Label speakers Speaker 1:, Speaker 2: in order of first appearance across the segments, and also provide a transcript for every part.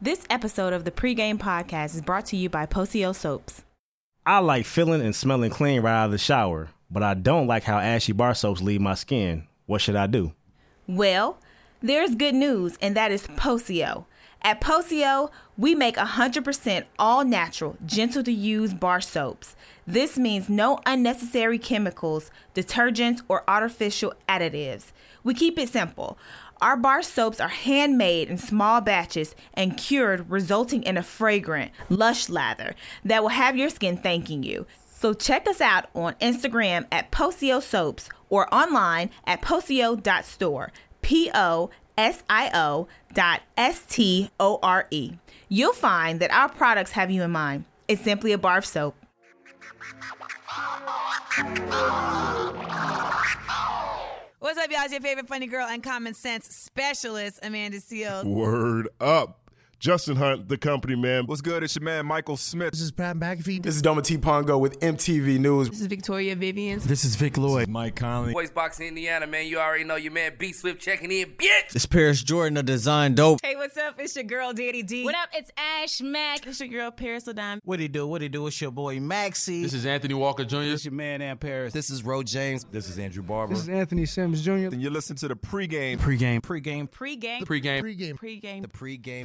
Speaker 1: This episode of the pregame podcast is brought to you by Posio Soaps.
Speaker 2: I like feeling and smelling clean right out of the shower, but I don't like how ashy bar soaps leave my skin. What should I do?
Speaker 1: Well, there's good news, and that is Posio. At Posio, we make 100% all natural, gentle to use bar soaps. This means no unnecessary chemicals, detergents, or artificial additives. We keep it simple. Our bar soaps are handmade in small batches and cured, resulting in a fragrant, lush lather that will have your skin thanking you. So check us out on Instagram at Posio Soaps or online at posio.store. P O S I O dot S T O R E. You'll find that our products have you in mind. It's simply a bar of soap.
Speaker 3: What's up, y'all? It's your favorite funny girl and common sense specialist, Amanda Seals.
Speaker 4: Word up. Justin Hunt, the company man.
Speaker 5: What's good? It's your man Michael Smith. This is
Speaker 6: This is Doma T. Pongo with MTV News.
Speaker 3: This is Victoria Vivian.
Speaker 7: This is Vic Lloyd.
Speaker 5: Mike Conley.
Speaker 8: Voice Box in Indiana, man. You already know your man B Swift checking in, bitch.
Speaker 7: This Paris Jordan of Design Dope.
Speaker 3: Hey, what's up? It's your girl, Daddy D.
Speaker 9: What up? It's Ash Mack.
Speaker 3: It's your girl, Paris Ladon.
Speaker 10: What he do? What he do? It's your boy Maxie.
Speaker 11: This is Anthony Walker Jr.
Speaker 10: It's your man Aunt Paris.
Speaker 7: This is Ro James.
Speaker 5: This is Andrew Barber.
Speaker 6: Anthony Sims Jr.
Speaker 5: and you listen to the pregame.
Speaker 7: Pre-game.
Speaker 10: Pre-game.
Speaker 3: Pre-game.
Speaker 11: Pre-game.
Speaker 3: Pre-game.
Speaker 7: The
Speaker 5: Pregame.
Speaker 7: pre-game.
Speaker 3: Pre-game.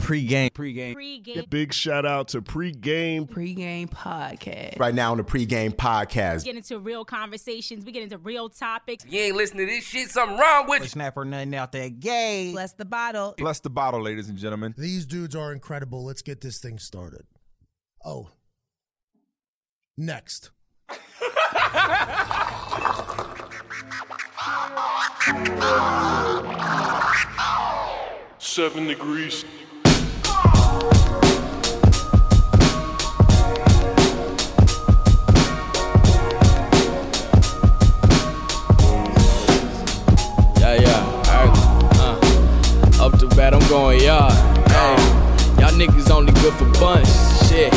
Speaker 7: Pre-game.
Speaker 10: Pre-game.
Speaker 9: Pre-game.
Speaker 4: Big shout out to pregame.
Speaker 3: Pre-game podcast.
Speaker 6: Right now on the pregame podcast.
Speaker 9: Get into real conversations. We get into real topics.
Speaker 8: If you ain't listening to this shit, something wrong with you.
Speaker 10: Snap or nothing out there. Gay.
Speaker 3: Bless the bottle.
Speaker 5: Bless the bottle, ladies and gentlemen.
Speaker 12: These dudes are incredible. Let's get this thing started. Oh. Next.
Speaker 4: Seven degrees.
Speaker 13: Yeah, yeah. Alright. Uh, up to bat, I'm going yard. Hey, y'all niggas only good for bunch. Shit.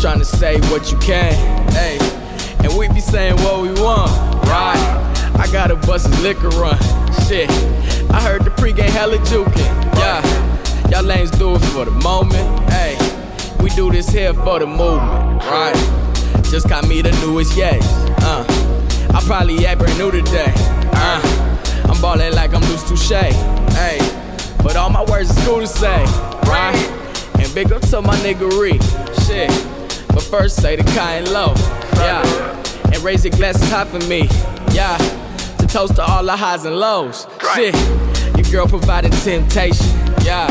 Speaker 13: Trying to say what you can. Hey, and we be saying what we want. Right. I got a bus's liquor run. Shit. I heard the pregame hella jukin'. Yeah. Y'all lanes do it for the moment. Hey, we do this here for the movement. Right. Just got me the newest yes. Uh, I probably act brand new today. Uh, I'm ballin' like I'm loose touche. Hey, but all my words is cool to say, right? And big up to my niggery, shit. But first say the kind low, yeah. And raise your glasses high for me, yeah. To toast to all the highs and lows, shit. Your girl providing temptation, yeah.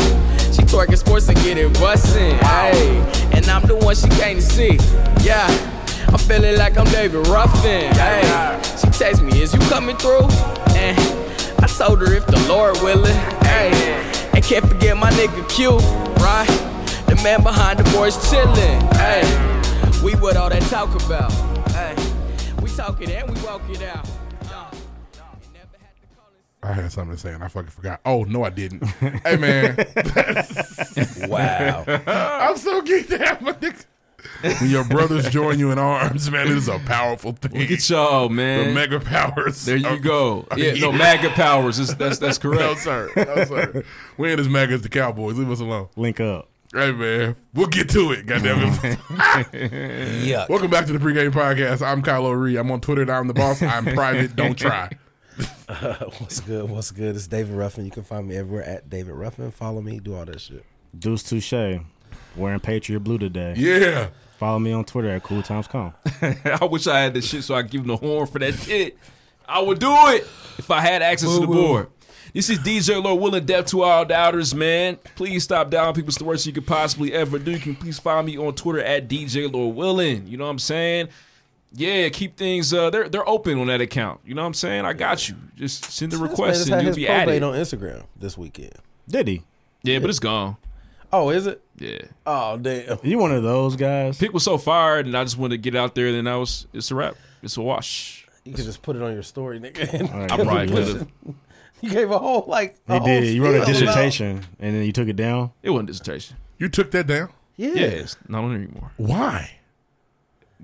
Speaker 13: She twerking sports and getting bustin', hey. And I'm the one she came to see, yeah. I'm feeling like I'm David Ruffin. Hey, she text me, is you coming through? And I told her if the Lord willing. Hey, and can't forget my nigga Q, right? The man behind the boys chilling. Hey, we what all that talk about. Hey, we talk it and we walk it out. Uh, and never had to call it-
Speaker 4: I had something to say and I fucking forgot. Oh, no, I didn't. hey, man.
Speaker 7: Wow.
Speaker 4: I'm so geeked out, my nigga. When your brothers join you in arms, man, it is a powerful thing.
Speaker 11: Look at y'all,
Speaker 4: The
Speaker 11: man.
Speaker 4: mega powers.
Speaker 11: there you
Speaker 4: of-
Speaker 11: go. Yeah, no,
Speaker 4: Yeah.
Speaker 11: MAGA powers. That's that's, that's
Speaker 4: No,
Speaker 11: correct.
Speaker 4: sir. No, sir. we ain't as mega as the Cowboys. Leave us alone.
Speaker 2: Link up.
Speaker 4: Hey, man. We'll get to it. Goddamn it.
Speaker 7: Yuck.
Speaker 4: Welcome back to the pregame podcast. I'm Kyle O'Ree. I'm on Twitter. and I'm the boss. I'm private. Don't try.
Speaker 6: What's good? What's good? It's David Ruffin. You can find me everywhere at David Ruffin. Follow me. Do all that shit.
Speaker 2: Deuce Touche. Wearing Patriot Blue today.
Speaker 4: Yeah.
Speaker 2: Follow me on Twitter at Cool Times Com.
Speaker 11: I wish I had the shit so I could give him the horn for that shit. I would do it if I had access to the board. This is DJ Lord Will and Death to all doubters, man. Please stop doubting people. It's the worst you could possibly ever do. You can please follow me on Twitter at DJ Lord Willin. You know what I'm saying? Yeah, keep things uh, they're they're open on that account. You know what I'm saying? I got you. Just send the request
Speaker 6: This man
Speaker 11: and
Speaker 6: just had
Speaker 11: you'll
Speaker 6: his
Speaker 11: be at
Speaker 6: probate
Speaker 11: it.
Speaker 6: on Instagram this weekend.
Speaker 2: Did he?
Speaker 11: Yeah, but it's gone.
Speaker 6: Oh, is it?
Speaker 11: Yeah.
Speaker 6: Oh, damn.
Speaker 2: You one of those guys?
Speaker 11: Pick was so fired and I just wanted to get out there, then I was it's a wrap. It's a wash.
Speaker 6: You could just put it on your story, nigga.
Speaker 11: I probably could have.
Speaker 6: you gave a whole, like, a
Speaker 2: He
Speaker 6: whole
Speaker 2: did. You wrote a
Speaker 6: spiel about-
Speaker 2: dissertation and then you took it down.
Speaker 11: It wasn't dissertation.
Speaker 4: You took that down?
Speaker 11: Yeah, it's not on anymore.
Speaker 4: Why?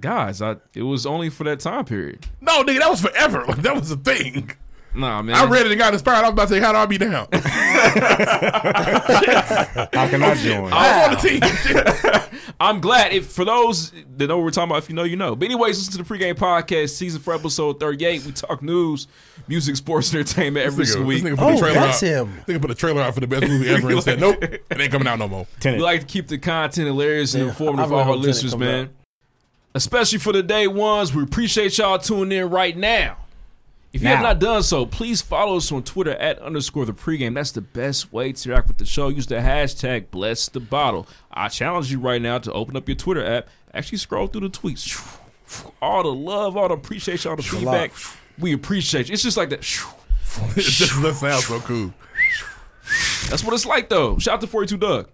Speaker 11: Guys, I it was only for that time period.
Speaker 4: No, nigga, that was forever. Like that was a thing.
Speaker 11: Nah, man.
Speaker 4: I read it and got inspired. I was about to say, how do I be down?
Speaker 11: How can I join?
Speaker 4: I'm on the team.
Speaker 11: I'm glad. If for those that know what we're talking about, if you know, you know. But anyways, listen to the pregame podcast, season four, episode thirty-eight. We talk news, music, sports, and entertainment every
Speaker 4: This
Speaker 11: single
Speaker 4: nigga,
Speaker 11: week.
Speaker 4: This nigga put
Speaker 12: Oh,
Speaker 4: the trailer out. This nigga put a trailer out for the best movie ever and said, nope, it ain't coming out no more.
Speaker 11: We like to keep the content hilarious and
Speaker 4: Yeah,
Speaker 11: informative
Speaker 4: I
Speaker 11: for all our
Speaker 4: really hope Tenet
Speaker 11: listeners,
Speaker 4: comes
Speaker 11: man.
Speaker 4: out.
Speaker 11: Especially for the day ones. We appreciate y'all tuning in right now. If you have
Speaker 13: Now.
Speaker 11: not done so, please follow us on Twitter at underscore the pregame. That's the best way to interact with the show. Use the hashtag bless the bottle. I challenge you right now to open up your Twitter app. Actually scroll through the tweets. All the love, all the appreciation, all the feedback. We appreciate you. It's just like that. it just
Speaker 4: that sounds so cool.
Speaker 11: That's what it's like though. Shout out to 42 Doug.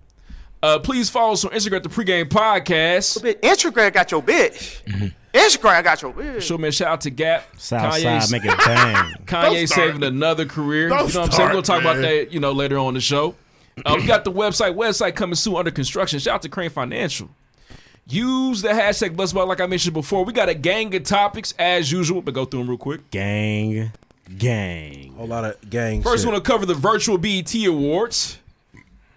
Speaker 11: Uh, please follow us on Instagram at the pregame podcast.
Speaker 14: Instagram got your bitch. Instagram got your bitch.
Speaker 11: Show man, shout out to Gap.
Speaker 13: Southside,
Speaker 11: Kanye's-
Speaker 13: make it bang.
Speaker 11: Kanye
Speaker 13: Don't start.
Speaker 11: saving another career.
Speaker 13: Don't
Speaker 11: you know what I'm saying? We're gonna talk
Speaker 13: start,
Speaker 11: about
Speaker 13: man.
Speaker 11: that, you know, later on in the show. Uh, we got the website. Website coming soon under construction. Shout out to Crane Financial. Use the hashtag BuzzBall like I mentioned before. We got a gang of topics as usual, but go through them real quick. Gang, gang,
Speaker 12: a lot of gang.
Speaker 11: First,
Speaker 12: shit.
Speaker 11: want to cover the virtual BET Awards.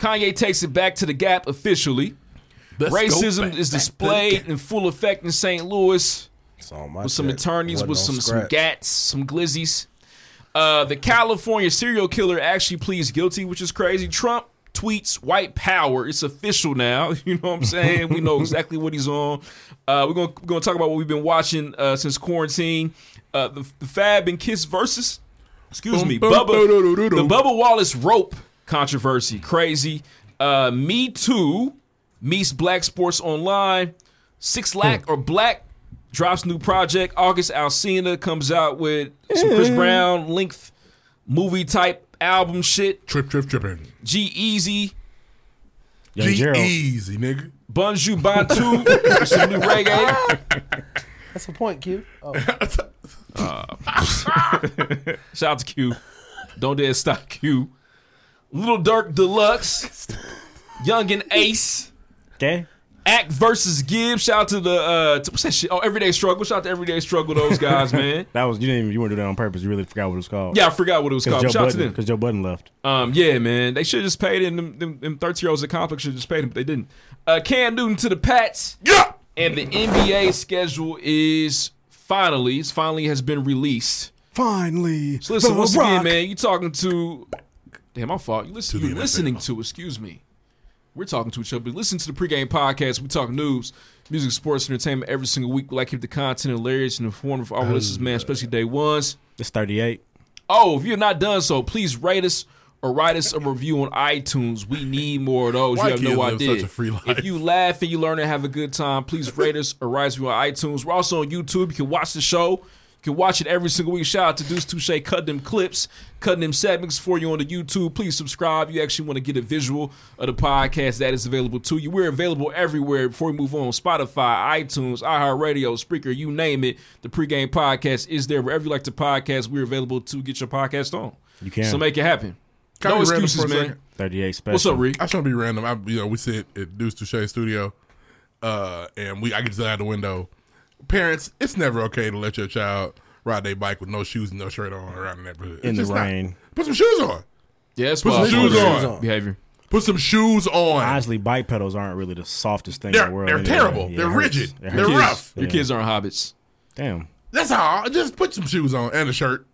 Speaker 11: Kanye takes it back to the Gap officially.
Speaker 12: Let's go
Speaker 11: Racism
Speaker 12: back,
Speaker 11: is
Speaker 12: back to
Speaker 11: displayed in full effect in St. Louis.
Speaker 12: my
Speaker 11: with some
Speaker 12: shit.
Speaker 11: attorneys,
Speaker 12: Wasn't
Speaker 11: with
Speaker 12: on
Speaker 11: some some
Speaker 12: scratch.
Speaker 11: gats, some glizzies. Uh, the California serial killer actually pleads guilty, which is crazy. Trump tweets white power. It's official now. You know what I'm saying? we know exactly what he's on. Uh, we're gonna we're gonna talk about what we've been watching uh, since quarantine. Uh, the, the Fab and Kiss versus. Excuse me,
Speaker 4: Bum, bum,
Speaker 11: Bubba.
Speaker 4: do, do, do, do.
Speaker 11: The Bubba Wallace rope controversy, crazy. Uh, Me too. Meets Black Sports Online. Six Lack
Speaker 12: Hmm.
Speaker 11: or Black drops new project. August Alcina comes out with some Chris
Speaker 4: Yeah.
Speaker 11: Brown length movie type album shit.
Speaker 4: Trip, trip, tripping.
Speaker 11: G Easy.
Speaker 4: Young G E. Gerald. Easy, nigga.
Speaker 11: Bunju Bantu. some new reggae.
Speaker 12: That's a point, Q. Oh.
Speaker 11: Uh, shout out to Q. Don't dare stop Q. Little Dirk Deluxe. Young and Ace.
Speaker 13: Okay.
Speaker 11: Act versus Gibbs. Shout out to the uh to, what's that shit? Oh, Everyday Struggle. Shout out to Everyday Struggle, those guys, man.
Speaker 13: that was you didn't even- you weren't doing that on purpose. You really forgot what it was called.
Speaker 11: Yeah, I forgot what it was called. Shout out to them.
Speaker 13: because Joe Budden left.
Speaker 11: Um, yeah, man. They should have just paid him. Them, them, them 13 year olds at complex should have just paid him, but they didn't. Uh, Cam Newton to the Pats.
Speaker 4: Yeah.
Speaker 11: And the NBA schedule is finally, it's finally has been released.
Speaker 7: Finally.
Speaker 11: So listen,
Speaker 7: The
Speaker 11: once
Speaker 7: Rock.
Speaker 11: again, man, you talking to Damn, my fault. You listen, you listening to, excuse me. We're talking to each other. Listen to the pregame podcast. We talk news, music, sports, entertainment every single week. We like to keep the content hilarious and informative for our listeners,
Speaker 7: Uh,
Speaker 11: man, especially day ones.
Speaker 13: It's 38.
Speaker 11: Oh, if you're not done so, please rate us or write us a review on iTunes. We need more of those.
Speaker 4: Why
Speaker 11: you have
Speaker 4: kids
Speaker 11: no
Speaker 4: live
Speaker 11: idea.
Speaker 4: such a free life?
Speaker 11: If you laugh and you learn and have a good time, please rate us or write us a review on iTunes. We're also on YouTube. You can watch the show. You can watch it every single week. Shout out to Deuce Touche cutting them clips, cutting them segments for you on the YouTube. Please subscribe. You actually want to get a visual of the podcast that is available to you. We're available everywhere. Before we move on, Spotify, iTunes, iHeartRadio, Spreaker, you name it. The pregame podcast is there. Wherever you like to podcast, we're available to get your podcast on.
Speaker 13: You can.
Speaker 11: So make it happen.
Speaker 4: Can I
Speaker 11: no
Speaker 4: be random
Speaker 11: excuses,
Speaker 4: for a
Speaker 11: man.
Speaker 4: second?
Speaker 13: 38 special.
Speaker 11: What's up, Rick?
Speaker 4: I trying to be random. I, you know, we sit at Deuce Touche Studio, uh, and we I get to out the window. Parents, it's never okay to let your child ride their bike with no shoes and no shirt on around the neighborhood. It's
Speaker 13: In the
Speaker 4: just not-
Speaker 13: rain.
Speaker 4: put some shoes on.
Speaker 11: Yeah, that's
Speaker 4: Put some
Speaker 11: wild.
Speaker 4: shoes on.
Speaker 11: behavior.
Speaker 4: Put some shoes on.
Speaker 13: Honestly, bike pedals aren't really the softest thing
Speaker 4: They're-
Speaker 13: in the world.
Speaker 4: they're
Speaker 13: anyway.
Speaker 4: terrible.
Speaker 13: it
Speaker 4: They're
Speaker 13: hurts.
Speaker 4: rigid.
Speaker 13: It
Speaker 4: They're
Speaker 13: hurts.
Speaker 4: rough.
Speaker 11: Your
Speaker 13: Yeah.
Speaker 11: kids aren't hobbits.
Speaker 13: Damn.
Speaker 4: That's all. Just put some shoes on and a shirt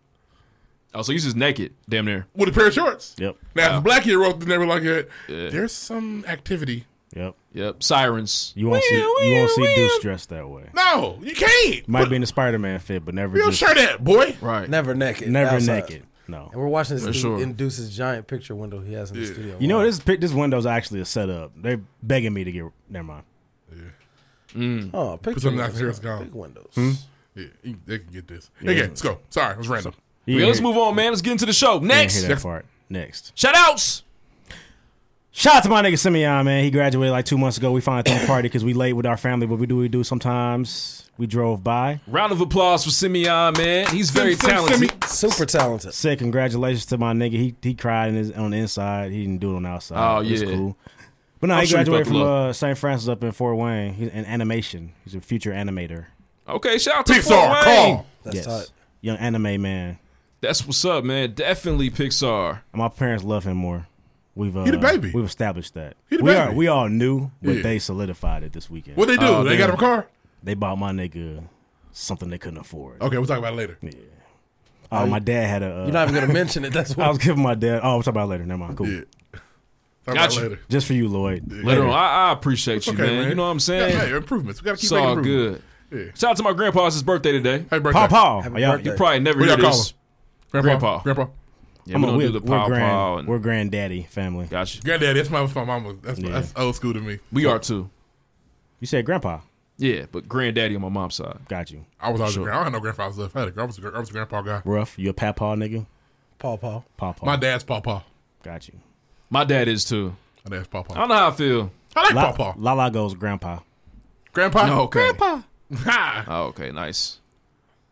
Speaker 11: Oh, so he's just naked, damn near.
Speaker 4: with a pair of shorts.
Speaker 13: Yep.
Speaker 4: Now, if a black kid wrote the neighbor like that,
Speaker 11: Yeah.
Speaker 4: there's some activity.
Speaker 13: Yep.
Speaker 11: Yep. Sirens.
Speaker 13: You won't see. You won't see Deuce dressed that way.
Speaker 4: No, you can't.
Speaker 13: Might be in the Spider Man fit, but never.
Speaker 4: Real
Speaker 13: just,
Speaker 4: shirt at boy.
Speaker 11: Right.
Speaker 12: Never naked.
Speaker 13: Never
Speaker 12: outside.
Speaker 13: naked. No.
Speaker 12: And we're watching this
Speaker 13: For
Speaker 12: dude
Speaker 13: sure.
Speaker 12: in Deuce's giant picture window he has in the studio.
Speaker 13: You know this pi- this window's actually a setup. They're begging me to get. Never mind.
Speaker 12: Oh, picture
Speaker 4: Put something out
Speaker 12: windows.
Speaker 4: here. It's gone.
Speaker 12: Big windows.
Speaker 13: Hmm?
Speaker 4: Yeah, you- they can get this.
Speaker 13: Yeah.
Speaker 4: Okay, let's go. Sorry, it was random.
Speaker 13: You
Speaker 11: Yeah, let's
Speaker 13: hear-
Speaker 11: move on, man. Let's get into the show.
Speaker 13: you didn't
Speaker 11: Next.
Speaker 13: Hear that part. Next.
Speaker 11: Shout outs.
Speaker 13: Shout out to my nigga Simeon, man. He graduated like two months ago. We finally threw a party because we late with our family, but we do what we do sometimes. We drove by.
Speaker 11: Round of applause for Simeon, man. He's very talented.
Speaker 12: Super talented.
Speaker 13: Say congratulations to my nigga. He he cried in his, on the inside. He didn't do it on the outside.
Speaker 11: Oh,
Speaker 13: It was
Speaker 11: yeah.
Speaker 13: cool. But no,
Speaker 11: I'm
Speaker 13: he
Speaker 11: sure he
Speaker 13: graduated
Speaker 11: felt the
Speaker 13: from
Speaker 11: love.
Speaker 13: uh, St. Francis up in Fort Wayne. He's in animation. He's a future animator.
Speaker 11: Okay, shout out to
Speaker 13: Pixar,
Speaker 11: Fort Wayne.
Speaker 13: yes. Young anime man.
Speaker 11: That's what's up, man. Definitely Pixar.
Speaker 13: My parents love him more. We've uh,
Speaker 11: He the baby.
Speaker 13: We've established that.
Speaker 11: He the
Speaker 13: we
Speaker 11: baby.
Speaker 13: are we all knew, but
Speaker 11: Yeah.
Speaker 13: they solidified it this weekend.
Speaker 4: What'd they do? They got him a car?
Speaker 13: They bought my nigga something they couldn't afford.
Speaker 4: Okay, we'll talk about it later.
Speaker 13: Yeah. Oh, my dad had a. Uh,
Speaker 4: You're not even gonna mention it, that's
Speaker 13: I
Speaker 4: why.
Speaker 13: was giving my dad. Oh, we'll talk about it later. Never mind. Cool.
Speaker 4: Talk about it later.
Speaker 13: Just for you, Lloyd.
Speaker 11: Later on, I, I appreciate
Speaker 4: It's
Speaker 11: you,
Speaker 4: okay,
Speaker 11: man.
Speaker 4: man.
Speaker 11: You know what I'm saying?
Speaker 4: Yeah, yeah, improvements. We gotta keep
Speaker 11: it's
Speaker 4: making
Speaker 11: all
Speaker 4: improvements.
Speaker 11: good.
Speaker 4: Yeah.
Speaker 11: Shout out to my grandpa's his birthday today. Hey,
Speaker 4: birthday. Paw Paw. Happy
Speaker 11: Y'all,
Speaker 4: birthday.
Speaker 11: you probably never
Speaker 4: What
Speaker 11: hear
Speaker 4: y'all call
Speaker 11: this.
Speaker 4: him? Grandpa?
Speaker 11: Grandpa.
Speaker 4: Grandpa?
Speaker 11: Yeah,
Speaker 13: I'm
Speaker 11: we
Speaker 13: a-
Speaker 11: don't do
Speaker 13: we're-
Speaker 11: the
Speaker 13: we're
Speaker 11: pow
Speaker 13: grand-
Speaker 11: pow. And
Speaker 13: We're granddaddy family.
Speaker 11: Gotcha.
Speaker 4: Granddaddy, that's my, that's my mama. That's,
Speaker 13: Yeah.
Speaker 4: that's old school to me.
Speaker 11: we are too.
Speaker 13: You said grandpa.
Speaker 11: Yeah, but granddaddy on my mom's side.
Speaker 13: Got you.
Speaker 4: I was always
Speaker 11: Sure.
Speaker 4: a grandpa. I had no grandfathers left. I, had a, I, was a, gr- I was a grandpa guy.
Speaker 13: Rough. You a papaw nigga?
Speaker 12: Paw paw.
Speaker 13: Paw paw.
Speaker 4: My dad's pawpaw.
Speaker 13: Got you.
Speaker 11: My dad is too.
Speaker 4: My dad's pawpaw.
Speaker 11: I don't know how I feel.
Speaker 4: I like
Speaker 13: La-
Speaker 4: pawpaw.
Speaker 13: Lala goes grandpa.
Speaker 4: Grandpa?
Speaker 11: No, Oh, okay.
Speaker 4: Grandpa. Ha!
Speaker 11: Oh, okay, nice.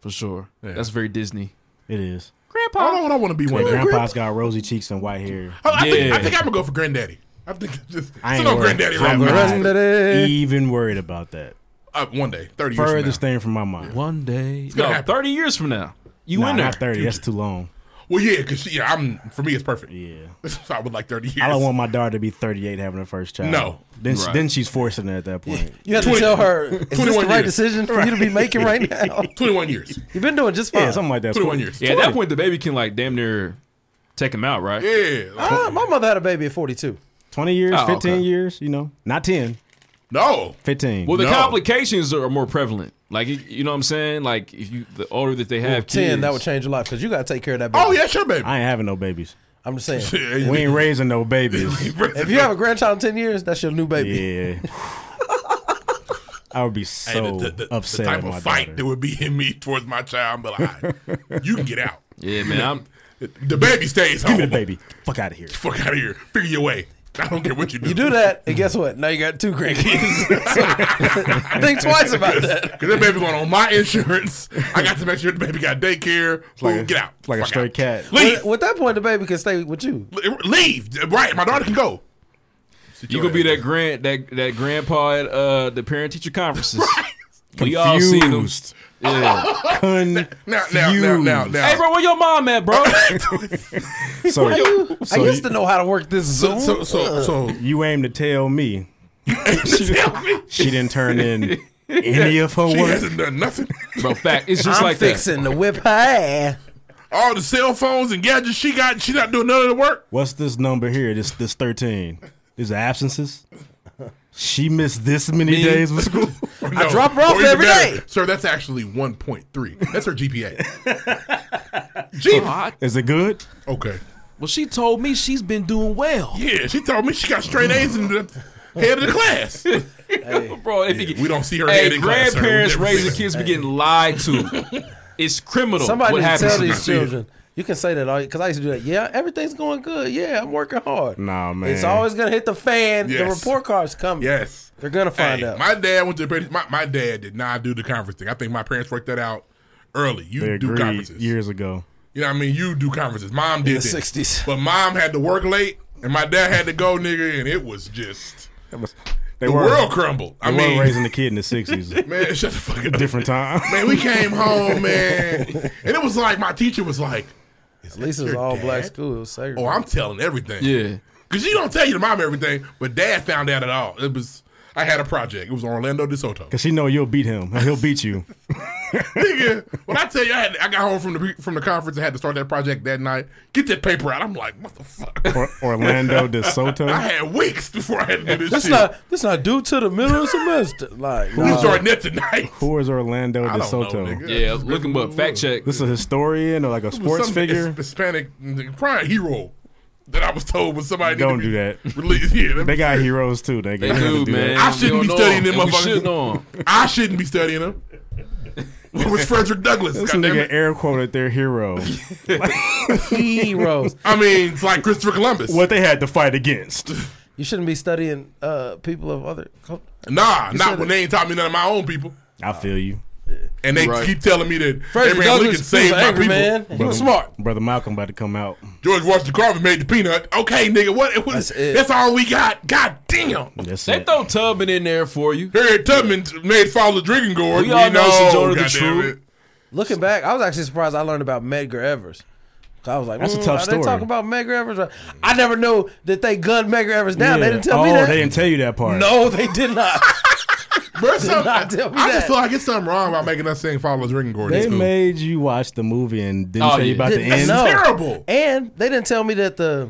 Speaker 11: For sure. That's very Disney.
Speaker 13: It is.
Speaker 4: Grandpa. I don't know what I want to be one day.
Speaker 13: Grandpa's got rosy cheeks and white hair.
Speaker 4: I, I think, I think I'm gonna go for granddaddy. I think just
Speaker 13: I
Speaker 4: it's
Speaker 13: ain't
Speaker 4: no
Speaker 13: worried.
Speaker 4: granddaddy right
Speaker 13: I'm
Speaker 4: now.
Speaker 13: not even worried about that.
Speaker 4: Uh, one day, thirty years from now.
Speaker 13: Furthest thing from my mind.
Speaker 11: One day.
Speaker 4: gonna
Speaker 11: No,
Speaker 4: happen.
Speaker 11: 30 years from now. You
Speaker 13: Nah,
Speaker 11: in there.
Speaker 13: not 30. That's too long.
Speaker 4: Well, yeah, because yeah, I'm for me it's perfect.
Speaker 13: Yeah,
Speaker 4: so I would like thirty years.
Speaker 13: I don't want my daughter to be 38 having her first child.
Speaker 4: No.
Speaker 13: Then,
Speaker 4: Right.
Speaker 13: then she's forcing it at that point.
Speaker 12: You have to
Speaker 4: 20
Speaker 12: tell her, is this the
Speaker 4: 21
Speaker 12: right
Speaker 4: years.
Speaker 12: decision for you to be making right now?
Speaker 4: 21 years.
Speaker 12: You've been doing just fine.
Speaker 13: Yeah, something like that. 21 years.
Speaker 11: Yeah, at that point, the baby can, like, damn near take him out, right?
Speaker 4: Yeah.
Speaker 12: Ah, my mother had a baby at 42.
Speaker 13: 20 years,
Speaker 11: Oh, okay.
Speaker 13: 15 years, you know. Not 10.
Speaker 4: No.
Speaker 13: 15.
Speaker 11: Well, the complications are more prevalent. Like, you- you know what I'm saying? Like, if you the older that they have,
Speaker 12: Ooh, 10,
Speaker 11: kids,
Speaker 12: that would change your life because you got to take care of that baby.
Speaker 4: Oh yeah, sure, baby.
Speaker 13: I ain't having no babies.
Speaker 12: I'm just saying.
Speaker 13: We ain't raising no babies.
Speaker 12: if you have a grandchild in 10 years, that's your new baby.
Speaker 13: Yeah. I would be
Speaker 4: Hey,
Speaker 13: so
Speaker 4: the, the, the, the
Speaker 13: upset
Speaker 4: type
Speaker 13: with my
Speaker 4: of fight
Speaker 13: daughter.
Speaker 4: that would be in me towards my child, but like, you can get out.
Speaker 11: Yeah, man. I'm,
Speaker 4: The baby stays
Speaker 13: Give
Speaker 4: home.
Speaker 13: me the baby. Fuck out of here.
Speaker 4: Fuck out of here. Figure your way. I don't care what you do.
Speaker 12: You do that, and guess what? Now you got two grandkids. So, think twice about that.
Speaker 4: Because that baby going on my insurance. I got to make sure the baby got daycare.
Speaker 13: like
Speaker 4: Boom,
Speaker 13: a-
Speaker 4: get out.
Speaker 13: Like a
Speaker 4: Fuck
Speaker 13: stray cat.
Speaker 4: Leave.
Speaker 12: With, with that point, the baby can stay with you.
Speaker 4: out. Leave. Right. My daughter can go.
Speaker 11: you gonna be that grand that that grandpa at uh, the parent teacher conferences. We all see them.
Speaker 13: Confused.
Speaker 11: Yeah.
Speaker 13: Confused.
Speaker 4: Now, now, now, now, now.
Speaker 11: Hey, bro, where your mom at, bro?
Speaker 13: So,
Speaker 12: I,
Speaker 13: so
Speaker 12: used to know how to work this Zoom.
Speaker 4: So, so, so,
Speaker 13: you aim to tell me she didn't turn in any of her
Speaker 4: she
Speaker 13: work?
Speaker 4: hasn't done nothing.
Speaker 11: bro, fact. It's just
Speaker 12: I'm
Speaker 11: like that.
Speaker 12: fixing to whip her ass.
Speaker 4: All the cell phones and gadgets she got, she not doing none of the work.
Speaker 13: What's this number here? This this thirteen. These are absences. She missed this many
Speaker 11: Me?
Speaker 13: days of school.
Speaker 4: Or
Speaker 12: I drop her
Speaker 4: Or
Speaker 12: off
Speaker 4: even
Speaker 12: every
Speaker 4: better,
Speaker 12: day.
Speaker 4: Sir, that's actually 1.3. That's her GPA.
Speaker 11: Oh,
Speaker 4: GPA.
Speaker 11: I-
Speaker 13: Is it good?
Speaker 4: Okay.
Speaker 11: well, she told me she's been doing well,
Speaker 4: Yeah, she told me she got straight A's in the head of the class.
Speaker 11: bro. If
Speaker 4: We don't see her head
Speaker 11: hey,
Speaker 4: in class. sir. We
Speaker 11: grandparents
Speaker 4: never see
Speaker 11: raising
Speaker 4: that.
Speaker 11: kids be getting lied to. It's criminal.
Speaker 12: Somebody
Speaker 11: what
Speaker 12: needs to
Speaker 11: happens
Speaker 12: tell
Speaker 11: to
Speaker 12: these
Speaker 11: them.
Speaker 12: children. You can say that all because I used to do that. Yeah, everything's going good. Yeah, I'm working hard.
Speaker 13: Nah, man.
Speaker 12: It's always gonna hit the fan. The
Speaker 4: Yes.
Speaker 12: report card's coming.
Speaker 4: Yes.
Speaker 12: They're gonna find
Speaker 4: Hey,
Speaker 12: out.
Speaker 4: My dad went to the parents- my, my dad did not do the conference thing. I think my parents worked that out early. You
Speaker 13: They
Speaker 4: do
Speaker 13: agreed
Speaker 4: conferences.
Speaker 13: years ago.
Speaker 4: You know what I mean? You do conferences. Mom did
Speaker 12: the
Speaker 4: it.
Speaker 12: 60s.
Speaker 4: But mom had to work late and my dad had to go, nigga, and it was just
Speaker 13: That was- They
Speaker 4: the
Speaker 13: were
Speaker 4: world crumbled.
Speaker 13: They
Speaker 4: I mean
Speaker 13: were raising the kid in the sixties.
Speaker 4: Man, shut the fuck up.
Speaker 13: Different time.
Speaker 4: Man, we came home, man. And it was like my teacher was like,
Speaker 12: At least it was
Speaker 4: your
Speaker 12: all
Speaker 4: dad?
Speaker 12: black school. It was segregated.
Speaker 4: Oh, I'm telling everything.
Speaker 11: Yeah.
Speaker 4: Cause you don't tell your mom everything, but dad found out at all. It was I had a project. It was Orlando de Soto.
Speaker 13: Cause she know you'll beat him. and He'll beat you.
Speaker 4: Nigga, when I tell you I, had, I got home from the from the conference and had to start that project that night, get that paper out. I'm like, what the fuck?
Speaker 13: Or, Orlando De Soto.
Speaker 4: I had weeks before I had to do this
Speaker 12: That's
Speaker 4: shit.
Speaker 12: not that's not due to the middle of the semester. Like
Speaker 4: we
Speaker 12: nah.
Speaker 4: starting that tonight.
Speaker 13: Who is Orlando
Speaker 4: I
Speaker 13: De
Speaker 4: don't
Speaker 13: Soto?
Speaker 4: know, nigga.
Speaker 11: Yeah, look them up. Fact check.
Speaker 13: This a historian or like a
Speaker 4: It was
Speaker 13: sports
Speaker 4: some
Speaker 13: figure?
Speaker 4: his- Hispanic prime hero that I was told was somebody.
Speaker 13: Don't
Speaker 4: needed
Speaker 13: do that.
Speaker 4: to be Released. Yeah, that-
Speaker 13: They got heroes too. They,
Speaker 11: They do, man.
Speaker 4: I
Speaker 11: We don't
Speaker 4: shouldn't be
Speaker 11: know
Speaker 4: studying them
Speaker 11: them, and we should
Speaker 4: motherfuckers.
Speaker 11: know 'em.
Speaker 4: I shouldn't be studying them. It was Frederick Douglass.
Speaker 13: This
Speaker 4: goddamn
Speaker 13: nigga
Speaker 4: it.
Speaker 13: air quoted their hero.
Speaker 12: heroes.
Speaker 4: I mean, it's like Christopher Columbus.
Speaker 13: what they had to fight against.
Speaker 12: You shouldn't be studying uh, people of other. cul-
Speaker 4: Nah,
Speaker 12: You
Speaker 4: not
Speaker 12: said
Speaker 4: when
Speaker 12: it.
Speaker 4: they ain't taught me none of my own people.
Speaker 13: I feel you.
Speaker 4: And they
Speaker 11: Right.
Speaker 4: keep telling me that
Speaker 12: Frederick
Speaker 4: Abraham
Speaker 12: Douglass
Speaker 4: Lincoln saved
Speaker 12: was
Speaker 4: my
Speaker 12: an angry
Speaker 4: people.
Speaker 12: man. He was smart.
Speaker 13: Brother Malcolm about to come out.
Speaker 4: George Washington Carver made the peanut. Okay, nigga, what? what
Speaker 12: That's
Speaker 4: that's,
Speaker 12: it.
Speaker 4: all we got. God damn.
Speaker 13: That's
Speaker 11: They
Speaker 13: it.
Speaker 11: throw Tubman in there for you.
Speaker 4: Harriet Tubman made follow the drinking gourd.
Speaker 11: We all know Sojourner the
Speaker 4: goddamn
Speaker 11: Truth.
Speaker 4: it.
Speaker 12: Looking back, I was actually surprised I learned about Medgar Evers. 'Cause I was like,
Speaker 13: That's a
Speaker 12: mm,
Speaker 13: tough
Speaker 12: are They
Speaker 13: story.
Speaker 12: talking about Meg Evers. I never knew that they gunned Meg Evers down.
Speaker 13: Yeah.
Speaker 12: They didn't tell
Speaker 13: oh,
Speaker 12: me that.
Speaker 13: they didn't tell you that part.
Speaker 12: No, they did not.
Speaker 4: Bruh, some- I,
Speaker 12: not tell me
Speaker 4: just
Speaker 12: that.
Speaker 4: feel like it's something wrong about making us sing Follow the Ring Gordon.
Speaker 13: They
Speaker 4: It's cool.
Speaker 13: made you watch the movie and didn't
Speaker 4: Oh,
Speaker 13: tell you
Speaker 4: yeah.
Speaker 13: about the
Speaker 4: Didn't-
Speaker 13: end.
Speaker 4: that's no. terrible.
Speaker 12: And they didn't tell me that the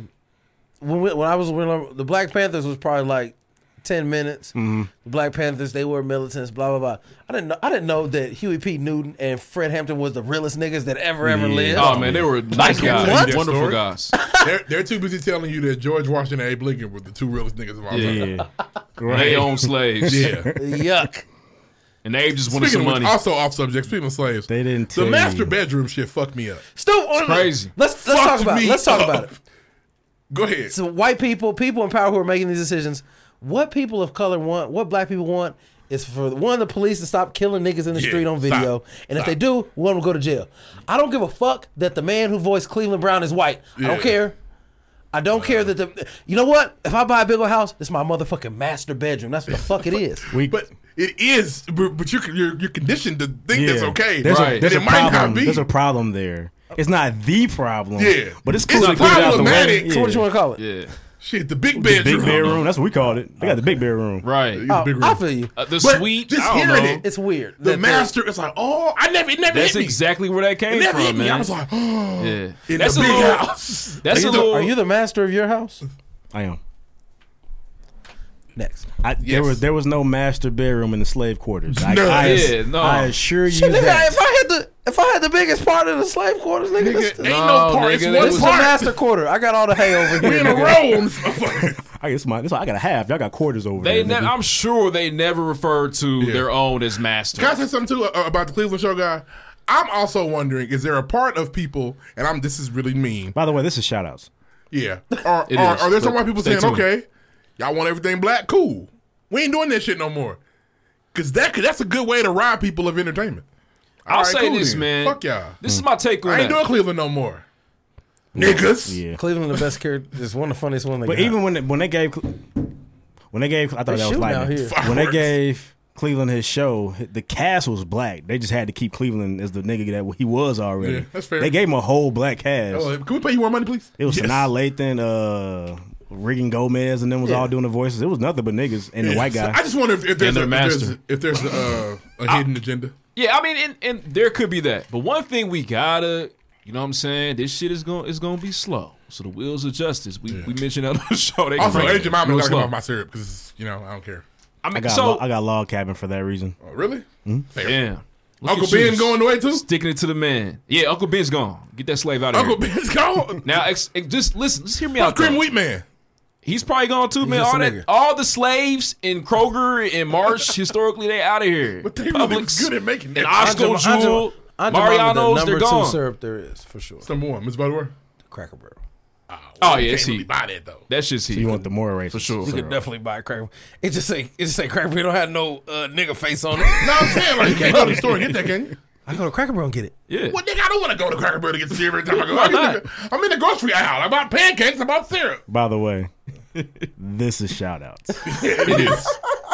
Speaker 12: when we, when I was when I, the Black Panthers was probably like ten minutes.
Speaker 13: Mhm.
Speaker 12: The Black Panthers they were militants. Blah blah blah. I didn't know, I didn't know that Huey P. Newton and Fred Hampton was the realest niggas that ever ever
Speaker 11: Yeah.
Speaker 12: lived.
Speaker 11: Oh, man, they were nice guys.
Speaker 4: What?
Speaker 11: Wonderful
Speaker 4: Story?
Speaker 11: guys.
Speaker 4: they're, they're too busy telling you that George Washington and Abe Lincoln were the two realest niggas of all time.
Speaker 11: Yeah. They own slaves.
Speaker 4: Yeah.
Speaker 12: Yuck.
Speaker 11: And Abe just wanted
Speaker 4: Speaking
Speaker 11: some
Speaker 4: of which,
Speaker 11: money.
Speaker 4: also off subject. Speaking of slaves, they didn't. The
Speaker 11: tell
Speaker 4: master
Speaker 11: you.
Speaker 4: bedroom shit fucked me up.
Speaker 12: Still
Speaker 4: It's crazy.
Speaker 12: Let's let's
Speaker 4: Fucked
Speaker 12: talk about it.
Speaker 4: me
Speaker 12: Let's talk
Speaker 4: up.
Speaker 12: about it.
Speaker 4: Go ahead.
Speaker 12: So white people, people in power who are making these decisions, what people of color want, what black people want is for one of the police to stop killing niggas in the
Speaker 15: Yeah,
Speaker 12: street on video.
Speaker 15: stop.
Speaker 12: And if
Speaker 15: Stop.
Speaker 12: they do, one will go to jail. I don't give a fuck that the man who voiced Cleveland Brown is white. I
Speaker 15: Yeah.
Speaker 12: don't care. I don't care that the you know what? If I buy a big old house, it's my motherfucking master bedroom. That's what the fuck it is.
Speaker 4: but it is, but, but you're, you're you're conditioned to think that's
Speaker 13: Yeah.
Speaker 4: okay.
Speaker 13: There's
Speaker 4: right.
Speaker 13: a, there's a
Speaker 4: and it might
Speaker 13: problem.
Speaker 4: not be.
Speaker 13: There's a problem there. It's not the problem.
Speaker 4: Yeah.
Speaker 13: but it's
Speaker 4: It's
Speaker 13: cool. to get it out the way.
Speaker 4: problematic.
Speaker 13: Yeah.
Speaker 4: So what you wanna
Speaker 12: call it?
Speaker 11: Yeah.
Speaker 4: Shit, the big
Speaker 13: The
Speaker 4: bedroom.
Speaker 13: big bedroom. That's what we called it. They got the big bedroom.
Speaker 11: Right.
Speaker 12: Oh, I feel you.
Speaker 11: Uh, the
Speaker 4: But
Speaker 11: sweet.
Speaker 4: just
Speaker 11: I don't
Speaker 4: hearing
Speaker 11: know.
Speaker 4: it,
Speaker 12: It's weird.
Speaker 4: The
Speaker 11: That-
Speaker 4: master. It's like, oh, I never. It never
Speaker 11: That's
Speaker 4: hit me.
Speaker 11: exactly where that
Speaker 4: it
Speaker 11: came
Speaker 4: never
Speaker 11: from,
Speaker 4: hit me.
Speaker 11: man.
Speaker 4: I was like, oh.
Speaker 11: yeah.
Speaker 4: In
Speaker 11: That's
Speaker 4: the
Speaker 11: a
Speaker 4: big
Speaker 11: little,
Speaker 4: house.
Speaker 11: That's
Speaker 12: are
Speaker 11: a
Speaker 12: you, the,
Speaker 11: little.
Speaker 12: are you the master of your house?
Speaker 13: I am.
Speaker 12: Next.
Speaker 13: I, There was there was no master bedroom in the slave quarters. I,
Speaker 11: No.
Speaker 13: I,
Speaker 11: Yeah, no.
Speaker 13: I assure you
Speaker 12: Shit, nigga,
Speaker 13: that.
Speaker 12: if I had the if I had the biggest part of the slave quarters, nigga, this,
Speaker 4: ain't no
Speaker 13: part. It's
Speaker 12: nigga,
Speaker 13: one
Speaker 12: this is
Speaker 13: part.
Speaker 12: the master quarter. I got all the hay over here.
Speaker 4: We in a
Speaker 12: nigga.
Speaker 4: row.
Speaker 13: I guess my, this I got a half. Y'all got quarters over
Speaker 11: They
Speaker 13: there.
Speaker 11: ne- I'm sure they never referred to their own as master.
Speaker 4: Can I say something too uh, about the Cleveland show guy? I'm also wondering: is there a part of people, and I'm this is really mean.
Speaker 13: By the way, this is shout outs.
Speaker 4: Yeah. Or,
Speaker 13: It
Speaker 4: or,
Speaker 13: is,
Speaker 4: or there's some
Speaker 13: but
Speaker 4: white people
Speaker 13: stay
Speaker 4: saying,
Speaker 13: tuned.
Speaker 4: okay, y'all want everything black? Cool. We ain't doing that shit no more. Cause that could, that's a good way to rob people of entertainment.
Speaker 11: I'll
Speaker 4: All right,
Speaker 11: say
Speaker 4: cool
Speaker 11: this,
Speaker 4: then.
Speaker 11: man.
Speaker 4: Fuck y'all.
Speaker 11: This is my take on
Speaker 4: I ain't
Speaker 11: that.
Speaker 4: doing Cleveland no more. Niggas.
Speaker 13: Yeah.
Speaker 12: Cleveland, the best character, is one of the funniest ones. They
Speaker 13: But
Speaker 12: got.
Speaker 13: even when they, when they gave when they gave I thought
Speaker 12: They
Speaker 13: that was
Speaker 12: shooting
Speaker 13: lightning.
Speaker 12: out here.
Speaker 13: When they
Speaker 12: Fireworks.
Speaker 13: gave Cleveland his show, the cast was black. They just had to keep Cleveland as the nigga that he was already.
Speaker 4: Yeah, that's fair.
Speaker 13: They gave him a whole black cast.
Speaker 4: Oh, can we pay you more money, please?
Speaker 13: It was
Speaker 4: Yes.
Speaker 13: Sanaa Lathan, uh, Regan Gomez, and then was
Speaker 4: Yeah.
Speaker 13: all doing the voices. It was nothing but niggas and the
Speaker 4: Yeah.
Speaker 13: white
Speaker 4: So
Speaker 13: guy.
Speaker 4: I just wonder if, if there's,
Speaker 11: And
Speaker 4: a,
Speaker 11: their
Speaker 4: if there's
Speaker 11: master.
Speaker 4: if there's a, a hidden agenda.
Speaker 11: Yeah, I mean, and, and there could be that. But one thing we gotta, you know what I'm saying? This shit is gonna is gonna be slow. So the wheels of justice. We we mentioned on the show. They
Speaker 4: Also,
Speaker 11: crank it.
Speaker 4: Agent Mama
Speaker 11: Real
Speaker 4: gotta come
Speaker 11: slow.
Speaker 4: off my syrup because you know I don't care.
Speaker 11: I
Speaker 13: I
Speaker 11: mean,
Speaker 13: got
Speaker 11: so
Speaker 13: lo- I got log cabin for that reason.
Speaker 4: Oh, really?
Speaker 13: Hmm?
Speaker 11: yeah.
Speaker 4: Uncle Ben going away too.
Speaker 11: Sticking it to the man. Yeah, Uncle Ben's gone. Get that slave out of
Speaker 4: Uncle
Speaker 11: here.
Speaker 4: Ben's gone.
Speaker 11: Now, ex- ex- just listen. Just hear me
Speaker 4: Fuck
Speaker 11: out. though.
Speaker 4: Grim Wheat Man.
Speaker 11: He's probably gone too, man.
Speaker 4: just
Speaker 11: All
Speaker 4: a
Speaker 11: that,
Speaker 4: nigga.
Speaker 11: all the slaves in Kroger and Marsh historically, they out of here. But
Speaker 4: they really was good at making
Speaker 11: and
Speaker 4: that.
Speaker 11: Osco
Speaker 4: Anjum-
Speaker 11: Jewel,
Speaker 4: Anjum-
Speaker 11: Mariano's, they're gone.
Speaker 12: syrup there is for sure.
Speaker 4: It's number one. Miss Butterworth.
Speaker 12: Cracker Barrel.
Speaker 11: Oh yeah, it's heat.
Speaker 4: Buy that though.
Speaker 11: That shit's heat.
Speaker 13: You want the more race for
Speaker 11: sure.
Speaker 12: You could definitely buy a cracker. It just say it just say cracker. Barrel don't have no uh, nigga face on it.
Speaker 4: no, I'm saying like you can't go to the store and get that, can you?
Speaker 12: I go to Cracker Barrel and get it.
Speaker 11: Yeah.
Speaker 4: Well, nigga, I don't want to go to Cracker Barrel to get syrup every time I go.
Speaker 11: Why
Speaker 4: I get
Speaker 11: not?
Speaker 4: the, I'm in the grocery aisle. I bought pancakes. I bought syrup.
Speaker 13: By the way, this is shout outs.
Speaker 4: it is.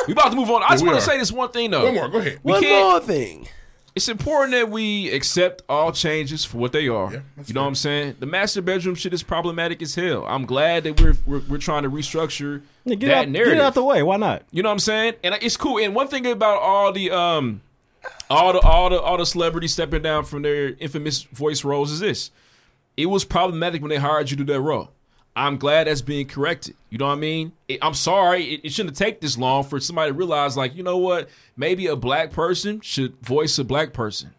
Speaker 11: We about to move on. I just
Speaker 13: We
Speaker 11: want to
Speaker 13: are.
Speaker 11: say this one thing though.
Speaker 4: One more. Go ahead.
Speaker 11: We
Speaker 12: One
Speaker 11: can't-
Speaker 12: more thing.
Speaker 11: It's important that we accept all changes for what they are. you know what I'm saying? The master bedroom shit is problematic as hell. I'm glad that we're we're, we're trying to restructure
Speaker 13: Yeah, get,
Speaker 11: that
Speaker 13: out, get
Speaker 11: narrative.
Speaker 13: out the way. Why not?
Speaker 11: You know what I'm saying? And it's cool. And one thing about all the um, all the all the all the celebrities stepping down from their infamous voice roles is this: it was problematic when they hired you to do that role. I'm glad that's being corrected. You know what I mean? It- I'm sorry it, it shouldn't take this long for somebody to realize, like, you know what? Maybe a black person should voice a black person.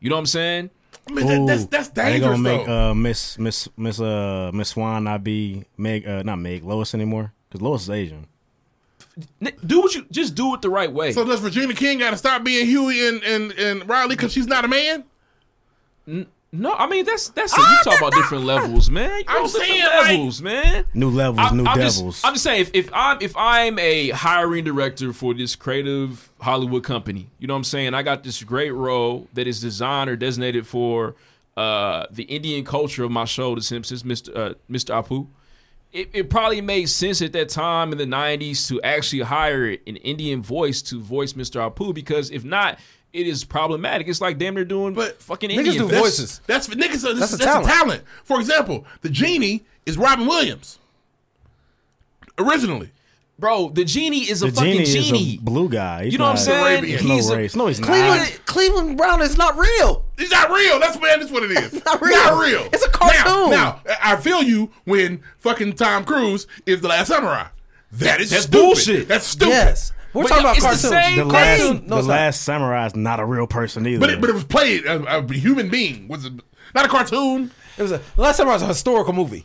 Speaker 11: You know what I'm saying?
Speaker 4: I mean, that, that's that's
Speaker 13: Ooh, They
Speaker 4: dangerous
Speaker 13: gonna make
Speaker 4: though.
Speaker 13: uh, Miss Miss Miss uh, Miss Swan not be Meg uh, not Meg Lois anymore because Lois is Asian.
Speaker 11: N- Do what you just do it the right way.
Speaker 4: so does Regina King got to stop being Huey and and and Riley because she's not a man?
Speaker 11: no, I mean that's that's you talk about different levels, man. You
Speaker 4: I'm
Speaker 11: know, different
Speaker 4: saying, like-
Speaker 11: levels, man.
Speaker 13: New levels, new
Speaker 11: I'm
Speaker 13: devils.
Speaker 11: Just, I'm just saying, if, if I'm if I'm a hiring director for this creative Hollywood company, you know what I'm saying? I got this great role that is designed or designated for uh, the Indian culture of my show, The Simpsons, Mr. Uh, Mr. Apu. It, it probably made sense at that time in the 90s to actually hire an Indian voice to voice Mr. Apu because if not, it is problematic. It's like damn near doing but fucking Indian
Speaker 4: That's- That's, niggas. That's, that's, a, talent. For example, the genie is Robin Williams. Originally,
Speaker 11: bro, the genie is a
Speaker 13: the genie,
Speaker 11: fucking genie.
Speaker 13: is a blue guy. He's
Speaker 11: You know what I'm
Speaker 13: not-
Speaker 11: saying?
Speaker 13: He's no
Speaker 11: He's a-
Speaker 13: race. No, he's not.
Speaker 12: Cleveland, Cleveland Brown is not real.
Speaker 4: He's not real. That's man. That's what it is.
Speaker 12: not real.
Speaker 4: Not real.
Speaker 12: It's a
Speaker 4: Now,
Speaker 12: cartoon.
Speaker 4: now, I feel you when fucking Tom Cruise is the last samurai. That is
Speaker 11: That's
Speaker 4: stupid.
Speaker 11: bullshit.
Speaker 4: That's stupid.
Speaker 12: Yes. We're
Speaker 11: But
Speaker 12: talking
Speaker 11: yo,
Speaker 12: about
Speaker 11: it's the
Speaker 12: cartoons.
Speaker 11: same
Speaker 13: The
Speaker 11: thing.
Speaker 13: last,
Speaker 12: No,
Speaker 13: the
Speaker 12: it's not.
Speaker 13: last samurai is not a real person either.
Speaker 4: But it, but it was played a, a human being was it not a cartoon.
Speaker 12: It was a last time I was a historical movie.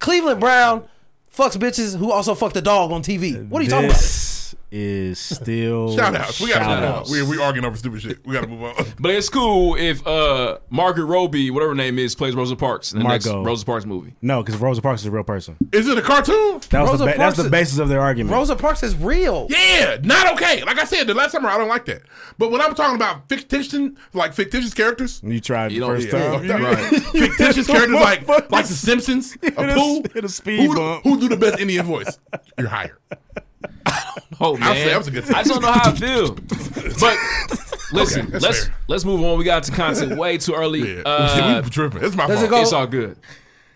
Speaker 12: Cleveland Brown fucks bitches who also fucked a dog on TV. What are you talking about?
Speaker 13: this is still
Speaker 4: Shout outs. We gotta move on.
Speaker 13: shout-outs.
Speaker 4: We we arguing over stupid shit. We gotta move on.
Speaker 11: But it's cool if uh, Margaret Roby, whatever her name is, plays Rosa Parks in the next
Speaker 13: Margot.
Speaker 11: Rosa Parks movie.
Speaker 13: No, because Rosa Parks is a real person.
Speaker 4: Is it a cartoon?
Speaker 13: That was the
Speaker 12: Rosa
Speaker 13: ba- that's
Speaker 12: Parks
Speaker 13: the
Speaker 12: is-
Speaker 13: basis of their argument.
Speaker 12: Rosa Parks is real.
Speaker 4: Yeah, not okay. Like I said, the last summer I don't like that. But when I'm talking about fictitious, like fictitious characters,
Speaker 13: you tried
Speaker 11: You
Speaker 13: the
Speaker 11: don't-
Speaker 13: first
Speaker 11: yeah.
Speaker 13: time.
Speaker 4: fictitious characters like like the Simpsons, a
Speaker 13: a-
Speaker 4: pool,
Speaker 13: hit a speed
Speaker 4: who, do-
Speaker 13: bump.
Speaker 4: who do the best Indian voice? You're hired.
Speaker 11: Oh man,
Speaker 4: saying that was a good
Speaker 11: I don't know how I feel. But listen,
Speaker 4: Okay, that's
Speaker 11: let's
Speaker 4: fair.
Speaker 11: let's move on. We got to content way too early.
Speaker 4: Yeah,
Speaker 11: Uh,
Speaker 4: we tripping. It's my
Speaker 12: Does
Speaker 4: fault.
Speaker 12: it go-
Speaker 11: it's all good.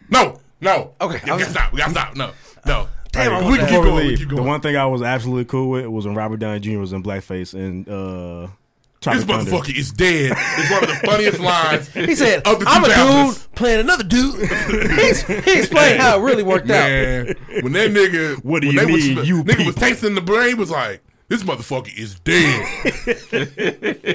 Speaker 4: No, no.
Speaker 12: Okay, I
Speaker 4: we
Speaker 12: was-
Speaker 4: gotta stop. We gotta stop. No, no.
Speaker 12: Damn, I
Speaker 4: we
Speaker 12: want
Speaker 4: can keep
Speaker 12: that.
Speaker 13: Before we
Speaker 4: going. We
Speaker 13: leave,
Speaker 4: keep
Speaker 13: the
Speaker 4: going.
Speaker 13: one thing I was absolutely cool with was when Robert Downey Jr. was in blackface and uh,
Speaker 4: This
Speaker 13: Tropic Thunder.
Speaker 4: motherfucker is dead. It's one of the funniest lines.
Speaker 12: He said,
Speaker 4: of the
Speaker 12: "I'm a
Speaker 4: 2000s."
Speaker 12: dude playing another dude." He's- he explained how it really worked out.
Speaker 4: Man, when that nigga,
Speaker 13: What do
Speaker 4: when
Speaker 13: you
Speaker 4: they was-
Speaker 13: need, you
Speaker 4: nigga was tasting the brain, was like, this motherfucker is dead.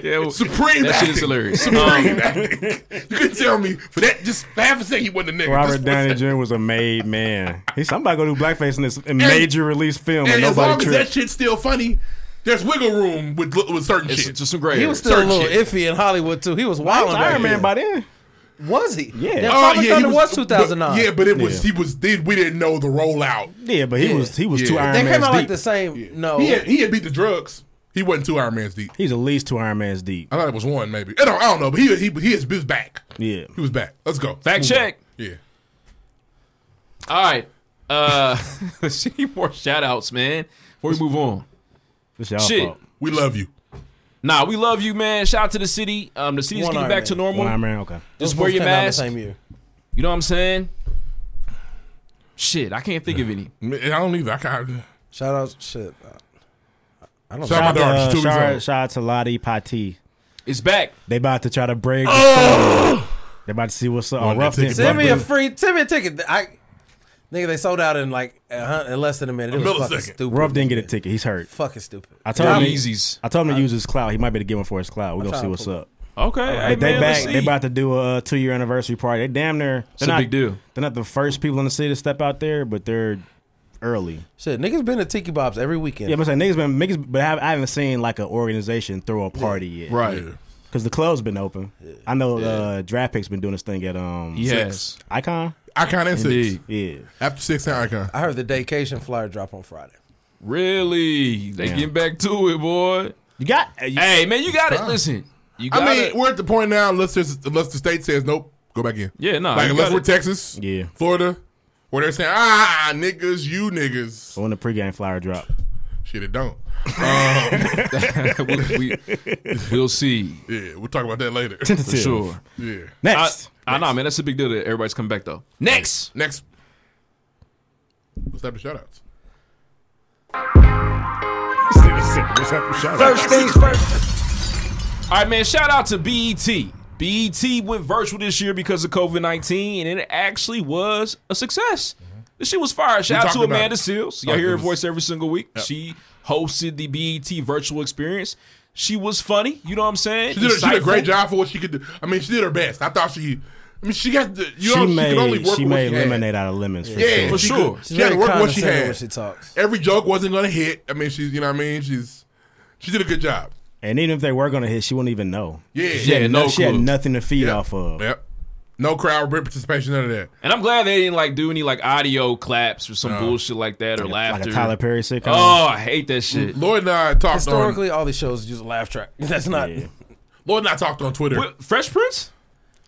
Speaker 11: Yeah, well,
Speaker 4: Supreme
Speaker 11: that shit
Speaker 4: acting.
Speaker 11: is hilarious.
Speaker 4: Supreme
Speaker 11: Um,
Speaker 4: acting. You can tell me for that just for half a second he wasn't a nigga. Just
Speaker 13: Robert
Speaker 4: for
Speaker 13: Downey
Speaker 4: a second.
Speaker 13: Jr. was a made man. He somebody gonna do blackface in this in major release film, and
Speaker 4: And as long
Speaker 13: nobody
Speaker 4: as that
Speaker 13: tripped.
Speaker 4: shit's still funny, there's wiggle room with with certain
Speaker 11: it's
Speaker 4: shit.
Speaker 11: just some great.
Speaker 12: He was still
Speaker 4: Certain
Speaker 12: a little
Speaker 4: shit.
Speaker 12: iffy in Hollywood too. He was
Speaker 13: I
Speaker 12: wild.
Speaker 13: was Iron Man by then.
Speaker 12: Was he?
Speaker 13: Yeah.
Speaker 12: That
Speaker 13: Oh,
Speaker 12: Tropic Thunder was,
Speaker 4: but-
Speaker 12: 2009.
Speaker 4: yeah, but it was
Speaker 13: Yeah.
Speaker 4: he was did we didn't know the rollout.
Speaker 13: Yeah, but he
Speaker 12: Yeah.
Speaker 13: was he was
Speaker 4: Yeah.
Speaker 13: two Iron
Speaker 12: they
Speaker 13: Man's
Speaker 12: came out
Speaker 13: deep.
Speaker 12: like the same. No,
Speaker 4: He had, he had beat the drugs. He wasn't two Iron Man's deep.
Speaker 13: He's at least two Iron Man's deep.
Speaker 4: I thought it was one maybe. I don't, I don't know, but he he he is, he was back.
Speaker 13: Yeah.
Speaker 4: He was back. Let's go.
Speaker 11: Fact
Speaker 4: Move
Speaker 11: check.
Speaker 4: on. Yeah.
Speaker 11: All right. Uh, see more shout outs, man. Before we move on.
Speaker 13: It's y'all
Speaker 11: Shit.
Speaker 13: fault.
Speaker 4: We love you.
Speaker 11: Nah, we love you, man. Shout out to the city. Um, the city's
Speaker 12: One
Speaker 11: getting
Speaker 12: Iron
Speaker 11: back
Speaker 12: Man.
Speaker 11: to
Speaker 13: One Iron
Speaker 11: normal.
Speaker 13: Man, okay.
Speaker 12: Those
Speaker 11: Just wear
Speaker 12: both
Speaker 11: your
Speaker 12: came out the
Speaker 11: mask.
Speaker 12: Same year.
Speaker 11: You know what I'm saying? Shit, I can't think of any.
Speaker 4: I mean, I don't either. I can't.
Speaker 12: Shout out, shit. I don't
Speaker 4: Shout
Speaker 12: know.
Speaker 13: Shout
Speaker 4: out my daughter.
Speaker 13: out to, uh,
Speaker 4: She's two weeks
Speaker 13: shout,
Speaker 4: old.
Speaker 13: shout out to Lottie Pati.
Speaker 11: It's back.
Speaker 13: They about to try to break. the storm. They about to see what's up.
Speaker 4: Wanted to
Speaker 13: rough
Speaker 4: take
Speaker 13: didn't-
Speaker 4: it
Speaker 12: Send me a
Speaker 13: Rough
Speaker 12: free. Send me a ticket. I nigga, they sold out in like a hun- in less than a minute. It
Speaker 4: A
Speaker 12: was fucking
Speaker 4: millisecond.
Speaker 12: stupid.
Speaker 13: didn't- Rough didn't get a ticket. He's hurt.
Speaker 12: Fucking stupid.
Speaker 13: I told him.
Speaker 11: Got
Speaker 13: He,
Speaker 11: Yeezys.
Speaker 13: I told him to use his cloud. He might be able to give him for his cloud. We're gonna
Speaker 12: trying
Speaker 13: see
Speaker 12: to
Speaker 13: what's
Speaker 12: pull
Speaker 13: up.
Speaker 11: Okay.
Speaker 13: They,
Speaker 11: Hey,
Speaker 13: they
Speaker 11: man, let's
Speaker 13: back. They
Speaker 11: see.
Speaker 13: about to do a two year anniversary party. They damn near. They're
Speaker 11: a
Speaker 13: not,
Speaker 11: big deal.
Speaker 13: They're not the first people in the city to step out there, but they're early.
Speaker 12: Shit, niggas been to Tiki Bob's every weekend.
Speaker 13: Yeah, but I'm saying niggas been niggas, but I haven't- I haven't seen like an organization throw a party yet.
Speaker 11: Right.
Speaker 4: Yeah.
Speaker 13: Because the club's been open. I know uh, Draft Pick's been doing this thing at um
Speaker 11: Yes.
Speaker 13: Icon.
Speaker 4: Icon and six.
Speaker 11: Indeed.
Speaker 13: Yeah.
Speaker 4: After six and icon.
Speaker 12: I heard the vacation flyer drop on Friday.
Speaker 11: Really? They getting back to it, boy.
Speaker 13: You got. uh, You,
Speaker 11: Hey, man, you got it. Listen. You got
Speaker 4: I mean,
Speaker 11: it.
Speaker 4: we're at the point now unless there's unless the state says nope, go back in.
Speaker 11: Yeah, no.
Speaker 4: like
Speaker 11: you
Speaker 4: unless
Speaker 11: got
Speaker 4: we're
Speaker 11: it.
Speaker 4: Texas,
Speaker 13: Yeah.
Speaker 4: Florida, where they're saying ah niggas, you niggas.
Speaker 13: when the pregame flyer drop.
Speaker 4: Shit, it don't.
Speaker 11: we, we, we'll see.
Speaker 4: Yeah, we'll talk about that later.
Speaker 11: For sure.
Speaker 4: yeah.
Speaker 11: I,
Speaker 13: Next.
Speaker 11: I know, man. That's a big deal that everybody's coming back, though. Next.
Speaker 4: Next, let's have the shoutouts.
Speaker 13: First things
Speaker 11: All right, man. Shout out to E BET. BET went virtual this year because of COVID 19, and it actually was a success. This shit was fire. Shout out
Speaker 4: Mm-hmm. talked
Speaker 11: to
Speaker 4: about
Speaker 11: Amanda
Speaker 4: it.
Speaker 11: Seals. Y'all
Speaker 4: Oh,
Speaker 11: hear
Speaker 4: it
Speaker 11: her
Speaker 4: was-
Speaker 11: voice every single week. She hosted the BET virtual experience. She was funny. You know what I'm saying?
Speaker 4: She did, a, she did a great
Speaker 11: Insightful.
Speaker 4: job for what she could do. I mean, she did her best. I thought she. I mean, she got the. You
Speaker 13: she
Speaker 4: know, she could only
Speaker 13: made
Speaker 4: work
Speaker 13: she
Speaker 4: with what
Speaker 13: made
Speaker 4: she had.
Speaker 13: lemonade out of lemons. For
Speaker 4: Yeah,
Speaker 13: sure.
Speaker 11: For
Speaker 4: she
Speaker 11: sure.
Speaker 4: could-
Speaker 12: She's
Speaker 4: she had to
Speaker 12: very
Speaker 4: work with what she
Speaker 12: condescending
Speaker 4: had.
Speaker 12: when she talks.
Speaker 4: Every joke wasn't going to hit. I mean, she's. You know what I mean? She's. She did a good job.
Speaker 13: And even if they were gonna hit, she wouldn't even know.
Speaker 4: Yeah.
Speaker 11: Yeah, no
Speaker 13: she had
Speaker 11: clue.
Speaker 13: nothing to feed
Speaker 4: Yep.
Speaker 13: off of.
Speaker 4: Yep. No crowd participation, none of that.
Speaker 11: And I'm glad they didn't like do any like audio claps or some bullshit like that or laughter.
Speaker 13: Like a Tyler Perry sitcom.
Speaker 11: Oh, I hate that shit.
Speaker 4: Lloyd and I talked on.
Speaker 12: Historically, all these shows use a laugh track. That's not.
Speaker 13: Yeah.
Speaker 4: Lloyd and I talked on Twitter.
Speaker 11: What, Fresh Prince,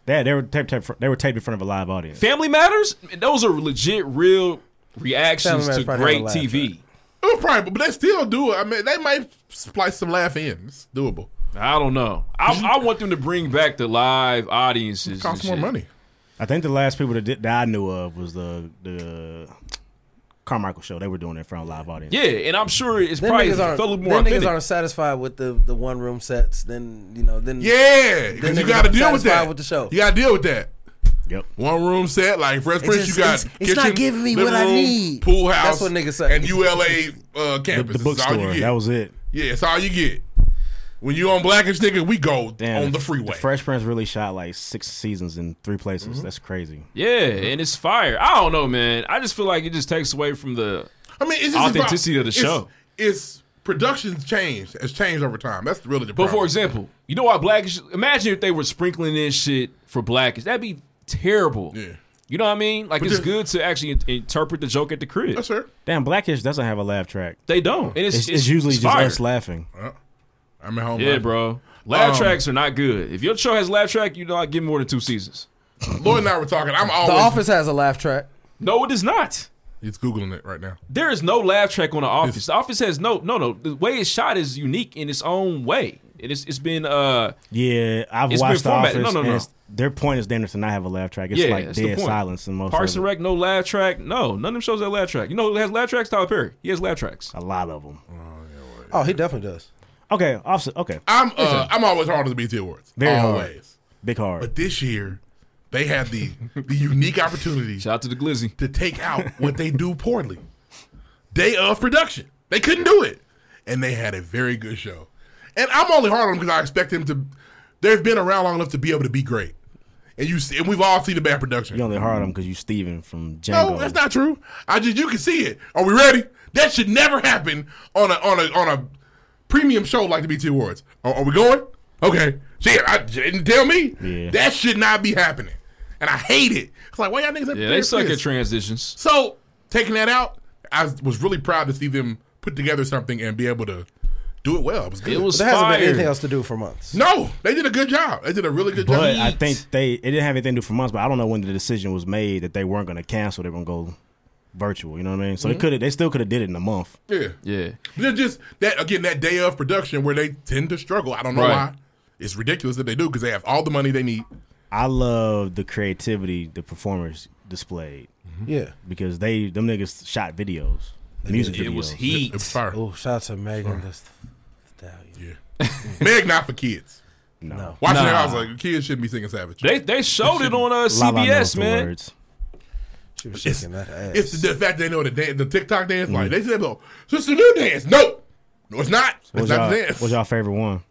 Speaker 13: They, they were taped, taped, they were taped in front of a live audience.
Speaker 11: Family Matters, those are legit, real
Speaker 12: Family
Speaker 11: reactions
Speaker 12: Matters
Speaker 11: to
Speaker 12: probably
Speaker 11: great
Speaker 12: had a laugh
Speaker 11: TV.
Speaker 4: It was probably, but they still do it. I mean, they might splice some laugh in. It's doable.
Speaker 11: I don't know. I, I want them to bring back the live audiences. and
Speaker 4: Costs more
Speaker 11: shit.
Speaker 4: money.
Speaker 13: I think the last people that, did, that I knew of was the the Carmichael show. They were doing it in front of a live audience.
Speaker 11: Yeah, and I'm sure it's
Speaker 12: Them
Speaker 11: probably
Speaker 12: niggas
Speaker 11: felt a little
Speaker 12: aren't,
Speaker 11: more
Speaker 12: them niggas
Speaker 11: authentic.
Speaker 12: aren't satisfied with the, the one room sets. Then you know, then
Speaker 4: Yeah,
Speaker 12: then
Speaker 4: because you
Speaker 12: niggas
Speaker 4: got to
Speaker 12: aren't
Speaker 4: deal with
Speaker 12: satisfied
Speaker 4: that.
Speaker 12: With the show,
Speaker 4: You got to deal with that.
Speaker 13: Yep.
Speaker 4: One room set, like Fresh
Speaker 12: It
Speaker 4: Prince,
Speaker 12: just-
Speaker 4: you got
Speaker 12: it's- it's not
Speaker 4: kitchen,
Speaker 12: giving me
Speaker 4: living
Speaker 12: what I
Speaker 4: room,
Speaker 12: need.
Speaker 4: Pool
Speaker 12: That's
Speaker 4: house,
Speaker 12: what niggas say.
Speaker 4: and ULA uh,
Speaker 13: The,
Speaker 4: campus.
Speaker 13: the
Speaker 4: This is all you
Speaker 13: bookstore.
Speaker 4: get.
Speaker 13: That was it.
Speaker 4: Yeah, it's all you get. When you on Blackish, nigga, we go
Speaker 13: Damn,
Speaker 4: on the freeway.
Speaker 13: Fresh Prince really shot like six seasons in three places.
Speaker 11: Mm-hmm.
Speaker 13: That's crazy.
Speaker 11: Yeah, and it's fire. I don't know, man. I just feel like it just takes away from the
Speaker 4: I mean, it's just
Speaker 11: authenticity
Speaker 4: about-
Speaker 11: of the
Speaker 4: it's-
Speaker 11: show.
Speaker 4: It's production's changed. It's changed over time. That's really the
Speaker 11: But
Speaker 4: problem.
Speaker 11: for example, you know why Blackish? Imagine if they were sprinkling in shit for Blackish. That'd be terrible. Yeah. You know what I mean? Like,
Speaker 4: But
Speaker 11: it's
Speaker 4: the-
Speaker 11: good to actually in- interpret the joke at the crib. That's
Speaker 4: fair.
Speaker 13: Damn, Blackish doesn't have a laugh track.
Speaker 11: They don't. And it's,
Speaker 13: It's- it's usually just
Speaker 11: fire. Uh-huh.
Speaker 13: us laughing.
Speaker 4: I'm at home.
Speaker 11: Yeah,
Speaker 4: right?
Speaker 11: bro. Laugh
Speaker 4: Um,
Speaker 11: tracks are not good. If your show has laugh track, you don't get more than two seasons.
Speaker 4: Lloyd and I were talking. I'm
Speaker 12: The
Speaker 4: always.
Speaker 12: Office has a laugh track.
Speaker 11: No, it is not.
Speaker 4: He's googling it right now.
Speaker 11: There is no laugh track on the office. the office has no, no, no. The way it's shot is unique in its own way. It is, it's been, uh,
Speaker 13: Yeah, I've
Speaker 11: It's been
Speaker 13: watched The
Speaker 11: formatted.
Speaker 13: Office.
Speaker 11: No, no,
Speaker 13: and
Speaker 11: no.
Speaker 13: it's- Their point is damn near to not have a laugh track. It's
Speaker 11: yeah,
Speaker 13: like
Speaker 11: that's the
Speaker 13: dead
Speaker 11: point.
Speaker 13: silence in most
Speaker 11: Parks
Speaker 13: of
Speaker 11: and Rec, no laugh track. No, none of them shows that laugh track. You know who has laugh tracks? Tyler Perry. He has laugh tracks.
Speaker 13: A lot of them.
Speaker 12: Oh, he definitely does.
Speaker 13: it. Okay, Offset. Okay,
Speaker 4: I'm uh, I'm always hard on the BT Awards.
Speaker 13: Very hard.
Speaker 4: always.
Speaker 13: big hard.
Speaker 4: But this year, they had the the unique opportunity. Shout
Speaker 11: out to the Glizzy
Speaker 4: to take out what they do poorly. Day of production, they couldn't do it, and they had a very good show. And I'm only hard on them because I expect them to. They've been around long enough to be able to be great. And you see, and we've all seen the bad production.
Speaker 13: You only hard on them because you Steven from Django.
Speaker 4: No, that's not true. I just you can see it. Are we ready? That should never happen on a on a on a premium show like the BT Awards. Are, are we going? Okay. Shit, I you didn't tell me.
Speaker 11: Yeah.
Speaker 4: That should not be happening. And I hate it. It's like why y'all niggas?
Speaker 11: Yeah, they suck
Speaker 4: at
Speaker 11: at transitions.
Speaker 4: So taking that out, I was really proud to see them put together something and be able to do it well. It was good.
Speaker 11: It was
Speaker 12: There hasn't been anything else to do for months.
Speaker 4: No, they did a good job. They did a really good job.
Speaker 13: But I think they it didn't have anything to do for months. But I don't know when the decision was made that they weren't going to cancel. They were going to go virtual. You know what I mean? So
Speaker 4: Mhm.
Speaker 13: they could have. They still could have did it in a month.
Speaker 4: Yeah.
Speaker 11: Yeah.
Speaker 4: They're just that again, that day of production where they tend to struggle. I don't know
Speaker 13: Right.
Speaker 4: why. It's ridiculous that they do because they have all the money they need.
Speaker 13: I love the creativity the performers displayed.
Speaker 12: Yeah.
Speaker 13: because they them niggas shot videos, music videos.
Speaker 12: It was fire. Oh, shout out to Megan. That's
Speaker 4: Yeah. Meg not for kids.
Speaker 13: No.
Speaker 4: Watching
Speaker 11: Nah.
Speaker 4: it, I was like, kids shouldn't be singing Savage.
Speaker 11: They they showed it on uh, CBS, man.
Speaker 12: She
Speaker 4: was
Speaker 12: shaking that ass.
Speaker 4: It's the, the fact they know the, dan- the TikTok dance.
Speaker 13: Mm.
Speaker 4: Like, they said, oh, it's the new dance. Nope. No, it's not.
Speaker 13: What's
Speaker 4: it's not
Speaker 13: y'all,
Speaker 4: the dance.
Speaker 13: what's y'all favorite one?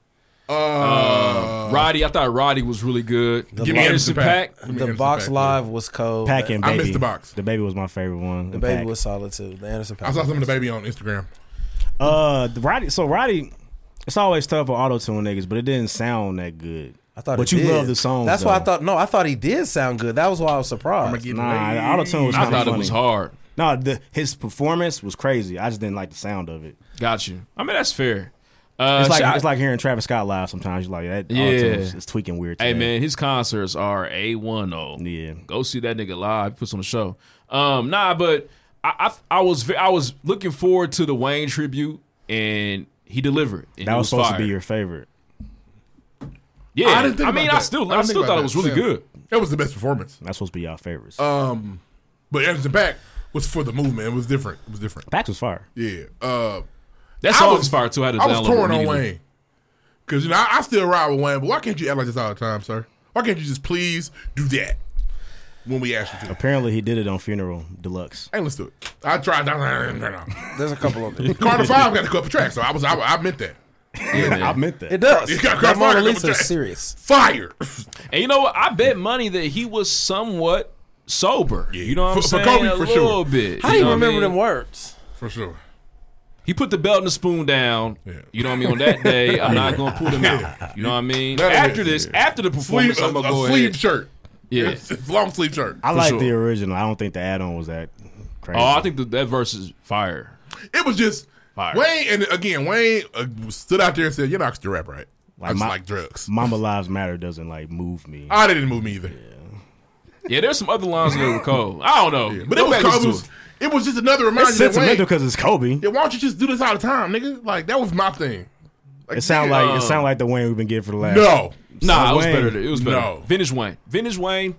Speaker 11: Uh, Roddy, I thought Roddy was really good. Give me Anderson Pack.
Speaker 12: The box live was cold.
Speaker 13: Pack
Speaker 12: man.
Speaker 13: and baby. The baby was my favorite one.
Speaker 12: The
Speaker 13: and
Speaker 12: baby
Speaker 13: Pack.
Speaker 12: was solid too. The Anderson Pack.
Speaker 4: I saw some of the baby on Instagram.
Speaker 13: Uh, the Roddy. So Roddy, it's always tough with auto tune niggas, but it didn't sound that good. I
Speaker 12: thought
Speaker 13: but
Speaker 12: it
Speaker 13: you
Speaker 12: did.
Speaker 13: love the song.
Speaker 12: That's why I thought. No, I thought he did sound good. That was why I was surprised.
Speaker 13: Nah, the auto tune was.
Speaker 11: I
Speaker 13: kinda
Speaker 11: thought it
Speaker 13: funny.
Speaker 11: was hard.
Speaker 13: No, the, his performance was crazy. I just didn't like the sound of it.
Speaker 11: Got you. I mean, that's fair. Uh,
Speaker 13: it's like
Speaker 11: shout-
Speaker 13: it's like hearing Travis Scott live. Sometimes you're like that.
Speaker 11: Yeah.
Speaker 13: Yeah, it's tweaking weird.
Speaker 11: Hey
Speaker 13: today.
Speaker 11: man, his concerts are a one oh.
Speaker 13: Yeah,
Speaker 11: go see that nigga live. He puts on a show. Um, nah, but I, I I was ve- I was looking forward to the Wayne tribute, and he delivered. And
Speaker 13: that
Speaker 11: it
Speaker 13: was, supposed
Speaker 11: fire.
Speaker 13: to be your favorite.
Speaker 11: Yeah,
Speaker 4: I didn't think
Speaker 11: I
Speaker 4: about
Speaker 11: mean, I
Speaker 4: that.
Speaker 11: still- I
Speaker 4: didn't
Speaker 11: still
Speaker 4: think about
Speaker 11: thought it
Speaker 4: that.
Speaker 11: was really good.
Speaker 4: That was the best performance.
Speaker 13: That's supposed to be y'all favorites.
Speaker 11: Uh,
Speaker 4: Um, but Anderson Pack was for the movement. It was different. It was different.
Speaker 13: Pack was fire.
Speaker 4: Yeah. Uh,
Speaker 11: That
Speaker 4: I
Speaker 11: song was fire, too. I had to
Speaker 4: was
Speaker 11: download it
Speaker 4: torn on
Speaker 11: immediately.
Speaker 4: Wayne because you know I, I still ride with Wayne, but why can't you act like this all the time, sir? Why can't you just please do that when we ask you to?
Speaker 13: Apparently, he did it on Funeral Deluxe.
Speaker 4: Hey, let's do it. I tried. No, no, no, no, no.
Speaker 12: There's a couple of them.
Speaker 4: Carter Five got a couple tracks, so I was I, I meant that.
Speaker 13: I meant that.
Speaker 12: It does.
Speaker 4: It got
Speaker 12: That
Speaker 4: Carter Five
Speaker 12: Mona
Speaker 4: got a
Speaker 12: Lisa
Speaker 4: couple
Speaker 12: is
Speaker 4: tracks.
Speaker 12: serious.
Speaker 4: Fire.
Speaker 11: And you know what? I bet money that he was somewhat sober. You know what
Speaker 4: For-
Speaker 11: I'm
Speaker 4: for
Speaker 11: saying?
Speaker 4: Kobe,
Speaker 11: a
Speaker 4: for sure.
Speaker 11: little bit.
Speaker 4: How do you
Speaker 11: know what I
Speaker 4: remember
Speaker 11: mean?
Speaker 4: them
Speaker 12: words?
Speaker 4: For sure.
Speaker 11: He put the belt and the spoon down. You know what I mean? On that day, I'm not gonna pull them out. You know what I mean?
Speaker 4: That is-
Speaker 11: after this, after the performance,
Speaker 4: Sleeve-
Speaker 11: I'm gonna
Speaker 4: a- a
Speaker 11: go
Speaker 4: sleeve
Speaker 11: ahead.
Speaker 4: shirt.
Speaker 11: Yeah,
Speaker 4: long sleeve shirt.
Speaker 13: I
Speaker 11: For
Speaker 13: like
Speaker 11: sure.
Speaker 13: the original. I don't think the add-on was that crazy.
Speaker 11: Oh, I think that, that verse is fire.
Speaker 4: It was just
Speaker 11: fire.
Speaker 4: Wayne and again Wayne uh, stood out there and said, "You're not gonna rap right." I just
Speaker 13: my-
Speaker 4: like drugs.
Speaker 13: Mama Lives Matter doesn't like move me.
Speaker 4: I didn't move me either.
Speaker 11: Yeah, there's some other lines in there with Cole. I don't know,
Speaker 4: But it was, it, was, it was just another reminder
Speaker 13: it's
Speaker 4: that Wayne.
Speaker 13: sentimental because it's Kobe.
Speaker 4: Yeah, why don't you just do this all the time, nigga? uh, Like that was my thing.
Speaker 13: it sound like it sound like the Wayne we've been getting for the last.
Speaker 11: uh, No. Nah,
Speaker 13: So
Speaker 11: it was
Speaker 13: Wayne-
Speaker 11: better. than- It was better.
Speaker 13: No.
Speaker 11: Vintage Wayne. Vintage Wayne.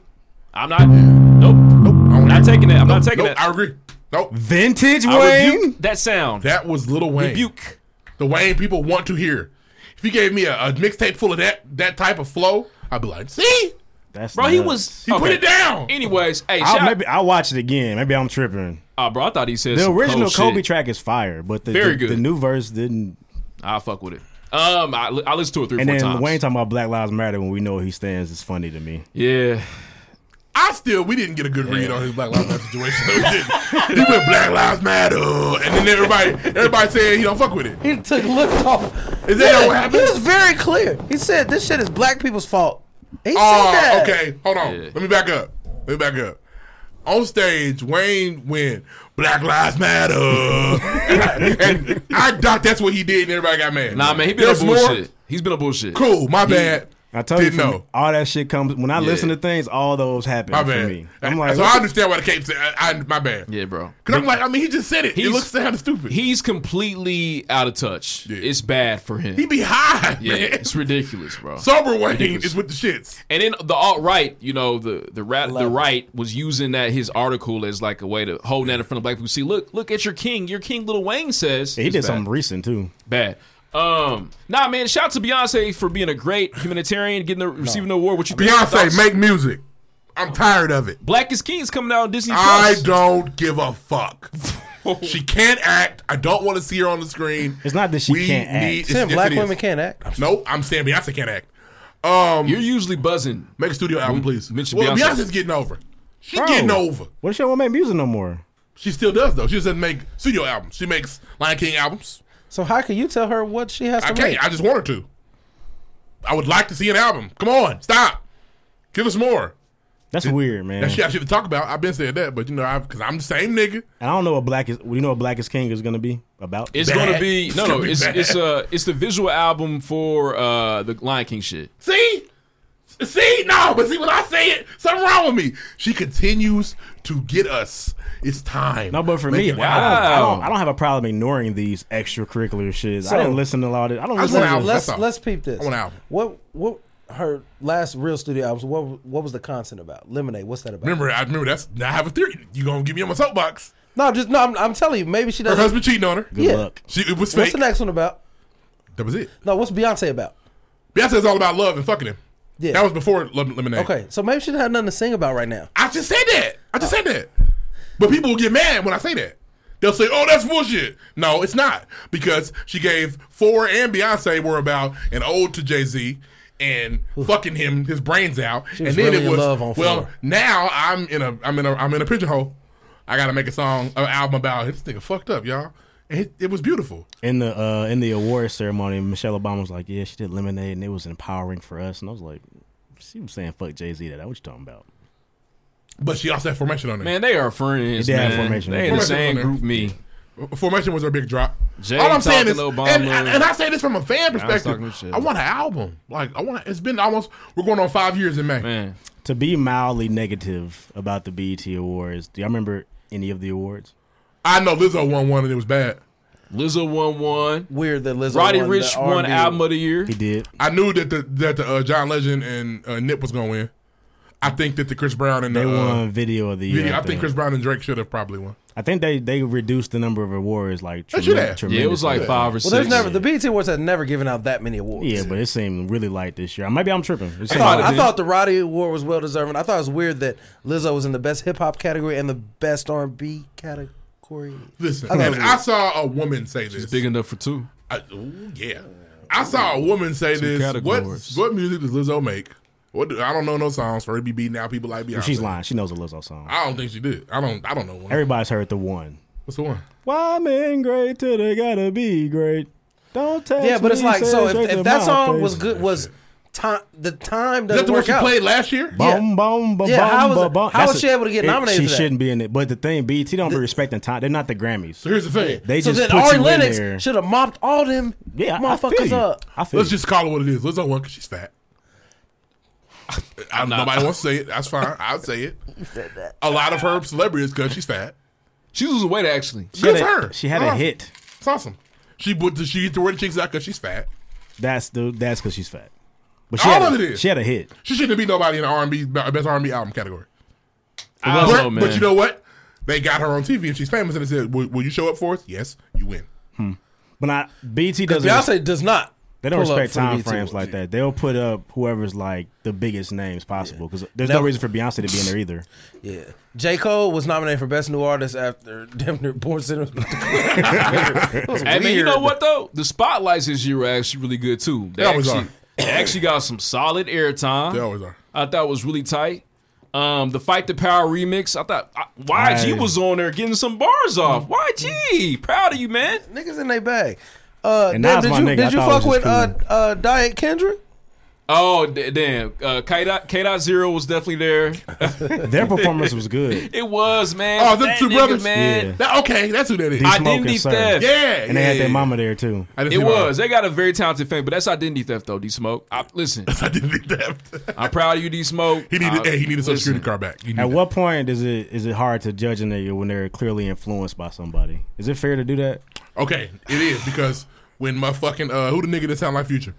Speaker 11: I'm not. Nope. Nope. I'm not taking that. I'm not taking that.
Speaker 4: I agree. Nope.
Speaker 13: Vintage
Speaker 11: I rebuke that sound.
Speaker 4: That was Little Wayne.
Speaker 11: Rebuke.
Speaker 4: The Wayne people want to hear. If you gave me a, a mixtape full of that that type of flow, I'd be like, see?
Speaker 13: That's
Speaker 11: Bro, he was.
Speaker 4: He put it down.
Speaker 11: Anyways, hey,
Speaker 13: I'll,
Speaker 11: shout
Speaker 13: maybe I'll watch it again. Maybe I'm tripping.
Speaker 11: Ah, bro, I thought he said
Speaker 13: The
Speaker 11: some
Speaker 13: original
Speaker 11: cold
Speaker 13: Kobe
Speaker 11: shit.
Speaker 13: track is fire, but the
Speaker 11: Very
Speaker 13: the,
Speaker 11: good.
Speaker 13: the new verse didn't.
Speaker 11: I fuck with it. Um, I, I listened to it three,
Speaker 13: and
Speaker 11: four
Speaker 13: then
Speaker 11: times.
Speaker 13: Wayne talking about Black Lives Matter when we know he stands is funny to me.
Speaker 11: Yeah.
Speaker 4: I still, we didn't get a good read on his Black Lives Matter situation. We didn't. he went Black Lives Matter, and then everybody, everybody said he don't fuck with it.
Speaker 12: He took lift off.
Speaker 4: Is that what happened?
Speaker 12: He was very clear. He said this shit is black people's fault. He
Speaker 4: oh,
Speaker 12: said that.
Speaker 4: okay. Hold on. Let me back up. Let me back up. On stage, Wayne went Black Lives Matter, and I thought that's what he did, and everybody got mad.
Speaker 11: Nah, man, he been
Speaker 4: There's
Speaker 11: on
Speaker 4: more?
Speaker 11: bullshit. He's been on bullshit.
Speaker 4: Cool, my bad.
Speaker 13: I told
Speaker 4: Didn't
Speaker 13: you, from-
Speaker 4: know.
Speaker 13: all that shit comes when I
Speaker 4: Yeah.
Speaker 13: listen to things. All those happen
Speaker 4: My
Speaker 13: for
Speaker 4: bad.
Speaker 13: me. I'm like,
Speaker 4: so
Speaker 13: what
Speaker 4: I
Speaker 13: the-
Speaker 4: understand why the cape said, I, I, my bad.
Speaker 11: Yeah, bro.
Speaker 4: Cause I'm like, I mean, he just said it. It
Speaker 11: He's-
Speaker 4: looks sound stupid.
Speaker 11: He's completely out of touch. It's bad for him.
Speaker 4: He be high,
Speaker 11: Yeah,
Speaker 4: man.
Speaker 11: it's ridiculous, bro.
Speaker 4: Sober Wayne
Speaker 11: Ridiculous.
Speaker 4: is with the shits.
Speaker 11: And then the alt right, you know, the the ra- the right was using that his article as like a way to hold that in front of black people. See, look, look at your king. Your king, Little Wayne says
Speaker 13: he
Speaker 11: is
Speaker 13: did
Speaker 11: bad.
Speaker 13: something recent too.
Speaker 11: bad. Um, nah, man. Shout out to Beyonce for being a great humanitarian, getting the, receiving the award. What you think?
Speaker 4: Beyonce,
Speaker 11: Thoughts?
Speaker 4: make music. I'm tired of it.
Speaker 11: Black is King is coming out on Disney.
Speaker 4: I
Speaker 11: Plus.
Speaker 4: don't give a fuck. she can't act. I don't want to see her on the screen.
Speaker 13: It's not that she
Speaker 4: We
Speaker 13: can't act.
Speaker 4: need-
Speaker 12: Saying
Speaker 4: yes,
Speaker 12: black
Speaker 4: it is.
Speaker 12: women can't act.
Speaker 4: No, I'm saying Beyonce can't act. Um,
Speaker 11: You're usually buzzing.
Speaker 4: Make a studio album, please.
Speaker 11: mention
Speaker 4: Well,
Speaker 11: Beyonce.
Speaker 4: Beyonce's getting over. She's
Speaker 13: Bro,
Speaker 4: getting over.
Speaker 13: What if she don't make music no more?
Speaker 4: She still does though. She doesn't make studio albums. She makes Lion King albums.
Speaker 12: So how can you tell her what she has
Speaker 4: I
Speaker 12: to
Speaker 4: can't.
Speaker 12: make?
Speaker 4: I just want her to. I would like to see an album. Come on, stop. Give us more.
Speaker 13: That's weird, man.
Speaker 4: That shit I should talk about. I've been saying that, but you know, I've because I'm the same nigga.
Speaker 13: And I don't know what black is. You know what black is king is gonna be about?
Speaker 11: It's
Speaker 4: Bad.
Speaker 11: gonna be no,
Speaker 4: It's
Speaker 11: no.
Speaker 4: gonna be
Speaker 11: It's
Speaker 4: bad.
Speaker 11: it's uh it's the visual album for uh the Lion King shit.
Speaker 4: See? See? No, but see when I say it, something wrong with me. She continues to get us. It's time.
Speaker 13: No, but for
Speaker 4: Make
Speaker 13: me,
Speaker 4: an
Speaker 13: I, don't, I, don't,
Speaker 4: album.
Speaker 13: I don't have a problem ignoring these extracurricular shits. I
Speaker 12: So-
Speaker 13: didn't listen to a lot of. I don't
Speaker 4: I just
Speaker 13: listen.
Speaker 4: want an
Speaker 13: to-
Speaker 4: album.
Speaker 12: let's
Speaker 4: That's all.
Speaker 12: let's peep this.
Speaker 4: I want an album.
Speaker 12: What what her last real studio albums? What what was the content about? Lemonade. What's that about?
Speaker 4: Remember, I remember that's now I have a theory. You gonna give me on my soapbox.
Speaker 12: No, just no. I'm, I'm telling you, maybe she
Speaker 4: Her
Speaker 12: doesn't.
Speaker 4: husband cheating on her.
Speaker 12: Good Yeah. luck.
Speaker 4: She it was
Speaker 12: What's
Speaker 4: fake.
Speaker 12: the next one about?
Speaker 4: That was it.
Speaker 12: No, what's Beyonce about?
Speaker 4: Beyonce's all about love and fucking him.
Speaker 12: Yeah.
Speaker 4: That was before Lem- Lemonade.
Speaker 12: Okay, so maybe she doesn't have nothing to sing about right now.
Speaker 4: I just said that. I just said that. But people will get mad when I say that. They'll say, "Oh, that's bullshit." No, it's not because she gave four and Beyonce were about an ode to Jay Z and fucking him his brains out,
Speaker 12: She
Speaker 4: and
Speaker 12: was
Speaker 4: then
Speaker 12: really
Speaker 4: it
Speaker 12: in
Speaker 4: was
Speaker 12: love on
Speaker 4: well.
Speaker 12: Four.
Speaker 4: Now I'm in a I'm in a I'm in a pigeonhole. I gotta make a song, an album about this nigga fucked up, y'all. And it, it was beautiful.
Speaker 13: in the uh, in the award ceremony, Michelle Obama was like, "Yeah, she did Lemonade, and it was empowering for us." And I was like, "She was saying fuck Jay Z. That what you talking about?"
Speaker 4: But she also had formation on it.
Speaker 11: Man, they are friends.
Speaker 13: They have
Speaker 11: man.
Speaker 13: formation.
Speaker 11: They in the
Speaker 4: Formation
Speaker 11: same
Speaker 4: on there.
Speaker 11: group me.
Speaker 4: Formation was her big drop.
Speaker 11: Jay
Speaker 4: All I'm saying
Speaker 11: talking
Speaker 4: is,
Speaker 11: to Obama.
Speaker 4: and, I, and I say this from a fan
Speaker 11: was
Speaker 4: perspective.
Speaker 11: talking to shit.
Speaker 4: I want an album. Like I want. It's been almost. We're going on five years in May.
Speaker 11: Man,
Speaker 13: To be mildly negative about the BET Awards, do y'all remember any of the awards?
Speaker 4: I know Lizzo won one and it was bad.
Speaker 11: Lizzo won one.
Speaker 12: Weird that Lizzo.
Speaker 11: Roddy
Speaker 12: won the
Speaker 11: Rich won
Speaker 12: R&B.
Speaker 11: album of the year.
Speaker 13: He did.
Speaker 4: I knew that the that the uh, John Legend and uh, Nip was going to win. I think that the Chris Brown and
Speaker 13: They
Speaker 4: the, uh,
Speaker 13: won Video of the Year.
Speaker 4: video- I think Chris Brown and Drake should have probably won.
Speaker 13: I think they they reduced the number of awards like
Speaker 4: They should
Speaker 13: tremen-
Speaker 4: have.
Speaker 11: Yeah, it was like
Speaker 13: tremendously.
Speaker 11: five or
Speaker 12: Well,
Speaker 11: six.
Speaker 12: there's never the BET Awards have never given out that many awards.
Speaker 13: Yeah, but it seemed really light this year. Maybe I'm tripping. It
Speaker 12: I
Speaker 13: seemed
Speaker 12: thought,
Speaker 13: light.
Speaker 12: I thought the Roddy Award was well deserving. I thought it was weird that Lizzo was in the best hip hop category and the best R and B category.
Speaker 4: Listen,
Speaker 12: I thought it
Speaker 4: and
Speaker 12: was
Speaker 4: I saw a woman say this.
Speaker 11: It's big enough for two.
Speaker 4: I, ooh, yeah, I saw a woman say
Speaker 11: Two
Speaker 4: this.
Speaker 11: categories.
Speaker 4: What what music does Lizzo make? What do, I don't know no songs for her to be beating out people like Beyonce.
Speaker 13: She's lying. She knows a Lizzo song.
Speaker 4: I don't think she did. I don't. I don't know one.
Speaker 13: Everybody's heard the one.
Speaker 4: What's the one?
Speaker 13: Why men great till they gotta be great? Don't touch
Speaker 12: yeah, but it's
Speaker 13: me,
Speaker 12: like
Speaker 13: say
Speaker 12: so.
Speaker 13: straight
Speaker 12: If,
Speaker 13: to
Speaker 12: if that
Speaker 13: my
Speaker 12: song was
Speaker 13: face.
Speaker 12: good, was time the time
Speaker 4: Is
Speaker 12: doesn't
Speaker 4: that the one
Speaker 12: work
Speaker 4: she
Speaker 12: out.
Speaker 4: played last year?
Speaker 13: Boom, boom, boom,
Speaker 12: Yeah, how
Speaker 13: boom,
Speaker 12: was it-
Speaker 13: boom, boom.
Speaker 12: how
Speaker 13: That's
Speaker 12: was
Speaker 13: a-
Speaker 12: she able to get
Speaker 13: it-
Speaker 12: nominated
Speaker 13: She
Speaker 12: for that?
Speaker 13: shouldn't be in it. But the thing, BT don't be respecting time. They're not the Grammys.
Speaker 4: So here's the thing.
Speaker 13: They
Speaker 12: so
Speaker 13: just
Speaker 12: then
Speaker 13: put
Speaker 12: Ari
Speaker 13: you
Speaker 12: Lennox
Speaker 13: in there.
Speaker 12: should have mopped all them
Speaker 13: Yeah, I- I feel
Speaker 12: motherfuckers
Speaker 13: you.
Speaker 12: up.
Speaker 13: I feel
Speaker 4: Let's
Speaker 13: you.
Speaker 4: just call it what it is. Lizzo won because she's fat. I, nobody wants to say it. That's fine. I'll say it. A lot of her celebrities because she's fat.
Speaker 11: She losing weight actually.
Speaker 13: she
Speaker 4: Good
Speaker 13: had
Speaker 4: for
Speaker 13: a,
Speaker 4: her.
Speaker 13: She had a
Speaker 4: Awesome.
Speaker 13: hit.
Speaker 4: It's awesome. She put the, she used to wear the cheeks out because she's fat.
Speaker 13: That's the that's because she's fat. But she
Speaker 4: All
Speaker 13: had
Speaker 4: of
Speaker 13: a,
Speaker 4: it is.
Speaker 13: She had a hit.
Speaker 4: She shouldn't be nobody in the R&B best R&B album category.
Speaker 13: I
Speaker 4: but,
Speaker 13: don't know,
Speaker 4: but
Speaker 13: man.
Speaker 4: you know what? They got her on TV and she's famous, and they said, "Will, will you show up for us?" Yes, you win.
Speaker 13: Hmm. But I BT doesn't.
Speaker 12: Beyonce does not.
Speaker 13: They don't
Speaker 12: pull up
Speaker 13: respect
Speaker 12: for
Speaker 13: time
Speaker 12: BET
Speaker 13: frames like that. They'll put up whoever's like the biggest names possible because there's
Speaker 12: That-
Speaker 13: no reason for Beyonce to be in there either.
Speaker 12: Yeah. J. Cole was nominated for Best New Artist after damn near Born Center.
Speaker 11: Hey, man, you know what though? The spotlights this year were actually really good too.
Speaker 12: They always
Speaker 11: actually, They actually got some solid airtime.
Speaker 4: They always are.
Speaker 11: I thought it was really tight. Um, the fight the power remix. I thought I, YG
Speaker 12: Aye.
Speaker 11: was on there getting some bars off. YG, proud of you, man.
Speaker 12: Niggas in their bag. Uh,
Speaker 11: And
Speaker 12: damn,
Speaker 11: Nas
Speaker 12: did
Speaker 11: my
Speaker 12: you,
Speaker 11: nigga. I
Speaker 12: did you
Speaker 11: thought it
Speaker 12: fuck
Speaker 11: was
Speaker 12: with
Speaker 11: just
Speaker 12: uh, uh, Diet Kendrick?
Speaker 11: Oh d- damn! Uh, K dot K dot zero was definitely there.
Speaker 12: uh,
Speaker 13: Their performance was good.
Speaker 11: It was man.
Speaker 4: Oh,
Speaker 11: But
Speaker 4: the
Speaker 11: that
Speaker 4: two
Speaker 11: nigga,
Speaker 4: brothers,
Speaker 11: man.
Speaker 4: That- okay, that's who that is.
Speaker 13: D Smoke and Surf.
Speaker 4: Yeah,
Speaker 13: and they had
Speaker 11: yeah.
Speaker 13: their mama there too.
Speaker 11: It was. They got a very talented fan, but that's identity theft, though. D Smoke. I, listen, that's
Speaker 4: identity theft.
Speaker 11: I'm proud of you, Uh, D Smoke.
Speaker 4: He
Speaker 13: Uh,
Speaker 4: needed. hey, he needed social security card back. He
Speaker 13: At
Speaker 4: needed-
Speaker 13: what point is it is it hard to judge a nigga when they're clearly influenced by somebody? Is it fair to do that?
Speaker 4: okay, it is because when my fucking uh, who the nigga that sound like Future,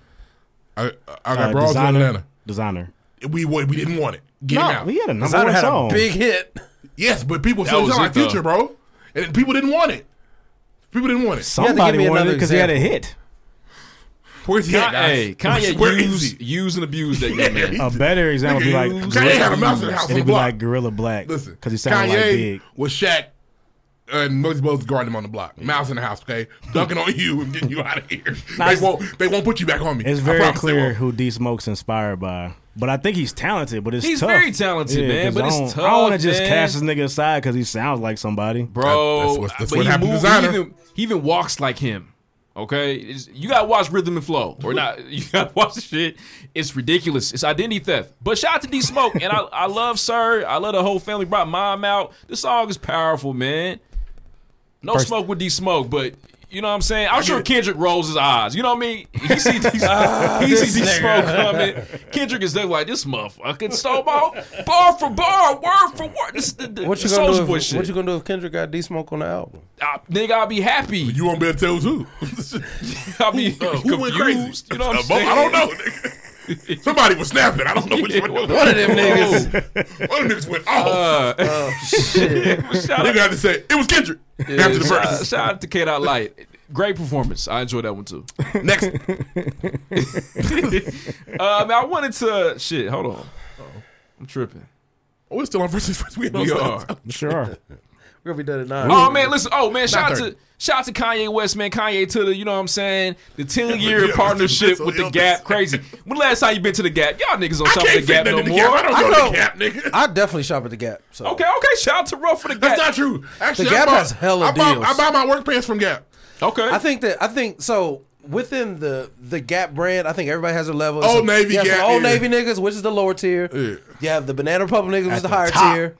Speaker 4: I I got
Speaker 13: Uh,
Speaker 4: bras in
Speaker 13: designer-
Speaker 4: Atlanta.
Speaker 13: Designer.
Speaker 4: We we we didn't want it. Get
Speaker 13: No,
Speaker 4: him out.
Speaker 13: he had a number Designer one had a song. big
Speaker 12: hit.
Speaker 4: Yes, but people
Speaker 13: That
Speaker 4: still
Speaker 13: was
Speaker 4: sound like
Speaker 13: it, though.
Speaker 4: Future, bro, and people didn't want it. People didn't want it.
Speaker 13: Somebody wanted it because he had a hit.
Speaker 4: Where's he at, guys?
Speaker 11: Hey, Kanye
Speaker 4: Where is
Speaker 11: used, used and abused that young man.
Speaker 13: A better example would be like
Speaker 4: Kanye had a mouse in the house on the
Speaker 13: It'd be
Speaker 4: block.
Speaker 13: like Gorilla Black.
Speaker 4: Listen,
Speaker 13: because he sounded like
Speaker 4: Kanye
Speaker 13: big.
Speaker 4: was Shaq and Moses Both guarding him on the block. Mouse in the house, okay? Dunking on you and getting you out of here. They won't, they won't put you back on me.
Speaker 13: It's
Speaker 4: I
Speaker 13: very
Speaker 4: promise they
Speaker 13: clear
Speaker 4: won't.
Speaker 13: who D Smoke's inspired by. But I think he's talented. But it's
Speaker 11: He's
Speaker 13: tough.
Speaker 11: very talented, man,
Speaker 13: 'cause
Speaker 11: but
Speaker 13: I
Speaker 11: it's
Speaker 13: don't, I
Speaker 11: tough,
Speaker 13: don't want to just
Speaker 11: man.
Speaker 13: cast this nigga aside because he sounds like somebody,
Speaker 11: Bro, but he moved- he even, he even walks like him. Okay, It's- you gotta watch Rhythm and Flow, or not? You gotta watch the shit. It's ridiculous. It's identity theft. But shout out to D Smoke, and I, I love Sir. I love the whole family. Brought mom out. The song is powerful, man. No
Speaker 13: First-
Speaker 11: smoke with D Smoke, but you know what I'm saying. I'm sure Kendrick rolls his eyes. You know what I mean? He sees D
Speaker 12: Ah,
Speaker 11: he
Speaker 12: this
Speaker 11: sees D Smoke
Speaker 12: nigga.
Speaker 11: coming. Kendrick is definitely like this motherfucker stole my bar for bar, word for word. This, the, the,
Speaker 12: What you
Speaker 11: the
Speaker 12: gonna
Speaker 11: Soulja
Speaker 12: do?
Speaker 11: Boy
Speaker 12: If,
Speaker 11: shit.
Speaker 12: what you gonna do if Kendrick got D Smoke on the album?
Speaker 11: I, nigga, I'll be happy. You
Speaker 4: won't be able to tell who.
Speaker 11: I'll be
Speaker 4: Uh,
Speaker 11: confused.
Speaker 4: who went crazy?
Speaker 11: You know what I'm
Speaker 4: Uh,
Speaker 11: saying?
Speaker 4: I don't know. nigga. Somebody was snapping. I don't know which one.
Speaker 11: One of them niggas.
Speaker 4: One of them niggas went off.
Speaker 11: oh shit!
Speaker 4: Nigga had to say it was Kendrick after the
Speaker 11: shout,
Speaker 4: verse.
Speaker 11: shout out to K. Dot Light. Great performance. I enjoyed that one too.
Speaker 4: Next.
Speaker 11: um, I wanted to shit. Hold on. I'm tripping.
Speaker 4: Oh, we're still on versus first. We,
Speaker 11: We are.
Speaker 13: Sure.
Speaker 12: We're gonna be done at nine.
Speaker 11: Oh man, listen. Oh man, shout out
Speaker 12: thirty.
Speaker 11: to shout out to Kanye West, man. Kanye to the you know what I'm saying the 10 year
Speaker 12: Yeah,
Speaker 11: partnership
Speaker 12: mental
Speaker 11: with the
Speaker 12: illness.
Speaker 11: Gap. Crazy. When last time you been to the Gap? Y'all niggas on top
Speaker 4: can't fit
Speaker 11: of the Gap
Speaker 4: nothing
Speaker 11: no
Speaker 4: in the
Speaker 11: more.
Speaker 4: Gap. I don't go to the
Speaker 12: know.
Speaker 4: Gap, nigga.
Speaker 12: I definitely shop at the Gap. So
Speaker 11: Okay, okay. Shout out to Ruff for the Gap.
Speaker 4: That's not true. Actually, I
Speaker 12: Gap
Speaker 4: bought,
Speaker 12: has hella
Speaker 4: I bought-
Speaker 12: deals.
Speaker 4: I buy my work pants from Gap.
Speaker 11: Okay.
Speaker 12: I think that I think so within the the Gap brand, I think everybody has their level.
Speaker 4: Old
Speaker 12: So,
Speaker 4: Navy
Speaker 12: you have some
Speaker 4: Gap,
Speaker 12: Old
Speaker 4: yeah.
Speaker 12: Navy niggas, which is the lower tier. You have the Banana Republic niggas, which is
Speaker 4: At
Speaker 12: the
Speaker 4: the
Speaker 12: higher
Speaker 4: top.
Speaker 12: tier.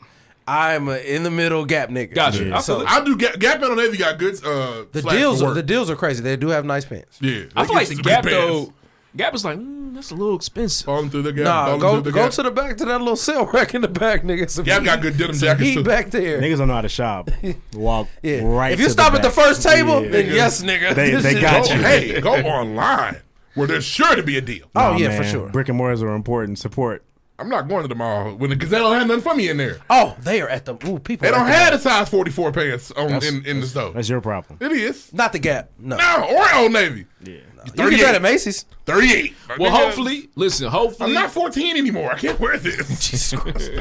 Speaker 12: I'm a in the middle Gap nigga.
Speaker 11: Gotcha.
Speaker 4: I,
Speaker 12: So
Speaker 4: feel I do Gap, Gap and on Navy got good. Uh,
Speaker 12: the
Speaker 4: flags
Speaker 12: deals
Speaker 4: for
Speaker 12: are,
Speaker 4: work.
Speaker 12: the deals are crazy. They do have nice pants.
Speaker 4: Yeah,
Speaker 11: I feel like the Gap
Speaker 4: pants.
Speaker 11: though. Gap is like mm, that's a little expensive.
Speaker 4: Fall through the Gap.
Speaker 12: Nah,
Speaker 4: fall
Speaker 12: go
Speaker 4: through the
Speaker 12: go
Speaker 4: Gap.
Speaker 12: to the back to that little sale rack in the back, nigga. Some
Speaker 4: Gap got
Speaker 12: heat-
Speaker 4: good denim
Speaker 12: some
Speaker 4: jackets
Speaker 12: heat
Speaker 4: too.
Speaker 12: back there.
Speaker 13: Niggas don't know how to shop. Walk
Speaker 12: Yeah.
Speaker 13: right.
Speaker 12: If you
Speaker 13: to
Speaker 12: stop at the
Speaker 13: back.
Speaker 12: first table,
Speaker 13: Yeah.
Speaker 12: then yes, nigga.
Speaker 13: They,
Speaker 12: This
Speaker 13: they
Speaker 12: shit-
Speaker 13: got
Speaker 4: Go-
Speaker 13: you.
Speaker 4: Hey, go online where there's sure to be a deal.
Speaker 13: Nah,
Speaker 12: Oh,
Speaker 13: Oh, man. Brick and mortars are important. Support.
Speaker 4: I'm not going to the mall when because they don't have nothing for me in there.
Speaker 12: Oh, they are at the ooh, people.
Speaker 4: They
Speaker 12: are
Speaker 4: don't have
Speaker 12: at
Speaker 4: the size 44 pants on
Speaker 12: That's-
Speaker 4: in, in the store.
Speaker 13: That's your problem.
Speaker 4: It is
Speaker 12: the- not the Gap. No,
Speaker 4: no, or Old Navy.
Speaker 13: Yeah,
Speaker 12: you can get that at Macy's.
Speaker 4: 38.
Speaker 11: Well,
Speaker 4: Nigga,
Speaker 11: hopefully, listen. Hopefully,
Speaker 4: I'm not 14 anymore. I can't wear this. Jesus Christ.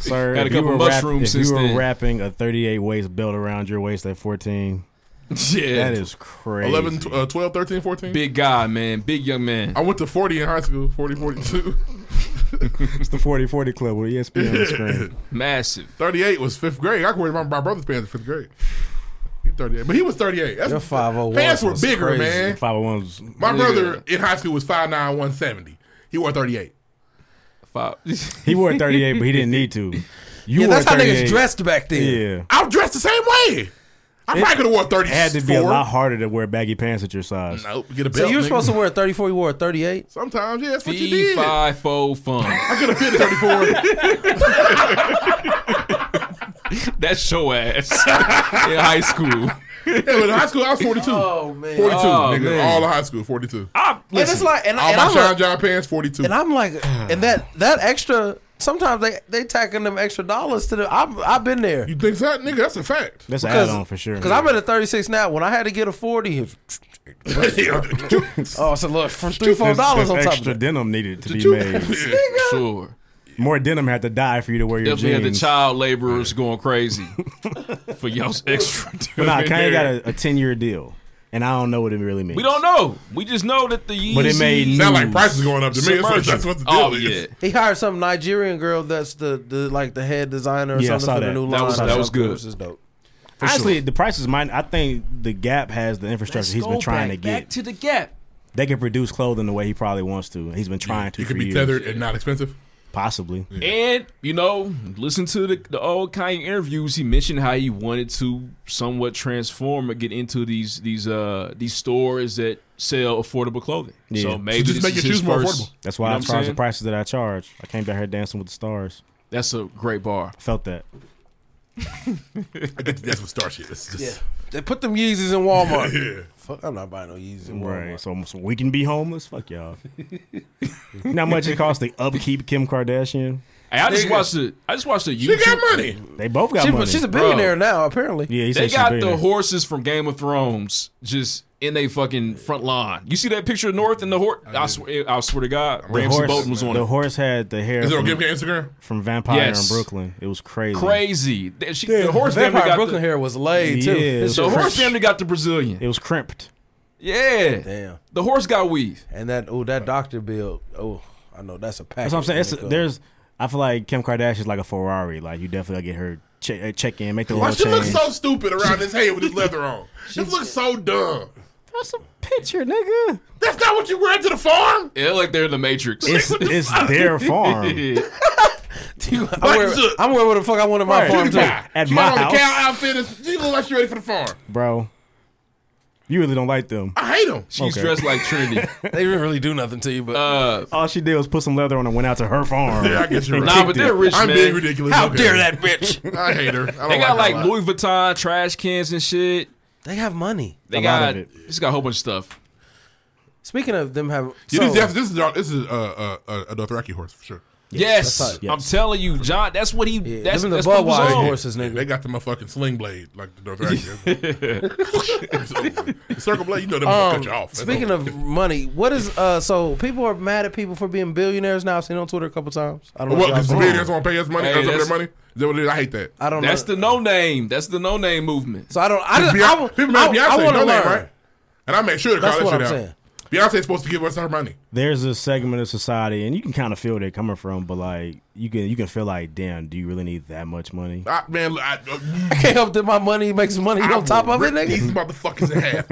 Speaker 13: Sir,
Speaker 11: Had a
Speaker 13: if you
Speaker 11: couple
Speaker 13: were,
Speaker 11: mushrooms
Speaker 13: if
Speaker 11: since
Speaker 13: you were
Speaker 11: then.
Speaker 13: wrapping a 38 waist belt around your waist at 14,
Speaker 11: Yeah.
Speaker 13: that is crazy.
Speaker 4: 11, tw- uh, 12, 13, 14.
Speaker 11: Big guy, man. Big young man.
Speaker 4: I went to 40 in high school, 40, 42.
Speaker 13: it's the 40 40 club with E ESPN on the screen.
Speaker 11: Massive.
Speaker 4: 38 was fifth grade. I wear my, my brother's pants in fifth grade. He 38. But he was 38. That's,
Speaker 12: Your 501
Speaker 4: pants were
Speaker 12: was
Speaker 4: bigger,
Speaker 12: crazy.
Speaker 4: man.
Speaker 13: 501s.
Speaker 4: My brother in high school was 5'9", 170. He wore 38.
Speaker 11: Five.
Speaker 13: He wore 38, but he didn't need to. You
Speaker 12: Yeah,
Speaker 13: wore
Speaker 12: that's how niggas
Speaker 13: 38.
Speaker 12: dressed back then.
Speaker 13: Yeah.
Speaker 4: I was dressed the same way. I
Speaker 13: It
Speaker 4: probably could have wore 34.
Speaker 13: It had to be a lot harder to wear baggy pants at your size.
Speaker 4: Nope. Get a belt.
Speaker 12: So you were
Speaker 4: nigga.
Speaker 12: supposed to wear a 34, you wore a 38.
Speaker 4: Sometimes, yeah, that's what you
Speaker 11: Fee
Speaker 4: did.
Speaker 11: fi fo fun.
Speaker 4: I could have fit a
Speaker 11: 34. That's your ass in high school.
Speaker 4: yeah, but in high school, I was 42.
Speaker 12: Oh man.
Speaker 4: 42,
Speaker 11: Oh,
Speaker 4: nigga.
Speaker 11: man.
Speaker 4: All of high school, 42.
Speaker 11: I
Speaker 12: and it's like, and,
Speaker 4: all
Speaker 12: and
Speaker 4: my
Speaker 12: I'm
Speaker 4: Sean
Speaker 12: like,
Speaker 4: John pants, forty two.
Speaker 12: and I'm like, and that that extra. Sometimes they they tacking them extra dollars to the. I'm, I've been there.
Speaker 4: You think that nigga? That's a fact.
Speaker 13: That's an add-on for sure.
Speaker 12: Because I'm at a 36 now. When I had to get a 40, it was- oh, so look, for three four
Speaker 13: There's-
Speaker 12: dollars
Speaker 13: there's
Speaker 12: on top of
Speaker 13: extra
Speaker 12: that.
Speaker 13: denim needed to be
Speaker 12: Choo-choo.
Speaker 13: made.
Speaker 12: Nigga.
Speaker 11: Sure.
Speaker 13: More denim had to die for you to wear your
Speaker 11: Definitely had the
Speaker 13: jeans.
Speaker 11: child laborers going crazy for y'all's extra.
Speaker 13: But nah,
Speaker 11: during
Speaker 13: Kanye got
Speaker 11: there.
Speaker 13: a, a ten year deal, and I don't know what it really means.
Speaker 11: We don't know. We just know that the Yeezy
Speaker 13: But it made Sound like news. prices going up to me. That's what-
Speaker 11: Submersion.
Speaker 13: that's what the
Speaker 11: oh,
Speaker 13: deal is.
Speaker 11: Yeah.
Speaker 12: He hired some Nigerian girl that's the, the like the head designer or
Speaker 13: Yeah, I
Speaker 12: something
Speaker 13: saw
Speaker 12: for the
Speaker 13: that.
Speaker 12: new
Speaker 13: That
Speaker 12: line.
Speaker 13: was-
Speaker 12: or
Speaker 13: that was
Speaker 12: something,
Speaker 13: good.
Speaker 12: Which is dope. For
Speaker 13: Honestly,
Speaker 12: sure.
Speaker 13: the prices might. I think the Gap has the infrastructure he's been trying to get.
Speaker 11: Back to the gap.
Speaker 13: They can produce clothing the way he probably wants to. and He's been trying to.
Speaker 4: It
Speaker 13: for
Speaker 4: could be
Speaker 13: years.
Speaker 4: tethered and not expensive.
Speaker 13: Possibly.
Speaker 11: And you know, listen to the, the old Kanye interviews. He mentioned how he wanted to somewhat transform or get into these these uh these stores that sell affordable clothing.
Speaker 13: Yeah.
Speaker 11: So maybe this is his first-
Speaker 13: That's why
Speaker 11: you know
Speaker 13: I
Speaker 11: what I'm
Speaker 13: charge the
Speaker 11: saying?
Speaker 13: prices that I charge. I came down here dancing with the stars.
Speaker 11: That's a great bar.
Speaker 13: Felt that.
Speaker 4: I get that's what star shit is. Just-
Speaker 12: Yeah. They put them Yeezys in Walmart.
Speaker 4: Yeah.
Speaker 12: Fuck, I'm not buying no Yeezys in Walmart.
Speaker 13: Right. So, so we can be homeless. Fuck y'all. you know how much it costs to upkeep Kim Kardashian?
Speaker 11: Hey, I just
Speaker 13: Nigga.
Speaker 11: watched the I just watched the YouTube.
Speaker 13: They both got
Speaker 12: She-
Speaker 13: money.
Speaker 12: She's a billionaire now, apparently.
Speaker 13: Yeah, he
Speaker 11: they
Speaker 13: said she's a
Speaker 11: got the
Speaker 13: billionaire.
Speaker 11: horses from Game of Thrones just in their fucking front line. You see that picture of North and the horse? I, swear, I swear to God,
Speaker 13: The
Speaker 11: Ramsey
Speaker 13: horse,
Speaker 11: Bolton was on
Speaker 13: the
Speaker 11: it.
Speaker 13: horse had the hair.
Speaker 11: Is it on
Speaker 13: from,
Speaker 11: Give Me Instagram?
Speaker 13: From Vampire
Speaker 11: Yes.
Speaker 13: in Brooklyn. It was crazy.
Speaker 11: Crazy. That she-
Speaker 12: Yeah,
Speaker 11: the horse
Speaker 12: Vampire
Speaker 11: family got
Speaker 12: Brooklyn
Speaker 11: the,
Speaker 12: hair was laid, too.
Speaker 13: Yeah,
Speaker 12: It's
Speaker 11: the
Speaker 12: just
Speaker 11: horse
Speaker 12: fresh.
Speaker 11: family got the Brazilian.
Speaker 13: It was crimped.
Speaker 11: Yeah.
Speaker 12: Damn.
Speaker 11: The horse got weave.
Speaker 12: And that oh that doctor bill. Oh, I know that's a package.
Speaker 13: That's what I'm saying. It's
Speaker 12: when it
Speaker 13: there's, I feel like Kim Kardashian's like a Ferrari. Like you definitely gotta get her check, check in, make the
Speaker 4: Why
Speaker 13: oil
Speaker 4: she look
Speaker 13: change.
Speaker 4: so stupid around his head with his leather on? This looks so dumb.
Speaker 13: That's a picture, nigga.
Speaker 4: That's not what you wear to the farm.
Speaker 11: Yeah, like they're in the Matrix.
Speaker 13: It's- it's their farm.
Speaker 12: comes. I'm wearing, I'm wearing what the fuck I want in my
Speaker 13: Right.
Speaker 12: farm too.
Speaker 13: At
Speaker 4: She
Speaker 13: my
Speaker 4: got on the
Speaker 13: house.
Speaker 4: cow outfit. and She look like she ready for the farm.
Speaker 13: bro. You really don't like them.
Speaker 4: I hate him.
Speaker 11: She's
Speaker 13: Okay.
Speaker 11: dressed like Trinity.
Speaker 12: they didn't really do nothing to you, but
Speaker 11: uh,
Speaker 13: All she did was put some leather on and went out to her farm.
Speaker 4: Yeah, I guess you're
Speaker 13: And
Speaker 4: right.
Speaker 13: kicked
Speaker 11: Nah, but
Speaker 13: it.
Speaker 11: they're rich,
Speaker 4: I'm
Speaker 11: man.
Speaker 4: being ridiculous.
Speaker 11: How
Speaker 4: Okay. Oh
Speaker 11: dare
Speaker 12: that bitch?
Speaker 4: I hate her. I don't
Speaker 11: they
Speaker 4: like
Speaker 11: got like
Speaker 4: her a lot.
Speaker 11: Louis Vuitton trash cans and shit.
Speaker 12: They have money.
Speaker 11: They
Speaker 12: A lot
Speaker 11: got
Speaker 12: of it.
Speaker 11: just got a whole bunch of stuff.
Speaker 12: Speaking of them having,
Speaker 4: Yeah,
Speaker 12: so,
Speaker 4: this, def- this is our- this is uh, uh, uh, a Dothraki horse for sure.
Speaker 11: Yes,
Speaker 12: that's tight.
Speaker 11: I'm telling you, John. That's what he. that's
Speaker 12: them the
Speaker 11: that's what was
Speaker 12: Budweiser
Speaker 11: on.
Speaker 12: Oh, horses, nigga.
Speaker 4: They got the motherfucking sling blade like the Dothraki. the circle blade, you know them gonna
Speaker 12: Um,
Speaker 4: cut you off. That's
Speaker 12: speaking
Speaker 4: over.
Speaker 12: of money, what is uh? So people are mad at people for being billionaires now. I've seen it on Twitter a couple times. I don't know.
Speaker 4: what?
Speaker 12: if y'all
Speaker 4: Because
Speaker 12: saw it.
Speaker 4: billionaires won't pay us money.
Speaker 11: Hey,
Speaker 4: us up
Speaker 11: that's-
Speaker 4: their money. Is that what it is? I hate that.
Speaker 12: I don't
Speaker 11: That's
Speaker 12: know.
Speaker 11: the no name. That's the no name movement.
Speaker 12: So I don't. I
Speaker 4: Because
Speaker 12: just.
Speaker 4: Beyonce,
Speaker 12: I, w-
Speaker 4: people
Speaker 12: I,
Speaker 4: made Beyonce
Speaker 12: I
Speaker 4: no
Speaker 12: want to
Speaker 4: name,
Speaker 12: learn.
Speaker 4: right? And I made sure to
Speaker 12: That's
Speaker 4: call that
Speaker 12: what
Speaker 4: shit
Speaker 12: I'm
Speaker 4: out.
Speaker 12: saying.
Speaker 4: Beyonce's supposed to give us her money.
Speaker 13: There's a segment of society, and you can kind of feel where they're coming from, but like you can you can feel like, damn, do you really need that much money?
Speaker 4: I, man, I, uh,
Speaker 12: I can't help that my money makes money
Speaker 4: I
Speaker 12: on top
Speaker 4: will
Speaker 12: of it,
Speaker 4: rip These
Speaker 12: nigga.
Speaker 4: motherfuckers in half.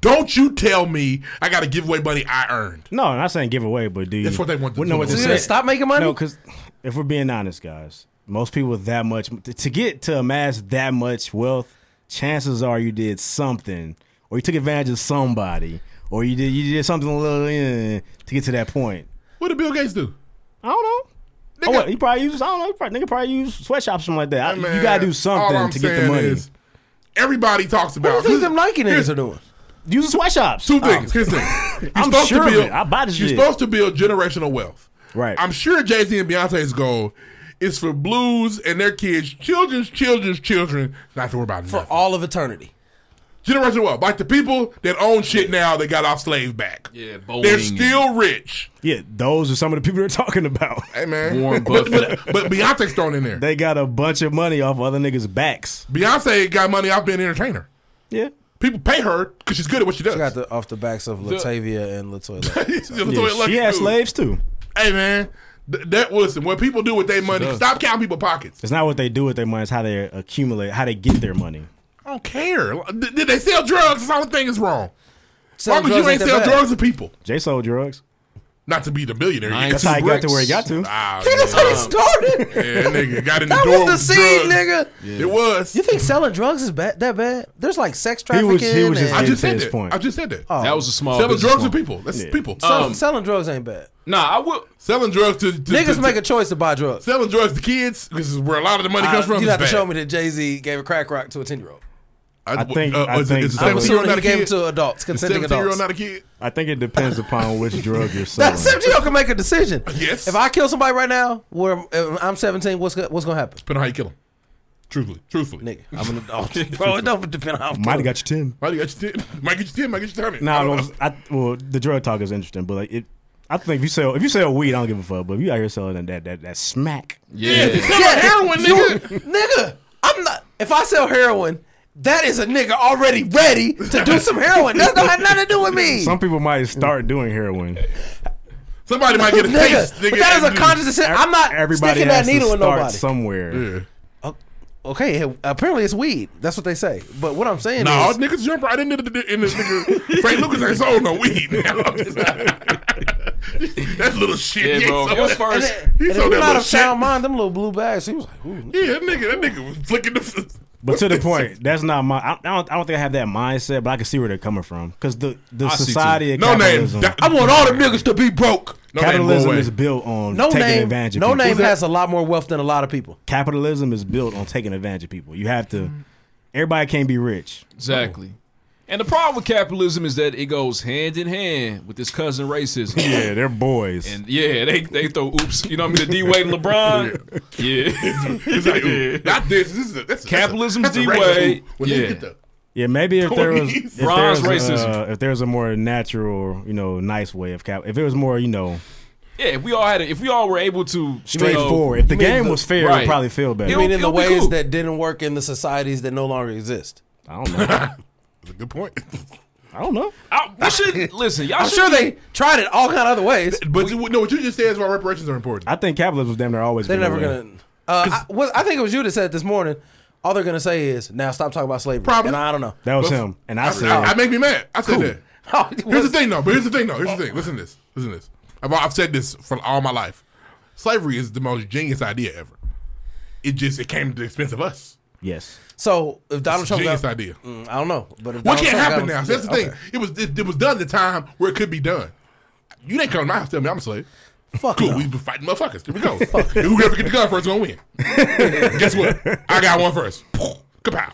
Speaker 4: Don't you tell me I got to give away money I earned.
Speaker 13: No, I'm not saying give away, but do you?
Speaker 4: That's what they want to
Speaker 13: Well, no,
Speaker 4: do.
Speaker 13: what
Speaker 4: So
Speaker 13: they
Speaker 4: you gonna
Speaker 13: said-
Speaker 12: stop making money?
Speaker 13: No, because if we're being honest, guys, most people with that much to get to amass that much wealth, chances are you did something, or you took advantage of somebody, or you did you did something a little eh, to get to that point.
Speaker 4: What did Bill Gates do?
Speaker 13: I don't know. Oh, what, he probably used I don't know. he Probably, nigga probably used sweatshops or something like that. I-
Speaker 4: Man,
Speaker 13: you gotta do
Speaker 4: all
Speaker 13: something
Speaker 4: I'm
Speaker 13: to get the
Speaker 4: saying
Speaker 13: money.
Speaker 4: is, everybody talks about
Speaker 12: What do you think them Nike
Speaker 4: Here's-
Speaker 12: niggas are doing?
Speaker 13: Use the sweatshops.
Speaker 4: Two
Speaker 12: Oh.
Speaker 4: things. Here's the thing.
Speaker 13: Oh. I'm
Speaker 4: supposed
Speaker 13: sure
Speaker 4: to
Speaker 13: of
Speaker 4: build,
Speaker 13: it. I buy this
Speaker 4: You're
Speaker 13: shit.
Speaker 4: supposed to build generational wealth.
Speaker 13: Right.
Speaker 4: I'm sure Jay Z and Beyonce's goal is for blues and their kids, children's children's children, not to worry about
Speaker 12: For
Speaker 4: nothing.
Speaker 12: all of eternity.
Speaker 4: Generational wealth. Like the people that own shit now that got off slaves back.
Speaker 11: Yeah, Boeing.
Speaker 4: They're still rich.
Speaker 13: Yeah, those are some of the people they're talking about.
Speaker 4: Hey man.
Speaker 11: Warren
Speaker 4: but,
Speaker 11: Buffett.
Speaker 4: but, but Beyonce's thrown in there.
Speaker 13: They got a bunch of money off other niggas' backs.
Speaker 4: Beyonce got money off being an entertainer.
Speaker 13: Yeah.
Speaker 4: People pay her because she's good at what she does.
Speaker 12: She got the off the backs of Latavia and Latoya.
Speaker 13: Yeah,
Speaker 4: yeah,
Speaker 13: she had slaves too.
Speaker 4: Hey man, th- that listen. When people do with their money,
Speaker 13: does.
Speaker 4: stop counting people pockets.
Speaker 13: It's not what they do with their money; it's how they accumulate, how they get their money.
Speaker 4: I don't care. D- Did they sell drugs? That's all the thing is wrong. Why
Speaker 12: Selling
Speaker 4: would you
Speaker 12: drugs
Speaker 4: ain't
Speaker 12: ain't
Speaker 4: sell
Speaker 12: that bad.
Speaker 4: drugs to people?
Speaker 13: Jay sold drugs.
Speaker 4: Not to be the billionaire.
Speaker 11: Nine
Speaker 13: That's
Speaker 11: two
Speaker 13: how he got to
Speaker 11: bricks.
Speaker 13: where he got to.
Speaker 4: Ah,
Speaker 12: Nigga, that's how they started.
Speaker 4: yeah, that nigga got in the
Speaker 12: That
Speaker 4: door.
Speaker 12: was the
Speaker 4: with
Speaker 12: seed,
Speaker 4: drugs.
Speaker 12: nigga.
Speaker 4: It was.
Speaker 12: You think selling drugs is bad, that bad? There's like sex
Speaker 13: He
Speaker 12: trafficking.
Speaker 13: was- he was just
Speaker 12: and-
Speaker 4: I just
Speaker 13: Getting
Speaker 4: said
Speaker 13: to
Speaker 4: that.
Speaker 13: his point.
Speaker 4: I just said that.
Speaker 11: Oh, That was a small.
Speaker 4: selling
Speaker 11: business
Speaker 4: drugs to
Speaker 11: one.
Speaker 4: people. That's
Speaker 13: Yeah.
Speaker 4: people.
Speaker 12: Sell-
Speaker 11: um,
Speaker 12: selling drugs ain't bad.
Speaker 11: Nah, I will.
Speaker 4: selling drugs to, to to-
Speaker 12: Niggas
Speaker 4: to-
Speaker 12: make a choice to buy drugs.
Speaker 4: selling drugs to kids. This is where a lot of the money comes
Speaker 12: Uh,
Speaker 4: from.
Speaker 12: you
Speaker 4: is
Speaker 12: have to
Speaker 4: bad.
Speaker 12: show me that Jay Z gave a crack rock to a ten year old.
Speaker 13: I think I
Speaker 4: uh, is it-
Speaker 13: think
Speaker 4: is it
Speaker 13: I would-
Speaker 4: 17 year old not a
Speaker 12: gave
Speaker 4: kid?
Speaker 12: it to adults,
Speaker 4: Is
Speaker 12: consenting
Speaker 4: 17 year old
Speaker 12: adults.
Speaker 4: not a kid.
Speaker 13: I think it depends upon which drug you're
Speaker 12: That
Speaker 13: selling.
Speaker 12: 17 year old can make a decision.
Speaker 4: Yes.
Speaker 12: If I kill somebody right now, where if I'm 17, what's go- what's gonna happen?
Speaker 4: Depending on how you kill him. Truthfully, truthfully,
Speaker 12: nigga, I'm an adult, bro. It don't depend on how. I'm
Speaker 13: Might have
Speaker 12: killing.
Speaker 13: got you ten.
Speaker 4: Might get you ten. Might get you ten. Might get you hundred.
Speaker 13: No, nah, I, well, the drug talk is interesting, but like it, I think if you sell if you sell weed, I don't give a fuck. But if you out here selling that that that smack,
Speaker 4: Yeah. if you sell heroin, nigga.
Speaker 12: nigga, I'm not. If I sell heroin, that is a nigga already ready to do some heroin. That don't have nothing to do with me.
Speaker 13: Some people might start doing heroin.
Speaker 4: Somebody might get a
Speaker 12: Nigga,
Speaker 4: taste. Nigga,
Speaker 12: but that is a
Speaker 4: and-
Speaker 12: conscious decision. I'm not
Speaker 13: Everybody
Speaker 12: sticking that
Speaker 13: has
Speaker 12: needle
Speaker 13: to
Speaker 12: in
Speaker 13: start
Speaker 12: nobody.
Speaker 13: somewhere.
Speaker 12: Okay, apparently it's weed. That's what they say. But what I'm saying
Speaker 4: Nah,
Speaker 12: is,
Speaker 4: niggas jump right into the in this nigga. Frank Lucas ain't sold no weed. that little shit.
Speaker 11: Yeah,
Speaker 4: he
Speaker 11: bro.
Speaker 4: sold
Speaker 11: It was
Speaker 4: that-
Speaker 11: first-
Speaker 4: He
Speaker 12: and if
Speaker 4: sold that
Speaker 12: you're not
Speaker 4: little
Speaker 12: of
Speaker 4: shit.
Speaker 12: sound mind, them little blue bags. He was like, ooh,
Speaker 4: Yeah, that nigga, that nigga was flicking the.
Speaker 13: But to the point, that's not my. I I don't. I don't think I have that mindset, but I can see where they're coming from because the the
Speaker 4: I see too.
Speaker 13: society of
Speaker 4: No name.
Speaker 13: capitalism.
Speaker 4: That- I want all them
Speaker 12: niggas to be broke.
Speaker 4: No name,
Speaker 13: capitalism
Speaker 4: go away.
Speaker 13: is built on
Speaker 12: no
Speaker 13: taking
Speaker 12: name,
Speaker 13: advantage. Of
Speaker 12: no
Speaker 13: people.
Speaker 12: name has a lot more wealth than a Mm-hmm. lot of people.
Speaker 13: capitalism is built on taking advantage of people. You have to. Everybody can't be rich.
Speaker 11: Exactly. And the problem with capitalism is that it goes hand in hand with this cousin racism.
Speaker 13: Yeah, they're boys.
Speaker 11: And yeah, they they throw oops. You know what I mean? The D Wade and LeBron. Yeah.
Speaker 4: It's like, ooh, not this. This is a, that's a,
Speaker 11: Capitalism's
Speaker 4: that's a
Speaker 11: D
Speaker 4: regular
Speaker 11: Wade.
Speaker 4: move. When they
Speaker 11: Yeah.
Speaker 4: get the
Speaker 13: Yeah, maybe if there was, if
Speaker 4: Please.
Speaker 13: there
Speaker 11: Bronze
Speaker 13: was uh,
Speaker 11: racism.
Speaker 13: if there was a more natural, you know, nice way of cap, if it was more, you know,
Speaker 11: Yeah, if we all had it, if we all were able to
Speaker 13: straightforward. If the game was fair, it would probably feel better.
Speaker 12: You mean in the ways that didn't work in the societies that no longer exist?
Speaker 13: I don't know.
Speaker 4: That's a good point.
Speaker 13: I don't know.
Speaker 11: I, we should listen. Y'all
Speaker 12: I'm
Speaker 11: should
Speaker 12: sure
Speaker 11: be-
Speaker 12: they tried it all kind of other ways.
Speaker 4: But you, no, what you just said is why reparations are important.
Speaker 13: I think capitalism was damn near always.
Speaker 12: They're
Speaker 13: been
Speaker 12: never
Speaker 13: that way.
Speaker 12: gonna. Uh, I, well, I think it was you that said this morning. All they're gonna say is, "Now stop talking about slavery."
Speaker 4: Probably.
Speaker 12: And I don't know.
Speaker 13: That was him, and I said,
Speaker 4: I, I make me mad. I said
Speaker 12: Cool.
Speaker 4: that.
Speaker 12: Oh, it
Speaker 4: Here's the
Speaker 12: was-
Speaker 4: thing, though. But here's the thing, though. Here's the thing. Listen to this. Listen to this. I've, I've said this for all my life. Slavery is the most genius idea ever. It just it came at the expense of us.
Speaker 13: yes.
Speaker 12: So if Donald
Speaker 4: It's a
Speaker 12: Trump
Speaker 4: genius
Speaker 12: got,
Speaker 4: idea.
Speaker 12: Mm, I don't know, but if
Speaker 4: What
Speaker 12: Donald
Speaker 4: can't
Speaker 12: Trump
Speaker 4: happen
Speaker 12: got-
Speaker 4: now? So that's the
Speaker 12: yeah,
Speaker 4: thing. It was it, it was done at the time where it could be done. You didn't come to my house tell me I'm a slave.
Speaker 12: Fuck
Speaker 4: cool.
Speaker 12: no.
Speaker 4: We've been fighting motherfuckers. Here we go. And Whoever get the gun first gonna win. Guess what? I got one first. Kapow.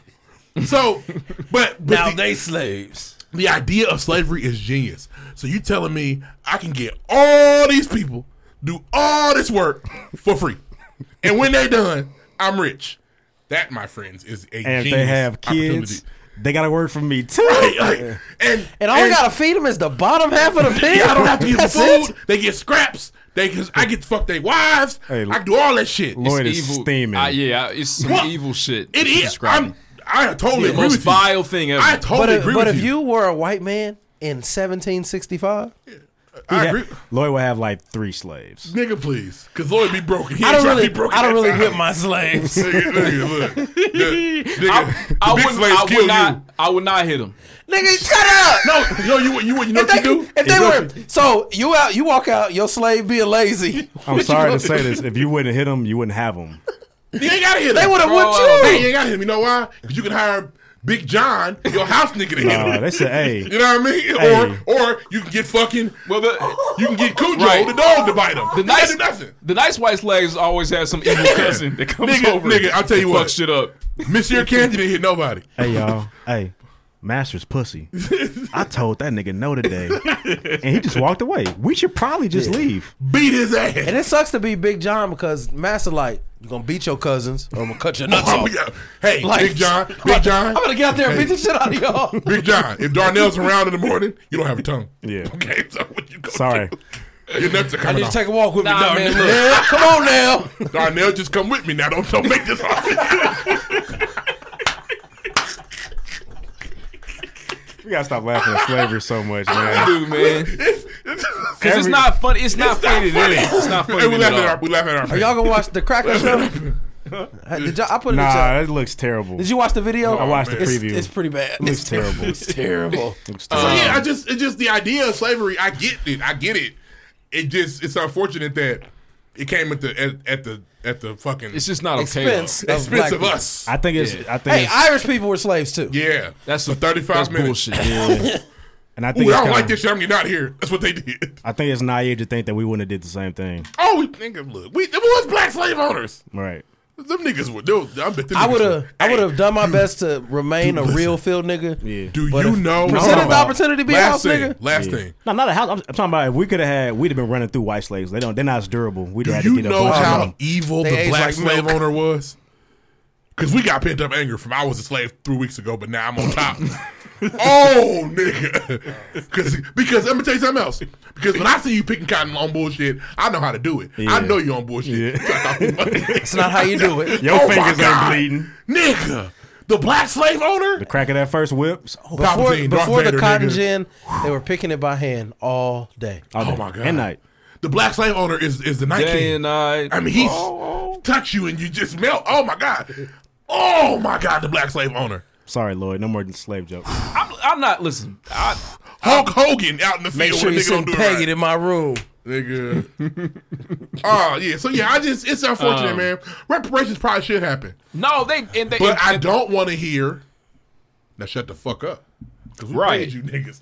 Speaker 4: So, but, but
Speaker 12: Now
Speaker 4: the-
Speaker 12: they slaves.
Speaker 4: the idea of slavery is genius. So you telling me I can get all these people do all this work for free, and when they done, I'm rich. That, my friends, is a
Speaker 13: and if
Speaker 4: genius
Speaker 13: they have
Speaker 4: opportunity.
Speaker 13: kids, they got to work for me too.
Speaker 4: Like, and
Speaker 12: And all we gotta feed them is the bottom half of the pig.
Speaker 4: yeah, I don't have to get
Speaker 12: That's
Speaker 4: food.
Speaker 12: it?
Speaker 4: They get scraps. They can, I get to fuck their wives. I can do all that shit.
Speaker 13: Lloyd
Speaker 11: It's
Speaker 13: is
Speaker 11: evil.
Speaker 13: steaming.
Speaker 11: I- yeah, it's some
Speaker 4: What?
Speaker 11: evil shit.
Speaker 4: It
Speaker 11: you
Speaker 4: is.
Speaker 11: describing.
Speaker 4: I'm, I totally
Speaker 11: the
Speaker 4: agree
Speaker 11: most
Speaker 4: with you.
Speaker 11: vile thing ever.
Speaker 4: I totally
Speaker 12: But, if,
Speaker 4: agree
Speaker 12: but
Speaker 4: with
Speaker 12: if
Speaker 4: you.
Speaker 12: you were a white man in 1765,
Speaker 4: I
Speaker 13: Yeah.
Speaker 4: agree.
Speaker 13: Lloyd will have like three slaves.
Speaker 4: Nigga, please, because Lloyd be broken. He
Speaker 12: I
Speaker 4: ain't
Speaker 12: don't
Speaker 4: trying to
Speaker 12: really,
Speaker 4: be broken
Speaker 12: I don't
Speaker 4: that
Speaker 12: really
Speaker 4: time.
Speaker 12: whip my slaves.
Speaker 4: nigga, nigga, look. The- nigga,
Speaker 11: I
Speaker 4: the big
Speaker 11: would,
Speaker 4: slaves
Speaker 11: I
Speaker 4: kill
Speaker 11: would not.
Speaker 4: you.
Speaker 11: I would not hit him.
Speaker 12: Nigga, shut up.
Speaker 4: No, you know you you, you know
Speaker 12: If
Speaker 4: what you
Speaker 12: they,
Speaker 4: do.
Speaker 12: if they were so you out, you walk out, your slave being lazy.
Speaker 13: I'm sorry to say this. If you wouldn't hit them, you wouldn't have them.
Speaker 4: you ain't gotta hit him.
Speaker 12: They would've
Speaker 4: Bro,
Speaker 12: whooped you.
Speaker 4: They ain't gotta hit him. You know why? Because you can hire Big John, your house nigga, to hit
Speaker 13: Nah,
Speaker 4: him.
Speaker 13: Uh, they said, "Hey,
Speaker 4: You know what I mean?
Speaker 13: Hey.
Speaker 4: Or or you can get fucking
Speaker 11: Well, the,
Speaker 4: you can get Cujo
Speaker 11: Right.
Speaker 4: the dog to bite him.
Speaker 11: the
Speaker 4: You gotta
Speaker 11: nice
Speaker 4: do nothing.
Speaker 11: the nice white slaves always have some evil cousin that comes
Speaker 4: Nigga,
Speaker 11: over.
Speaker 4: nigga, I'll tell you
Speaker 11: and
Speaker 4: what.
Speaker 11: fucks shit up.
Speaker 4: Monsieur Candy didn't hit nobody.
Speaker 13: hey, y'all, hey." Master's pussy. I told that nigga no today, and he just walked away. We should probably just leave.
Speaker 4: Beat his ass.
Speaker 12: And it sucks to be Big John because Master like you gonna beat your cousins or I'm gonna cut your nuts
Speaker 4: Oh,
Speaker 12: off.
Speaker 4: yeah. Hey,
Speaker 12: Like-
Speaker 4: Big John, Big John,
Speaker 12: I'm gonna get out there and beat the shit out of y'all.
Speaker 4: Big John. If Darnell's around in the morning, you don't have a tongue.
Speaker 13: Yeah.
Speaker 4: Okay, so what you gonna
Speaker 13: Sorry.
Speaker 4: do? Your nuts are
Speaker 12: I
Speaker 4: coming
Speaker 12: need
Speaker 4: off.
Speaker 12: to take a walk with me,
Speaker 11: Nah,
Speaker 12: dog.
Speaker 11: man, look.
Speaker 12: Yeah, come on now.
Speaker 4: Darnell, just come with me now. Don't don't make this hard.
Speaker 13: We gotta stop laughing at slavery so much, man.
Speaker 11: Dude, man, because it's
Speaker 13: Every-
Speaker 11: not funny. It's not funny. to them. It's not funny.
Speaker 4: Hey, we
Speaker 11: to them
Speaker 4: laughing at
Speaker 11: at all.
Speaker 4: our we laughing at
Speaker 12: Are
Speaker 4: our
Speaker 12: y'all gonna watch the Cracker Show? Hey, Did y'all, I put it in the
Speaker 13: Nah,
Speaker 12: chat.
Speaker 13: that looks terrible.
Speaker 12: Did you watch the video?
Speaker 13: I watched the
Speaker 12: It's-
Speaker 13: preview.
Speaker 12: It's, pretty bad.
Speaker 13: Looks
Speaker 12: it's
Speaker 13: terrible.
Speaker 12: It's terrible.
Speaker 13: Looks
Speaker 4: So
Speaker 13: terrible.
Speaker 4: yeah, I just it's just the idea of slavery. I get it. I get it. It just it's unfortunate that it came at the at, at the at the fucking
Speaker 11: It's just not okay. though.
Speaker 12: Expense. Of black
Speaker 4: expense of
Speaker 12: people.
Speaker 4: us.
Speaker 13: I think it's. I think.
Speaker 12: Hey,
Speaker 13: it's,
Speaker 12: Irish people were slaves too.
Speaker 4: yeah,
Speaker 11: That's
Speaker 4: for thirty
Speaker 11: That's
Speaker 4: five minutes.
Speaker 11: bullshit. Yeah.
Speaker 13: and I
Speaker 4: Ooh, I
Speaker 13: think.
Speaker 4: don't
Speaker 13: it's kinda,
Speaker 4: like this shit. I'm getting out of here. That's what they did.
Speaker 13: I think it's naive to think that we wouldn't have did the same thing.
Speaker 4: Oh, we think of look. We it was black slave owners.
Speaker 13: Right.
Speaker 4: Them niggas would. do. I bet them
Speaker 12: I
Speaker 4: niggas
Speaker 12: would have. I would have done my
Speaker 4: you-
Speaker 12: best to remain
Speaker 4: dude,
Speaker 12: a
Speaker 4: listen.
Speaker 12: real field nigga.
Speaker 13: Yeah.
Speaker 4: Do
Speaker 12: you
Speaker 4: know-
Speaker 12: Presented
Speaker 4: I'm
Speaker 12: the
Speaker 4: about-
Speaker 12: opportunity to be a
Speaker 4: Last
Speaker 12: house
Speaker 4: thing,
Speaker 12: nigga.
Speaker 4: last
Speaker 13: Yeah.
Speaker 4: thing.
Speaker 13: No, not a house. I'm, I'm talking about if we could have had, we'd have been running through white slaves. They don't. They're not as durable. We'd have had
Speaker 4: you
Speaker 13: to get
Speaker 4: know
Speaker 13: a bunch
Speaker 4: how
Speaker 13: of them.
Speaker 4: evil
Speaker 13: They
Speaker 4: the
Speaker 13: age
Speaker 4: black
Speaker 13: like
Speaker 4: slave
Speaker 13: milk.
Speaker 4: owner was? Because we got pent up anger from I was a slave three weeks ago, but now I'm on top. oh, nigga. Cause, because let me tell you something else. Because when I see you picking cotton on bullshit, I know how to do it. I know you on bullshit. That's
Speaker 12: not how you do it.
Speaker 13: Your fingers ain't bleeding.
Speaker 4: Oh Nigga. The black slave owner?
Speaker 13: The crack of that first Oh, whip. it's over.
Speaker 12: Before,
Speaker 4: Palpatine, Darth
Speaker 12: before the
Speaker 4: Vader,
Speaker 12: cotton
Speaker 4: nigga.
Speaker 12: gin, they were picking it by hand all day.
Speaker 13: All
Speaker 4: Oh
Speaker 13: day
Speaker 4: my god!
Speaker 13: and night.
Speaker 4: The black slave owner is is the night
Speaker 11: Day
Speaker 4: king.
Speaker 11: and night.
Speaker 4: I mean, he's touch you and you just melt. Oh my god! Oh my god! The black slave owner.
Speaker 13: Sorry, Lloyd. No more slave jokes.
Speaker 11: I'm, I'm not. Listen, I,
Speaker 4: Hulk Hogan out in the
Speaker 12: Make
Speaker 4: field.
Speaker 12: sure
Speaker 4: when
Speaker 12: you
Speaker 4: a nigga don't
Speaker 12: send
Speaker 4: do
Speaker 12: Peggy
Speaker 4: it
Speaker 12: to my room.
Speaker 4: right. Nigga. oh yeah. So yeah, I just it's unfortunate,
Speaker 11: Um,
Speaker 4: man. Reparations probably should happen,
Speaker 11: no, they and they.
Speaker 4: but
Speaker 11: and-
Speaker 4: I
Speaker 11: and-
Speaker 4: don't want to hear. Now shut the fuck up. Cause we
Speaker 11: Right.
Speaker 4: paid you niggas.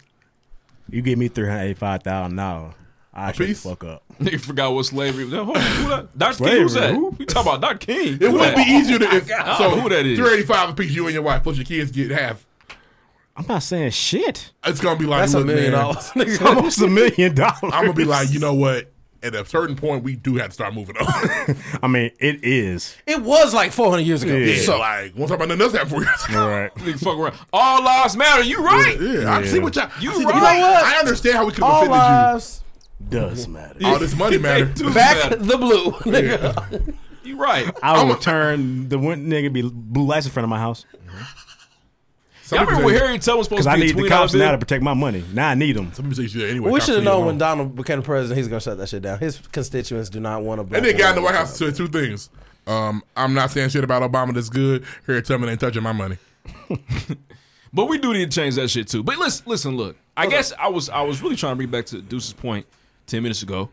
Speaker 13: You give me three hundred eighty-five thousand dollars. I shut the
Speaker 4: piece?
Speaker 13: fuck up.
Speaker 11: Nigga forgot what slavery was. Who, who that? Dr. King, who's
Speaker 13: Slavery,
Speaker 11: that?
Speaker 13: who?
Speaker 11: You talking about Dr. King?
Speaker 4: It would be easier
Speaker 12: Oh
Speaker 4: to if so.
Speaker 11: who that is?
Speaker 4: Three eighty five apiece. You and your wife plus your kids get half.
Speaker 13: I'm not saying shit.
Speaker 4: It's gonna be like
Speaker 12: That's a
Speaker 4: look,
Speaker 12: million
Speaker 4: man,
Speaker 12: dollars.
Speaker 13: It's almost a million dollars.
Speaker 4: I'm gonna be like, you know what? At a certain point, we do have to start moving on.
Speaker 13: I mean, it is.
Speaker 12: It was like 400 years ago.
Speaker 13: Yeah.
Speaker 4: so
Speaker 12: So
Speaker 4: like, once about nothing else happened for you.
Speaker 13: All right.
Speaker 11: Nigga fuck around. All lives matter. You right?
Speaker 4: Yeah, I see what y'all.
Speaker 11: You
Speaker 4: I see
Speaker 11: right.
Speaker 4: the-
Speaker 11: You know
Speaker 12: what?
Speaker 4: I understand how we could
Speaker 12: all
Speaker 4: have offended
Speaker 12: lives
Speaker 13: Does matter.
Speaker 4: you. All this money matter.
Speaker 11: Dude,
Speaker 12: back
Speaker 11: man,
Speaker 12: the blue. nigga.
Speaker 11: You right?
Speaker 13: I would turn the one nigga be blue lights in front of my house
Speaker 4: Some
Speaker 11: Y'all
Speaker 4: people
Speaker 11: remember when
Speaker 4: say-
Speaker 11: Harry Tubman was supposed
Speaker 13: because
Speaker 11: to
Speaker 13: I
Speaker 11: be a
Speaker 13: need the
Speaker 11: twenty
Speaker 13: cops
Speaker 11: dollars
Speaker 13: now to
Speaker 11: bill?
Speaker 13: protect my money. Now I need them.
Speaker 4: Some people say shit anyway.
Speaker 12: We
Speaker 4: cops
Speaker 12: should
Speaker 4: leave
Speaker 12: have known
Speaker 4: alone.
Speaker 12: when Donald became president, he's gonna shut that shit down. His constituents do not want to.
Speaker 4: And then got in the White House said two things. Um, I'm not saying shit about Obama that's good. Harry Tubman ain't touching my money.
Speaker 11: But we do need to change that shit too. But listen, listen, look. I guess I was I was really trying to bring back to Deuce's point ten minutes ago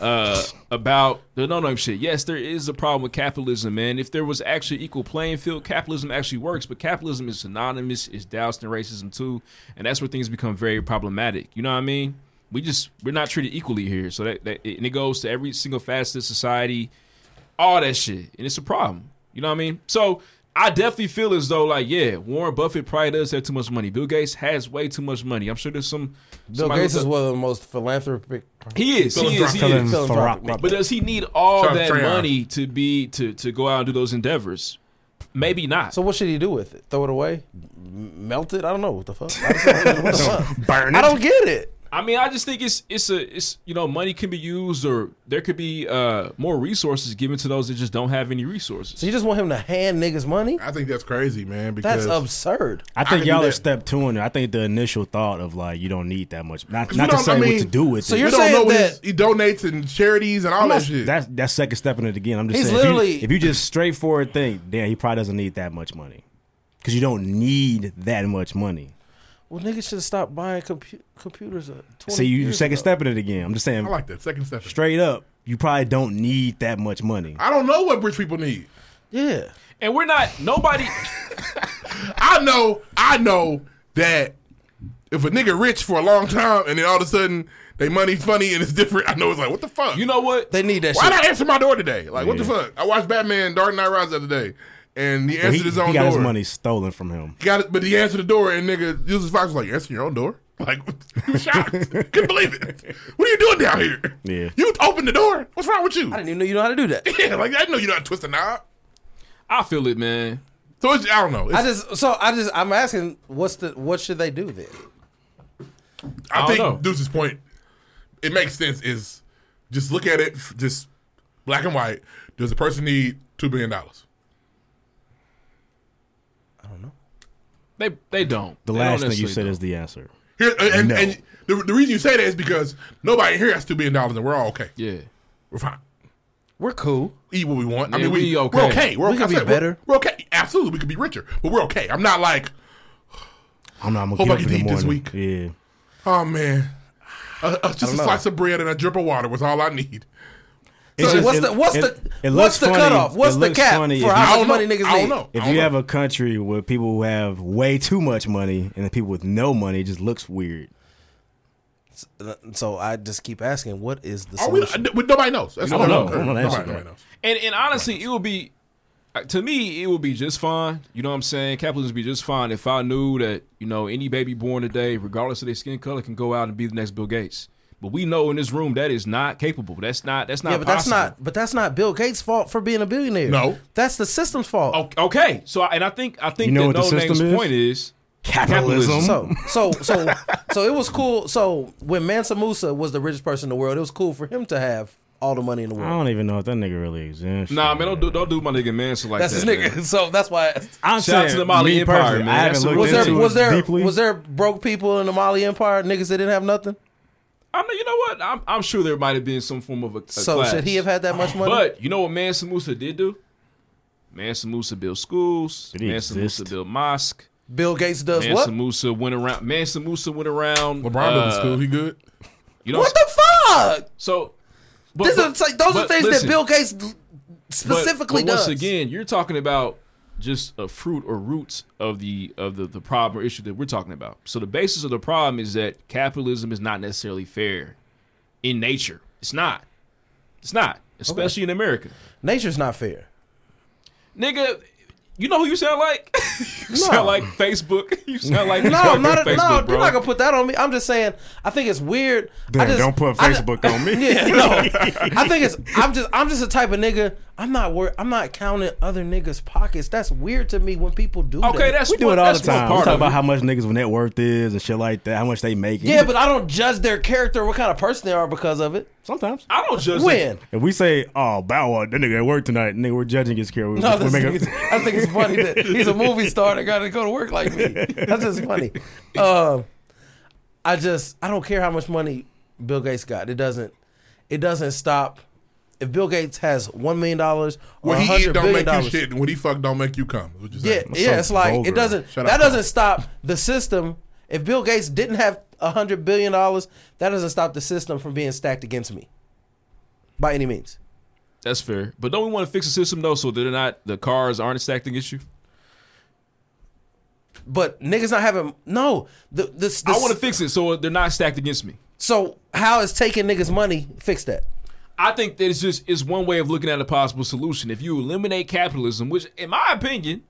Speaker 11: uh, about the no no shit. Yes, there is a problem with capitalism, man. If there was actually equal playing field, capitalism actually works. But capitalism is synonymous, it's doused in racism too, and that's where things become very problematic. You know what I mean? We just we're not treated equally here. So that, that and it goes to every single facet of society all that shit, and it's a problem. You know what I mean? So I definitely feel as though, like, yeah, Warren Buffett probably does have too much money. Bill Gates has way too much money. I'm sure there's some.
Speaker 12: Bill
Speaker 11: somebody
Speaker 12: Gates
Speaker 11: who's
Speaker 12: is
Speaker 11: a-
Speaker 12: one of the most philanthropic.
Speaker 11: He is. He is. He
Speaker 13: Philanthropic.
Speaker 11: is.
Speaker 12: philanthropic.
Speaker 13: Philanthropic.
Speaker 11: But does he need all
Speaker 4: Sorry,
Speaker 11: that
Speaker 4: Trey, uh,
Speaker 11: money to be to to go out and do those endeavors? Maybe not.
Speaker 12: So what should he do with it? Throw it away? M- Melt it? I don't know what the fuck. I just don't know what the fuck.
Speaker 13: Burn it.
Speaker 12: I don't get it.
Speaker 11: I mean, I just think it's it's a it's you know money can be used or there could be uh more resources given to those that just don't have any resources.
Speaker 12: So you just want him to hand niggas money?
Speaker 4: I think that's crazy, man. Because
Speaker 12: That's absurd.
Speaker 13: I
Speaker 4: I
Speaker 13: think
Speaker 4: can do
Speaker 13: y'all are
Speaker 4: that.
Speaker 13: step two in it. I think the initial thought of like you don't need that much. Not,
Speaker 4: 'Cause
Speaker 13: not
Speaker 4: we
Speaker 13: to
Speaker 4: don't-
Speaker 13: say
Speaker 4: I
Speaker 13: what
Speaker 4: mean,
Speaker 13: to do with
Speaker 12: so
Speaker 13: it.
Speaker 12: you're
Speaker 4: you don't
Speaker 12: saying
Speaker 4: know what
Speaker 12: that-
Speaker 4: his- he donates and charities and all that
Speaker 13: That's,
Speaker 4: shit.
Speaker 13: that's that's second stepping it again. I'm just
Speaker 12: He's
Speaker 13: saying. if you- if
Speaker 12: literally-
Speaker 13: you, just straightforward think, damn, he probably doesn't need that much money because you don't need that much money.
Speaker 12: Well, niggas should have stopped buying compu- computers. Uh, 20
Speaker 13: So you you
Speaker 12: years
Speaker 13: second
Speaker 12: ago.
Speaker 13: stepping it again. I'm just saying,
Speaker 4: I like that second step.
Speaker 13: straight up, you probably don't need that much money.
Speaker 4: I don't know what rich people need.
Speaker 12: Yeah.
Speaker 11: And we're not nobody.
Speaker 4: I know, I know that if a nigga rich for a long time and then all of a sudden they money's funny and it's different, I know it's like, what the fuck?
Speaker 11: You know what?
Speaker 12: They need that
Speaker 4: Why
Speaker 12: shit.
Speaker 4: not answer my door today? Like, what the
Speaker 13: Yeah.
Speaker 4: fuck? I watched Batman Dark Knight Rises the other day, and he
Speaker 13: He,
Speaker 4: answered his own
Speaker 13: he got
Speaker 4: door.
Speaker 13: his money stolen from him.
Speaker 4: He got it, but he answered the door, and nigga, Joseph Fox was like, answer your own door? Like, he was shocked. Couldn't believe it. What are you doing down here?
Speaker 13: Yeah.
Speaker 4: You opened the door. What's wrong with you?
Speaker 12: I didn't even know you know how to do that.
Speaker 4: Yeah, like, I know you know how to twist a knob.
Speaker 11: I feel it, man.
Speaker 4: So it's, I don't know. It's,
Speaker 12: I just so I just I'm asking what's the what should they do then?
Speaker 4: I,
Speaker 11: I
Speaker 4: think
Speaker 11: don't know.
Speaker 4: Deuce's point, it makes sense, is just look at it, f- just black and white. Does a person need $2 billion?
Speaker 11: They they don't.
Speaker 13: The
Speaker 11: They don't
Speaker 13: last thing you
Speaker 11: necessarily
Speaker 13: said
Speaker 11: don't.
Speaker 13: is the answer.
Speaker 4: Here, and and,
Speaker 13: No.
Speaker 4: and the, the reason you say that is because nobody here has $2 billion, and we're all okay.
Speaker 11: yeah.
Speaker 4: We're fine.
Speaker 12: We're cool.
Speaker 4: Eat what we want. I
Speaker 11: Yeah,
Speaker 4: mean, we,
Speaker 11: we okay.
Speaker 4: We're okay. We're
Speaker 12: We
Speaker 4: okay.
Speaker 12: could be
Speaker 4: I said, we're-
Speaker 12: better.
Speaker 4: We're, okay. Absolutely, we could be richer, but we're okay. I'm not like,
Speaker 13: I'm not I'm
Speaker 4: Hope
Speaker 13: gonna
Speaker 4: I
Speaker 13: get up
Speaker 4: get
Speaker 13: in the
Speaker 4: to eat this
Speaker 13: morning.
Speaker 4: week.
Speaker 13: Yeah,
Speaker 4: oh man, uh, uh, just a
Speaker 12: know.
Speaker 4: slice of bread and a drip of water was all I need.
Speaker 12: So
Speaker 13: just-
Speaker 12: what's
Speaker 13: it-
Speaker 12: the what's
Speaker 13: it-
Speaker 12: the
Speaker 13: it
Speaker 12: what's
Speaker 13: looks
Speaker 12: the
Speaker 13: funny-
Speaker 12: cutoff? What's
Speaker 13: it
Speaker 12: the
Speaker 13: looks
Speaker 12: cap
Speaker 13: funny if
Speaker 12: for
Speaker 13: you-
Speaker 4: I
Speaker 12: how
Speaker 4: don't
Speaker 12: much money
Speaker 4: know.
Speaker 12: niggas need?
Speaker 4: I don't know.
Speaker 13: If
Speaker 4: I don't
Speaker 13: you have
Speaker 4: know.
Speaker 13: a country with people who have way too much money and the people with no money, it just looks weird.
Speaker 12: So I just keep asking, what is the
Speaker 4: Are we,
Speaker 12: solution?
Speaker 4: uh, nobody knows. That's
Speaker 11: don't
Speaker 4: all I
Speaker 11: know.
Speaker 13: I don't know that
Speaker 4: Nobody,
Speaker 13: shit,
Speaker 4: nobody
Speaker 13: man.
Speaker 4: knows.
Speaker 11: And and honestly, it would be I- to me, it would be just fine. You know what I'm saying? Capitalism would be just fine if I knew that, you know, any baby born today, regardless of their skin color, can go out and be the next Bill Gates. But we know in this room that is not capable. That's not that's not
Speaker 12: yeah, but that's
Speaker 11: possible.
Speaker 12: not. But that's not Bill Gates' fault for being a billionaire.
Speaker 11: No.
Speaker 12: that's the system's fault.
Speaker 13: Oh.
Speaker 11: Okay. So I- and I think I think
Speaker 12: You know
Speaker 11: that
Speaker 12: what
Speaker 11: no
Speaker 12: the
Speaker 11: name's
Speaker 12: system is?
Speaker 11: point is
Speaker 12: So so so so it was cool. So when Mansa Musa was the richest person in the world, it was cool for him to have all the money in the
Speaker 13: I
Speaker 12: world.
Speaker 13: don't even know if that nigga really exists.
Speaker 11: Nah, man, don't do don't do my nigga Manson like
Speaker 12: that's
Speaker 11: that.
Speaker 12: his nigga.
Speaker 11: man.
Speaker 12: So that's why.
Speaker 11: I'm Shout out saying, to the Mali me Empire, personally, man. I haven't That's some looked
Speaker 12: was
Speaker 11: real
Speaker 12: there
Speaker 11: shit.
Speaker 12: was there
Speaker 11: deeply.
Speaker 12: was there broke people in the Mali Empire? Niggas that didn't have nothing.
Speaker 11: I mean, you know what? I'm, I'm sure there might have been some form of a, a
Speaker 12: So
Speaker 11: class.
Speaker 12: should he have had that much money?
Speaker 11: But you know what Mansa Musa did do? Mansa Musa built schools.
Speaker 12: he
Speaker 11: Mansa
Speaker 12: exist?
Speaker 11: Musa built mosque.
Speaker 12: Bill Gates does
Speaker 11: Mansa
Speaker 12: what?
Speaker 11: Musa went around. Mansa Musa went around. uh,
Speaker 4: LeBron built a school. He good.
Speaker 11: You know
Speaker 12: what the fuck?
Speaker 11: So,
Speaker 12: This is- it's like, those are
Speaker 11: but
Speaker 12: things
Speaker 11: listen,
Speaker 12: that Bill Gates
Speaker 11: but-
Speaker 12: specifically
Speaker 11: but once
Speaker 12: does.
Speaker 11: again, you're talking about just a fruit or roots of the of the, the problem or issue that we're talking about. So the basis of the problem is that capitalism is not necessarily fair in nature. It's not. It's not, especially in America.
Speaker 12: Nature's not fair.
Speaker 11: Nigga, you know who you sound like? you sound like Facebook. You sound like
Speaker 12: no,
Speaker 11: fucking
Speaker 12: not
Speaker 11: Facebook,
Speaker 12: no.
Speaker 11: bro.
Speaker 12: You're not gonna put that on me. I'm just saying. I think it's weird. I
Speaker 13: Damn,
Speaker 12: just,
Speaker 13: don't put
Speaker 12: I just-
Speaker 13: Facebook on me.
Speaker 12: yeah, no. I think it's. I'm just. I'm just the type of nigga. I'm not. Wor- I'm not counting other niggas' pockets. That's weird to me when people do. that.
Speaker 13: we do it all the time. We talk about how much niggas' net worth is and shit like that. How much they make.
Speaker 12: Yeah, but I don't judge their character, what kind of person they are, because of it.
Speaker 13: Sometimes
Speaker 11: I don't judge.
Speaker 12: When?
Speaker 13: If we say, "Oh, Bow Wow, that nigga at work tonight," nigga, we're judging his character. We-
Speaker 12: No,
Speaker 13: we
Speaker 12: this
Speaker 13: make
Speaker 12: nigga's- I think it's funny that he's a movie star that got to go to work like me. That's just funny. Um, I just I don't care how much money Bill Gates got. It doesn't it doesn't stop. If Bill Gates has one million dollars or
Speaker 4: When
Speaker 12: a
Speaker 4: he eat,
Speaker 12: hundred
Speaker 4: don't
Speaker 12: billion
Speaker 4: make you
Speaker 12: dollars,
Speaker 4: shit. When he fuck, don't make you come.
Speaker 12: yeah, yeah, it's like it doesn't that doesn't stop the system. If Bill Gates didn't have a hundred billion dollars, that doesn't stop the system from being stacked against me by any means.
Speaker 11: That's fair. But don't we want to fix the system though so that they're not the cars aren't stacked against you?
Speaker 12: But niggas not having no the this.
Speaker 11: I want to fix it so they're not stacked against me.
Speaker 12: So how is taking niggas' money fix that?
Speaker 11: I think that it's just it's one way of looking at a possible solution. If you eliminate capitalism, which in my opinion,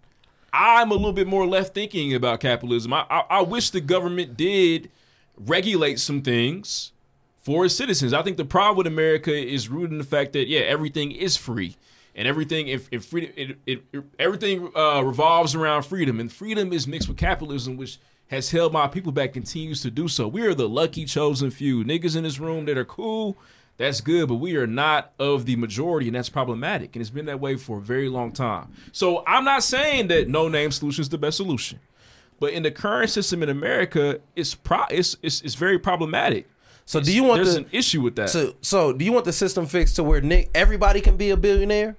Speaker 11: I'm a little bit more left thinking about capitalism. I, I, I wish the government did regulate some things for its citizens. I think the problem with America is rooted in the fact that yeah, everything is free. And everything, if, if freedom, it, it, it- everything uh, revolves around freedom, and freedom is mixed with capitalism, which has held my people back, continues to do so. We are the lucky chosen few niggas in this room that are cool. That's good, but we are not of the majority, and that's problematic. And it's been that way for a very long time. So I'm not saying that no name solution is the best solution, but in the current system in America, it's pro- it's, it's it's very problematic.
Speaker 12: So do you want
Speaker 11: there's
Speaker 12: the-
Speaker 11: an issue with that?
Speaker 12: So so do you want the system fixed to where Nick everybody can be a billionaire?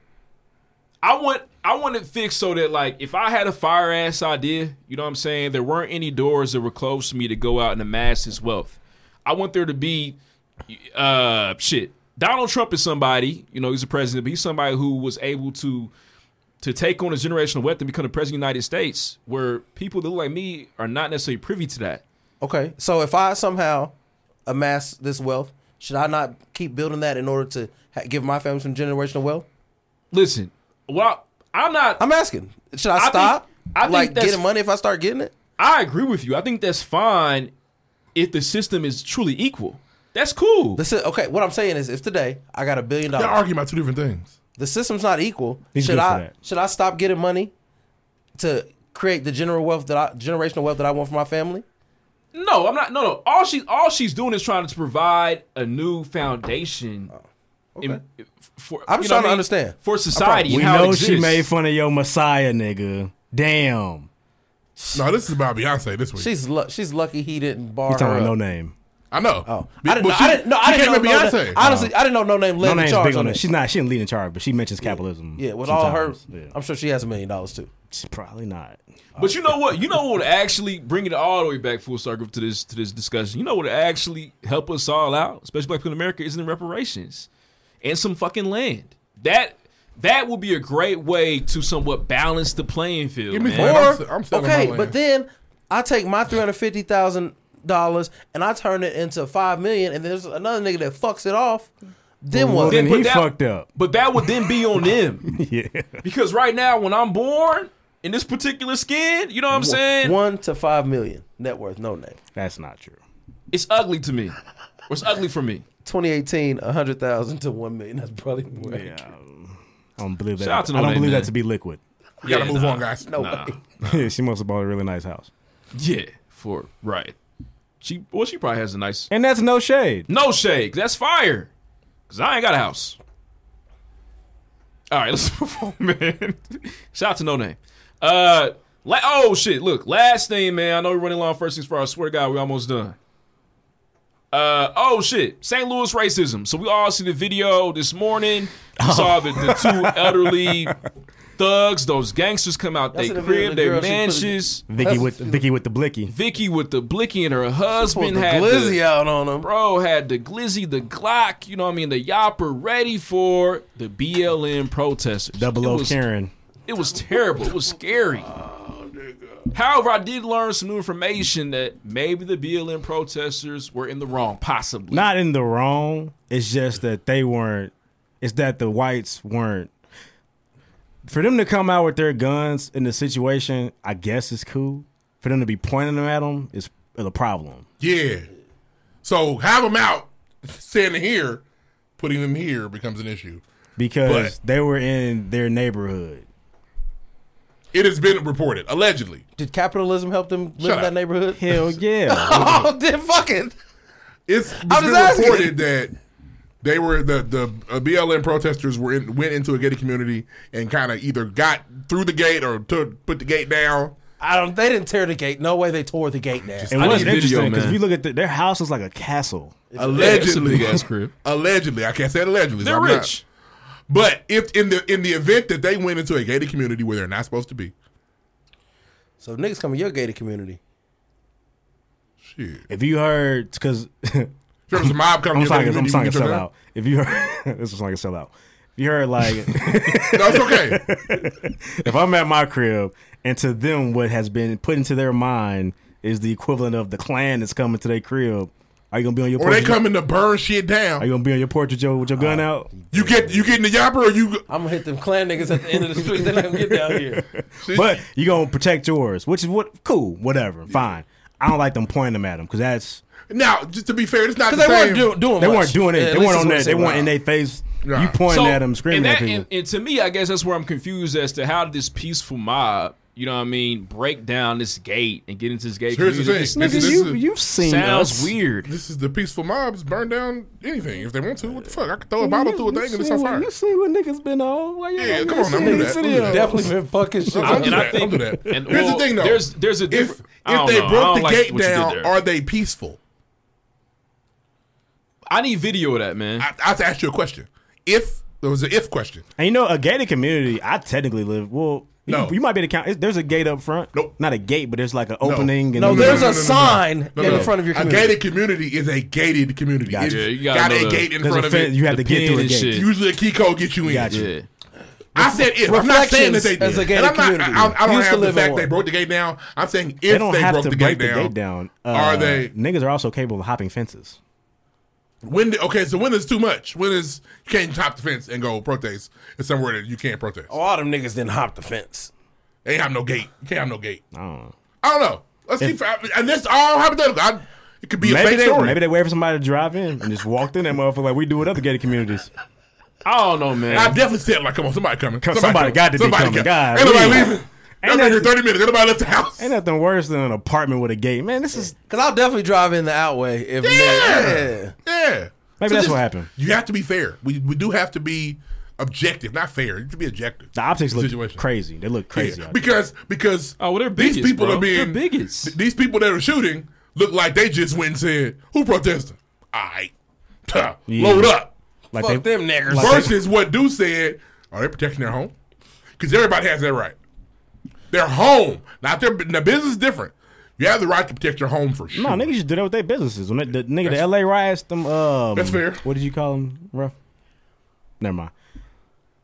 Speaker 11: I want I want it fixed so that like if I had a fire ass idea, you know what I'm saying, there weren't any doors that were closed to me to go out and amass his wealth. I want there to be uh shit. Donald Trump is somebody, you know, he's a president, but he's somebody who was able to to take on a generational wealth and become the president of the United States, where people that look like me are not necessarily privy to that.
Speaker 12: Okay. So if I somehow amass this wealth, should I not keep building that in order to ha- give my family some generational wealth?
Speaker 11: Listen, well, I'm not.
Speaker 12: I'm asking. Should I,
Speaker 11: think-
Speaker 12: stop?
Speaker 11: I think
Speaker 12: like
Speaker 11: that's-
Speaker 12: getting money if I start getting it.
Speaker 11: I agree with you. I think that's fine if the system is truly equal. That's cool.
Speaker 12: The si- okay. What I'm saying is, if today I got a billion
Speaker 4: Y'all
Speaker 12: dollars,
Speaker 4: arguing about two different things.
Speaker 12: the system's not equal.
Speaker 4: He's
Speaker 12: should
Speaker 4: good for
Speaker 12: I
Speaker 4: that.
Speaker 12: should I stop getting money to create the general wealth that I generational wealth that I want for my family?
Speaker 11: No, I'm not. No, no. All she all she's doing is trying to provide a new foundation. in- for,
Speaker 12: I'm
Speaker 11: you
Speaker 12: just
Speaker 11: know
Speaker 12: trying
Speaker 11: what
Speaker 12: to
Speaker 11: I mean?
Speaker 12: understand.
Speaker 11: for society.
Speaker 13: we
Speaker 11: and how it
Speaker 13: know she
Speaker 11: exists.
Speaker 13: made fun of your Messiah, nigga. Damn.
Speaker 4: No, this is about Beyonce this week.
Speaker 12: She's lu- she's lucky he didn't bar
Speaker 13: You talking
Speaker 12: her
Speaker 13: about
Speaker 12: up.
Speaker 13: no name?
Speaker 4: I know.
Speaker 12: Oh,
Speaker 13: Be-
Speaker 12: I didn't.
Speaker 13: but
Speaker 12: Know,
Speaker 13: she-
Speaker 12: I didn't. No,
Speaker 13: she
Speaker 12: I didn't know.
Speaker 13: came
Speaker 12: No,
Speaker 13: with
Speaker 12: Name,
Speaker 13: Beyonce.
Speaker 12: honestly,
Speaker 13: No.
Speaker 12: I didn't know. No name led
Speaker 13: no
Speaker 12: the
Speaker 13: name's
Speaker 12: charge
Speaker 13: big
Speaker 12: on
Speaker 13: on
Speaker 12: that.
Speaker 13: it. She's not. She didn't lead in charge, but she mentions capitalism.
Speaker 12: yeah, with all her,
Speaker 13: sometimes.
Speaker 12: I'm sure she has a million dollars too.
Speaker 13: She's probably not.
Speaker 11: But you know what? You know what would actually bring it all the way back full circle to this to this discussion. You know what would actually help us all out, especially Black people in America, is in reparations and some fucking land. That that would be a great way to somewhat balance the playing field.
Speaker 4: Give me
Speaker 11: man.
Speaker 12: Or okay, but then I take my three hundred fifty thousand dollars and I turn it into five million, and there's another nigga that fucks it off. Then what? Then
Speaker 11: but
Speaker 12: he
Speaker 11: that-
Speaker 12: fucked up.
Speaker 11: But that would then be on them.
Speaker 13: yeah.
Speaker 11: Because right now, when I'm born in this particular skin, you know what I'm saying?
Speaker 12: One to five million net worth, no name.
Speaker 13: That's not true.
Speaker 11: It's ugly to me. Or it's ugly for me.
Speaker 12: 2018, 100,000 to 1 million. That's probably more
Speaker 13: Yeah.
Speaker 12: accurate.
Speaker 13: I don't believe that.
Speaker 12: Shout out to
Speaker 13: I don't
Speaker 12: Nene,
Speaker 13: believe
Speaker 12: man.
Speaker 13: that to be liquid.
Speaker 12: We gotta Yeah, move nah. on, guys. No Nah. way.
Speaker 13: she must have bought a really nice house.
Speaker 11: Yeah, for right. She well, she probably has a nice
Speaker 13: And that's no shade.
Speaker 11: no shade. 'cause That's fire. Cause I ain't got a house. All right, let's move on, man. Shout out to No Name. Uh, la- oh shit! Look, last thing, man. I know we're running long. First things first. I swear to God, we almost done. Uh, oh shit! St. Louis racism. So we all see the video this morning. We
Speaker 12: Oh.
Speaker 11: saw the, the two elderly thugs, those gangsters, come out
Speaker 13: Y'all
Speaker 11: they
Speaker 13: see the video
Speaker 11: crib,
Speaker 13: of the
Speaker 11: they
Speaker 13: girl, she put it-
Speaker 11: mansions.
Speaker 13: Vicky with Vicky with the blicky.
Speaker 11: Vicky with the blicky and her husband
Speaker 12: the
Speaker 11: had
Speaker 12: glizzy out
Speaker 11: on him. Bro had the glizzy, the Glock, you know what I mean, the yopper ready for the BLM protesters.
Speaker 13: Double O
Speaker 11: It was-
Speaker 13: Karen.
Speaker 11: It was terrible. It was scary. However, I did learn some new information that maybe the BLM protesters were in the wrong, possibly.
Speaker 13: Not in the wrong. It's just that they weren't. It's that the whites weren't. For them to come out with their guns in the situation, I guess is cool. For them to be pointing them at them is a problem.
Speaker 4: Yeah. So have them out. Standing here, putting them here becomes an issue.
Speaker 13: because they were in their neighborhood.
Speaker 4: It has been reported, allegedly.
Speaker 12: Did capitalism help them live
Speaker 4: Shut
Speaker 12: in that
Speaker 4: up.
Speaker 12: neighborhood?
Speaker 13: Hell yeah.
Speaker 12: oh, then fuck it.
Speaker 4: It's, it's
Speaker 12: I'm
Speaker 4: been
Speaker 12: just asking.
Speaker 4: reported that they were the the uh, BLM protesters were in, went into a gated community and kind of either got through the gate or took, put the gate down.
Speaker 12: I don't. They didn't tear the gate. No way. They tore the gate down.
Speaker 13: It was interesting because if you look at the, their house, was like a castle.
Speaker 4: Allegedly,
Speaker 11: big-ass crib.
Speaker 4: Allegedly, I can't say allegedly. so
Speaker 11: They're
Speaker 4: I'm not-
Speaker 11: rich.
Speaker 4: but if in the in the event that they went into a gated community where they're not supposed to be,
Speaker 12: so niggas come in your gated community.
Speaker 4: Shit.
Speaker 13: If you heard, because
Speaker 4: Sure, if the mob come
Speaker 13: I'm
Speaker 4: to your
Speaker 13: sorry,
Speaker 4: neighborhood,
Speaker 13: I'm
Speaker 4: you
Speaker 13: sorry,
Speaker 4: can get your
Speaker 13: sell
Speaker 4: gun?
Speaker 13: out. If you heard, this is like a sellout. If you heard, like, no,
Speaker 4: it's
Speaker 13: okay. if I'm at my crib and to them, what has been put into their mind is the equivalent of the clan that's coming to their crib. Are you gonna be on your?
Speaker 4: or they
Speaker 13: porch with your-
Speaker 4: coming to burn shit down,
Speaker 13: Are you gonna be on your porch with your, with your gun out?
Speaker 4: you get you get in the yapper or you.
Speaker 12: I'm gonna hit them clan niggas at the end of the street. They let them get down here.
Speaker 13: but you gonna protect yours, which is what cool, whatever, fine. I don't like them pointing them at them because that's
Speaker 4: Now, just to be fair, it's not
Speaker 12: 'Cause
Speaker 4: the
Speaker 12: they weren't
Speaker 4: same-
Speaker 12: do- doing
Speaker 13: they weren't doing it. they weren't on that. They weren't in their face.
Speaker 4: Nah.
Speaker 13: You pointing
Speaker 11: So,
Speaker 13: at them, screaming
Speaker 11: and
Speaker 13: at
Speaker 11: that-
Speaker 13: people.
Speaker 11: And, and to me, I guess that's where I'm confused as to how did this peaceful mob, you know what I mean, break down this gate and get into this gate.
Speaker 4: Here's the
Speaker 11: community?
Speaker 4: thing.
Speaker 11: This-
Speaker 4: This
Speaker 11: this
Speaker 4: is-
Speaker 11: is-
Speaker 4: this is-
Speaker 11: Sounds weird.
Speaker 4: This is the peaceful mobs burn down anything if they want to. What the fuck? I could throw a bottle through a thing and it's on fire.
Speaker 13: You see what niggas been on? Why you
Speaker 4: Yeah, come on, I'm do that. I'll do that.
Speaker 12: Definitely been fucking shit.
Speaker 4: I'll do
Speaker 11: And I
Speaker 4: that.
Speaker 11: think-
Speaker 4: I'll do that.
Speaker 11: and,
Speaker 4: Here's
Speaker 11: well,
Speaker 4: the thing, though.
Speaker 11: there's- there's a
Speaker 4: if
Speaker 11: different- I
Speaker 4: if
Speaker 11: don't
Speaker 4: they
Speaker 11: know. I
Speaker 4: broke
Speaker 11: don't
Speaker 4: the
Speaker 11: like
Speaker 4: gate
Speaker 11: what you did
Speaker 4: down,
Speaker 11: there.
Speaker 4: are they peaceful?
Speaker 11: I need video of that, man.
Speaker 4: I, I have to ask you a question. If there was an if question,
Speaker 13: And you know, a gated community. I technically live. Well, you-
Speaker 4: No.
Speaker 13: you, might be able to count. There's a gate up front. Nope, not a gate, but there's like an opening. And
Speaker 12: No, there's a
Speaker 13: no, no, no.
Speaker 12: sign
Speaker 4: No,
Speaker 12: in
Speaker 4: no.
Speaker 12: front of your
Speaker 4: a
Speaker 12: community.
Speaker 4: gated community is a gated community.
Speaker 13: Gotcha.
Speaker 4: It's
Speaker 13: Yeah, you
Speaker 11: gotta
Speaker 4: got
Speaker 11: know
Speaker 4: a
Speaker 11: the-
Speaker 4: gate in
Speaker 13: There's
Speaker 4: front
Speaker 13: a
Speaker 4: of
Speaker 13: fence-
Speaker 4: it.
Speaker 13: you have to get
Speaker 11: pin
Speaker 13: through a
Speaker 11: and
Speaker 13: gate.
Speaker 11: shit.
Speaker 4: Usually a key code gets you in.
Speaker 13: Gotcha.
Speaker 11: Yeah.
Speaker 4: I said if. I'm not saying that they
Speaker 12: Reflections
Speaker 4: did.
Speaker 12: as a gated
Speaker 4: and I'm not,
Speaker 12: community.
Speaker 4: I, I, I don't
Speaker 12: Used to
Speaker 4: have the
Speaker 12: live in
Speaker 4: fact
Speaker 12: one.
Speaker 4: they broke the gate down. I'm saying if
Speaker 13: They don't have
Speaker 4: broke
Speaker 13: to
Speaker 4: the
Speaker 13: break
Speaker 4: gate
Speaker 13: the
Speaker 4: down.
Speaker 13: gate down. Uh,
Speaker 4: are they
Speaker 13: Niggas are also capable of hopping fences.
Speaker 4: When the, okay, so when is too much? When is you can't top the fence and go protest? It's somewhere that you can't protest.
Speaker 12: A lot of them niggas didn't hop the fence.
Speaker 4: They have no gate. You can't have no gate.
Speaker 13: I don't know.
Speaker 4: I don't know. Let's keep and this all hypothetical. I, it could be a
Speaker 13: maybe
Speaker 4: fake
Speaker 13: they
Speaker 4: story.
Speaker 13: maybe they waited for somebody to drive in and just walked in that motherfucker like we do with other gated communities.
Speaker 11: I don't know, man.
Speaker 4: And I definitely said like, come on, somebody coming.
Speaker 13: Come- somebody got to be coming. God,
Speaker 4: Ain't nobody
Speaker 13: damn.
Speaker 4: leaving. I've been
Speaker 13: nothing-
Speaker 4: here thirty minutes. Ain't nobody left the house.
Speaker 13: Ain't nothing worse than an apartment with a gate, man. This is
Speaker 12: Cause I'll definitely drive in the outway if
Speaker 4: Yeah.
Speaker 12: yeah.
Speaker 4: Yeah.
Speaker 13: Maybe that's what happened.
Speaker 4: You have to be fair. We we do have to be objective, not fair. You have to be objective.
Speaker 13: the optics look crazy. They look crazy.
Speaker 4: Yeah,
Speaker 13: out there.
Speaker 4: because because
Speaker 11: oh, well, they're
Speaker 4: these
Speaker 11: bigots,
Speaker 4: people
Speaker 11: bro.
Speaker 4: are being
Speaker 11: They're bigots.
Speaker 4: th- these people that are shooting look like they just went and said, "Who protested? All right, Tuh,
Speaker 13: Yeah.
Speaker 4: load up."
Speaker 13: Like Fuck they- them
Speaker 12: niggers.
Speaker 13: like they-
Speaker 4: Versus what Dude said, are they protecting their home? Because everybody has that right. Their home, not their. Now business is different. You have the right to protect your home for sure.
Speaker 13: No, niggas just do that with their businesses. When that, the nigga, the LA riots, them. Um,
Speaker 4: That's fair.
Speaker 13: What did you call them, rough? Never mind.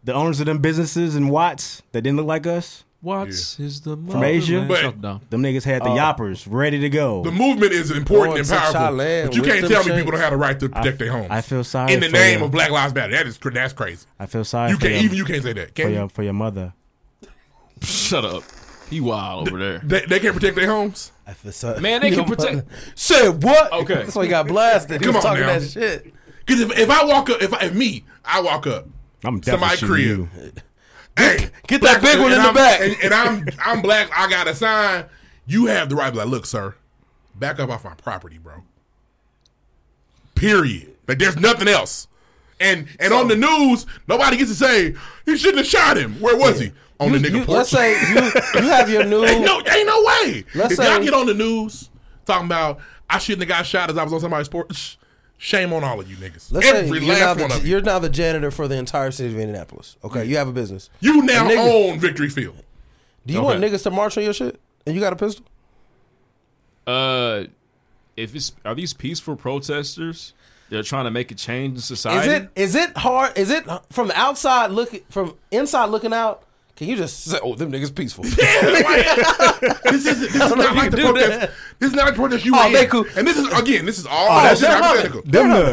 Speaker 13: The owners of them businesses and Watts that didn't look like us,
Speaker 11: Watts is the
Speaker 13: From Asia,
Speaker 11: Something dumb.
Speaker 13: them niggas had the
Speaker 11: Uh,
Speaker 13: yoppers ready to go.
Speaker 4: The movement is important
Speaker 13: Going
Speaker 4: and
Speaker 13: to
Speaker 4: powerful,
Speaker 13: Thailand
Speaker 4: but you
Speaker 13: with
Speaker 4: can't
Speaker 13: them
Speaker 4: tell me
Speaker 13: shakes.
Speaker 4: people don't have the right to protect
Speaker 13: I-
Speaker 4: their homes.
Speaker 13: I feel sorry
Speaker 4: in the
Speaker 13: for
Speaker 4: name
Speaker 13: them.
Speaker 4: of Black Lives Matter. That is cr- that's crazy.
Speaker 13: I feel sorry.
Speaker 4: You
Speaker 13: for
Speaker 4: can't-
Speaker 13: your-
Speaker 4: even you can't say that, can
Speaker 13: for
Speaker 4: you?
Speaker 13: your for your mother.
Speaker 11: Shut up. He wild over there.
Speaker 4: They, they can't protect their homes.
Speaker 12: I feel sorry.
Speaker 11: Man, they can protect.
Speaker 12: Say what?
Speaker 11: Okay.
Speaker 12: That's why he got blasted. He
Speaker 4: Come
Speaker 12: was
Speaker 4: on
Speaker 12: talking
Speaker 4: now.
Speaker 12: that shit.
Speaker 4: Because if, if I walk up, if, I, if me, I walk up,
Speaker 13: I'm
Speaker 4: to my
Speaker 13: definitely shooting
Speaker 4: crib.
Speaker 13: you.
Speaker 4: Hey,
Speaker 12: get that
Speaker 4: black-
Speaker 12: big one
Speaker 4: and
Speaker 12: in the
Speaker 4: I'm-
Speaker 12: back.
Speaker 4: And, and I'm I'm black. I got a sign. You have the right. to be Like, look, sir, back up off my property, bro. Period. Like, there's nothing else. And and on the news, nobody gets to say you shouldn't have shot him. Where was he? On
Speaker 12: You-
Speaker 4: the nigga
Speaker 12: you-
Speaker 4: porch.
Speaker 12: let's say you, you have your new.
Speaker 4: ain't no, ain't no way.
Speaker 12: Let's
Speaker 4: if y'all
Speaker 12: say-
Speaker 4: get on the news talking about I shouldn't have got shot as I was on somebody's porch, shame on all of you niggas.
Speaker 12: Let's
Speaker 4: Every
Speaker 12: say you're now,
Speaker 4: last one
Speaker 12: the,
Speaker 4: of you.
Speaker 12: you're now the janitor for the entire city of Indianapolis. Okay, you have a business.
Speaker 4: You now
Speaker 12: A nigga-
Speaker 4: own Victory Field.
Speaker 12: Do you want niggas to march on your shit? And you got a pistol?
Speaker 11: Uh, if it's are these peaceful protesters? They're trying to make a change in
Speaker 12: Is
Speaker 11: society.
Speaker 12: it is it hard? Is it from the outside looking from inside looking out? Can you just say, "Oh, them niggas peaceful"?
Speaker 4: this is this is not like the protest. This is not the protest you
Speaker 12: Oh,
Speaker 4: were
Speaker 12: they
Speaker 4: in.
Speaker 12: cool.
Speaker 4: And this is again, this is all
Speaker 13: Oh, that's
Speaker 4: that's just
Speaker 13: them,
Speaker 4: hypothetical.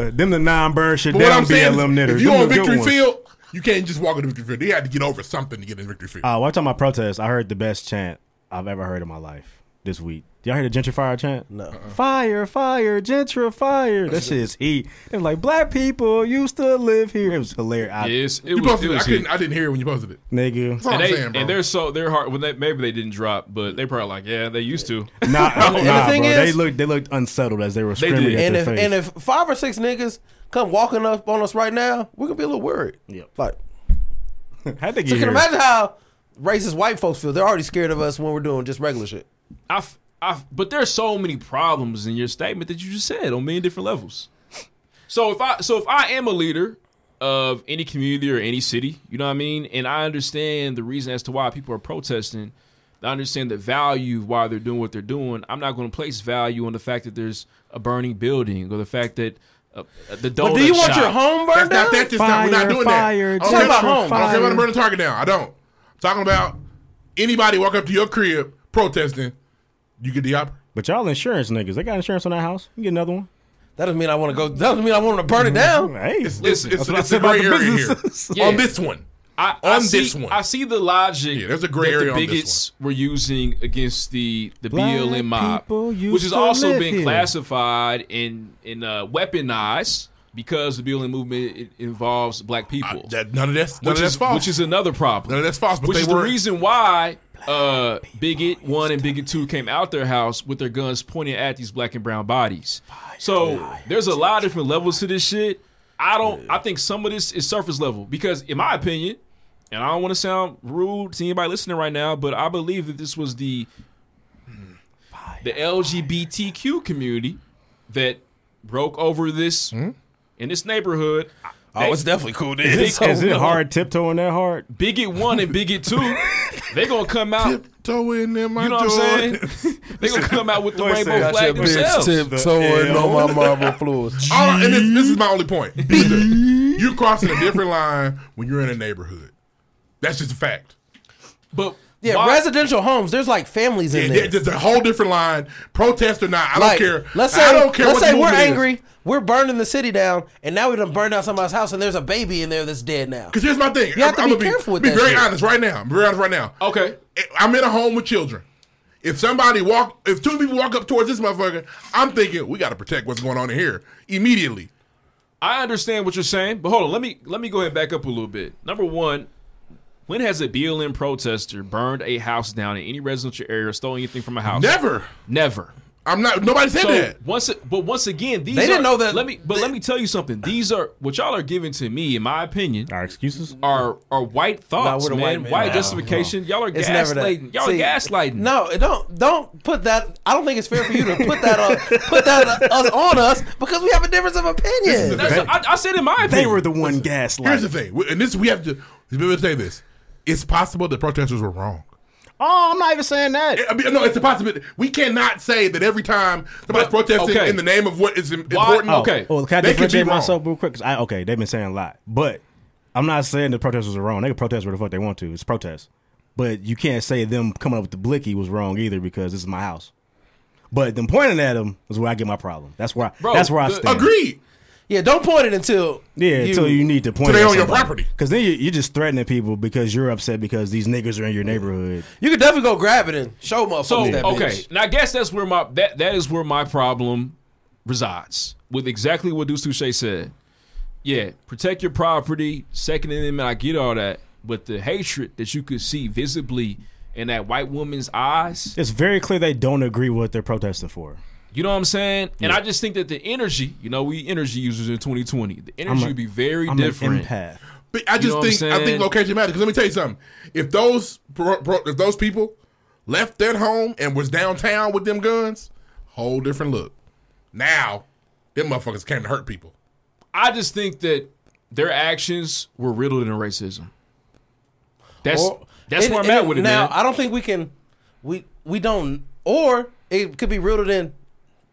Speaker 13: the them the non bird shit.
Speaker 4: But what
Speaker 13: That
Speaker 4: I'm
Speaker 13: would be a
Speaker 4: saying,
Speaker 13: little
Speaker 4: is,
Speaker 13: knitter.
Speaker 4: if you
Speaker 13: Them
Speaker 4: on
Speaker 13: the good
Speaker 4: Victory
Speaker 13: ones.
Speaker 4: Field, you can't just walk into Victory Field. They had to get over something to get in Victory Field.
Speaker 13: Uh, while talking about protests, I heard the best chant I've ever heard in my life this week. Did y'all hear the gentrifier chant? No.
Speaker 4: Uh-uh.
Speaker 13: Fire, fire, gentrifier. That shit is heat. It was like black people used to live here. It was hilarious. I-
Speaker 11: Yes, it
Speaker 4: you
Speaker 11: was.
Speaker 4: posted
Speaker 11: It
Speaker 4: it. I
Speaker 11: was
Speaker 4: couldn't.
Speaker 11: heat.
Speaker 4: I didn't hear it when you posted it.
Speaker 13: nigga.
Speaker 4: all I'm
Speaker 11: and, they,
Speaker 4: saying, bro.
Speaker 11: and they're so they're hard when they maybe they didn't drop, but they probably like yeah they used to.
Speaker 13: Nah, nah,
Speaker 12: thing
Speaker 13: bro, they
Speaker 12: is-
Speaker 13: looked they looked unsettled as they were
Speaker 11: They
Speaker 13: screaming
Speaker 11: did.
Speaker 13: at
Speaker 12: and
Speaker 13: their
Speaker 12: if
Speaker 13: face.
Speaker 12: and if five or six niggas come walking up on us right now, we're gonna be a little worried.
Speaker 13: Yep.
Speaker 12: Like,
Speaker 13: How'd they get
Speaker 12: so can
Speaker 13: here?
Speaker 12: imagine how racist white folks feel. They're already scared of us when we're doing just regular shit.
Speaker 11: I f- I f- but there's so many problems in your statement that you just said on many different levels. So if I so if I am a leader of any community or any city, you know what I mean, and I understand the reason as to why people are protesting, I understand the value of why they're doing what they're doing. I'm not going to place value on the fact that there's a burning building or the fact that uh, the donut
Speaker 12: But do you want
Speaker 11: shop-
Speaker 12: your home
Speaker 4: Oh, That's
Speaker 12: burned
Speaker 4: not
Speaker 12: down?
Speaker 4: that this time. We're not
Speaker 13: Fire,
Speaker 4: doing
Speaker 13: fire,
Speaker 4: that. I don't care
Speaker 12: gentrifier.
Speaker 4: about home. I don't care about
Speaker 13: Fire.
Speaker 4: burning target down. I don't. I'm talking about anybody walk up to your crib protesting, you get the op.
Speaker 13: but y'all insurance niggas, they got insurance on that house. You get another one.
Speaker 12: That doesn't mean I want to go. That doesn't mean I want to burn it down.
Speaker 13: Hey,
Speaker 11: Listen,
Speaker 4: It's,
Speaker 13: that's what I
Speaker 4: it's
Speaker 13: said
Speaker 4: a gray
Speaker 13: about the
Speaker 4: area here
Speaker 13: businesses.
Speaker 11: Yeah.
Speaker 4: on this one.
Speaker 11: I,
Speaker 4: On
Speaker 11: I see,
Speaker 4: this one.
Speaker 11: I see the logic.
Speaker 4: Yeah, there's a gray
Speaker 11: that
Speaker 4: area
Speaker 11: the
Speaker 4: on this
Speaker 11: bigots were using against the the
Speaker 13: Black
Speaker 11: BLM mob,
Speaker 13: people used
Speaker 11: which is
Speaker 13: to
Speaker 11: also
Speaker 13: live
Speaker 11: being
Speaker 13: here.
Speaker 11: classified and and uh, weaponized because the BLM movement it involves black people.
Speaker 4: That none of that's none
Speaker 11: which
Speaker 4: of that's
Speaker 11: is
Speaker 4: false.
Speaker 11: which is another problem.
Speaker 4: none of that's false. But
Speaker 11: which
Speaker 4: they
Speaker 11: is the
Speaker 4: were
Speaker 11: reason why uh, Bigot One and Bigot Two came out their house with their guns pointing at these black and brown bodies. So there's a lot of different levels to this shit. I don't. I think some of this is surface level because, in my opinion, and I don't want to sound rude to anybody listening right now, but I believe that this was the the LGBTQ community that broke over this
Speaker 4: Hmm?
Speaker 11: in this neighborhood.
Speaker 4: Oh,
Speaker 11: They-
Speaker 12: definitely cool.
Speaker 11: Is it-
Speaker 13: Is it hard tiptoeing that hard?
Speaker 11: Bigot one and bigot two, they gonna come out.
Speaker 4: tiptoeing in my
Speaker 11: You know what I'm
Speaker 4: door.
Speaker 11: saying? They gonna come out with the
Speaker 13: Listen,
Speaker 11: rainbow
Speaker 13: got
Speaker 11: flag
Speaker 13: your big
Speaker 11: themselves.
Speaker 13: tip.
Speaker 12: tiptoeing
Speaker 13: Yeah.
Speaker 12: on my marble floors.
Speaker 4: All I- and this, this is my only point. You're crossing a different line when you're in a neighborhood. That's just a fact.
Speaker 11: But
Speaker 12: Yeah,
Speaker 11: why-
Speaker 12: residential homes. There's like families in
Speaker 4: Yeah,
Speaker 12: there.
Speaker 4: yeah, there's a whole different line. Protest or not, I
Speaker 12: like,
Speaker 4: don't care.
Speaker 12: Let's say,
Speaker 4: I don't care
Speaker 12: let's
Speaker 4: what the
Speaker 12: say we're
Speaker 4: movement is.
Speaker 12: angry. We're burning the city down, and now we done burned down somebody's house, and there's a baby in there that's dead now.
Speaker 4: Because here's my thing.
Speaker 12: You have to
Speaker 4: I'm,
Speaker 12: be
Speaker 4: I'm gonna
Speaker 12: careful with
Speaker 4: be
Speaker 12: that
Speaker 4: very
Speaker 12: shit.
Speaker 4: honest right now. I'm very honest right now.
Speaker 11: Okay.
Speaker 4: I'm in a home with children. If somebody walk, if two people walk up towards this motherfucker, I'm thinking we got to protect what's going on in here immediately.
Speaker 11: I understand what you're saying, but hold on. Let me let me go ahead and back up a little bit. Number one, when has a BLM protester burned a house down in any residential area or stolen anything from a house?
Speaker 4: Never.
Speaker 11: Never.
Speaker 4: I'm not. Nobody said
Speaker 11: So
Speaker 4: that.
Speaker 11: once, but once again, these
Speaker 12: They didn't
Speaker 11: are-
Speaker 12: know that-
Speaker 11: Let me, but let me tell you something. These are what y'all are giving to me, in my opinion,
Speaker 13: Our excuses?
Speaker 11: are are white thoughts,
Speaker 12: with a
Speaker 11: man.
Speaker 12: white
Speaker 11: White,
Speaker 12: man. Nah,
Speaker 11: justification. Y'all are
Speaker 12: It's never that.
Speaker 11: gaslighting. Y'all
Speaker 12: See,
Speaker 11: are gaslighting.
Speaker 12: No, it don't don't put that. I don't think it's fair for you to put that on put that on us on us because we have a difference of opinion.
Speaker 11: That's I, I said in my
Speaker 13: They
Speaker 11: opinion.
Speaker 13: were the one
Speaker 4: Here's the
Speaker 13: gaslighting.
Speaker 4: thing, and this we have to remember to say this: it's possible the protesters were wrong.
Speaker 13: Oh, I'm not even saying that.
Speaker 4: I mean, no, it's a possibility. We cannot say that every time somebody's protesting
Speaker 11: okay.
Speaker 4: in the name of what is im-
Speaker 11: Why-
Speaker 4: important.
Speaker 11: oh, Okay.
Speaker 13: Well, can I
Speaker 4: They could be
Speaker 13: differentiate
Speaker 4: wrong.
Speaker 13: myself real quick? 'Cause I, okay, they've been saying a lot, but I'm not saying the protesters are wrong. They can protest where the fuck they want to. It's protest. But you can't say them coming up with the blicky was wrong either because this is my house. But them pointing at him is where I get my problem. That's where I,
Speaker 12: Bro,
Speaker 13: that's where I
Speaker 12: the-
Speaker 13: stand.
Speaker 12: agreed. Yeah, don't point it until
Speaker 13: Yeah,
Speaker 12: you-
Speaker 13: until you need to point.
Speaker 12: Till they own your property.
Speaker 13: because then you- you're just threatening people because you're upset because these niggas are in your neighborhood.
Speaker 12: You could definitely go grab it and show motherfuckers
Speaker 11: So
Speaker 12: that bitch.
Speaker 11: okay, now I guess that's where my that that is where my problem resides with exactly what Deuce Touche said. Yeah, protect your property, Second Amendment. I get all that, but the hatred that you could see visibly in that white woman's eyes,
Speaker 13: It's very clear they don't agree with what they're protesting for.
Speaker 11: you know what I'm saying? And I just think that the energy, you know, we energy users in 2020, the energy
Speaker 13: a-
Speaker 11: would be very
Speaker 13: I'm an
Speaker 11: different.
Speaker 13: empath.
Speaker 4: But I
Speaker 11: You
Speaker 4: just
Speaker 11: know what I'm
Speaker 4: think I
Speaker 11: saying?
Speaker 4: think location matters. Because let me tell you something. If those bro, bro, if those people left their home and was downtown with them guns, whole different look. Now, them motherfuckers came to hurt people.
Speaker 11: I just think that their actions were riddled in racism. That's
Speaker 12: Or-
Speaker 11: that's
Speaker 12: and-
Speaker 11: where I'm
Speaker 12: and
Speaker 11: at with it
Speaker 12: Now
Speaker 11: man.
Speaker 12: I don't think we can. We we don't. Or it could be rooted in.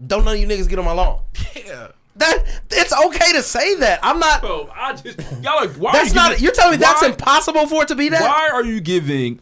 Speaker 12: Don't none of you niggas get on my lawn. Yeah. That it's okay to say that. I'm not.
Speaker 11: Bro, I just y'all. Are, why
Speaker 12: that's
Speaker 11: are you
Speaker 12: not.
Speaker 11: giving-
Speaker 12: you're telling me that's
Speaker 11: why-
Speaker 12: impossible for it to be that.
Speaker 11: Why are you giving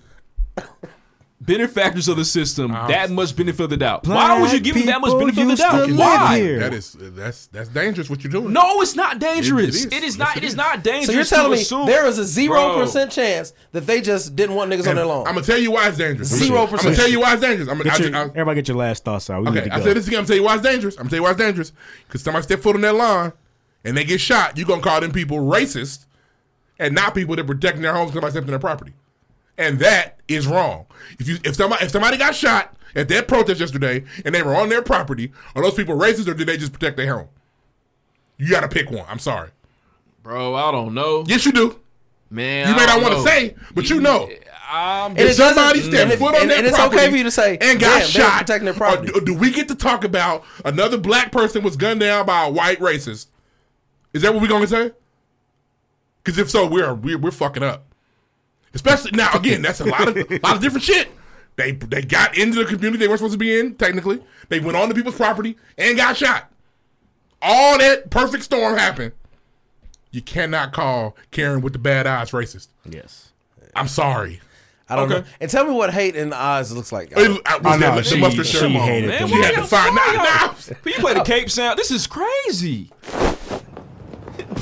Speaker 11: benefactors of the system that much benefit of the doubt? Why would you
Speaker 4: Black
Speaker 11: give them that much
Speaker 4: people
Speaker 11: benefit of the
Speaker 4: used to
Speaker 11: doubt?
Speaker 4: live
Speaker 11: Why?
Speaker 4: here. That is uh, that's that's dangerous. What you're doing?
Speaker 11: No, it's not dangerous.
Speaker 4: It-
Speaker 11: It
Speaker 4: it
Speaker 11: is
Speaker 4: is.
Speaker 11: not.
Speaker 4: Yes,
Speaker 11: It
Speaker 4: it
Speaker 11: is
Speaker 4: is.
Speaker 11: not dangerous.
Speaker 12: So you're
Speaker 11: to
Speaker 12: telling me
Speaker 11: assume-
Speaker 12: there is a zero
Speaker 11: Bro.
Speaker 12: percent chance that they just didn't want niggas on their lawn.
Speaker 4: I'm gonna tell you why it's dangerous.
Speaker 12: Zero
Speaker 4: I'm
Speaker 12: percent.
Speaker 4: gonna tell you why it's dangerous. I'm gonna.
Speaker 13: Get
Speaker 4: I-
Speaker 13: your-
Speaker 4: I-
Speaker 13: everybody, get your last thoughts out. We need
Speaker 4: Okay,
Speaker 13: to
Speaker 4: I
Speaker 13: go.
Speaker 4: said this again. I'm gonna tell you why it's dangerous. I'm gonna tell you why it's dangerous. Because somebody step foot on that line and they get shot, you gonna call them people racist and not people that protecting their homes because somebody stepped on their property, and that is wrong. If you if somebody if somebody got shot at that protest yesterday and they were on their property, are those people racist or did they just protect their home? You gotta pick one. I'm sorry.
Speaker 11: bro. I don't know.
Speaker 4: Yes, you do.
Speaker 11: Man,
Speaker 4: you
Speaker 11: I
Speaker 4: may not
Speaker 11: don't
Speaker 4: want to
Speaker 11: know.
Speaker 4: say, but you know.
Speaker 11: I'm
Speaker 4: If
Speaker 12: it doesn't-
Speaker 4: somebody
Speaker 12: and
Speaker 4: stepped
Speaker 12: it-
Speaker 4: foot on
Speaker 12: and-
Speaker 4: that
Speaker 12: and it's okay
Speaker 4: property
Speaker 12: for you to say,
Speaker 4: and got
Speaker 12: "Damn, they were
Speaker 4: shot, Uh,
Speaker 12: protecting their
Speaker 4: or
Speaker 12: property."
Speaker 4: do, do we get to talk about another black person was gunned down by a white racist? Is that what we're gonna say? Because if so, we're we're, we're fucking up. Especially now, again, that's a lot of a lot of different shit. They they got into the community they weren't supposed to be in. Technically, they went on to people's property and got shot. All that perfect storm happened. You cannot call Karen with the bad eyes racist.
Speaker 13: Yes,
Speaker 4: I'm sorry.
Speaker 12: I don't
Speaker 4: Okay.
Speaker 12: know. And tell me what hate in the eyes looks like.
Speaker 4: It- I- was that the mustard syrup on?
Speaker 11: Man,
Speaker 4: She
Speaker 11: why
Speaker 4: had
Speaker 11: y'all-
Speaker 4: to find
Speaker 11: why
Speaker 4: out.
Speaker 11: y'all- Can you play the Cape Sound? This is crazy.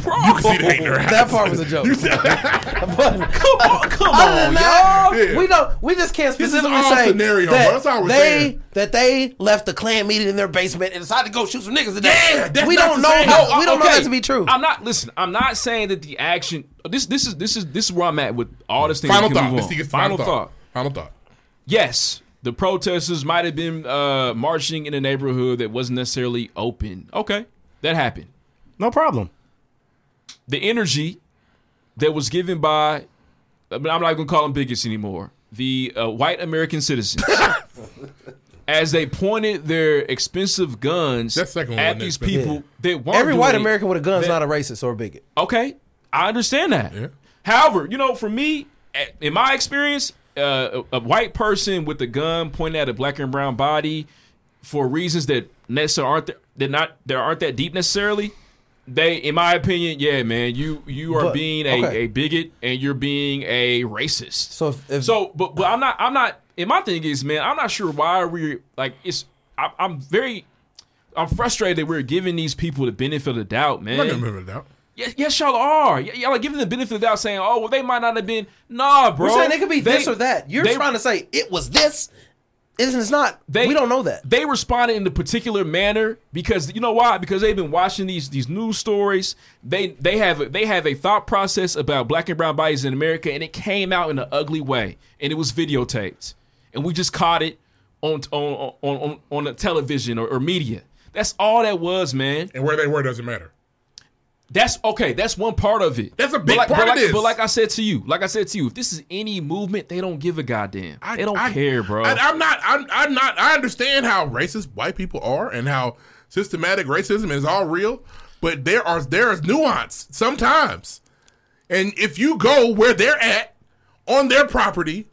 Speaker 11: Bro.
Speaker 12: That part was a joke.
Speaker 11: come
Speaker 4: Oh,
Speaker 11: on, come
Speaker 12: Other
Speaker 11: on,
Speaker 12: than that,
Speaker 11: y'all.
Speaker 12: we don't. We just can't
Speaker 4: This is
Speaker 12: specifically
Speaker 4: all
Speaker 12: say
Speaker 4: scenario,
Speaker 12: that
Speaker 4: bro. That's all we're
Speaker 12: they
Speaker 4: saying.
Speaker 12: that they left the clan meeting in their basement and decided to go shoot some niggas today.
Speaker 4: Yeah, that's
Speaker 12: we
Speaker 4: not
Speaker 12: don't
Speaker 4: the
Speaker 12: know.
Speaker 4: same. Oh,
Speaker 12: How,
Speaker 4: No,
Speaker 12: we don't know
Speaker 11: Okay,
Speaker 12: that to be true.
Speaker 11: I'm not listen. I'm not saying that the action. This this is this is this is where I'm at with all this thing.
Speaker 4: Final
Speaker 11: We can
Speaker 4: thought.
Speaker 11: move
Speaker 4: Let's
Speaker 11: on.
Speaker 4: take a
Speaker 11: Final,
Speaker 4: final
Speaker 11: thought.
Speaker 4: thought. Final thought.
Speaker 11: Yes, the protesters might have been uh, marching in a neighborhood that wasn't necessarily open. Okay, that happened.
Speaker 13: No problem.
Speaker 11: The energy that was given by I mean, I'm not going to call them bigots anymore. The uh, white American citizens, as they pointed their expensive guns
Speaker 12: second
Speaker 11: at
Speaker 12: one
Speaker 11: these
Speaker 12: expensive.
Speaker 11: people
Speaker 12: Yeah.
Speaker 11: that weren't
Speaker 12: Every white
Speaker 11: doing it,
Speaker 12: American with a gun is
Speaker 11: that-
Speaker 12: not a racist or a bigot.
Speaker 11: Okay, I understand that. However, you know, for me, a- in my experience, uh, a a white person with a gun pointing at a black and brown body for reasons that necessarily aren't th- that not there aren't that deep necessarily. They, in my opinion, yeah, man, you you are
Speaker 12: But-
Speaker 11: being a,
Speaker 12: okay.
Speaker 11: a bigot and you're being a racist. So so, but but I'm not I'm not. And my thing is, man, I'm not sure why we're like it's. I, I'm very. I'm frustrated that we're giving these people the benefit of the doubt, man.
Speaker 4: I'm not gonna remember that.
Speaker 11: Yes, yes, y'all are. Y- y'all are giving the benefit of the doubt, saying, "Oh, well, they might not have been." Nah, bro.
Speaker 12: We're saying it could be this or that. You're trying to say it was this. Isn't it's not?
Speaker 11: They,
Speaker 12: we don't know that.
Speaker 11: They responded in a particular manner because you know why? Because they've been watching these these news stories. They they have a, they have a thought process about black and brown bodies in America, and it came out in an ugly way, and it was videotaped, and we just caught it on on on on, on the television or, or media. That's all that was, man.
Speaker 4: And where they were doesn't matter.
Speaker 11: That's okay. That's one part of it. That's a
Speaker 4: big
Speaker 11: like,
Speaker 4: part
Speaker 11: but
Speaker 4: of
Speaker 11: like,
Speaker 4: this.
Speaker 11: But like I said to you, like I said to you, if this is any movement, they don't give a goddamn. they don't
Speaker 4: I-
Speaker 11: care, bro.
Speaker 4: I, I'm not. I'm, I'm not. I understand how racist white people are and how systematic racism is all real, but there are there is nuance sometimes. And if you go where they're at on their property,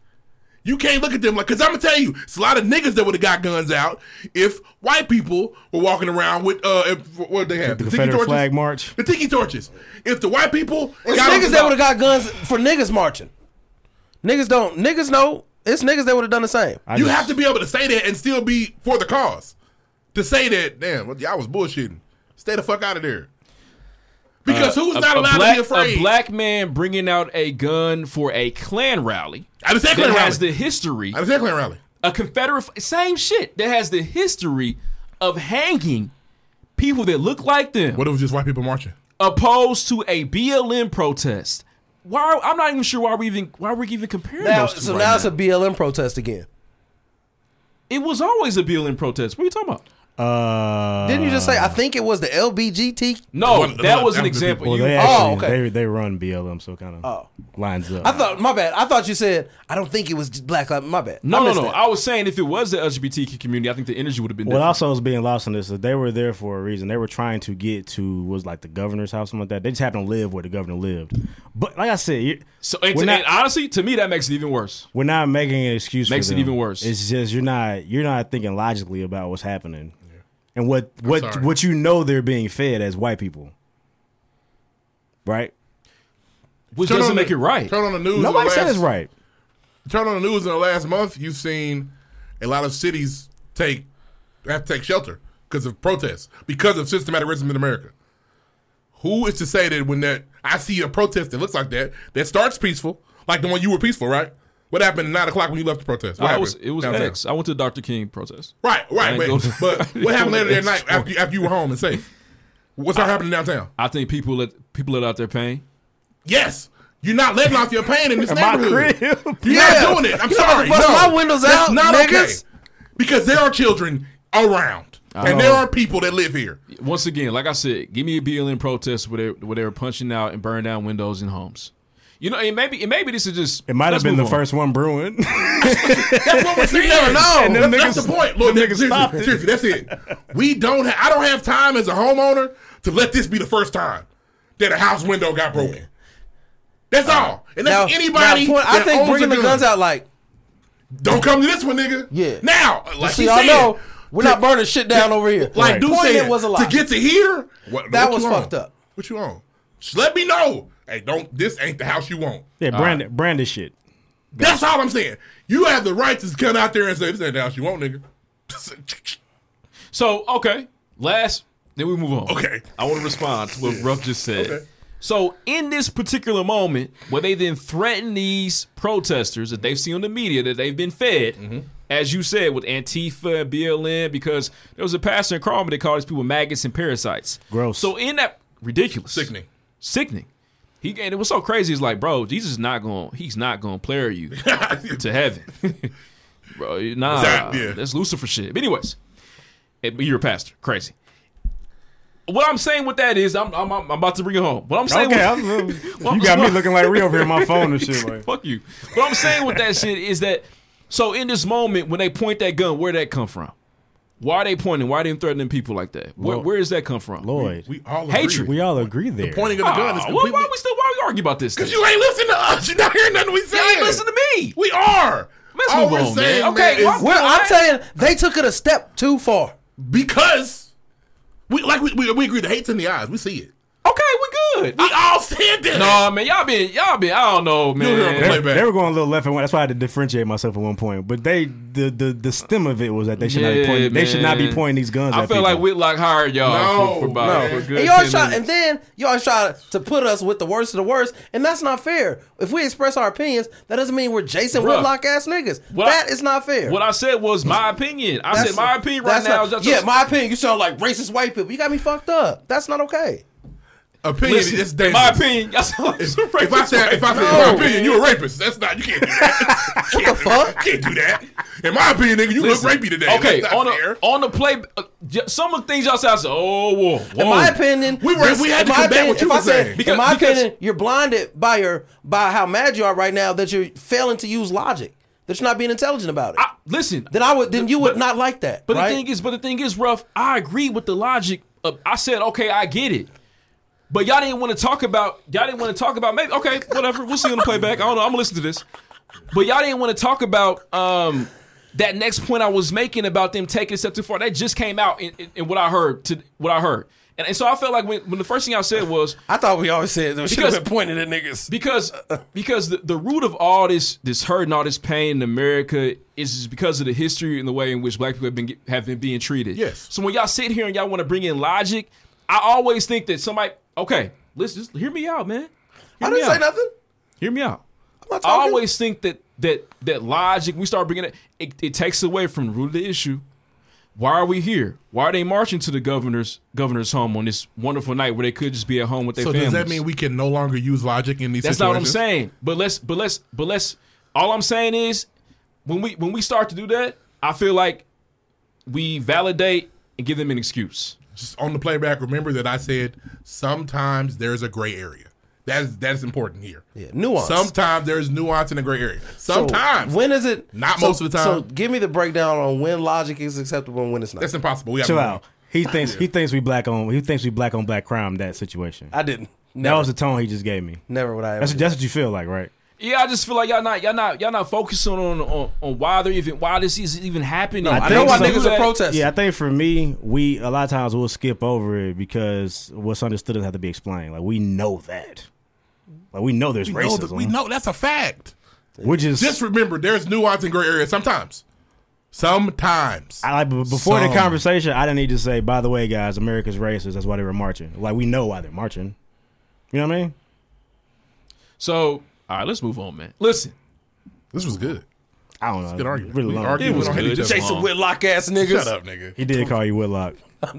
Speaker 4: you can't look at them like. Cause I'm gonna tell you, it's a lot of niggas that would have got guns out if white people were walking around with uh, if, what they had
Speaker 13: The
Speaker 4: tiki
Speaker 13: Confederate
Speaker 4: torches?
Speaker 13: flag march.
Speaker 4: The tiki torches. If the white people
Speaker 12: It's
Speaker 4: got
Speaker 12: niggas that would have got guns for niggas marching. Niggas don't. Niggas know. It's niggas that would have done the same.
Speaker 4: you have to be able to say that and still be for the cause. To say that, damn, well, y'all was bullshitting. Stay the fuck out of there. Because
Speaker 11: Uh,
Speaker 4: who's
Speaker 11: a-
Speaker 4: not
Speaker 11: a
Speaker 4: allowed to
Speaker 11: black,
Speaker 4: be afraid?
Speaker 11: A black man bringing out a gun for a Klan rally.
Speaker 4: I just said
Speaker 11: that
Speaker 4: Klan
Speaker 11: has
Speaker 4: rally.
Speaker 11: the history. I
Speaker 4: just said Klan rally.
Speaker 11: A Confederate, same shit that has the history of hanging people that look like them. What
Speaker 4: if it was just white people marching?
Speaker 11: Opposed to a BLM protest. Why? Are, I'm not even sure why we even why we even comparing
Speaker 12: Now,
Speaker 11: those two.
Speaker 12: so
Speaker 11: right
Speaker 12: now, it's a BLM protest again.
Speaker 11: It was always a BLM protest. What are you talking about?
Speaker 13: Uh,
Speaker 12: Didn't you just say? I think it was the LBGT.
Speaker 11: No, One- the that one- was an that was the example.
Speaker 13: Well, they actually,
Speaker 12: oh, okay.
Speaker 13: they, they run BLM, so it kind of
Speaker 11: Oh.
Speaker 13: lines up.
Speaker 12: I thought my bad. I thought you said I don't think it was black. Lives- My bad.
Speaker 11: No,
Speaker 12: I
Speaker 11: no,
Speaker 12: missed
Speaker 11: no.
Speaker 12: that.
Speaker 11: I was saying if it was the LGBTQ community, I think the energy would have been
Speaker 13: What
Speaker 11: different.
Speaker 13: also is being lost in this is they were there for a reason. They were trying to get to was like the governor's house, something like that. They just happened to live where the governor lived. But like I said, you-
Speaker 11: So, and,
Speaker 13: we're,
Speaker 11: to-
Speaker 13: not,
Speaker 11: and honestly, to me, that makes it even worse.
Speaker 13: we're not making an excuse.
Speaker 11: Makes
Speaker 13: for
Speaker 11: it
Speaker 13: them.
Speaker 11: even worse.
Speaker 13: It's just you're not you're not thinking logically about what's happening and what what
Speaker 11: sorry.
Speaker 13: what you know they're being fed as white people, right?
Speaker 11: Which
Speaker 4: Turn on the- Turn on the news. in
Speaker 13: Nobody
Speaker 4: the
Speaker 13: said
Speaker 4: last-
Speaker 13: it's right.
Speaker 4: Turn on the news in the last month. You've seen a lot of cities take have to take shelter because of protests, because of systematic racism in America. Who is to say that when that I see a protest that looks like that that starts peaceful, like the one you were peaceful, right? What happened at nine o'clock when you left the protest? What
Speaker 11: I
Speaker 4: happened
Speaker 11: was, Oh, it was
Speaker 4: downtown?
Speaker 11: X. I went to the Dr. King protest.
Speaker 4: Right,
Speaker 11: I
Speaker 4: right.
Speaker 11: ain't
Speaker 4: But,
Speaker 11: go-
Speaker 4: but what happened later that night
Speaker 11: Explore.
Speaker 4: after you, after you were home and safe? What's happening downtown?
Speaker 11: I think people let people let out their pain.
Speaker 4: Yes, you're not letting off your pain in this
Speaker 11: In my
Speaker 4: neighborhood.
Speaker 11: crib.
Speaker 4: You're
Speaker 11: Yeah.
Speaker 4: not doing it. I'm
Speaker 11: You
Speaker 4: sorry.
Speaker 11: about to bust
Speaker 4: no.
Speaker 11: my windows
Speaker 4: That's
Speaker 11: out,
Speaker 4: not
Speaker 11: niggas.
Speaker 4: okay. Because there are children around, and there are people that live here.
Speaker 11: Once again, like I said, give me a BLM protest where they, where they were punching out and burning down windows and homes. You know, and maybe and maybe this is just
Speaker 13: It might
Speaker 11: let's
Speaker 13: have been the
Speaker 11: move on.
Speaker 13: first one brewing.
Speaker 4: That's what we're saying.
Speaker 11: never know.
Speaker 4: And
Speaker 11: Them
Speaker 4: that's, that's
Speaker 11: niggas-
Speaker 4: the point. Look,
Speaker 11: them
Speaker 4: that-
Speaker 11: niggas
Speaker 4: seriously,
Speaker 11: stopped it.
Speaker 4: seriously, that's it. We don't. Ha- I don't have time as a homeowner to let this be the first time that a house window got broken. That's all. And that's
Speaker 12: Now-
Speaker 4: anybody.
Speaker 12: now, point- I
Speaker 4: that
Speaker 12: think
Speaker 4: owns a
Speaker 12: bringing the
Speaker 4: gun.
Speaker 12: guns out like
Speaker 4: don't come to this one, nigga.
Speaker 12: Yeah.
Speaker 4: Now,
Speaker 12: But
Speaker 4: like
Speaker 12: see,
Speaker 4: he
Speaker 12: I
Speaker 4: said,
Speaker 12: know we're
Speaker 4: to-
Speaker 12: not burning shit down over here.
Speaker 4: Like
Speaker 12: Right.
Speaker 4: dude
Speaker 12: Pointing
Speaker 4: said,
Speaker 12: it was a lie.
Speaker 4: To get to here, what,
Speaker 12: That
Speaker 4: what
Speaker 12: was
Speaker 4: you on?
Speaker 12: fucked up.
Speaker 4: What you on? Just let me know. Hey, don't. This ain't the house you want.
Speaker 13: yeah, brand brand this shit.
Speaker 4: That's all I'm saying. You have the right to come out there and say this ain't the house you want, nigga.
Speaker 11: So okay, last then we move on.
Speaker 4: Okay,
Speaker 11: I want to respond to what Ruff just said. So in this particular moment, where they then threaten these protesters that they've seen on the media that they've been fed, as you said with Antifa and BLM, because there was a pastor in Carmen that called these people maggots and parasites.
Speaker 13: Gross.
Speaker 11: So in that ridiculous,
Speaker 4: sickening,
Speaker 11: sickening. He and it was so crazy. It's like, bro, Jesus is not going. He's not going to player you to heaven, bro. Nah,
Speaker 4: That- yeah.
Speaker 11: that's Lucifer shit. But anyways, eh, but you're a pastor, crazy. What I'm saying with that is, I'm I'm, I'm about to bring it home. What I'm saying,
Speaker 13: Okay,
Speaker 11: with,
Speaker 13: I'm- you got me looking like Ree over here on my phone and shit, like-
Speaker 11: fuck you. What I'm saying with that shit is that, so in this moment when they point that gun, where would that come from? Why are they pointing? Why are they threatening people like that? Where,
Speaker 13: Lord.
Speaker 11: where does that come from?
Speaker 13: Lloyd.
Speaker 4: We, all
Speaker 11: hatred.
Speaker 13: We all agree there.
Speaker 11: Ah, why- Why, we still? Why we argue about this? Because
Speaker 4: you ain't listening to us. You're not hearing nothing we say.
Speaker 11: You ain't listening to me.
Speaker 4: We are.
Speaker 11: Let's
Speaker 4: All
Speaker 11: move
Speaker 4: we're
Speaker 11: on,
Speaker 4: saying,
Speaker 11: man.
Speaker 4: man,
Speaker 11: Okay,
Speaker 4: is-
Speaker 11: well,
Speaker 12: Well, I'm saying they took it a step too far.
Speaker 4: because we like we, we, we agree the hate's in the eyes. We see it.
Speaker 11: Okay, we good.
Speaker 4: We all said that.
Speaker 11: No, man, y'all been, y'all been. I don't know, man.
Speaker 13: They, they were going a little left and right. That's why I had to differentiate myself at one point. But they, the the, the stem of it was that they should not be
Speaker 11: Yeah,
Speaker 13: pointing. They should not be
Speaker 11: man.
Speaker 13: pointing these guns.
Speaker 11: I
Speaker 13: at
Speaker 11: feel
Speaker 13: people.
Speaker 11: like Whitlock hired y'all for, for about for a good.
Speaker 12: and you always
Speaker 11: 10
Speaker 12: try,
Speaker 11: minutes.
Speaker 12: and then you always try to put us with the worst of the worst, and that's not fair. If we express our opinions, that doesn't mean we're Jason
Speaker 11: Bruh.
Speaker 12: Whitlock ass niggas. That
Speaker 11: What
Speaker 12: is
Speaker 11: I-
Speaker 12: not fair.
Speaker 11: What I said was my opinion. I said
Speaker 12: That's-
Speaker 11: my opinion right
Speaker 12: that's
Speaker 11: now.
Speaker 12: not-
Speaker 11: is that's
Speaker 12: yeah,
Speaker 11: just-
Speaker 12: my opinion. You sound like racist white people. You got me fucked up. That's not okay.
Speaker 4: Opinion
Speaker 11: Listen,
Speaker 4: is dangerous.
Speaker 11: my opinion. Y'all sound like some
Speaker 4: If I
Speaker 11: racist
Speaker 4: said, if I
Speaker 11: white
Speaker 4: said
Speaker 11: people.
Speaker 4: in my opinion, you're a rapist. That's not. You can't do that. what the fuck? Can't do that. In my opinion, nigga, you
Speaker 11: Listen,
Speaker 4: look rapey today.
Speaker 11: Okay,
Speaker 4: That's not
Speaker 11: on the on the play, uh, j- some of the things y'all said, I said, oh, whoa, whoa.
Speaker 12: In my opinion,
Speaker 4: We were- we had
Speaker 12: in
Speaker 4: to
Speaker 12: my
Speaker 4: combat what you
Speaker 12: if
Speaker 4: were
Speaker 12: I said-
Speaker 4: saying.
Speaker 12: in
Speaker 4: Because-
Speaker 12: my
Speaker 4: because-
Speaker 12: opinion, you're blinded by your by how mad you are right now that you're failing to use logic. That you're not being intelligent about it.
Speaker 11: listen,
Speaker 12: then I would, then you would not like that.
Speaker 11: But
Speaker 12: right?
Speaker 11: the thing is, but the thing is, rough. I agree with the logic. Of, I said, okay, I get it. But y'all didn't want to talk about. Y'all didn't want to talk about. Maybe okay, whatever. We'll see on the playback. I don't know. I'm gonna listen to this. But y'all didn't want to talk about um, that next point I was making about them taking a step too far. That just came out in, in, in what I heard. To what I heard, And, and so I felt like when, when the first thing I said was,
Speaker 12: I thought we always said we should have
Speaker 11: Because-
Speaker 12: been pointing at niggas.
Speaker 11: because because the, the root of all this this hurt and all this pain in America is just because of the history and the way in which black people have been get- have been being treated.
Speaker 4: Yes.
Speaker 11: So when y'all sit here and y'all want to bring in logic, I always think that somebody okay, let's just hear me out, man.
Speaker 12: I
Speaker 11: me
Speaker 12: didn't say
Speaker 11: out.
Speaker 12: nothing.
Speaker 11: Hear me out.
Speaker 12: not
Speaker 11: I
Speaker 12: talking.
Speaker 11: always think that that that logic we start bringing it, it it takes away from the root of the issue. Why are we here? Why are they marching to the governor's governor's home on this wonderful night where they could just be at home with their
Speaker 4: So
Speaker 11: families?
Speaker 4: does that mean we can no longer use logic in these
Speaker 11: That's not what I'm
Speaker 4: situations?
Speaker 11: saying. But let's but let's but let's all I'm saying is when we when we start to do that, I feel like we validate and give them an excuse.
Speaker 4: Just on the playback, remember that I said sometimes there's a gray area. That's that's important here. Yeah,
Speaker 12: nuance.
Speaker 4: Sometimes there's nuance in a gray area. Sometimes.
Speaker 12: So when is it?
Speaker 4: Not
Speaker 12: so-
Speaker 4: most of the time.
Speaker 12: So give me the breakdown on when logic is acceptable and when it's not.
Speaker 4: That's impossible. We
Speaker 13: Chill out. He thinks he thinks we black on he thinks we black on black crime in that situation.
Speaker 12: I didn't.
Speaker 13: That was the tone he just gave me.
Speaker 12: Never would I. Ever
Speaker 13: That's,
Speaker 12: do
Speaker 13: that's what you feel like, right?
Speaker 11: Yeah, I just feel like y'all not y'all not y'all not focusing on on, on why they're even why this is even happening.
Speaker 13: Yeah, I think for me, we a lot of times we'll skip over it because what's understood doesn't have to be explained. Like we know that. Like we know there's
Speaker 4: We know,
Speaker 13: racism.
Speaker 4: that, we know that's a fact.
Speaker 13: We're just
Speaker 4: Just remember there's nuance in gray area sometimes. Sometimes.
Speaker 13: I like b- before the
Speaker 4: Some.
Speaker 13: conversation, I didn't need to say, by the way, guys, America's racist. That's why they were marching. Like we know why they're marching. You know what I mean?
Speaker 11: So all right, let's move on, man. Listen,
Speaker 4: this was good.
Speaker 13: I don't know.
Speaker 11: good argument.
Speaker 13: Really
Speaker 11: We
Speaker 13: long.
Speaker 11: argued, It we was don't hate good. each other Jason long. Whitlock ass niggas. Shut up, nigga.
Speaker 13: He did call you Whitlock.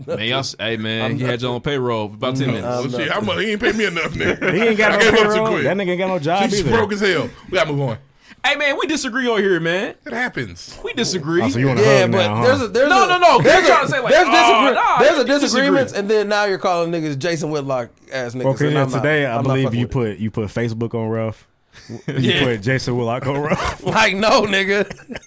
Speaker 11: man, y'all, s- hey man,
Speaker 13: I'm Mm-hmm.
Speaker 11: you had your own payroll for about ten
Speaker 13: I'm
Speaker 11: minutes.
Speaker 13: nothing.
Speaker 4: Oh, Shit, I'm a- he ain't paid me enough, nigga.
Speaker 13: Um, He ain't got
Speaker 4: I
Speaker 13: no
Speaker 4: gave up too
Speaker 13: payroll.
Speaker 4: quick.
Speaker 13: That nigga ain't got no job
Speaker 4: He's
Speaker 13: either.
Speaker 4: broke as hell. We gotta move on.
Speaker 11: Hey man, we disagree on here, man.
Speaker 4: It happens.
Speaker 11: We disagree.
Speaker 13: Oh, so you wanna Yeah, hug but now, huh?
Speaker 12: There's a there's
Speaker 11: no
Speaker 12: a,
Speaker 11: no no.
Speaker 12: There's,
Speaker 11: They're
Speaker 12: a,
Speaker 11: trying to say like
Speaker 12: there's,
Speaker 11: oh,
Speaker 12: disagreement.
Speaker 11: nah,
Speaker 12: there's a
Speaker 11: you disagree.
Speaker 12: disagreements, and then now you're calling niggas Jason Whitlock ass niggas.
Speaker 13: Well, Chris,
Speaker 12: and I'm not-
Speaker 13: today
Speaker 12: I'm
Speaker 13: I
Speaker 12: not
Speaker 13: believe
Speaker 12: fucking
Speaker 13: you
Speaker 12: with
Speaker 13: put you put Facebook on Ruff. You
Speaker 12: Yeah.
Speaker 13: put Jason Whitlock on Ruff.
Speaker 12: it. like no nigga.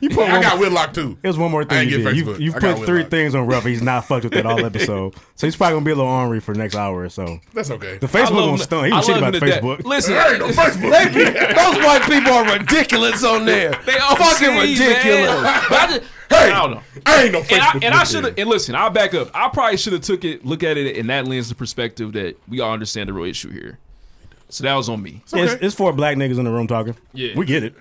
Speaker 13: you put
Speaker 4: I got Whitlock too.
Speaker 13: It was one more
Speaker 4: I
Speaker 13: thing
Speaker 4: ain't
Speaker 13: you
Speaker 4: get
Speaker 13: did. You,
Speaker 4: Facebook.
Speaker 13: you
Speaker 4: I got
Speaker 13: put three
Speaker 4: Whitlock.
Speaker 13: things on Ruff. He's not fucked with that all episode, so he's probably gonna be a little ornery for the next hour or so.
Speaker 4: That's okay.
Speaker 13: The
Speaker 4: I
Speaker 13: Facebook
Speaker 4: love
Speaker 13: gonna
Speaker 4: him-
Speaker 13: stun. He
Speaker 4: I
Speaker 13: was shit about
Speaker 4: love him to death.
Speaker 13: Facebook.
Speaker 11: Listen,
Speaker 4: There ain't no Facebook.
Speaker 12: They be- those white people are ridiculous on there.
Speaker 11: They all
Speaker 12: fucking
Speaker 11: see,
Speaker 12: ridiculous.
Speaker 11: man. But I, just, I don't know.
Speaker 4: I ain't no
Speaker 11: And I,
Speaker 4: Facebook
Speaker 11: and I
Speaker 4: nigga.
Speaker 11: should have. And listen, I'll back up. I probably should have took it, look at it in that lens, the perspective that we all understand the real issue here. So that was on me.
Speaker 13: It's, it's four black niggas in the room talking.
Speaker 11: Yeah.
Speaker 13: we get it.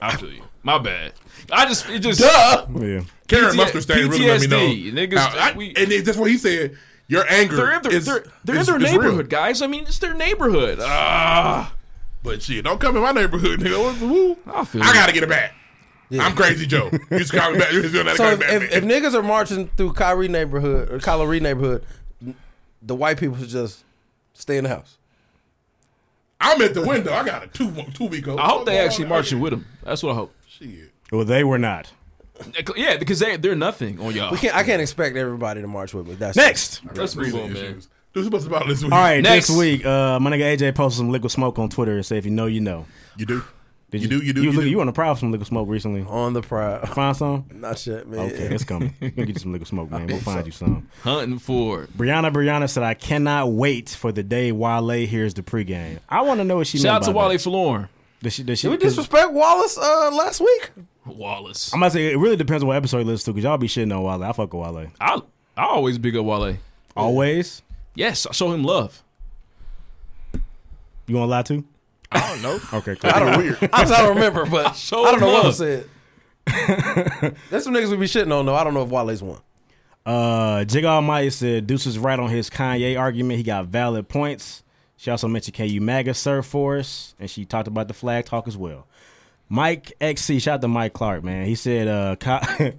Speaker 11: I feel you. My bad. I just it just
Speaker 12: Duh.
Speaker 13: Yeah.
Speaker 4: Karen
Speaker 11: PTSD,
Speaker 4: Mustardstein really let me know.
Speaker 11: niggas,
Speaker 4: Now, I- and it- that's what he said. Your anger.
Speaker 11: They're in their,
Speaker 4: is-
Speaker 11: they're, they're
Speaker 4: is-
Speaker 11: in
Speaker 4: is
Speaker 11: their
Speaker 4: real.
Speaker 11: neighborhood, guys. I mean, it's their neighborhood. Ah.
Speaker 4: But shit, don't come in my neighborhood, nigga. What- who- I,
Speaker 11: feel you.
Speaker 4: gotta get it back. I'm crazy, Joe. You just call me back. You just doing that.
Speaker 12: So
Speaker 4: So
Speaker 12: if, if, if niggas are marching through Kyrie neighborhood or Kyrie neighborhood, the white people should just stay in the house.
Speaker 4: I'm at the window. I got a two two week old.
Speaker 11: I hope they actually marching with them. That's what I hope.
Speaker 13: Well, they were not.
Speaker 11: Yeah, because they they're nothing on y'all.
Speaker 12: We can't. I can't expect everybody to march with me. That's
Speaker 13: Next.
Speaker 11: Let's move on, man.
Speaker 4: Dude, what's about this
Speaker 13: All
Speaker 4: week?
Speaker 13: right,
Speaker 4: next.
Speaker 13: next week, uh, my nigga AJ posted some liquid smoke on Twitter and said, "If you know, you know."
Speaker 4: You do.
Speaker 13: Did
Speaker 4: You do, you do,
Speaker 13: You,
Speaker 4: you
Speaker 13: look-
Speaker 4: do.
Speaker 13: you on the prowl for some liquid smoke recently?
Speaker 12: On the prowl.
Speaker 13: Find some.
Speaker 12: Not yet, man.
Speaker 13: Okay, it's coming. We'll get you some liquid smoke, man. We'll
Speaker 12: hope
Speaker 13: find
Speaker 12: so.
Speaker 13: you some.
Speaker 11: Hunting for.
Speaker 13: Brianna Brianna said, "I cannot wait for the day Wale hears the pregame." I want to know what she
Speaker 11: Shout out to
Speaker 13: meant by
Speaker 11: Wale
Speaker 13: that.
Speaker 11: Forlorn.
Speaker 13: Does she, does she,
Speaker 12: Did we
Speaker 13: 'cause
Speaker 12: disrespect Wallace uh, last week?
Speaker 11: Wallace.
Speaker 13: I'm about to say it really depends on what episode you listen to because y'all be shitting on Wale. I fuck with Wale.
Speaker 11: I I always big up Wale.
Speaker 13: Always.
Speaker 11: Yes, I show him love.
Speaker 13: You want to lie too?
Speaker 11: I don't know.
Speaker 13: Okay, cool.
Speaker 12: I don't. I don't remember, but I,
Speaker 11: show
Speaker 12: don't know
Speaker 11: him
Speaker 12: what was
Speaker 11: love.
Speaker 12: said. There's some niggas we be shitting on though. I don't know if Wale's one.
Speaker 13: Uh, Jig Almighty said Deuce is right on his Kanye argument. He got valid points. She also mentioned KU MAGA serve for us, and she talked about the flag talk as well. Mike XC, shout out to Mike Clark, man. He said, uh, Ka-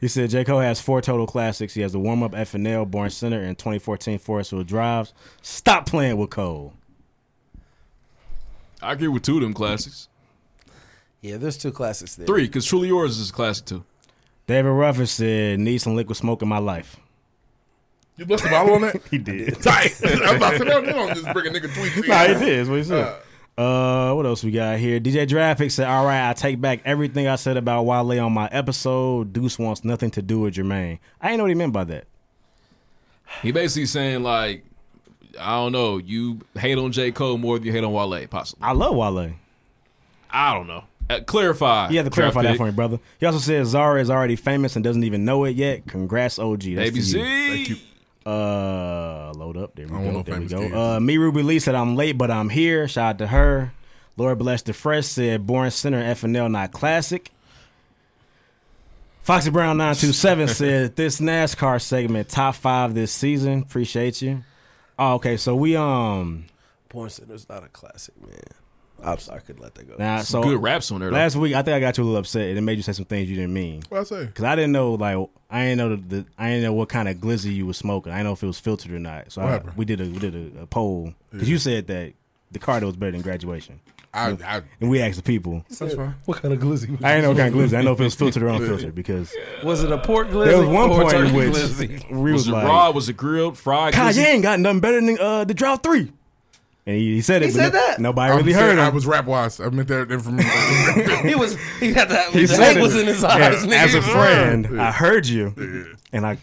Speaker 13: he said J. Cole has four total classics. He has the warm up FNL, Born Center, and 2014 Forest Hill Drives. Stop playing with Cole.
Speaker 11: I agree with two of them classics.
Speaker 12: Yeah, there's two classics there.
Speaker 11: Three, because Truly Yours is a classic too.
Speaker 13: David Ruffin said, need some liquid smoke in my life.
Speaker 4: You blessed the bottle on that?
Speaker 13: He did.
Speaker 4: Tight. I'm about to say, don't- don't just bring a nigga tweet. in.
Speaker 13: Nah, it is. What he said. Uh, what else we got here? DJ Draftpick said, "All right, I take back everything I said about Wale on my episode. Deuce wants nothing to do with Jermaine. I ain't know what he meant by that.
Speaker 11: He basically saying like, I don't know, you hate on J Cole more than you hate on Wale, possibly.
Speaker 13: I love Wale.
Speaker 11: I don't know. Uh, clarify.
Speaker 13: You have to clarify
Speaker 11: Draft
Speaker 13: that for me,
Speaker 11: pick.
Speaker 13: brother. He also said Zara is already famous and doesn't even know it yet. Congrats, OG. That's to you.
Speaker 11: ABC.
Speaker 13: Uh, load up. There we
Speaker 4: I don't
Speaker 13: go.
Speaker 4: know
Speaker 13: there we
Speaker 4: famous
Speaker 13: go.
Speaker 4: kids.
Speaker 13: Uh, me Ruby Lee said I'm late, but I'm here. Shout out to her. Lord bless the fresh said Born Center FNL not classic. Foxy Brown nine two seven said this NASCAR segment top five this season. Appreciate you. Oh, okay, so we um
Speaker 12: Porn Center's not a classic, man. I'm sorry, I could let that go.
Speaker 13: now so Last week, I think I got you a little upset, and it made you say some things you didn't mean.
Speaker 4: What'd I say?
Speaker 13: Because I didn't know like I didn't know the, the I didn't know what kind of glizzy you were smoking. I didn't know if it was filtered or not. So
Speaker 4: What
Speaker 13: I-
Speaker 4: happened?
Speaker 13: we did a we did a, a poll because
Speaker 4: Yeah.
Speaker 13: you said that the Cardo was better than graduation.
Speaker 4: I-
Speaker 13: and,
Speaker 4: I-
Speaker 13: and we asked the people.
Speaker 4: That's fine.
Speaker 12: What kind of glizzy? was
Speaker 13: I didn't know what kind of glizzy. I didn't know if it was
Speaker 12: it?
Speaker 13: filtered or unfiltered because
Speaker 12: Was it a pork glizzy?
Speaker 13: there was one
Speaker 12: or a
Speaker 13: point in
Speaker 12: turkey
Speaker 13: which
Speaker 12: glizzy?
Speaker 13: we was,
Speaker 11: was it
Speaker 13: like,
Speaker 11: raw? Was it grilled? Fried?
Speaker 13: "God, you
Speaker 11: glizzy?
Speaker 13: ain't got nothing better than uh, the drought three. And he, he said it.
Speaker 12: He
Speaker 13: but
Speaker 12: said
Speaker 13: no-
Speaker 12: that?
Speaker 13: Nobody
Speaker 4: I'm
Speaker 13: really
Speaker 4: saying
Speaker 13: heard
Speaker 4: I
Speaker 13: him.
Speaker 4: was rap wise. I meant that from.
Speaker 12: he was. He had that.
Speaker 13: He
Speaker 12: the
Speaker 13: said
Speaker 12: hate
Speaker 13: it.
Speaker 12: was in his
Speaker 13: Yeah,
Speaker 12: eyes. nigga.
Speaker 13: As a friend,
Speaker 4: Yeah.
Speaker 13: I heard you, and I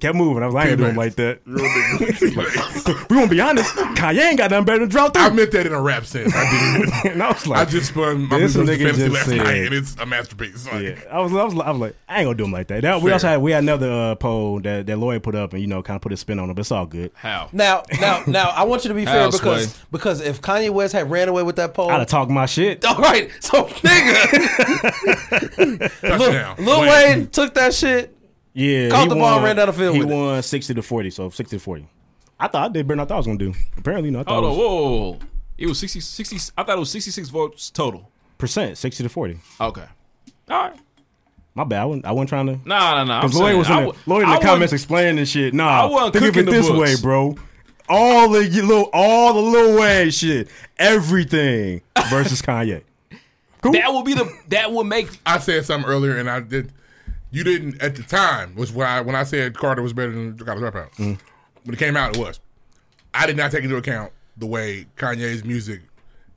Speaker 13: kept moving. I was like, I ain't doing like that. we won't be honest. Kanye ain't got nothing better than drought three. I
Speaker 4: meant that in a rap sense. I did.
Speaker 13: and I was like,
Speaker 4: I just spun my
Speaker 13: This
Speaker 4: music
Speaker 13: nigga
Speaker 4: fantasy
Speaker 13: just
Speaker 4: last
Speaker 13: said-
Speaker 4: night, and it's a masterpiece. Like,
Speaker 13: Yeah, I was, I was, I was like, I ain't gonna do him like that. That- we
Speaker 4: Fair.
Speaker 13: also had we had another uh, poll that that lawyer put up, and you know, kind of put a spin on it, but it's all good.
Speaker 11: How?
Speaker 12: Now, now, now, I want you to be fair
Speaker 13: How,
Speaker 12: because
Speaker 13: Sway?
Speaker 12: because if Kanye West had ran away with that poll,
Speaker 13: I'd have talked my shit.
Speaker 12: All right, so nigga,
Speaker 13: Touchdown.
Speaker 12: Lil, Lil
Speaker 13: Wait.
Speaker 12: Wayne took that shit.
Speaker 13: Yeah,
Speaker 12: Caught
Speaker 13: he
Speaker 12: the ball and
Speaker 13: won-
Speaker 12: ran down the field
Speaker 13: He
Speaker 12: with it.
Speaker 13: won sixty to forty, so sixty to forty. I thought I did better than I thought I was gonna do. Apparently, no, I thought
Speaker 11: Hold
Speaker 13: it
Speaker 11: on,
Speaker 13: was
Speaker 11: whoa, whoa, whoa. It was 60, 60 I thought it was 66 votes total.
Speaker 13: percent sixty to forty.
Speaker 11: Okay. All right.
Speaker 13: My bad. I wasn't, I wasn't trying to.
Speaker 11: Nah, nah, nah. I'm
Speaker 13: Because Lloyd
Speaker 11: saying,
Speaker 13: was in
Speaker 11: I
Speaker 13: the,
Speaker 11: wa-
Speaker 13: Lloyd in
Speaker 11: I
Speaker 13: the
Speaker 11: wasn't-
Speaker 13: comments explaining this shit. Nah,
Speaker 11: I wasn't
Speaker 13: think of it
Speaker 11: cooking the
Speaker 13: this way,
Speaker 11: books.
Speaker 13: bro. All the you little, all the little way shit, everything versus Kanye.
Speaker 4: That
Speaker 11: will be the that will make.
Speaker 4: I said something earlier, and I did. You didn't at the time was when I when I said Carter was better than College Dropout.
Speaker 13: Mm.
Speaker 4: When it came out, it was. I did not take into account the way Kanye's music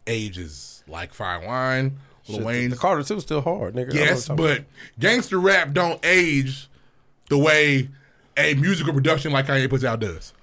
Speaker 4: ages, like fine wine, Lil
Speaker 12: Shit,
Speaker 4: Wayne's.
Speaker 12: the Carter Two still hard, nigga. I don't know
Speaker 4: Yes,
Speaker 12: what you're
Speaker 4: but
Speaker 12: talking
Speaker 4: gangster rap don't age the way a musical production like Kanye puts out does.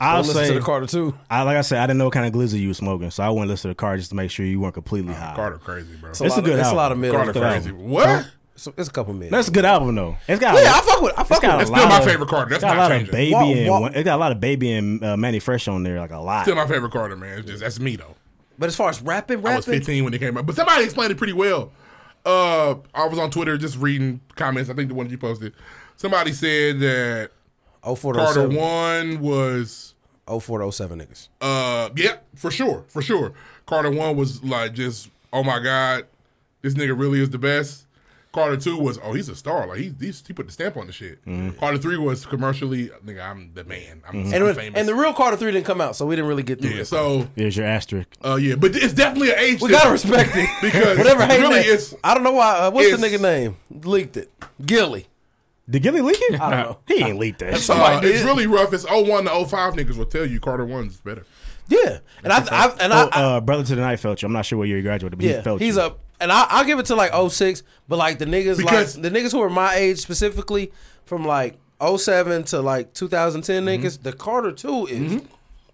Speaker 13: I'll say
Speaker 12: Carter too.
Speaker 13: I like I said, I didn't know what kind of glizzy you was smoking, so I went to listen to the Carter just to make sure you weren't completely high.
Speaker 4: Carter crazy, bro.
Speaker 13: It's, a,
Speaker 12: lot of-
Speaker 13: good
Speaker 12: it's
Speaker 13: album.
Speaker 12: a lot of middle.
Speaker 13: It's a good
Speaker 12: Carter crazy.
Speaker 13: album.
Speaker 4: What?
Speaker 12: So it's a couple minutes.
Speaker 13: That's a good album though. It's got
Speaker 12: Yeah, I fuck with it. I fuck with it. It's
Speaker 13: a
Speaker 12: still
Speaker 13: lot
Speaker 12: my
Speaker 13: of-
Speaker 12: favorite Carter.
Speaker 13: it's
Speaker 12: That's
Speaker 13: got a
Speaker 12: not
Speaker 13: lot
Speaker 12: changing.
Speaker 13: of baby
Speaker 12: Wha-
Speaker 13: and
Speaker 12: wha-
Speaker 13: one- it got a lot of baby and uh, Manny Fresh on there, like a lot.
Speaker 4: Still my favorite Carter, man. It's just that's me though.
Speaker 12: But as far as rapping,
Speaker 4: I was 15 when it came out. But somebody explained it pretty well. Uh, I was on Twitter just reading comments. I think the one you posted. Somebody said that Carter
Speaker 12: 0407.
Speaker 4: one was
Speaker 12: 0407 niggas.
Speaker 4: uh yeah for sure for sure. Carter one was like just oh my god, this nigga really is the best. Carter two was oh he's a star like he he's, he put the stamp on the shit. Carter three was commercially nigga I'm the man I'm,
Speaker 12: And,
Speaker 4: I'm
Speaker 12: when-
Speaker 4: famous.
Speaker 12: and the real Carter Three didn't come out, so we didn't really get through
Speaker 4: yeah,
Speaker 12: it.
Speaker 4: so
Speaker 13: There's your asterisk.
Speaker 4: uh yeah, but it's definitely an age.
Speaker 12: we
Speaker 4: thing.
Speaker 12: gotta respect it
Speaker 4: because
Speaker 12: whatever hate
Speaker 4: really
Speaker 12: name-
Speaker 4: it's
Speaker 12: I don't know why. Uh, what's the
Speaker 4: it's-
Speaker 12: nigga name? Leaked it. Gilly.
Speaker 13: Did Gilly leak it?
Speaker 12: I don't know.
Speaker 13: He ain't leaked that. shit.
Speaker 4: Uh, it's really rough. It's 01 to 05 niggas will tell you Carter 1's better.
Speaker 12: Yeah. And I, I and I,
Speaker 13: oh, uh, brother to the night felt you. I'm not sure what year he graduated, but he
Speaker 12: yeah,
Speaker 13: felt
Speaker 12: he's
Speaker 13: you.
Speaker 12: up. And I, I'll give it to like 06, but like the niggas,
Speaker 13: Because-
Speaker 12: like the niggas who are my age specifically, from like 07 to like 2010
Speaker 4: Mm-hmm.
Speaker 12: niggas, the Carter Two is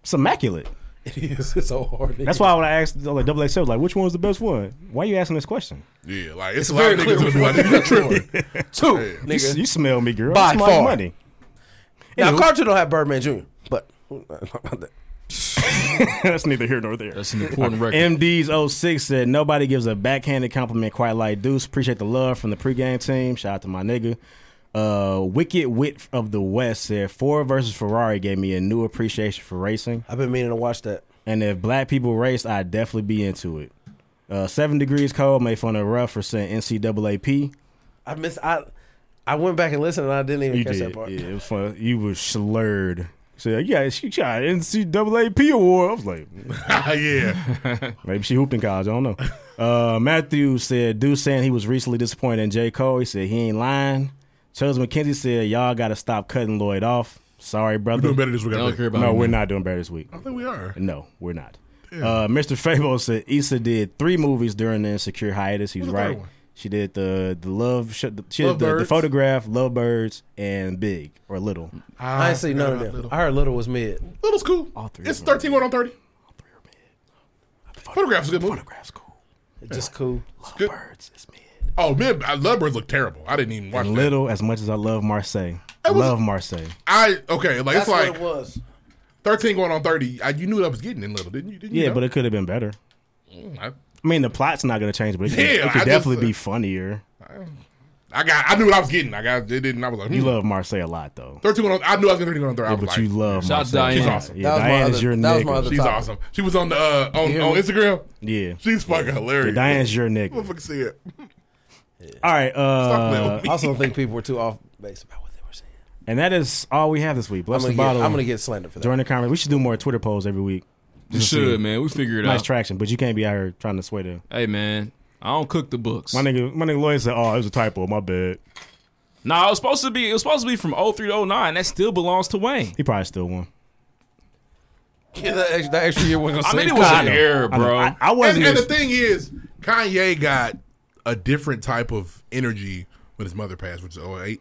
Speaker 13: It's immaculate.
Speaker 12: it is it's so hard.
Speaker 13: That's why when I asked like double XL, like which one's the best one? Why you asking this question?
Speaker 4: Yeah, like it's,
Speaker 12: It's
Speaker 4: a lot of
Speaker 12: very
Speaker 4: niggas
Speaker 12: clear
Speaker 4: who
Speaker 12: which
Speaker 4: be
Speaker 12: one.
Speaker 4: like, tripping.
Speaker 12: Two,
Speaker 4: Yeah.
Speaker 13: You,
Speaker 12: nigga.
Speaker 13: you smell me, girl.
Speaker 12: By
Speaker 13: By smell
Speaker 12: far.
Speaker 13: far. money.
Speaker 12: now
Speaker 13: Anywho.
Speaker 12: Carter don't have Birdman Jr., but
Speaker 13: That's neither here nor there. That's
Speaker 11: an important record.
Speaker 13: MDs 06 said nobody gives a backhanded compliment quite like Deuce. Appreciate the love from the pregame team. Shout out to my nigga. Uh, Wicked Wit of the West said Ford versus Ferrari gave me a new appreciation for racing.
Speaker 12: I've been meaning to watch that.
Speaker 13: And if black people race, I'd definitely be into it. Uh, Seven Degrees Cold made fun of Ruff for saying NCAAP.
Speaker 12: I miss I. I went back and listened, and I didn't even
Speaker 13: You
Speaker 12: catch
Speaker 13: did.
Speaker 12: that part.
Speaker 13: Yeah, it was fun. You were slurred. So yeah, she got an NCAAP award. I was like,
Speaker 4: yeah.
Speaker 13: Maybe she hooped in college. I don't know. Uh, Matthew said, dude saying he was recently disappointed in J. Cole. He said he ain't lying. Charles McKenzie said, y'all got to stop cutting Lloyd off. Sorry, brother.
Speaker 4: doing better this week, I Don't think. care about
Speaker 13: no,
Speaker 4: him,
Speaker 13: we're
Speaker 4: man.
Speaker 13: not doing better this week.
Speaker 4: I think we are.
Speaker 13: No, we're not.
Speaker 4: Damn.
Speaker 13: Uh, Mr. Fabo said Issa did three movies during the Insecure hiatus. He was
Speaker 4: What's the third
Speaker 13: right.
Speaker 4: one?
Speaker 13: She did the the love sh- the, she did
Speaker 12: Love
Speaker 13: the, the
Speaker 12: Birds.
Speaker 13: photograph, Love Birds, and Big or Little.
Speaker 4: Mm-hmm. Ah,
Speaker 12: I ain't seen none of them. I heard Little was mid.
Speaker 4: Little's cool. it's 13 going on 30. Photograph's a good movie. Photograph's cool.
Speaker 12: Just cool.
Speaker 4: Good. Birds is mid. Oh, man. I, Love Birds look terrible. I didn't even watch
Speaker 13: And
Speaker 4: that.
Speaker 13: Little, as much as I love Marseille, Love Marseille.
Speaker 4: I okay, like it's
Speaker 12: That's
Speaker 4: like
Speaker 12: what it was.
Speaker 4: thirteen going on thirty. I, you knew that was getting in little, didn't you? Didn't
Speaker 13: Yeah,
Speaker 4: you
Speaker 13: but it could have been better.
Speaker 4: I,
Speaker 13: I mean, the plot's not going to change, but it could,
Speaker 4: Yeah,
Speaker 13: it could
Speaker 4: I just,
Speaker 13: definitely
Speaker 4: uh,
Speaker 13: be funnier.
Speaker 4: I got. I knew what I was getting. I got. It didn't. I was like,
Speaker 13: You
Speaker 4: hmm.
Speaker 13: love Marseille a lot, though.
Speaker 4: Thirteen going on. I knew I was going to thirteen on thirty. I
Speaker 13: Yeah,
Speaker 4: was
Speaker 13: but
Speaker 4: like,
Speaker 13: you love
Speaker 4: shout out to
Speaker 13: Marseille.
Speaker 4: She's
Speaker 13: Yeah.
Speaker 4: awesome.
Speaker 13: Yeah, That was my Diana's other- your that was my nigga. other
Speaker 4: She's
Speaker 13: topic.
Speaker 4: awesome. She was on the uh, on,
Speaker 13: hear
Speaker 4: on
Speaker 13: me?
Speaker 4: Instagram.
Speaker 13: Yeah.
Speaker 4: she's fucking hilarious.
Speaker 13: Diane's your nigga.
Speaker 4: Motherfucker, see it.
Speaker 13: All right.
Speaker 12: I
Speaker 13: Uh,
Speaker 12: also don't think people were too off base about what they were saying.
Speaker 13: and that is all we have this week. Bless
Speaker 12: I'm
Speaker 13: the
Speaker 12: gonna get-
Speaker 13: bottle.
Speaker 12: I'm gonna get slandered for that.
Speaker 13: During the conference, we should do more Twitter polls every week.
Speaker 11: We
Speaker 13: Just to
Speaker 11: should,
Speaker 13: see.
Speaker 11: man. We figure it
Speaker 13: Nice
Speaker 11: out.
Speaker 13: traction, but you can't be out here trying to sway the.
Speaker 11: Hey man, I don't cook the books.
Speaker 13: My nigga, my nigga Lloyd said, "Oh, it was a typo. My bad."
Speaker 11: Nah, it was supposed to be. It was supposed to be from 03 to 09. That still belongs to Wayne.
Speaker 13: He probably still won.
Speaker 12: Yeah, that extra, that extra year was
Speaker 11: I mean, it was an error, bro.
Speaker 4: And, and the thing is, Kanye got a different type of energy when his mother passed, which is 08.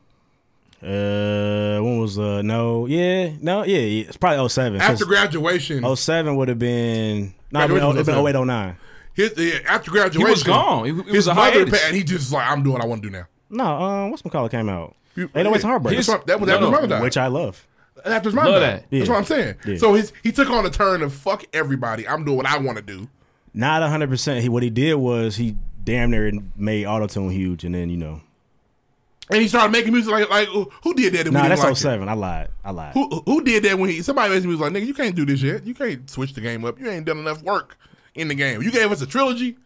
Speaker 13: Uh, when was uh no yeah no yeah, yeah it's probably 07.
Speaker 4: After graduation,
Speaker 13: 07 Oh, would have been no,
Speaker 4: Graduation was
Speaker 13: oh, it'd been
Speaker 4: 07.
Speaker 13: 08 09.
Speaker 4: his, yeah, after graduation,
Speaker 11: gone. He- he was
Speaker 4: his
Speaker 11: a
Speaker 4: mother
Speaker 11: hiatus.
Speaker 4: passed, and he just like, I'm doing what I want to do now.
Speaker 13: No, um, what's McCullough came out? Ain't no way
Speaker 4: yeah.
Speaker 13: it's heartbreak.
Speaker 4: His- that was- that was Mother Died.
Speaker 13: which I love.
Speaker 4: And after his mom
Speaker 13: Love
Speaker 4: died.
Speaker 13: that. Yeah.
Speaker 4: That's what I'm saying.
Speaker 13: Yeah.
Speaker 4: So his, he took on a turn of fuck everybody. I'm doing what I want to do.
Speaker 13: Not hundred percent. He what he did was he damn near made autotune huge, and then you know.
Speaker 4: And he started making music like like who who did that? and we
Speaker 13: Nah,
Speaker 4: didn't
Speaker 13: that's
Speaker 4: like it?
Speaker 13: 07. I lied. I lied.
Speaker 4: Who who did that when he somebody basically was like, nigga, you can't do this yet. You can't switch the game up. You ain't done enough work in the game. You gave us a trilogy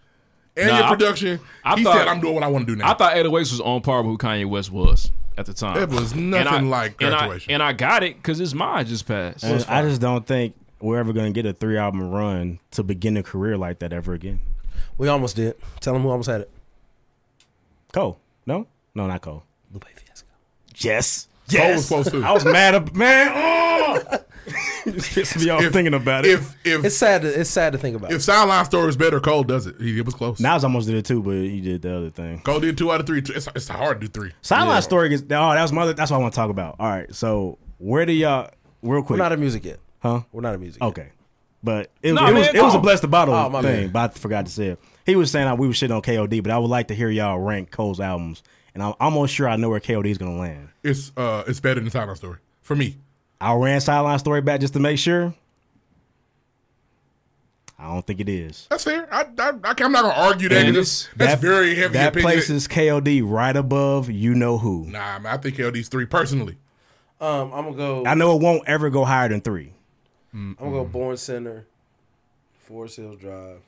Speaker 4: and
Speaker 11: Nah,
Speaker 4: your
Speaker 11: I-
Speaker 4: production. he said I'm doing what I want to do now.
Speaker 11: I thought 808s was on par with who Kanye West was at the time.
Speaker 4: It was
Speaker 11: And
Speaker 4: nothing
Speaker 11: I-
Speaker 4: like
Speaker 11: and I-
Speaker 4: Graduation.
Speaker 11: And I, got it because his mind just passed.
Speaker 13: And I just don't think we're ever going to get a three album run to begin a career like that ever again.
Speaker 12: We almost did. Tell them who almost had it.
Speaker 13: Cole. No? No, not Cole.
Speaker 12: Lupe
Speaker 13: Fiasco. Yes.
Speaker 4: Cole
Speaker 13: Yes.
Speaker 4: was supposed to.
Speaker 13: I was mad ab- man. Oh! It's pissing me off thinking about it.
Speaker 4: If if
Speaker 12: it's sad, to, it's sad to think about.
Speaker 4: if Sideline Story is better, Cole does it. He it was close.
Speaker 13: Nas almost did it too, but he did the other thing.
Speaker 4: Cole did two out of three. It's, it's hard to do three.
Speaker 13: Sideline story is oh, that was my other, that's what I want to talk about. All right. So where do y'all real quick?
Speaker 12: We're not in music yet.
Speaker 13: Huh?
Speaker 12: We're not in music.
Speaker 13: Okay. But it,
Speaker 12: No,
Speaker 13: it was
Speaker 12: man,
Speaker 13: it was a
Speaker 12: come on.
Speaker 13: blessed bottle
Speaker 12: Oh, my
Speaker 13: thing,
Speaker 12: bad.
Speaker 13: but I forgot to say it. He was saying how we were shitting on KOD, but I would like to hear y'all rank Cole's albums. And I'm almost sure I know where KOD is gonna land.
Speaker 4: It's uh it's better than Sideline Story for me.
Speaker 13: I ran sideline story back just to make sure. I don't think it is.
Speaker 4: That's fair. I, I, am not gonna argue that. 'cause That's, that's
Speaker 13: That-
Speaker 4: very heavy.
Speaker 13: That
Speaker 4: opinion.
Speaker 13: places KOD right above you know who.
Speaker 4: Nah, man, I think LD's three personally.
Speaker 12: Um, I'm gonna go.
Speaker 13: I know it won't ever go higher than three.
Speaker 12: I'm gonna
Speaker 4: Mm-hmm.
Speaker 12: go Born Center, Forest Hills Drive.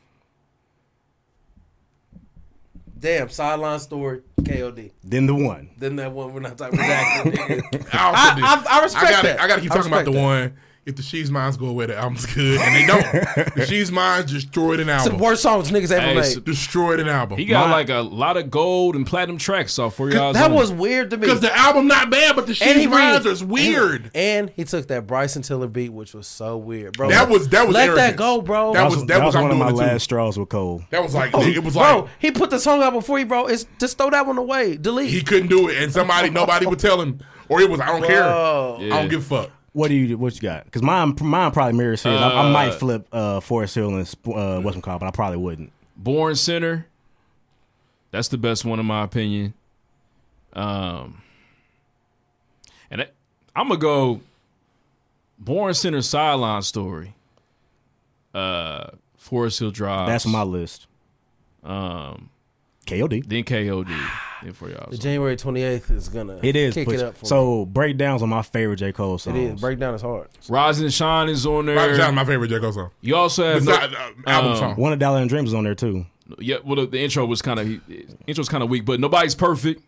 Speaker 12: Damn, sideline story, KOD.
Speaker 13: Then the one.
Speaker 12: Then that one we're not talking about. That
Speaker 4: I, also do.
Speaker 12: I, I, I respect
Speaker 4: I gotta,
Speaker 12: that.
Speaker 4: I gotta keep talking about the
Speaker 12: respect that.
Speaker 4: one. If the She's Minds go away, the album's good, and they don't. the She's Minds destroyed an
Speaker 12: It's
Speaker 4: album.
Speaker 12: the worst songs niggas ever
Speaker 11: Hey,
Speaker 12: made.
Speaker 11: so-
Speaker 4: Destroyed an album.
Speaker 11: He got like a lot of gold and platinum tracks off for y'all.
Speaker 12: that was weird to me.
Speaker 4: because the album not bad, but the
Speaker 12: And he
Speaker 4: She's Minds
Speaker 12: ran-
Speaker 4: is weird.
Speaker 12: And he took that Bryson Tiller beat, which was so weird, bro.
Speaker 4: That was- that was
Speaker 12: let
Speaker 4: arrogance.
Speaker 12: that go, bro.
Speaker 4: That was- that was I'm
Speaker 13: one of
Speaker 4: doing
Speaker 13: my
Speaker 4: it too.
Speaker 13: last straws with Cole.
Speaker 4: That was like
Speaker 12: Bro,
Speaker 4: it was
Speaker 12: Oh, bro,
Speaker 4: like
Speaker 12: he put the song out before you, bro. It's just throw that one away, delete.
Speaker 4: he couldn't do it, and somebody nobody would tell him, or it was I don't care,
Speaker 12: Bro.
Speaker 4: I
Speaker 13: Yeah.
Speaker 4: don't give a fuck.
Speaker 13: What do you what you got? Because mine mine probably mirrors his. I, I
Speaker 11: Uh,
Speaker 13: might flip uh Forest Hill and Sp- uh Westman Call, but I probably wouldn't.
Speaker 11: Born Center. That's the best one in my opinion. Um, and I, I'm gonna go Born Center sideline story. Uh, Forest Hill Drive.
Speaker 13: That's my list.
Speaker 11: Um,
Speaker 13: KOD.
Speaker 11: Then KOD. then for y'all.
Speaker 12: The January 28th is gonna
Speaker 13: It is.
Speaker 12: kick
Speaker 13: but-
Speaker 12: it up for me.
Speaker 13: so breakdowns are my favorite J Cole songs.
Speaker 12: it is breakdown is hard.
Speaker 11: Rise and Shine is on there.
Speaker 4: Rock John, my favorite J Cole song.
Speaker 11: You also have no-
Speaker 4: Besides, uh, album
Speaker 11: um,
Speaker 4: song.
Speaker 13: One of Dollar and Dreams is on there too.
Speaker 11: Yeah, well, the, the intro was kind of intro was kind of weak, but nobody's perfect.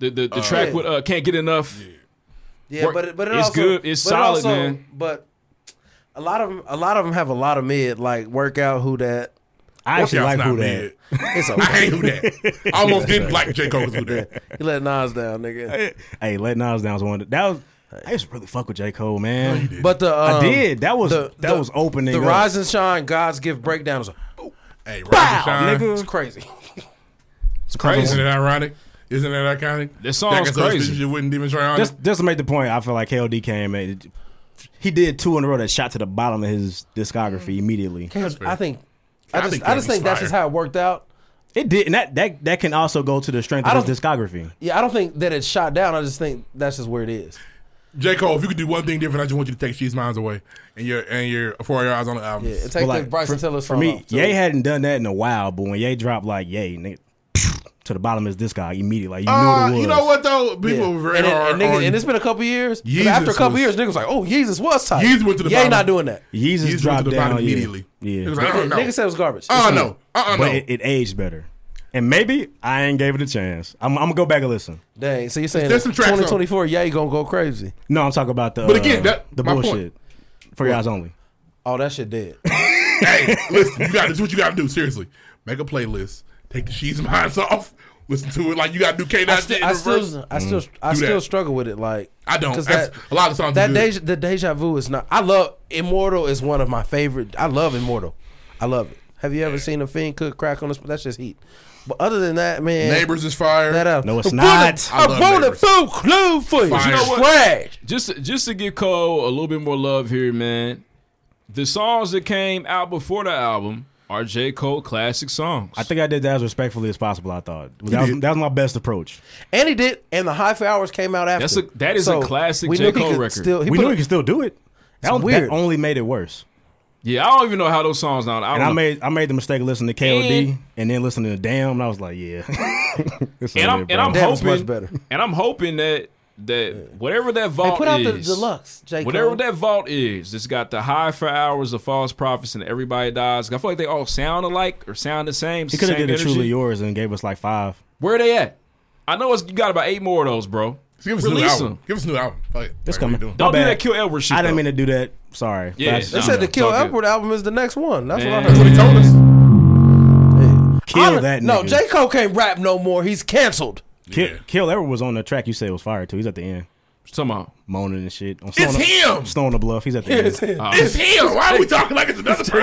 Speaker 11: The the, the
Speaker 4: Uh,
Speaker 11: track
Speaker 4: Yeah.
Speaker 11: with uh, can't get enough.
Speaker 12: Yeah,
Speaker 11: Work-
Speaker 12: but it, but it
Speaker 11: it's
Speaker 12: also,
Speaker 11: good. It's
Speaker 12: but it
Speaker 11: solid,
Speaker 12: also-
Speaker 11: man.
Speaker 12: But a lot of them, a lot of them have a lot of mid like workout who that.
Speaker 13: I actually like
Speaker 12: Workout's not
Speaker 13: Who
Speaker 12: mid.
Speaker 13: That.
Speaker 12: It's okay. I hate
Speaker 4: who that. I almost didn't like J. Cole's Who That.
Speaker 12: You let Nas down, nigga.
Speaker 13: Hey, let Nas down was one. of the- That was. I used to really fuck with J Cole, man.
Speaker 12: But the um,
Speaker 13: I did. That was
Speaker 12: the-
Speaker 13: that
Speaker 12: the-
Speaker 13: was opening.
Speaker 12: The
Speaker 13: up.
Speaker 12: rise and shine, God's gift breakdown is like,
Speaker 4: hey, rise
Speaker 12: wow,
Speaker 4: and shine.
Speaker 12: nigga, it's crazy.
Speaker 11: It's
Speaker 4: crazy. Isn't it ironic? Isn't that iconic? This
Speaker 11: song's crazy.
Speaker 4: You wouldn't even try on. it.
Speaker 13: Just just to make the point, I feel like KOD came. and He did two in a row that shot to the bottom of his discography immediately.
Speaker 12: I think, I
Speaker 13: I
Speaker 12: just,
Speaker 13: think
Speaker 12: I just
Speaker 13: Candy's
Speaker 12: think that's just
Speaker 13: fire.
Speaker 12: how it worked out.
Speaker 13: It did, and that that that can also go to the strength of his discography.
Speaker 12: Yeah, I don't think that it's shot down. I just think that's just where it is.
Speaker 4: J. Cole, if you could do one thing different, I just want you to take She's Miles away and your and your For Your Eyes on the album.
Speaker 12: Yeah, take
Speaker 13: But, like, for, for me, Ye hadn't done that in a while, but when Ye dropped like Ye, nigga, to the bottom of this guy immediately, like you
Speaker 4: Uh,
Speaker 13: knew what it was.
Speaker 4: you know what though? People were very
Speaker 12: and, it-
Speaker 4: hard.
Speaker 12: and, niggas-
Speaker 4: on-
Speaker 12: and it's been a couple years. 'Cause after a
Speaker 4: Yeezus
Speaker 12: couple
Speaker 4: was-
Speaker 12: years, niggas was like, oh, Jesus was tight.
Speaker 4: Yeezus went to the
Speaker 12: yeah,
Speaker 4: bottom.
Speaker 12: not doing that.
Speaker 13: Yeezus
Speaker 4: Yeezus went
Speaker 13: dropped
Speaker 4: to the
Speaker 13: down
Speaker 4: bottom
Speaker 13: yeah.
Speaker 4: immediately.
Speaker 13: Yeah,
Speaker 4: It was like, I don't know.
Speaker 12: Niggas said it was garbage.
Speaker 4: Uh-uh,
Speaker 12: It's
Speaker 4: no.
Speaker 12: not.
Speaker 4: Uh-uh,
Speaker 13: but
Speaker 4: no.
Speaker 13: it, it aged better, and maybe I ain't gave it a chance. I'm, I'm gonna go back and listen.
Speaker 12: Dang, so you're saying
Speaker 4: There's some tracks on-
Speaker 12: 2024, yeah, you gonna go crazy.
Speaker 13: No, I'm talking about the.
Speaker 12: But
Speaker 13: uh,
Speaker 12: again, that-
Speaker 13: the
Speaker 12: my point.
Speaker 13: bullshit for your
Speaker 12: What?
Speaker 13: eyes only.
Speaker 12: Oh, that shit dead.
Speaker 4: hey, listen, you got this. Is what you got to do? Seriously, make a playlist. Take the sheets and minds off. Listen to it like you got to do K.
Speaker 12: I
Speaker 4: Dot
Speaker 12: still,
Speaker 4: in
Speaker 12: I
Speaker 4: reverse.
Speaker 12: still, I
Speaker 4: Mm-hmm.
Speaker 12: still,
Speaker 4: Do
Speaker 12: I
Speaker 4: that.
Speaker 12: still struggle with it. Like
Speaker 4: I don't.
Speaker 12: 'cause
Speaker 4: That's- a lot of songs are
Speaker 12: That
Speaker 4: good.
Speaker 12: deja, the deja vu is not. I love Immortal is one of my favorite. I love Immortal. I love it. Have you ever seen a fiend cook crack on this? That's just heat. But other than that, man,
Speaker 4: Neighbors is fire.
Speaker 12: That uh, up.
Speaker 13: No, it's
Speaker 12: I
Speaker 13: not.
Speaker 12: wanna- I want a food clue for you.
Speaker 11: But you know what?
Speaker 12: Trash.
Speaker 11: Just to, just to give Cole a little bit more love here, man. The songs that came out before the album are J. Cole classic songs.
Speaker 13: I think I did that as respectfully as possible. I thought
Speaker 11: You
Speaker 13: that was,
Speaker 11: did.
Speaker 13: that was my best approach.
Speaker 12: And he did. And the High for Hours came out after.
Speaker 11: That's a- that is a classic
Speaker 12: we
Speaker 11: J.
Speaker 12: knew he
Speaker 11: Cole
Speaker 12: could
Speaker 11: record.
Speaker 12: Still, he
Speaker 13: we
Speaker 12: put
Speaker 13: knew
Speaker 12: a-
Speaker 13: he could still do it. That,
Speaker 12: It's
Speaker 13: was- that
Speaker 12: weird.
Speaker 13: only made it worse.
Speaker 11: Yeah, I don't even know how those songs now.
Speaker 13: And I made I made the mistake of listening to KOD and,
Speaker 11: And-
Speaker 13: then listening to Damn, and I was like, yeah. It's
Speaker 11: and I'm,
Speaker 13: over,
Speaker 11: and I'm
Speaker 13: bro.
Speaker 11: hoping And I'm hoping that that whatever that vault
Speaker 12: put out the
Speaker 11: is,
Speaker 12: deluxe, J.
Speaker 11: whatever
Speaker 12: Cole.
Speaker 11: that vault is, it's got the high for hours, the false prophets, and everybody dies. I feel like they all sound alike or sound the same.
Speaker 13: He could have
Speaker 11: same
Speaker 13: did it
Speaker 11: energy.
Speaker 13: truly yours and gave us like five.
Speaker 11: Where they at? I know it's, you got about eight more of those, bro.
Speaker 4: Give us a new
Speaker 11: Release
Speaker 4: album.
Speaker 11: them.
Speaker 4: Give us a new album. Fuck
Speaker 13: It's
Speaker 4: it. Fuck it, we
Speaker 13: coming.
Speaker 4: doing it.
Speaker 11: Don't do that Kill Edward shit,
Speaker 13: I didn't
Speaker 11: though.
Speaker 13: mean to do that. Sorry.
Speaker 11: Yeah,
Speaker 13: That's-
Speaker 12: They said the Kill
Speaker 11: all good.
Speaker 12: Edward album is the next one. That's
Speaker 11: Man.
Speaker 12: what I heard.
Speaker 4: That's what he told us.
Speaker 13: kill
Speaker 12: Honest-
Speaker 13: that. Nigga.
Speaker 12: No, J. Cole can't rap no more. He's canceled.
Speaker 13: Kill, Kill Edward was on the track. You said it was fire too. He's at the end.
Speaker 11: Somehow
Speaker 13: moaning and shit. On
Speaker 4: It's him!
Speaker 13: Snow on the bluff. He's at the
Speaker 12: Yeah,
Speaker 13: end.
Speaker 12: it's him.
Speaker 13: Uh,
Speaker 4: It's him. Why are we talking like it's another person?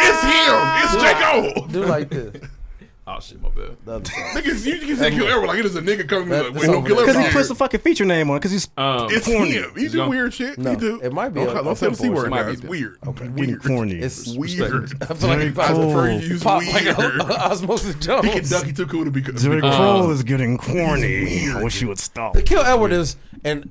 Speaker 4: it's him. It's J. Cole.
Speaker 12: Do like this.
Speaker 11: Oh shit, my bad.
Speaker 4: Niggas, you can say Kill Edward like it is a nigga coming
Speaker 12: That-
Speaker 4: like,
Speaker 12: that's
Speaker 4: wait, no
Speaker 12: over
Speaker 4: Kill
Speaker 12: there.
Speaker 4: Edward.
Speaker 13: Because he puts the fucking feature name on it. Because he's
Speaker 11: Um,
Speaker 4: It's
Speaker 13: corny.
Speaker 4: him. He do weird shit.
Speaker 12: No,
Speaker 4: he do.
Speaker 12: it might be
Speaker 4: Don't,
Speaker 12: a-
Speaker 4: call- don't
Speaker 12: a
Speaker 4: say the c
Speaker 12: simple
Speaker 4: word now.
Speaker 12: word. Might be
Speaker 4: It's
Speaker 12: good.
Speaker 4: weird.
Speaker 13: Getting
Speaker 4: Weird.
Speaker 13: corny.
Speaker 12: It's
Speaker 4: Weird.
Speaker 12: I feel like
Speaker 13: Very
Speaker 12: he popped-
Speaker 4: I prefer you
Speaker 13: cool.
Speaker 4: use
Speaker 12: Pop
Speaker 4: weird.
Speaker 12: like a- Osmosis Jones.
Speaker 4: He can duck. He too cool to be. good.
Speaker 13: Jerry
Speaker 11: Uh,
Speaker 13: Kroll is getting corny. I wish you would stop.
Speaker 12: The Kill Edward is and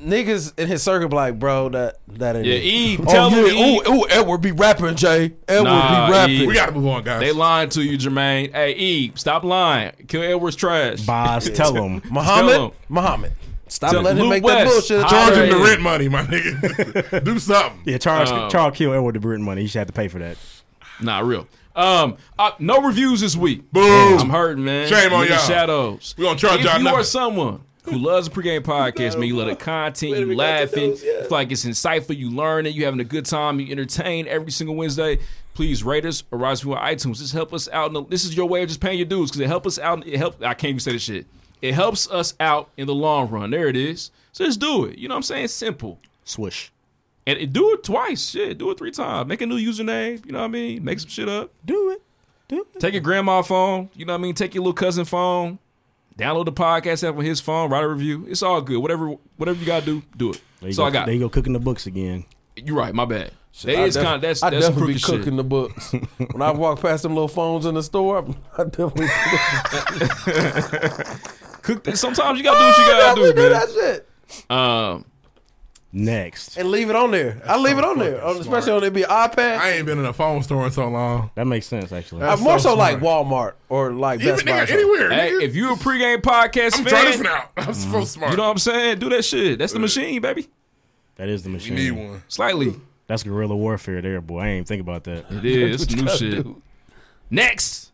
Speaker 12: niggas in his circle be like, bro, that that ain't.
Speaker 11: Yeah,
Speaker 12: it. Oh,
Speaker 11: E, tell
Speaker 12: yeah,
Speaker 11: him, E.
Speaker 12: Ooh, ooh, Edward be rapping, Jay. Edward
Speaker 11: Nah,
Speaker 12: be rapping.
Speaker 11: E.
Speaker 4: We gotta move on, guys.
Speaker 11: They lying to you, Jermaine. Hey, E, stop lying. Kill Edward's trash.
Speaker 13: Boss, tell him.
Speaker 11: Tell
Speaker 12: Muhammad,
Speaker 11: 'em.
Speaker 12: Muhammad, stop
Speaker 11: Tell
Speaker 12: letting him
Speaker 11: Lou
Speaker 12: make that
Speaker 11: West,
Speaker 12: bullshit.
Speaker 11: holler
Speaker 4: Charge him the
Speaker 11: at
Speaker 4: rent money, my nigga. do something.
Speaker 13: Yeah, Charles
Speaker 11: Um,
Speaker 13: Charles killed Edward the Britain money. He should have to pay for that.
Speaker 11: Not real. Um, uh, no reviews this week.
Speaker 4: Boom.
Speaker 11: I'm hurting, man.
Speaker 4: Shame on
Speaker 11: Look at
Speaker 4: y'all.
Speaker 11: Shadows.
Speaker 4: We gonna charge
Speaker 11: If
Speaker 4: y'all
Speaker 11: you
Speaker 4: nothing.
Speaker 11: are someone who loves the pregame podcast, man, you love the content, you laughing, you feel like it's insightful, you learn it, you having a good time, you entertain every single Wednesday. Please rate us or rise to our iTunes. Just help us out. in the- This is your way of just paying your dues because it helps us out. It help. I can't even say this shit. It helps us out in the long run. There it is. So just do it. You know what I'm saying? Simple.
Speaker 13: Swish.
Speaker 11: And it- do it twice. Shit, do it three times. Make a new username. You know what I mean? Make some shit up.
Speaker 13: Do it.
Speaker 11: Take your grandma phone. You know what I mean? Take your little cousin phone. Download the podcast app on his phone. Write a review. It's all good. Whatever, whatever you gotta do, do it.
Speaker 13: There you
Speaker 11: That's all
Speaker 13: go.
Speaker 11: I got.
Speaker 13: There you go, cooking the books again.
Speaker 11: You're right. My bad.
Speaker 12: I
Speaker 11: That is
Speaker 12: def-
Speaker 11: kind. That's
Speaker 12: I
Speaker 11: that's some
Speaker 12: definitely be
Speaker 11: crooked shit.
Speaker 12: cooking the books. when I walk past them little phones in the store, I'm, I definitely
Speaker 11: Cook. th- Sometimes you gotta do what you gotta
Speaker 12: definitely
Speaker 11: do, man.
Speaker 12: that shit
Speaker 11: Um,
Speaker 13: Next,
Speaker 12: and leave it on there. I leave it on there, on- especially on it be iPad.
Speaker 4: I ain't been in a phone store in so long.
Speaker 13: that makes sense actually.
Speaker 12: I,
Speaker 4: That's
Speaker 12: more
Speaker 4: so
Speaker 12: so like Walmart or like
Speaker 4: Even
Speaker 12: Best Buy. or
Speaker 4: nigga,
Speaker 12: something.
Speaker 4: anywhere.
Speaker 11: hey,
Speaker 4: nigga.
Speaker 11: if you a pregame podcast
Speaker 4: I'm trying
Speaker 11: fan,
Speaker 4: this one out. I'm so smart.
Speaker 11: you know what I'm saying? Do that shit. That's the machine, baby.
Speaker 13: That is the
Speaker 4: we
Speaker 13: machine.
Speaker 4: need one.
Speaker 11: Slightly.
Speaker 13: That's guerrilla warfare, there, boy. I ain't even think about that.
Speaker 11: It is. It's new shit. Next.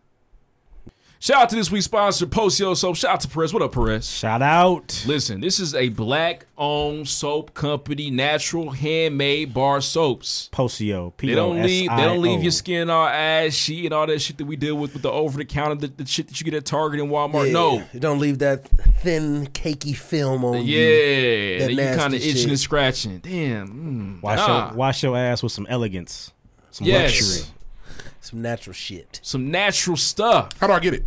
Speaker 11: Shout out to this week's sponsor, Postio Soap. Shout out to Perez. What up, Perez?
Speaker 13: Shout out.
Speaker 11: Listen, this is a black owned soap company, natural handmade bar soaps.
Speaker 13: Posio.
Speaker 11: They don't leave they don't leave your skin all ashy and all that shit that we deal with with the over the counter the, the shit that you get at Target and Walmart.
Speaker 12: Yeah,
Speaker 11: No.
Speaker 12: you don't leave that thin, cakey film on you.
Speaker 11: Yeah.
Speaker 12: That
Speaker 11: That you
Speaker 12: nasty
Speaker 11: kind of itching
Speaker 12: shit.
Speaker 11: and scratching. Damn. Mm,
Speaker 13: Wash,
Speaker 11: nah.
Speaker 13: your, wash your ass with some elegance, some
Speaker 11: Yes.
Speaker 13: luxury.
Speaker 12: Some natural shit.
Speaker 11: Some natural stuff.
Speaker 4: How do I get it?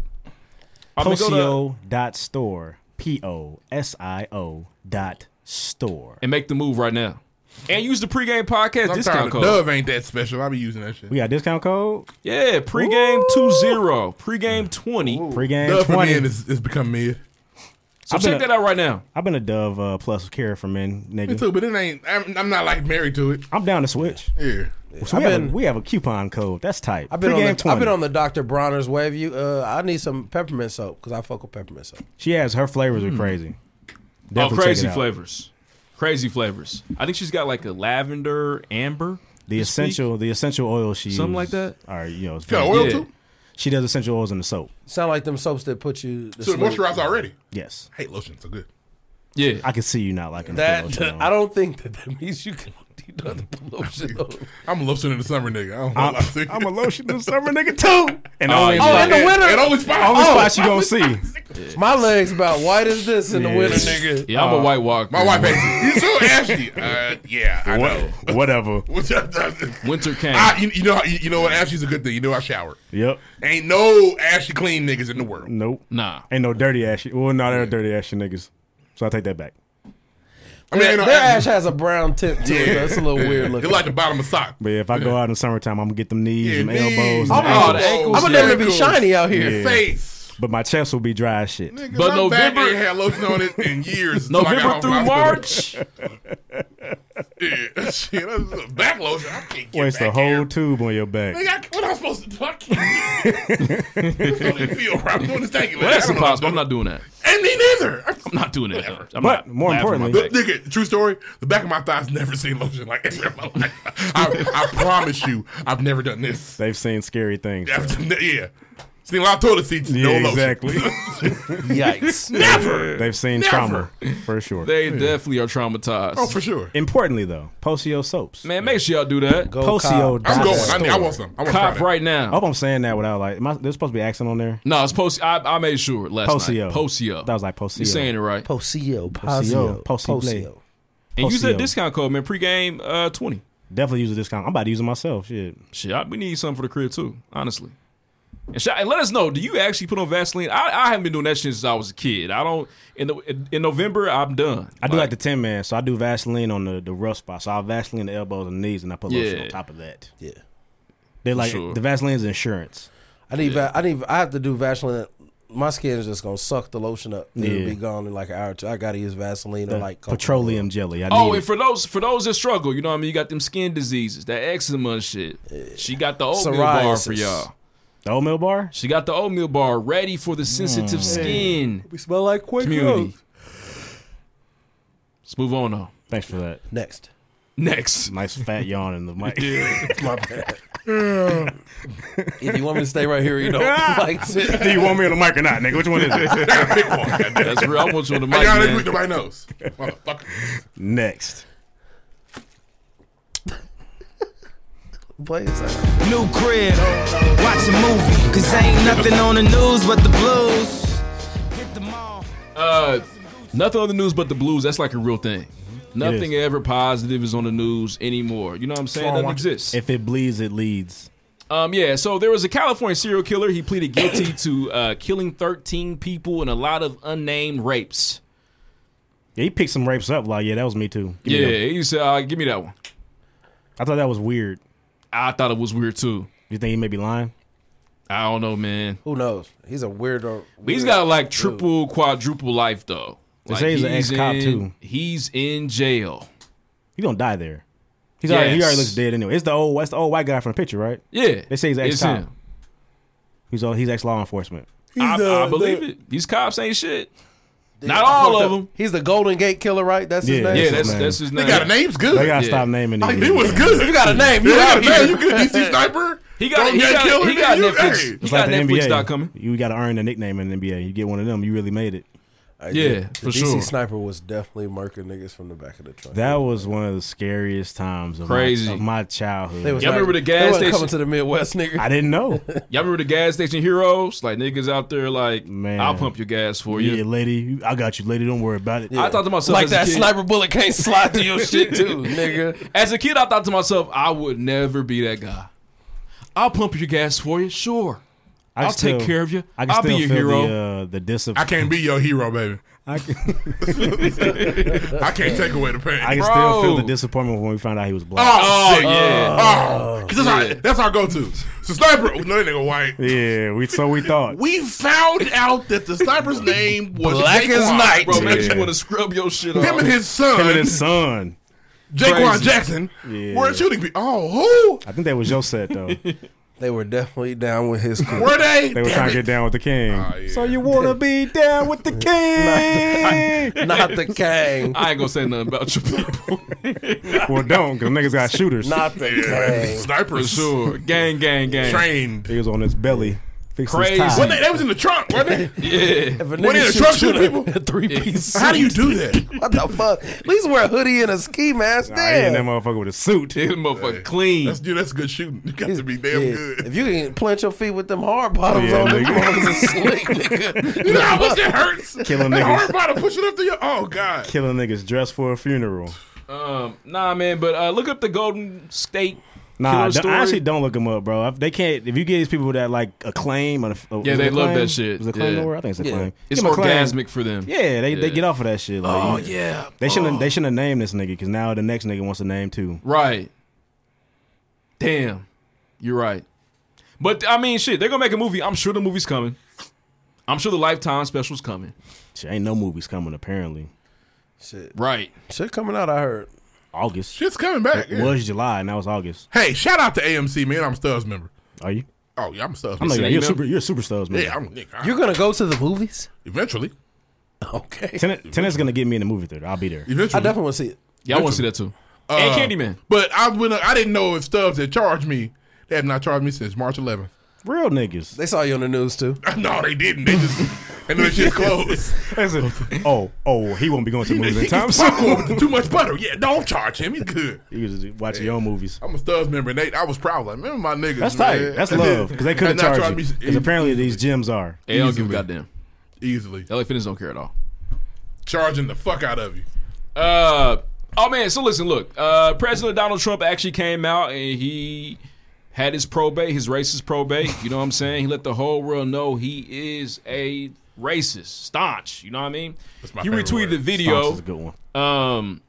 Speaker 11: I'm gonna go to-
Speaker 13: Posio dot store. P O S I O dot store.
Speaker 11: and make the move right now. And use the pregame podcast
Speaker 4: I'm
Speaker 11: discount
Speaker 4: tired
Speaker 11: code.
Speaker 4: of Dove ain't that special. I be using that shit.
Speaker 13: We got discount code.
Speaker 11: Yeah, pregame two zero, pregame twenty,
Speaker 13: Pregame
Speaker 4: Dove for
Speaker 13: 20.
Speaker 4: men is, is become mid.
Speaker 11: So check that out right now.
Speaker 13: I've been a Dove uh, Plus Care for Men, nigga.
Speaker 4: Me too, but it ain't. I'm, I'm not like married to it.
Speaker 13: I'm down to switch.
Speaker 4: Yeah.
Speaker 13: So we,
Speaker 12: I've
Speaker 13: have
Speaker 12: been-
Speaker 13: a, we have a coupon code. That's tight.
Speaker 12: I've been, on
Speaker 13: Pre-game
Speaker 12: the,
Speaker 13: 20.
Speaker 12: I've been on the Dr. Bronner's wave. You, uh, I need some peppermint soap because I fuck with peppermint soap.
Speaker 13: She has her flavors
Speaker 12: Hmm.
Speaker 13: are crazy.
Speaker 11: oh,
Speaker 13: Definitely check
Speaker 11: crazy
Speaker 13: it out.
Speaker 11: flavors, crazy flavors. I think she's got like a lavender amber.
Speaker 13: The
Speaker 11: this week.
Speaker 13: essential, the essential oil she
Speaker 11: Something like
Speaker 13: uses
Speaker 11: that?
Speaker 13: Are you know? It's
Speaker 11: Got
Speaker 13: very-
Speaker 11: oil, too?
Speaker 13: She does essential oils in the soap.
Speaker 12: Sound like them soaps that put you. to
Speaker 4: So it
Speaker 12: sleep.
Speaker 4: moisturized already.
Speaker 13: Yes.
Speaker 4: I hate lotions. So good.
Speaker 11: Yeah.
Speaker 13: I can see you not liking
Speaker 12: That
Speaker 13: the pillow.
Speaker 12: I don't think that that means you can. You don't have to put lotion on.
Speaker 4: I'm a lotion in the summer, nigga. I don't
Speaker 13: I'm-
Speaker 4: know what I'm,
Speaker 13: I'm a lotion in the summer, nigga, too. And
Speaker 4: Oh,
Speaker 13: only
Speaker 4: yeah. Oh, in the winter.
Speaker 13: And only spot, only
Speaker 4: Oh.
Speaker 13: spot you gonna see.
Speaker 12: My legs about white as this in the winter, nigga.
Speaker 11: Yeah,
Speaker 13: uh,
Speaker 11: I'm a white walker.
Speaker 4: My wife hates it. You so ashy. Uh, yeah, I know.
Speaker 13: What, whatever.
Speaker 4: What's up, Dustin?
Speaker 11: Winter came.
Speaker 4: I, you, you know, you, you know what? Ashy's a good thing. You know, I shower.
Speaker 13: Yep.
Speaker 4: Ain't no ashy clean niggas in the world.
Speaker 13: Nope.
Speaker 11: Nah.
Speaker 13: Ain't no dirty ass. shit. Well, no, there are dirty ass shit niggas. So I take that back.
Speaker 4: I mean, ain't no
Speaker 12: their ash has a brown tip to it.
Speaker 4: Yeah.
Speaker 12: Though. It's a little weird
Speaker 4: It's
Speaker 12: looking.
Speaker 4: like the bottom of sock.
Speaker 13: But if I go out in the summertime, I'm gonna get them knees and elbows.
Speaker 12: I'm
Speaker 13: and ankles.
Speaker 12: gonna- I'm gonna never be shiny out here.
Speaker 13: Yeah. But my chest will be dry as shit.
Speaker 4: Nigga,
Speaker 11: But
Speaker 4: my
Speaker 11: November-
Speaker 4: back ain't had lotion on it in years. until I got
Speaker 11: November
Speaker 4: off
Speaker 11: through
Speaker 4: hospital.
Speaker 11: March.
Speaker 4: yeah, shit, that's a back lotion. I can't get
Speaker 13: Waste
Speaker 4: back
Speaker 13: the whole tube on your back.
Speaker 4: Nigga, I, what am I supposed to do? I can't. This don't even feel right. I'm doing this thing.
Speaker 11: Well, that's impossible. I'm not doing that.
Speaker 4: And me neither. I'm
Speaker 11: not doing that. I'm
Speaker 13: But
Speaker 11: not
Speaker 13: more
Speaker 11: laughing at my
Speaker 13: importantly-
Speaker 11: back.
Speaker 4: Nigga, true story. The back of my thighs never seen lotion like ever in my life. I, I promise you, I've never done this.
Speaker 13: They've seen scary things.
Speaker 4: I've- yeah, seen a lot of toilet seats.
Speaker 13: Yeah,
Speaker 4: no
Speaker 13: exactly.
Speaker 4: Lotion.
Speaker 13: Yikes.
Speaker 4: Never.
Speaker 13: They've seen
Speaker 4: Never.
Speaker 13: trauma for sure.
Speaker 11: they definitely are traumatized.
Speaker 4: Oh, for sure.
Speaker 13: Importantly though, Posio soaps.
Speaker 11: Man, make sure y'all do that.
Speaker 13: Go Oh. Posio.
Speaker 4: I'm going. I, need- I want some. I want to try
Speaker 11: Cop
Speaker 4: that.
Speaker 11: right
Speaker 13: I
Speaker 11: now.
Speaker 13: hope I'm saying that without like. Am I, there's supposed to be accent on there.
Speaker 11: No, it's post. I, I made sure last
Speaker 13: Posio.
Speaker 11: night. Posio.
Speaker 13: That was like Posio.
Speaker 11: You saying it right?
Speaker 12: Posio,
Speaker 13: Posio, Posio.
Speaker 11: And
Speaker 13: Posio.
Speaker 11: use that discount code, man. Pregame uh, twenty.
Speaker 13: Definitely use a discount. I'm about to use it myself. Shit.
Speaker 11: Shit, I, we need something for the crib too. Honestly. And, sh- and let us know. Do you actually put on Vaseline? I, I haven't been doing that shit since I was a kid. I don't. In the, in, in November, I'm done.
Speaker 13: I do like the ten man, so I do Vaseline on the, the rough spots. So I Vaseline the elbows and knees, and I put lotion
Speaker 11: Yeah.
Speaker 13: on top of that.
Speaker 12: Yeah,
Speaker 13: they like
Speaker 11: sure.
Speaker 13: the Vaseline's insurance.
Speaker 12: I need. Va- I need. I have to do Vaseline. My skin is just gonna suck the lotion up. It'll
Speaker 13: Yeah.
Speaker 12: be gone in like an hour or two. I gotta use Vaseline
Speaker 13: The
Speaker 12: or like coconut
Speaker 13: petroleum jelly. I
Speaker 11: Oh,
Speaker 13: need
Speaker 11: and
Speaker 13: it.
Speaker 11: for those for those that struggle, you know what I mean. You got them skin diseases, that eczema and shit. She got the oatmeal bar for
Speaker 12: Psoriasis.
Speaker 11: y'all.
Speaker 13: the oatmeal bar.
Speaker 11: She got the oatmeal bar ready for the sensitive
Speaker 13: Mm.
Speaker 11: skin
Speaker 12: We smell like Quaker.
Speaker 11: community. Let's move on though.
Speaker 13: Thanks for that.
Speaker 12: Next.
Speaker 11: Next.
Speaker 13: Nice fat yawn in the mic.
Speaker 12: My bad. Either you want me to stay right here or you don't. like,
Speaker 13: Do you want me on the mic or not, nigga? Which one is it?
Speaker 4: Pick one. goddamn.
Speaker 11: That's real. I want you on the mic,
Speaker 4: I got it
Speaker 11: man.
Speaker 4: with nobody knows. Motherfucker.
Speaker 13: Next.
Speaker 12: Blaze that.
Speaker 7: New crib, watch a movie, cause ain't nothing on the news but the blues.
Speaker 11: Uh, nothing on the news but the blues. That's like a real thing. Nothing ever positive is on the news anymore. You know what I'm saying? That exists.
Speaker 13: If it bleeds, it leads.
Speaker 11: Um, yeah. So there was a California serial killer. He pleaded guilty to uh, killing 13 people and a lot of unnamed rapes.
Speaker 13: Yeah, he picked some rapes up. Like, yeah, that was me too. Give me
Speaker 11: yeah,
Speaker 13: that.
Speaker 11: he said, uh, "Give me that one."
Speaker 13: I thought that was weird.
Speaker 11: I thought it was weird too.
Speaker 13: You think he may be lying?
Speaker 11: I don't know, man.
Speaker 12: Who knows? He's a weirdo.
Speaker 11: But he's
Speaker 12: weirdo
Speaker 11: got like
Speaker 12: dude.
Speaker 11: triple, quadruple life though.
Speaker 13: They
Speaker 11: Like,
Speaker 13: say he's an ex-cop,
Speaker 11: in-
Speaker 13: too.
Speaker 11: He's in jail.
Speaker 13: He gonna die there. He's already, he
Speaker 11: Yes.
Speaker 13: already looks dead anyway. It's the old that's the old white guy from the picture, right?
Speaker 11: Yeah,
Speaker 13: They say he's ex
Speaker 11: it's
Speaker 13: cop.
Speaker 11: him.
Speaker 13: He's all, he's ex law enforcement.
Speaker 11: I,
Speaker 4: uh,
Speaker 11: I believe it. These cops ain't shit. Not all of them.
Speaker 12: He's the Golden Gate Killer, right? That's his
Speaker 13: Yeah.
Speaker 12: name.
Speaker 11: Yeah,
Speaker 13: his
Speaker 11: that's
Speaker 13: name.
Speaker 11: that's his
Speaker 4: They
Speaker 11: name.
Speaker 4: got a name's good.
Speaker 13: They gotta
Speaker 11: Yeah.
Speaker 13: stop naming
Speaker 4: Like,
Speaker 13: these
Speaker 4: he
Speaker 13: niggas.
Speaker 4: was good.
Speaker 12: You got a name. You
Speaker 4: You got
Speaker 12: out
Speaker 4: a name.
Speaker 12: here.
Speaker 4: You good DC sniper?
Speaker 11: He got
Speaker 4: Don't
Speaker 11: he
Speaker 4: get
Speaker 11: got,
Speaker 4: killer,
Speaker 11: he
Speaker 4: nigga,
Speaker 11: got
Speaker 4: you-
Speaker 11: Netflix.
Speaker 4: hey.
Speaker 11: He
Speaker 13: It's
Speaker 11: got
Speaker 13: like the
Speaker 11: Netflix
Speaker 13: NBA.
Speaker 11: doc coming.
Speaker 13: You gotta earn a nickname in the NBA. You get one of them, you really made it.
Speaker 11: Yeah,
Speaker 12: the
Speaker 11: for
Speaker 12: DC
Speaker 11: sure.
Speaker 12: Sniper was definitely murking niggas from the back of the truck.
Speaker 13: That was one of the scariest times of,
Speaker 11: Crazy.
Speaker 13: My, of my childhood.
Speaker 12: They was
Speaker 11: Y'all
Speaker 12: not-
Speaker 11: remember the
Speaker 12: they
Speaker 11: gas
Speaker 12: wasn't
Speaker 11: station?
Speaker 12: coming to the Midwest, nigga.
Speaker 13: I didn't know.
Speaker 11: Y'all remember the gas station heroes? Like niggas out there, like
Speaker 13: Man.
Speaker 11: I'll pump your gas for you.
Speaker 13: yeah, lady, you- I got you, lady. Don't worry about it.
Speaker 11: I thought to myself,
Speaker 12: like
Speaker 11: as a
Speaker 12: that
Speaker 11: kid-
Speaker 12: sniper bullet can't slide through your shit too, nigga.
Speaker 11: As a kid, I thought to myself, I would never be that guy. I'll pump your gas for you, sure.
Speaker 13: can
Speaker 11: I'll take
Speaker 13: still-
Speaker 11: care of you.
Speaker 13: I can
Speaker 11: I'll be
Speaker 13: still
Speaker 11: your
Speaker 13: feel
Speaker 11: hero.
Speaker 13: The, uh, the discipline.
Speaker 4: I can't be your hero, baby.
Speaker 13: I can-
Speaker 4: I can't take away the pain.
Speaker 13: I can still feel the disappointment when we found out he was
Speaker 11: Ah.
Speaker 13: black.
Speaker 4: Oh, shit.
Speaker 13: Oh,
Speaker 4: Oh, 'cause that's, Our,
Speaker 13: yeah.
Speaker 4: that's our go-to. So sniper. No, that nigga white.
Speaker 13: Yeah, we so we thought.
Speaker 4: We found out that the sniper's name was
Speaker 11: Black as
Speaker 4: Jaquan.
Speaker 11: night. Bro, makes
Speaker 13: Yeah.
Speaker 11: you want to scrub your shit off.
Speaker 4: Him and his son.
Speaker 13: Him and his son.
Speaker 4: Jaquan
Speaker 13: Crazy.
Speaker 4: Jackson.
Speaker 13: Yeah.
Speaker 4: Were shooting people. Oh,
Speaker 13: I think that was your set though.
Speaker 12: They were definitely down with his crew.
Speaker 4: Were they?
Speaker 13: They were
Speaker 12: Damn
Speaker 13: trying
Speaker 12: it.
Speaker 13: to get down with the king.
Speaker 11: So you wanna
Speaker 13: be down with the king?
Speaker 12: not the king.
Speaker 11: I ain't gonna say nothing about your people.
Speaker 13: Well, don't because niggas got shooters.
Speaker 12: Not the
Speaker 4: who?
Speaker 12: king.
Speaker 11: For
Speaker 4: uh, Snipers.
Speaker 11: sure. Gang, gang, gang.
Speaker 4: Trained.
Speaker 13: He was on his belly. Fixing
Speaker 11: Crazy.
Speaker 13: His tie.
Speaker 4: Wasn't they, they was in the trunk, weren't they?
Speaker 11: Yeah.
Speaker 12: If a
Speaker 4: Were they in the trunk shooting people?
Speaker 12: three piece.
Speaker 4: How do you do that?
Speaker 12: What the fuck? At least wear a hoodie and a ski mask.
Speaker 13: Nah, he in that
Speaker 12: Damn.
Speaker 13: motherfucker with a suit.
Speaker 11: This motherfucker clean.
Speaker 4: That's, dude, that's good shooting. You got to be damn
Speaker 12: Yeah.
Speaker 4: good.
Speaker 12: If you can plant your feet with them hard bottoms
Speaker 13: Yeah,
Speaker 12: on, them
Speaker 13: nigga.
Speaker 12: motherfuckers is slick, nigga.
Speaker 4: You know how much it hurts?
Speaker 13: Killing
Speaker 4: That
Speaker 13: niggas.
Speaker 4: hard bottom pushing up to your. Oh, God.
Speaker 13: Killing niggas dressed for a funeral.
Speaker 11: Um, nah, man, but uh, look up the Golden State
Speaker 13: Nah,
Speaker 11: Killer
Speaker 13: don't-
Speaker 11: story.
Speaker 13: I actually don't look them up, bro. If they can't. If you get these people that like acclaim, or, or-
Speaker 11: yeah,
Speaker 13: is it
Speaker 11: they love
Speaker 13: acclaim?
Speaker 11: that shit.
Speaker 13: Is it acclaim
Speaker 11: yeah.
Speaker 13: the word? I think it's
Speaker 11: Yeah.
Speaker 13: acclaim.
Speaker 11: It's
Speaker 13: Give 'em acclaim.
Speaker 11: orgasmic for them.
Speaker 13: Yeah, they, they get off of that shit. Like,
Speaker 11: Oh,
Speaker 13: you-
Speaker 11: yeah.
Speaker 13: They shouldn't they shouldn't have named this nigga because now the next nigga wants a name too.
Speaker 11: Right. Damn. You're right. But I mean, shit, they're gonna make a movie. I'm sure the movie's coming. I'm sure the Lifetime special's coming.
Speaker 13: Shit, ain't no movies coming apparently.
Speaker 12: Shit.
Speaker 11: Right.
Speaker 12: Shit coming out, I heard.
Speaker 13: August.
Speaker 4: Shit's coming back.
Speaker 13: It
Speaker 4: yeah.
Speaker 13: was July and that was August.
Speaker 4: Hey, shout out to AMC, man. I'm a Stubbs member.
Speaker 13: Are you?
Speaker 4: Oh, yeah, I'm a Stubbs
Speaker 13: I'm
Speaker 4: member.
Speaker 13: like, you're a super you're a superstars man.
Speaker 4: yeah, I'm a nigga.
Speaker 12: You're gonna go to the movies?
Speaker 4: Eventually.
Speaker 12: Okay.
Speaker 13: Tenet, Tenet's gonna get me in the movie theater. I'll be there.
Speaker 12: I
Speaker 4: Eventually. Uh,
Speaker 12: definitely want to see it.
Speaker 11: Yeah, I want to see that too. and Candyman.
Speaker 4: But I went, I didn't know if Stubbs had charged me. They have not charged me since March 11th.
Speaker 13: Real niggas.
Speaker 12: They saw you on the news too.
Speaker 4: no, they didn't. They just and then shit closed.
Speaker 13: Listen, oh, oh, he won't be going to the movies in
Speaker 4: He
Speaker 13: time
Speaker 4: just
Speaker 13: soon.
Speaker 4: popcorn with too much butter. Yeah, don't charge him. He's good.
Speaker 13: You can just watch your own movies.
Speaker 4: I'm a Stubbs member, and they, I was proud. Like, remember my niggas.
Speaker 13: That's tight.
Speaker 4: man.
Speaker 13: That's love because they couldn't
Speaker 4: They not
Speaker 13: charge you
Speaker 4: charged me-
Speaker 13: because apparently these gyms are.
Speaker 11: Hey, I don't give a
Speaker 4: Easily.
Speaker 11: goddamn.
Speaker 4: easily
Speaker 11: LA Fitness don't care at all.
Speaker 4: charging the fuck out of you.
Speaker 11: Uh oh man, so listen, look. Uh President Donald Trump actually came out and he had his probate, his racist probate. You know what I'm saying? He let the whole world know he is a racist, staunch. You know what I mean?
Speaker 4: my
Speaker 11: He
Speaker 4: favorite
Speaker 11: retweeted
Speaker 4: word.
Speaker 11: a
Speaker 13: Stonks
Speaker 11: video
Speaker 13: is a good one.
Speaker 11: um,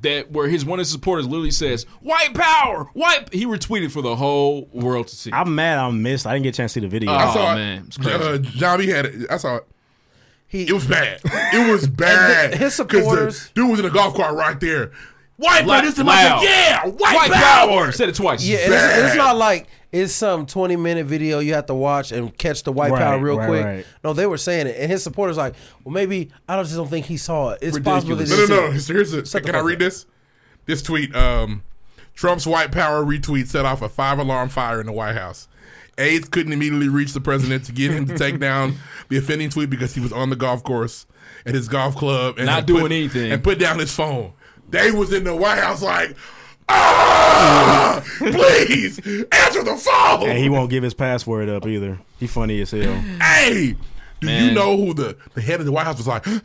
Speaker 11: that where his one of his supporters literally says, "White power, white." He retweeted for the whole world to see.
Speaker 13: I'm mad. I missed. I didn't get a chance to see the video.
Speaker 11: I
Speaker 4: I saw
Speaker 11: man, it's
Speaker 4: it.
Speaker 11: crazy.
Speaker 4: Uh, Johnny had it. I saw it.
Speaker 12: He-
Speaker 4: it was bad. It was bad.
Speaker 12: And the- his
Speaker 4: 'Cause the
Speaker 12: supporters-
Speaker 4: dude was in a golf cart right there. White
Speaker 11: La-
Speaker 4: power. This is my
Speaker 11: loud.
Speaker 4: yeah. White,
Speaker 11: White
Speaker 4: power.
Speaker 11: power. Said it twice.
Speaker 12: Yeah, and it's, it's not like it's some 20 minute video you have to watch and catch the white
Speaker 13: Right,
Speaker 12: power real
Speaker 13: right,
Speaker 12: quick.
Speaker 13: right.
Speaker 12: No, they were saying it, and his supporters like, well, maybe I don't just don't think he saw it. It's possible that
Speaker 11: Ridiculous.
Speaker 4: No,
Speaker 12: he
Speaker 4: no, no.
Speaker 12: did.
Speaker 4: Here's, here's a,
Speaker 12: Shut the
Speaker 4: can I
Speaker 12: fuck
Speaker 4: read
Speaker 12: up.
Speaker 4: this? This tweet. Um, Trump's white power retweet set off a five alarm fire in the White House. Aides couldn't immediately reach the president to get him to take down the offending tweet because he was on the golf course at his golf club and
Speaker 11: Not
Speaker 4: had
Speaker 11: doing
Speaker 4: put-
Speaker 11: anything.
Speaker 4: and put down his phone. They was in the White House like, ah, please answer the phone.
Speaker 13: and he won't give his password up either. He funny as hell.
Speaker 4: hey, do you
Speaker 11: Man.
Speaker 4: know who the, the head of the White House was like? "Ah,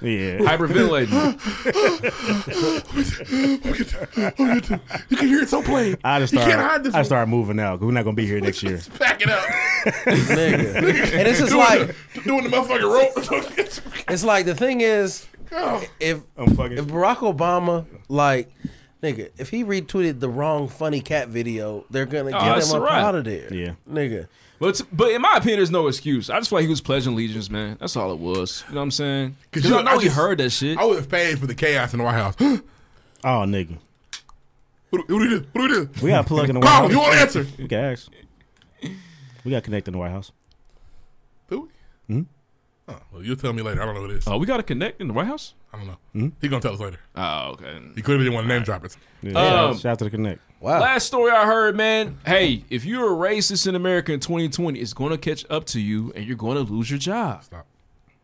Speaker 13: Yeah.
Speaker 11: Hyperventilating.
Speaker 4: You can hear it so plain.
Speaker 13: I just
Speaker 4: you
Speaker 13: start.
Speaker 4: can't hide this.
Speaker 13: I start moving out because we're not gonna be here next year.
Speaker 4: Pack it up.
Speaker 12: Nigga. and it's just like
Speaker 4: the, doing the motherfucking rope.
Speaker 12: it's like the thing is
Speaker 4: oh,
Speaker 12: if
Speaker 13: I'm fucking.
Speaker 12: if Barack Obama like nigga if he retweeted the wrong funny cat video they're gonna get
Speaker 11: Oh, that's
Speaker 12: him up
Speaker 11: right.
Speaker 12: out of there
Speaker 13: Yeah.
Speaker 12: nigga
Speaker 11: but t- but in my opinion, there's no excuse. I just feel like he was pledging allegiance, man. That's all it was. You know what I'm saying?
Speaker 4: 'Cause
Speaker 11: Because
Speaker 4: you
Speaker 11: I
Speaker 4: know,
Speaker 11: know
Speaker 4: I
Speaker 11: he
Speaker 4: just-
Speaker 11: heard that shit.
Speaker 4: I would have paid for the chaos in the White House. what,
Speaker 13: Oh nigga,
Speaker 4: do, what do we do? What do we do?
Speaker 13: we got to plug in the White
Speaker 4: Call him.
Speaker 13: House.
Speaker 4: You won't answer.
Speaker 13: We can ask. We got connected in the White House.
Speaker 4: Do we? Oh, well, you'll tell me later. I don't know what it is.
Speaker 11: Oh, we got to connect in the White House.
Speaker 4: I don't know. He gonna tell us later.
Speaker 11: Oh, okay.
Speaker 4: He clearly didn't want to name drop it.
Speaker 13: Yeah.
Speaker 11: Um,
Speaker 13: Shout out to the connect.
Speaker 12: wow
Speaker 11: Last story I heard, man. Hey, if you're a racist in America in 2020, it's going to catch up to you, and you're going to lose your job.
Speaker 4: Stop.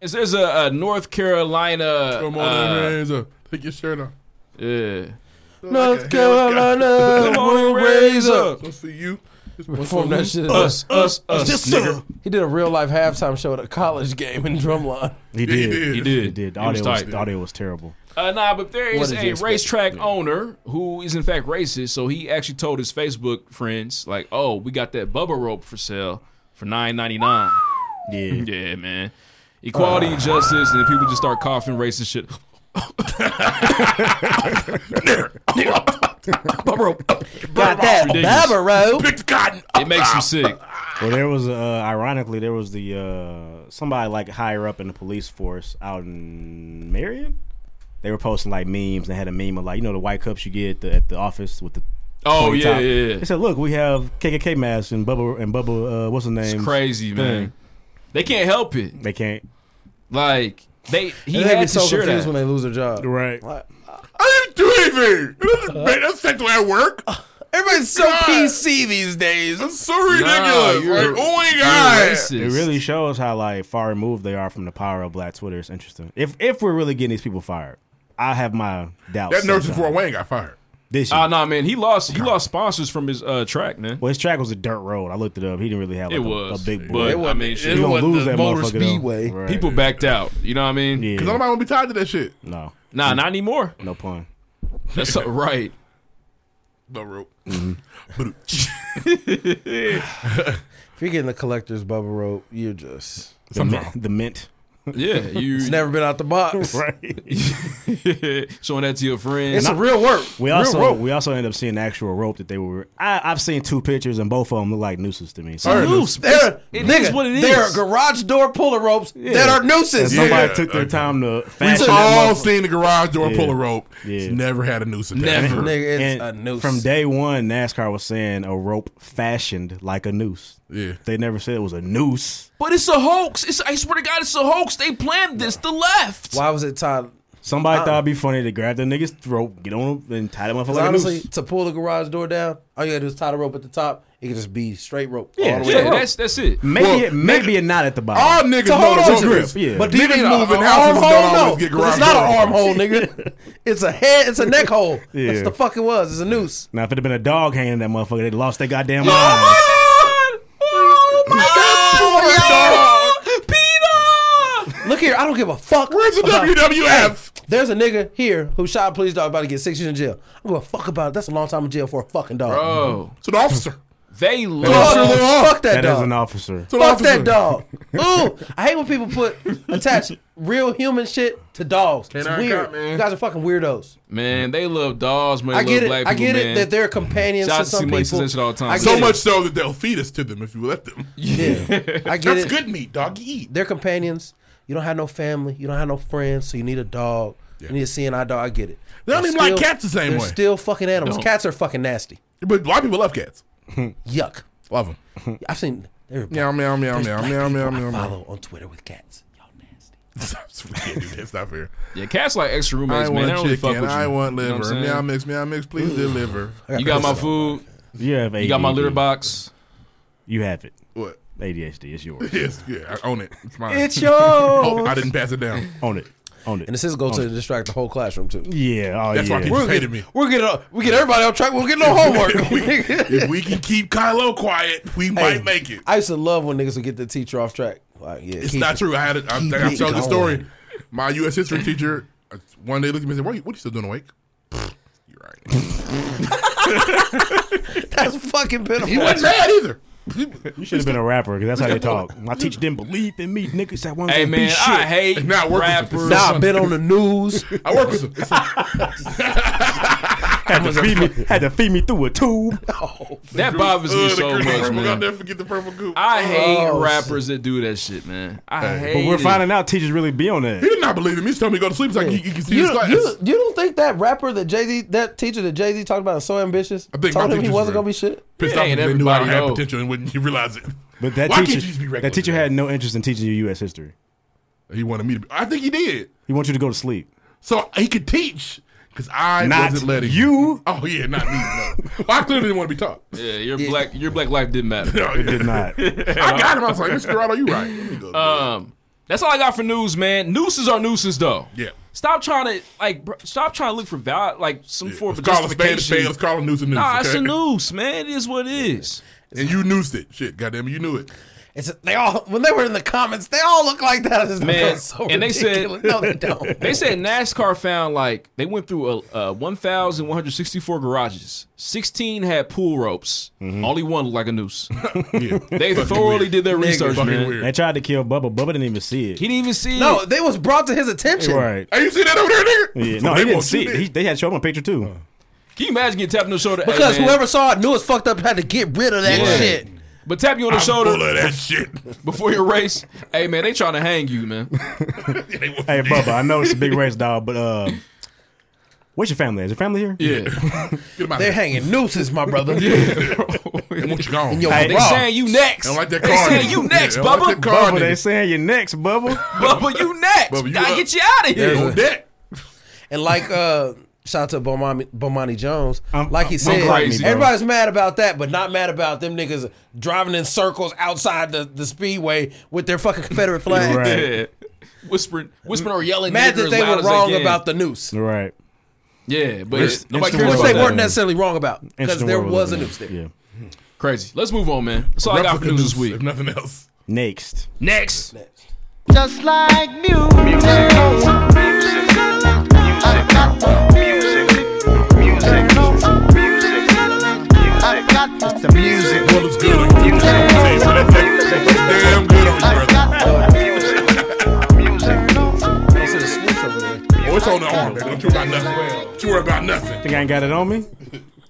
Speaker 11: Is there's a, a North Carolina?
Speaker 4: Come
Speaker 11: uh,
Speaker 4: on, in, Razor. Take your shirt off.
Speaker 11: Yeah.
Speaker 12: North
Speaker 11: Come
Speaker 12: Carolina
Speaker 11: on and raise up.
Speaker 4: What's for you? It's
Speaker 12: perform that shit
Speaker 11: Us, us, us.
Speaker 13: Yes,
Speaker 11: nigga.
Speaker 13: sir.
Speaker 12: he did a real life halftime show at a college game in Drumline
Speaker 13: He
Speaker 4: Yeah, he
Speaker 13: did.
Speaker 4: did.
Speaker 11: He did.
Speaker 13: He did. The
Speaker 11: He was
Speaker 13: audio was,
Speaker 11: tight.
Speaker 13: the audio was terrible.
Speaker 11: Uh, nah, but there is
Speaker 12: did
Speaker 11: a
Speaker 12: you expect?
Speaker 11: racetrack owner who is in fact racist. So he actually told his Facebook friends, like, "Oh, we got that bubble rope for sale for nine ninety nine.
Speaker 13: Yeah,
Speaker 11: yeah, man. Equality, and justice, and then people just start coughing racist shit.
Speaker 12: Got that
Speaker 13: Ridiculous.
Speaker 12: Barbaro.
Speaker 11: It makes them sick.
Speaker 13: Well, there was uh, ironically there was the uh, somebody like higher up in the police force out in Marion. They were posting like memes. They had a meme of like you know the white cups you get at the, at the office with the
Speaker 11: Oh,
Speaker 13: pointy
Speaker 11: yeah,
Speaker 13: top.
Speaker 11: yeah, yeah.
Speaker 13: They said, look, we have KKK masks and bubble and bubble. Uh, what's the name?
Speaker 11: It's crazy, man. They can't help it.
Speaker 13: They can't.
Speaker 11: Like they, he
Speaker 12: And
Speaker 11: had
Speaker 12: they
Speaker 11: to
Speaker 12: get so
Speaker 11: share
Speaker 12: confused
Speaker 11: that.
Speaker 12: when they lose their job.
Speaker 13: Right.
Speaker 4: I didn't do anything. It doesn't make- That's sexual at work.
Speaker 12: Everybody's so PC these days.
Speaker 4: It's so ridiculous. like, oh my god.
Speaker 13: It really shows how like far removed they are from the power of Black Twitter. It's interesting. If if we're really getting these people fired, I have my doubts.
Speaker 4: That nurse in
Speaker 13: sometimes.
Speaker 4: Fort Wayne got fired.
Speaker 13: This year.
Speaker 11: Ah, nah, man. He lost. He lost sponsors from his uh, track, man.
Speaker 13: Well, his track was a dirt road. I looked it up. He didn't really have like,
Speaker 11: It
Speaker 13: a-
Speaker 11: was,
Speaker 13: a big.
Speaker 11: but It wasn't- I mean, it
Speaker 13: you gonna
Speaker 11: wasn't
Speaker 13: lose
Speaker 11: the
Speaker 13: that
Speaker 11: Motor
Speaker 13: motherfucker though.
Speaker 11: Speedway.
Speaker 13: Right.
Speaker 11: People backed out. You know what I mean?
Speaker 4: Because nobody want to be tied to that shit.
Speaker 13: No.
Speaker 11: Nah, not anymore.
Speaker 13: No pun.
Speaker 11: That's all right.
Speaker 4: No rope.
Speaker 12: If you're getting a collector's bubble rope, you're just
Speaker 13: The mint. The mint.
Speaker 11: Yeah, you-
Speaker 12: It's never been out the box,
Speaker 13: right?
Speaker 11: Showing that to your friends.
Speaker 12: It's a
Speaker 11: Nah.
Speaker 12: real work.
Speaker 13: We
Speaker 11: Real
Speaker 13: also
Speaker 11: rope.
Speaker 13: we also end up seeing the actual rope that they were. I, I've seen two pictures and both of them look like nooses to me. So
Speaker 12: They're
Speaker 11: noose.
Speaker 12: They're,
Speaker 11: It
Speaker 12: nigga,
Speaker 11: is what it
Speaker 12: They're
Speaker 11: is.
Speaker 12: garage door puller ropes that are
Speaker 13: And
Speaker 12: nooses.
Speaker 13: somebody took their time to fashion.
Speaker 4: We've
Speaker 13: that
Speaker 4: all
Speaker 13: motherfucker.
Speaker 4: seen the garage door
Speaker 13: Yeah.
Speaker 4: pull a rope.
Speaker 13: Yeah.
Speaker 4: It's never had a noose attached.
Speaker 13: And-
Speaker 12: Nigga,
Speaker 13: and
Speaker 12: it's a noose.
Speaker 13: From day one, NASCAR was saying a rope fashioned like a noose.
Speaker 4: Yeah,
Speaker 13: they never said it was a noose.
Speaker 11: But it's a hoax. It's I swear to God, it's a hoax. They planned this. The left.
Speaker 12: Why was it tied?
Speaker 13: Somebody
Speaker 12: Uh-uh.
Speaker 13: thought it'd be funny to grab the nigga's rope, get on him, and tie him up
Speaker 12: 'Cause
Speaker 13: like a
Speaker 12: honestly,
Speaker 13: noose.
Speaker 12: to pull the garage door down, all you gotta do is tie the rope at the top. It can just be straight rope. all
Speaker 13: Yeah,
Speaker 12: the way
Speaker 13: yeah,
Speaker 12: down.
Speaker 11: that's that's it.
Speaker 13: Maybe
Speaker 12: Well,
Speaker 13: it, maybe it not at the bottom.
Speaker 4: All niggas
Speaker 12: To hold
Speaker 4: know
Speaker 12: on
Speaker 4: the
Speaker 12: to
Speaker 4: rope
Speaker 12: it.
Speaker 4: grip. Yeah.
Speaker 12: But
Speaker 4: Niggas
Speaker 12: niggas
Speaker 4: in
Speaker 12: moving
Speaker 4: houses
Speaker 12: arm
Speaker 4: don't
Speaker 12: hole, no.
Speaker 4: always get
Speaker 12: 'Cause
Speaker 4: garage
Speaker 12: It's not
Speaker 4: door
Speaker 12: an arm hole,
Speaker 4: hole.
Speaker 12: nigga. It's a head. It's a neck hole.
Speaker 13: Yeah.
Speaker 12: That's the fuck it was. It's a noose.
Speaker 13: Now, if it had been a dog hanging that motherfucker, they'd lost their goddamn mind.
Speaker 11: Oh
Speaker 12: Look here, I don't give a fuck.
Speaker 4: Where's the WWF?
Speaker 12: There's a nigga here who shot a police dog about to get six years in jail. I'm gonna fuck about it. That's a long time in jail for a fucking dog.
Speaker 11: Bro.
Speaker 4: It's an officer.
Speaker 11: They
Speaker 12: Fuck,
Speaker 11: love.
Speaker 12: fuck that,
Speaker 13: That
Speaker 12: dog.
Speaker 13: is an officer.
Speaker 12: Fuck that dog. Ooh, I hate when people put attach real human shit to dogs. It's
Speaker 4: Canine
Speaker 12: weird.
Speaker 4: cop, man.
Speaker 12: You guys are fucking weirdos.
Speaker 11: Man, they love dogs. Man,
Speaker 12: I
Speaker 11: they
Speaker 12: get
Speaker 11: love
Speaker 12: it.
Speaker 11: black
Speaker 12: I
Speaker 11: people,
Speaker 12: get
Speaker 11: man.
Speaker 12: it that they're companions
Speaker 11: Shout out
Speaker 12: to some
Speaker 11: Money,
Speaker 12: people.
Speaker 11: says that all the time.
Speaker 12: I get
Speaker 4: So
Speaker 12: it.
Speaker 4: much so that they'll feed us to them if you let them.
Speaker 12: Yeah, I get
Speaker 4: That's
Speaker 12: it.
Speaker 4: good meat, dog. You eat.
Speaker 12: They're companions. You don't have no family. You don't have no friends, so you need a dog. You need a CNI dog. I get it.
Speaker 4: They don't
Speaker 12: They're
Speaker 4: even like cats the same
Speaker 12: they're
Speaker 4: way.
Speaker 12: Still fucking animals.
Speaker 4: Don't.
Speaker 12: Cats are fucking nasty.
Speaker 4: But a lot of people love cats.
Speaker 12: Yuck.
Speaker 4: Love
Speaker 12: them. I've seen. Meow,
Speaker 4: meow, meow, meow,
Speaker 12: There's
Speaker 4: meow,
Speaker 12: black
Speaker 4: meow,
Speaker 12: people
Speaker 4: meow,
Speaker 12: I
Speaker 4: meow, meow.
Speaker 12: follow on Twitter with cats.
Speaker 4: We can't do this. Not fair.
Speaker 11: Yeah, cats like extra roommates,
Speaker 4: I
Speaker 11: man. They
Speaker 4: want
Speaker 11: don't really fuck
Speaker 4: chicken.
Speaker 11: with you.
Speaker 4: I want
Speaker 11: You know what I'm
Speaker 4: liver.
Speaker 11: saying?
Speaker 4: Meow mix, meow mix. Please deliver.
Speaker 11: You got my food.
Speaker 13: You have ADHD.
Speaker 11: You got my litter box.
Speaker 13: You have it.
Speaker 4: What?
Speaker 13: ADHD. It's yours.
Speaker 4: Yes, yeah, I own it. It's mine.
Speaker 12: It's yours.
Speaker 4: Oh, I didn't pass it down.
Speaker 13: Own it. Own it.
Speaker 12: And this is going
Speaker 13: Own
Speaker 12: to
Speaker 13: it.
Speaker 12: distract the whole classroom too.
Speaker 13: Yeah. Oh,
Speaker 4: That's
Speaker 13: yeah.
Speaker 4: why kids
Speaker 12: We'll
Speaker 4: hated me.
Speaker 12: get- We'll get up. We get everybody on track. We'll get no homework.
Speaker 4: If we can keep Kylo quiet, we
Speaker 12: Hey,
Speaker 4: might make it.
Speaker 12: I used to love when niggas would get the teacher off track. Like, yeah,
Speaker 4: It's
Speaker 12: keep
Speaker 4: not
Speaker 12: it.
Speaker 4: true. I had a, I,
Speaker 12: Keep
Speaker 4: think I
Speaker 12: it
Speaker 4: told the story.
Speaker 12: going.
Speaker 4: My U.S. history teacher uh, one day looked at me and said, "What are you, what are you still doing awake?"
Speaker 12: That's fucking pitiful.
Speaker 4: He wasn't mad either.
Speaker 13: You should have been a rapper because that's how they talk. My teacher didn't believe in me. Niggas that want
Speaker 11: Hey,
Speaker 13: to be
Speaker 11: man,
Speaker 13: shit.
Speaker 11: I hate
Speaker 4: Nah, I work
Speaker 11: rappers.
Speaker 4: with
Speaker 12: Nah, I've been on the news.
Speaker 4: I work with him.
Speaker 13: had, to feed me, had to feed me through a tube.
Speaker 11: That bothers
Speaker 4: Uh,
Speaker 11: me so much,
Speaker 4: I'll
Speaker 11: man.
Speaker 4: never forget the Oh, purple goop.
Speaker 11: I hate
Speaker 4: Oh,
Speaker 11: rappers that do that shit, man. I hate.
Speaker 13: But we're
Speaker 11: it.
Speaker 13: finding out teachers really be on that.
Speaker 4: He did not believe in me. He's telling me to go to sleep. He's like, you, you can see
Speaker 12: You,
Speaker 4: his class.
Speaker 12: you, you don't think that rapper that Jay Z, that teacher that Jay Z talked about, is so ambitious?
Speaker 4: I think
Speaker 12: told
Speaker 4: my
Speaker 12: him he
Speaker 4: teachers
Speaker 12: wasn't
Speaker 4: were-
Speaker 12: gonna be shit.
Speaker 4: Pissed
Speaker 11: Yeah,
Speaker 4: off
Speaker 11: ain't
Speaker 4: because they knew I
Speaker 11: everybody
Speaker 4: had
Speaker 11: know.
Speaker 4: potential and wouldn't realize it.
Speaker 13: But that
Speaker 4: Why
Speaker 13: teacher,
Speaker 4: can't you just be regular?
Speaker 13: that teacher had no interest in teaching you U.S. history.
Speaker 4: He wanted me to be. I think he did.
Speaker 13: He wants you to go to sleep.
Speaker 4: So he could teach because I
Speaker 13: Not
Speaker 4: wasn't letting
Speaker 13: you.
Speaker 4: Oh, yeah, not me. No. I clearly didn't want to be taught.
Speaker 11: Yeah, your black your black life didn't matter.
Speaker 4: No,
Speaker 13: It did not.
Speaker 4: I got him. I was like, Mr. Dorado, you right. Let me go.
Speaker 11: um, that's all I got for news, man. Nooses are nooses, though.
Speaker 4: Yeah.
Speaker 11: Stop trying to like. Bro, stop trying to look for val like some form of
Speaker 4: Let's call a spade a
Speaker 11: justification.
Speaker 4: spade. Let's call a noose a noose.
Speaker 11: Nah,
Speaker 4: okay?
Speaker 11: it's a noose, man. It is what it is.
Speaker 4: And you noosed it. Shit, goddamn it, you knew it.
Speaker 12: It's they all when they were in the comments, they all look like that. It's
Speaker 11: Man,
Speaker 12: so
Speaker 11: and they said
Speaker 12: ridiculous. no, they don't.
Speaker 11: They said NASCAR found like they went through a, uh 1,164 garages. 16 had pool ropes.
Speaker 4: Mm-hmm.
Speaker 11: Only one looked like a noose. They thoroughly did their research, man.
Speaker 13: They tried to kill Bubba. Bubba didn't even see it.
Speaker 11: He didn't even see
Speaker 12: No, they was brought to his attention.
Speaker 13: Right.
Speaker 4: Hey, you see that over there, nigga?
Speaker 13: Yeah, no,
Speaker 4: They
Speaker 13: he didn't
Speaker 4: want
Speaker 13: see
Speaker 4: you
Speaker 13: it.
Speaker 4: dead.
Speaker 13: He, they had to show him a picture too.
Speaker 11: Can you imagine getting tapped on the shoulder? Hey,
Speaker 12: Because
Speaker 11: man.
Speaker 12: whoever saw it knew it's fucked up had to get rid of that
Speaker 11: Yeah.
Speaker 12: shit.
Speaker 11: But tap you on the
Speaker 12: I'm
Speaker 11: shoulder
Speaker 12: full of that
Speaker 4: shit.
Speaker 11: before your race. Hey man, they trying to hang you, man.
Speaker 13: Hey, Bubba, I know it's a big race, dog, but uh, where's your family? Is your family here?
Speaker 11: Yeah.
Speaker 12: They're hanging nooses, my brother.
Speaker 4: They want you gone.
Speaker 12: In your
Speaker 13: Hey,
Speaker 11: they
Speaker 12: bra.
Speaker 11: saying you next.
Speaker 4: Don't like that
Speaker 11: They
Speaker 4: car
Speaker 11: saying
Speaker 4: nigga.
Speaker 11: you next,
Speaker 4: Yeah, don't
Speaker 11: Bubba.
Speaker 4: like that car
Speaker 13: Bubba, they
Speaker 4: nigga.
Speaker 13: saying you're next, Bubba.
Speaker 11: Bubba, you next.
Speaker 4: Bubba, you
Speaker 11: Gotta
Speaker 4: up.
Speaker 11: get you out of here.
Speaker 4: There's a- That-
Speaker 12: And like uh shout out to Bomani, Bomani Jones. like he
Speaker 11: I'm
Speaker 12: said,
Speaker 11: crazy, bro.
Speaker 12: everybody's mad about that, but not mad about them niggas driving in circles outside the, the speedway with their fucking Confederate flags.
Speaker 11: Yeah. Whispering, whispering or yelling.
Speaker 12: Mad
Speaker 11: nigger as
Speaker 12: that they
Speaker 11: loud
Speaker 12: were
Speaker 11: as they
Speaker 12: wrong
Speaker 11: can.
Speaker 12: about the noose.
Speaker 13: Right.
Speaker 11: Yeah, but
Speaker 13: Which- interesting
Speaker 11: nobody
Speaker 13: world
Speaker 11: cares about
Speaker 12: Which they
Speaker 11: that.
Speaker 12: weren't necessarily wrong about. Because
Speaker 13: Interesting
Speaker 12: there
Speaker 13: world
Speaker 12: was a
Speaker 13: we're
Speaker 12: noose there.
Speaker 13: living in. Yeah.
Speaker 11: Crazy. Let's move on, man. That's all I got for
Speaker 4: Replica
Speaker 11: news
Speaker 4: news,
Speaker 11: this week.
Speaker 4: If nothing else.
Speaker 13: Next.
Speaker 11: Next.
Speaker 10: Just like music. Music. Music. I've got music. Music. Music. I've got it's the music.
Speaker 4: Well, it's good on you. Music. It's damn good on you, brother. Oh, it's on the arm, man. Don't you worry about nothing. Don't you worry about nothing.
Speaker 13: Think I ain't got it on me?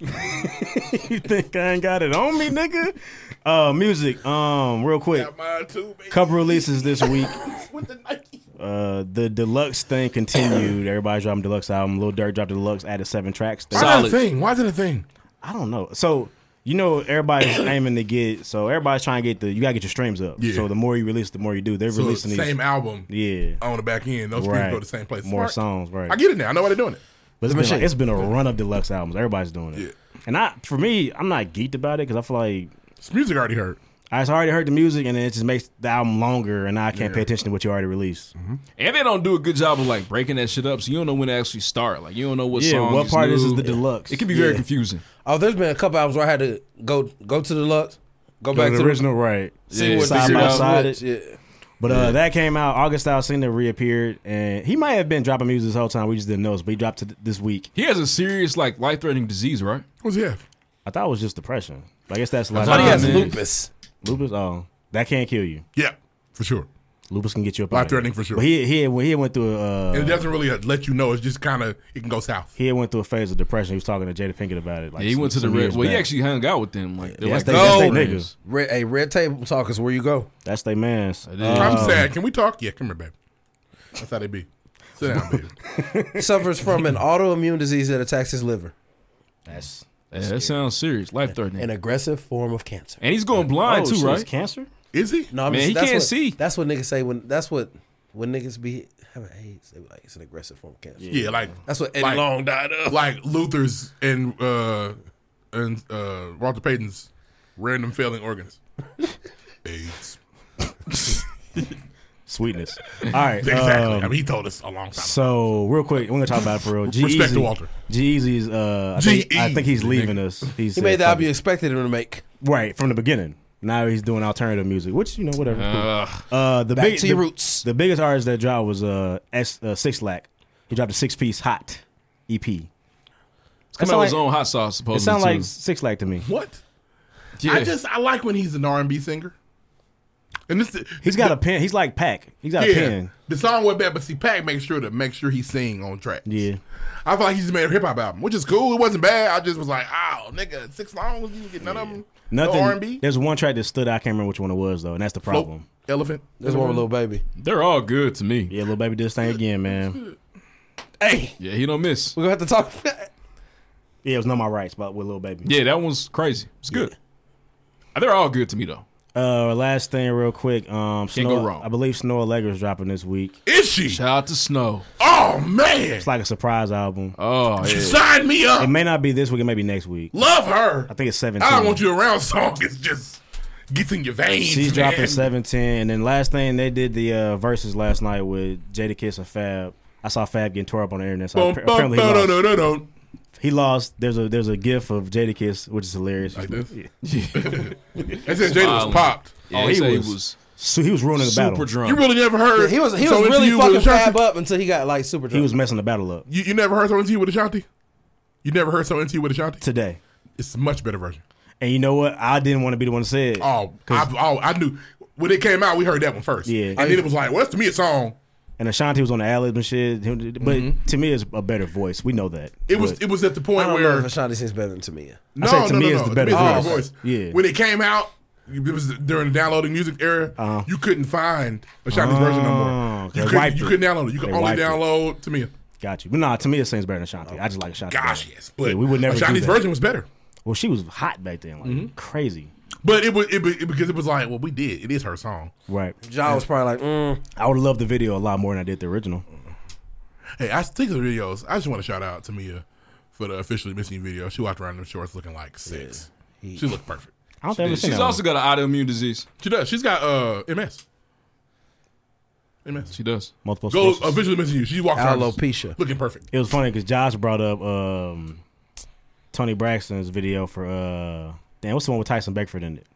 Speaker 13: you think I ain't got it on me, nigga? Uh, music. Um, real quick.
Speaker 4: Mine too, baby.
Speaker 13: Cover releases this week.
Speaker 4: With the Nike.
Speaker 13: Uh, the deluxe thing continued. Everybody's dropping deluxe album. Lil Durk dropped the deluxe, added seven tracks.
Speaker 4: Why that a thing? Why is it a thing?
Speaker 13: I don't know. So you know everybody's aiming to get. So everybody's trying to get the. You gotta get your streams up.
Speaker 4: Yeah.
Speaker 13: So the more you release, the more you do. They're
Speaker 4: So,
Speaker 13: releasing these
Speaker 4: same album.
Speaker 13: Yeah.
Speaker 4: On the back end, those people
Speaker 13: Right.
Speaker 4: go to the same place.
Speaker 13: More
Speaker 4: Smart.
Speaker 13: songs, right?
Speaker 4: I get it now. I know why they're doing it.
Speaker 13: But it's
Speaker 12: Let me
Speaker 13: been, like,
Speaker 12: see.
Speaker 13: it's been a run of deluxe albums. Everybody's doing it. And I, for me, I'm not geeked about it because I feel like
Speaker 4: it's music I already heard.
Speaker 13: I already heard the music, and then it just makes the album longer, and now I can't pay attention to what you already released.
Speaker 11: And they don't do a good job of like breaking that shit up, so you don't know when to actually start. Like you don't know what
Speaker 13: Yeah,
Speaker 11: song.
Speaker 13: what part is
Speaker 11: new.
Speaker 13: the deluxe?
Speaker 11: It can be very
Speaker 13: Yeah.
Speaker 11: confusing.
Speaker 12: Oh, there's been a couple albums where I had to go go to the Lux, go,
Speaker 13: Go
Speaker 12: back
Speaker 13: to
Speaker 12: to
Speaker 13: the original, right.
Speaker 12: See
Speaker 13: Yeah.
Speaker 12: what
Speaker 13: Side
Speaker 12: the
Speaker 13: by
Speaker 12: original
Speaker 13: side
Speaker 12: was. Yeah.
Speaker 13: But uh, that came out. August Alsina reappeared, and he might have been dropping music this whole time. We just didn't notice, but he dropped it this week.
Speaker 11: He has a serious like life threatening disease, right?
Speaker 4: What's he have?
Speaker 13: I thought it was just depression. But I guess that's
Speaker 11: I
Speaker 13: like
Speaker 11: thought he has
Speaker 13: Man.
Speaker 12: lupus.
Speaker 13: Lupus, oh, that can't kill you.
Speaker 4: Yeah, for sure.
Speaker 13: Lupus can get you up.
Speaker 4: Life
Speaker 13: out of there.
Speaker 4: threatening for sure.
Speaker 13: But he he he went through. A, uh,
Speaker 4: and it doesn't really let you know. It's just kind of it can go south.
Speaker 13: He had went through a phase of depression. He was talking to Jada Pinkett about it. Like
Speaker 11: yeah, he went to
Speaker 13: some-
Speaker 11: the
Speaker 13: some
Speaker 11: red.
Speaker 13: years
Speaker 11: Well, he
Speaker 13: back.
Speaker 11: actually hung out with them. Like they're
Speaker 13: Yeah,
Speaker 11: like
Speaker 13: that's they- that's they
Speaker 11: friends.
Speaker 13: niggas.
Speaker 12: Red, hey, red table talk is where you go.
Speaker 13: That's they man's.
Speaker 4: I'm
Speaker 13: Um,
Speaker 4: sad. Can we talk? Yeah, come here, baby. That's how they be. Sit down, baby.
Speaker 12: Suffers from an autoimmune disease that attacks his liver.
Speaker 13: That's
Speaker 11: Yeah, that sounds serious, life threatening.
Speaker 12: An aggressive form of cancer.
Speaker 11: And he's going blind
Speaker 13: Oh,
Speaker 11: too,
Speaker 13: shit,
Speaker 11: right?
Speaker 13: it's Cancer?
Speaker 4: Is he?
Speaker 12: No, I
Speaker 11: Man,
Speaker 12: mean,
Speaker 11: he
Speaker 12: that's
Speaker 11: can't
Speaker 12: what,
Speaker 11: see.
Speaker 12: That's what niggas say when. That's what when niggas be having AIDS. They be like, it's an aggressive form of cancer.
Speaker 4: Yeah, like
Speaker 12: that's what Eddie
Speaker 4: like-
Speaker 12: Long died of.
Speaker 4: Like Luther's and uh and uh Walter Payton's random failing organs. AIDS.
Speaker 13: Sweetness. All right.
Speaker 4: Exactly.
Speaker 13: um,
Speaker 4: I mean, he told us a long time ago.
Speaker 13: So, real quick, we're going to talk about it for real. E
Speaker 4: Respect
Speaker 13: G-Eazy-
Speaker 4: to Walter.
Speaker 13: G-Eazy's, uh, I, think, I
Speaker 4: G-E.
Speaker 13: think he's leaving us. He's
Speaker 12: he made the album you expected him to make.
Speaker 13: Right, from the beginning. Now he's doing alternative music, which, you know, whatever. cool.
Speaker 11: Ugh.
Speaker 13: Uh, the
Speaker 12: Back
Speaker 13: big,
Speaker 12: to your
Speaker 13: the,
Speaker 12: roots.
Speaker 13: The biggest artist that dropped was uh, S, uh, Six Lack. He dropped a six piece hot E EP.
Speaker 11: It's coming out with his own hot sauce, supposedly.
Speaker 13: It sounds
Speaker 11: Oh, too.
Speaker 13: like Six Lack to me.
Speaker 4: What?
Speaker 11: Yeah.
Speaker 4: I just I like when he's an R and B singer. And this
Speaker 13: He's got a pen. He's like Pack. He's got
Speaker 4: yeah,
Speaker 13: a pen.
Speaker 4: the song went bad, but see, Pac makes sure to make sure he sing on track.
Speaker 13: Yeah.
Speaker 4: I feel like he just made a hip hop album, which is cool. It wasn't bad. I just was like, oh, nigga, six songs, you didn't get none of them.
Speaker 13: Nothing.
Speaker 4: No R and B.
Speaker 13: There's one track that stood out. I can't remember which one it was though, and that's the problem.
Speaker 4: Elephant.
Speaker 12: There's one with Lil Baby.
Speaker 11: They're all good to me.
Speaker 13: Yeah, little baby did his thing again, man.
Speaker 12: Hey,
Speaker 11: Yeah, he don't miss.
Speaker 12: we're gonna have to talk.
Speaker 13: Yeah, it was not my rights, but with little baby.
Speaker 11: Yeah, that one's crazy. It's good. They're all good to me though.
Speaker 13: Uh, last thing, real quick. Um,
Speaker 11: Can't
Speaker 13: Snow,
Speaker 11: go wrong.
Speaker 13: I believe Snow Allegra is dropping this week.
Speaker 4: Is she?
Speaker 11: Shout out to Snow.
Speaker 4: Oh man,
Speaker 13: It's like a surprise album.
Speaker 11: Oh yeah.
Speaker 4: sign me
Speaker 13: It
Speaker 4: up.
Speaker 13: may not be this week. It may be next week.
Speaker 4: Love her.
Speaker 13: I think it's seventeen.
Speaker 4: I don't want you around. Song It's just gets in your veins.
Speaker 13: She's
Speaker 4: man.
Speaker 13: dropping seventeen, and then last thing they did the uh, verses last night with Jada Kiss and Fab. I saw Fab getting tore up on the internet. So
Speaker 4: Bum,
Speaker 13: appa-
Speaker 4: bum,
Speaker 13: apparently he
Speaker 4: da, da,
Speaker 13: lost.
Speaker 4: da, da, da.
Speaker 13: He lost. There's a there's a gif of Jadakiss, which is hilarious. Like
Speaker 4: this? They said Jada was popped.
Speaker 13: Oh, he, was, so he was ruining the battle.
Speaker 4: You really never heard.
Speaker 12: Yeah, he was he
Speaker 4: So
Speaker 12: was
Speaker 4: Into
Speaker 12: really
Speaker 4: You
Speaker 12: fucking
Speaker 4: with Ashanti?
Speaker 12: fab up until he got like super drunk.
Speaker 13: He was messing the battle up.
Speaker 4: You, you never heard something to you with Ashanti? You never heard something to you with Ashanti?
Speaker 13: Today.
Speaker 4: It's a much better version.
Speaker 13: And you know what? I didn't want to be the one to say it.
Speaker 4: Oh, I, oh, I knew. When it came out, we heard that one first.
Speaker 13: Yeah.
Speaker 4: And then it was like, well, that's to me a song.
Speaker 13: And Ashanti was on the ad lib and shit. But to me, it's a better voice. We know that.
Speaker 4: Mm-hmm. It was
Speaker 13: But
Speaker 4: it was at the
Speaker 12: I
Speaker 4: point
Speaker 12: don't know
Speaker 4: where
Speaker 12: if Ashanti sings better than Tamia.
Speaker 4: no,
Speaker 13: said to
Speaker 4: no,
Speaker 13: me
Speaker 4: no,
Speaker 13: is
Speaker 4: no.
Speaker 13: the better
Speaker 4: To me is
Speaker 13: voice. Yeah.
Speaker 4: When it came out, it was during the downloading music era.
Speaker 13: Uh-huh.
Speaker 4: You couldn't find Ashanti's version no
Speaker 13: Oh,
Speaker 4: more.
Speaker 13: they
Speaker 4: You couldn't,
Speaker 13: wiped
Speaker 4: you
Speaker 13: it.
Speaker 4: couldn't download it. You could
Speaker 13: They
Speaker 4: only
Speaker 13: wiped it.
Speaker 4: download to me.
Speaker 13: got you. But nah, to me, it sings better than Ashanti. I just like Ashanti.
Speaker 4: Gosh,
Speaker 13: better.
Speaker 4: yes, but
Speaker 13: Yeah, we would never. do
Speaker 4: Ashanti's
Speaker 13: that.
Speaker 4: version Mm-hmm. was better.
Speaker 13: Well, she was hot back then, like crazy.
Speaker 4: But it was it, was- it- because it was like, well, we did. It is her song.
Speaker 13: Right.
Speaker 4: Ja was
Speaker 12: probably like, mm,
Speaker 13: I would love the video a lot more than I did the original.
Speaker 4: Hey, I think of the videos. I just want to shout out to Mia for the officially missing video. She walked around in them shorts looking like six. She looked perfect.
Speaker 13: I don't
Speaker 11: think I've ever seen She's that also
Speaker 4: got an autoimmune disease. She does. She's got uh MS. MS.
Speaker 11: She does.
Speaker 13: Multiple
Speaker 4: Go
Speaker 13: sclerosis.
Speaker 4: officially missing you. She walked around
Speaker 12: Alopecia.
Speaker 4: looking perfect.
Speaker 13: It was funny because Josh brought up um, Tony Braxton's video for uh, damn, what's the one with Tyson Beckford in it?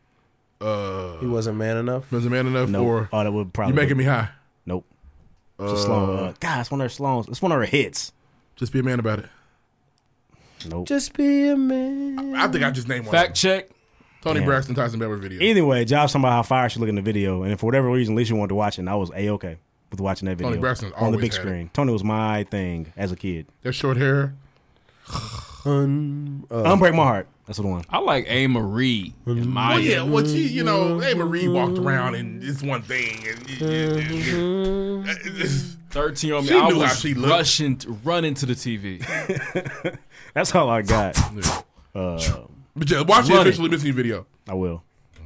Speaker 4: Uh,
Speaker 12: he wasn't man enough.
Speaker 4: Wasn't man enough
Speaker 13: Nope.
Speaker 4: or
Speaker 13: oh, that would probably
Speaker 4: You making
Speaker 13: be-
Speaker 4: me high.
Speaker 13: Nope. It's a slow, uh, God, it's one of her slows. It's one of her hits.
Speaker 4: Just be a man about it.
Speaker 13: Nope.
Speaker 12: Just be a man.
Speaker 4: I think I just named one.
Speaker 11: Fact check.
Speaker 4: Tony
Speaker 13: Damn.
Speaker 4: Braxton Tyson Beckford video.
Speaker 13: Anyway, Josh talking about how fire she looked in the video, and if for whatever reason Lisa wanted to watch it, and I was a okay with watching that
Speaker 4: Toni
Speaker 13: video
Speaker 4: Braxton's
Speaker 13: on the
Speaker 4: always
Speaker 13: big
Speaker 4: had it.
Speaker 13: screen. Tony was my thing as a kid.
Speaker 4: That short hair.
Speaker 12: Un,
Speaker 4: Uh.
Speaker 13: Unbreak my heart. That's the one.
Speaker 11: I like A. Marie.
Speaker 13: Mm-hmm.
Speaker 11: and
Speaker 13: Oh,
Speaker 11: Maya.
Speaker 4: Well, Oh, yeah, well, she, you know,
Speaker 11: Mm-hmm.
Speaker 4: hey, Marie walked around and it's one thing. And,
Speaker 11: Mm-hmm.
Speaker 4: yeah, yeah, yeah.
Speaker 11: 13 on me.
Speaker 4: She
Speaker 11: I
Speaker 4: knew
Speaker 11: was
Speaker 4: how she looked.
Speaker 11: rushing, to- running to the TV.
Speaker 13: That's all I got. uh,
Speaker 4: But yeah, watch the
Speaker 11: Running.
Speaker 4: officially missing video.
Speaker 13: I will.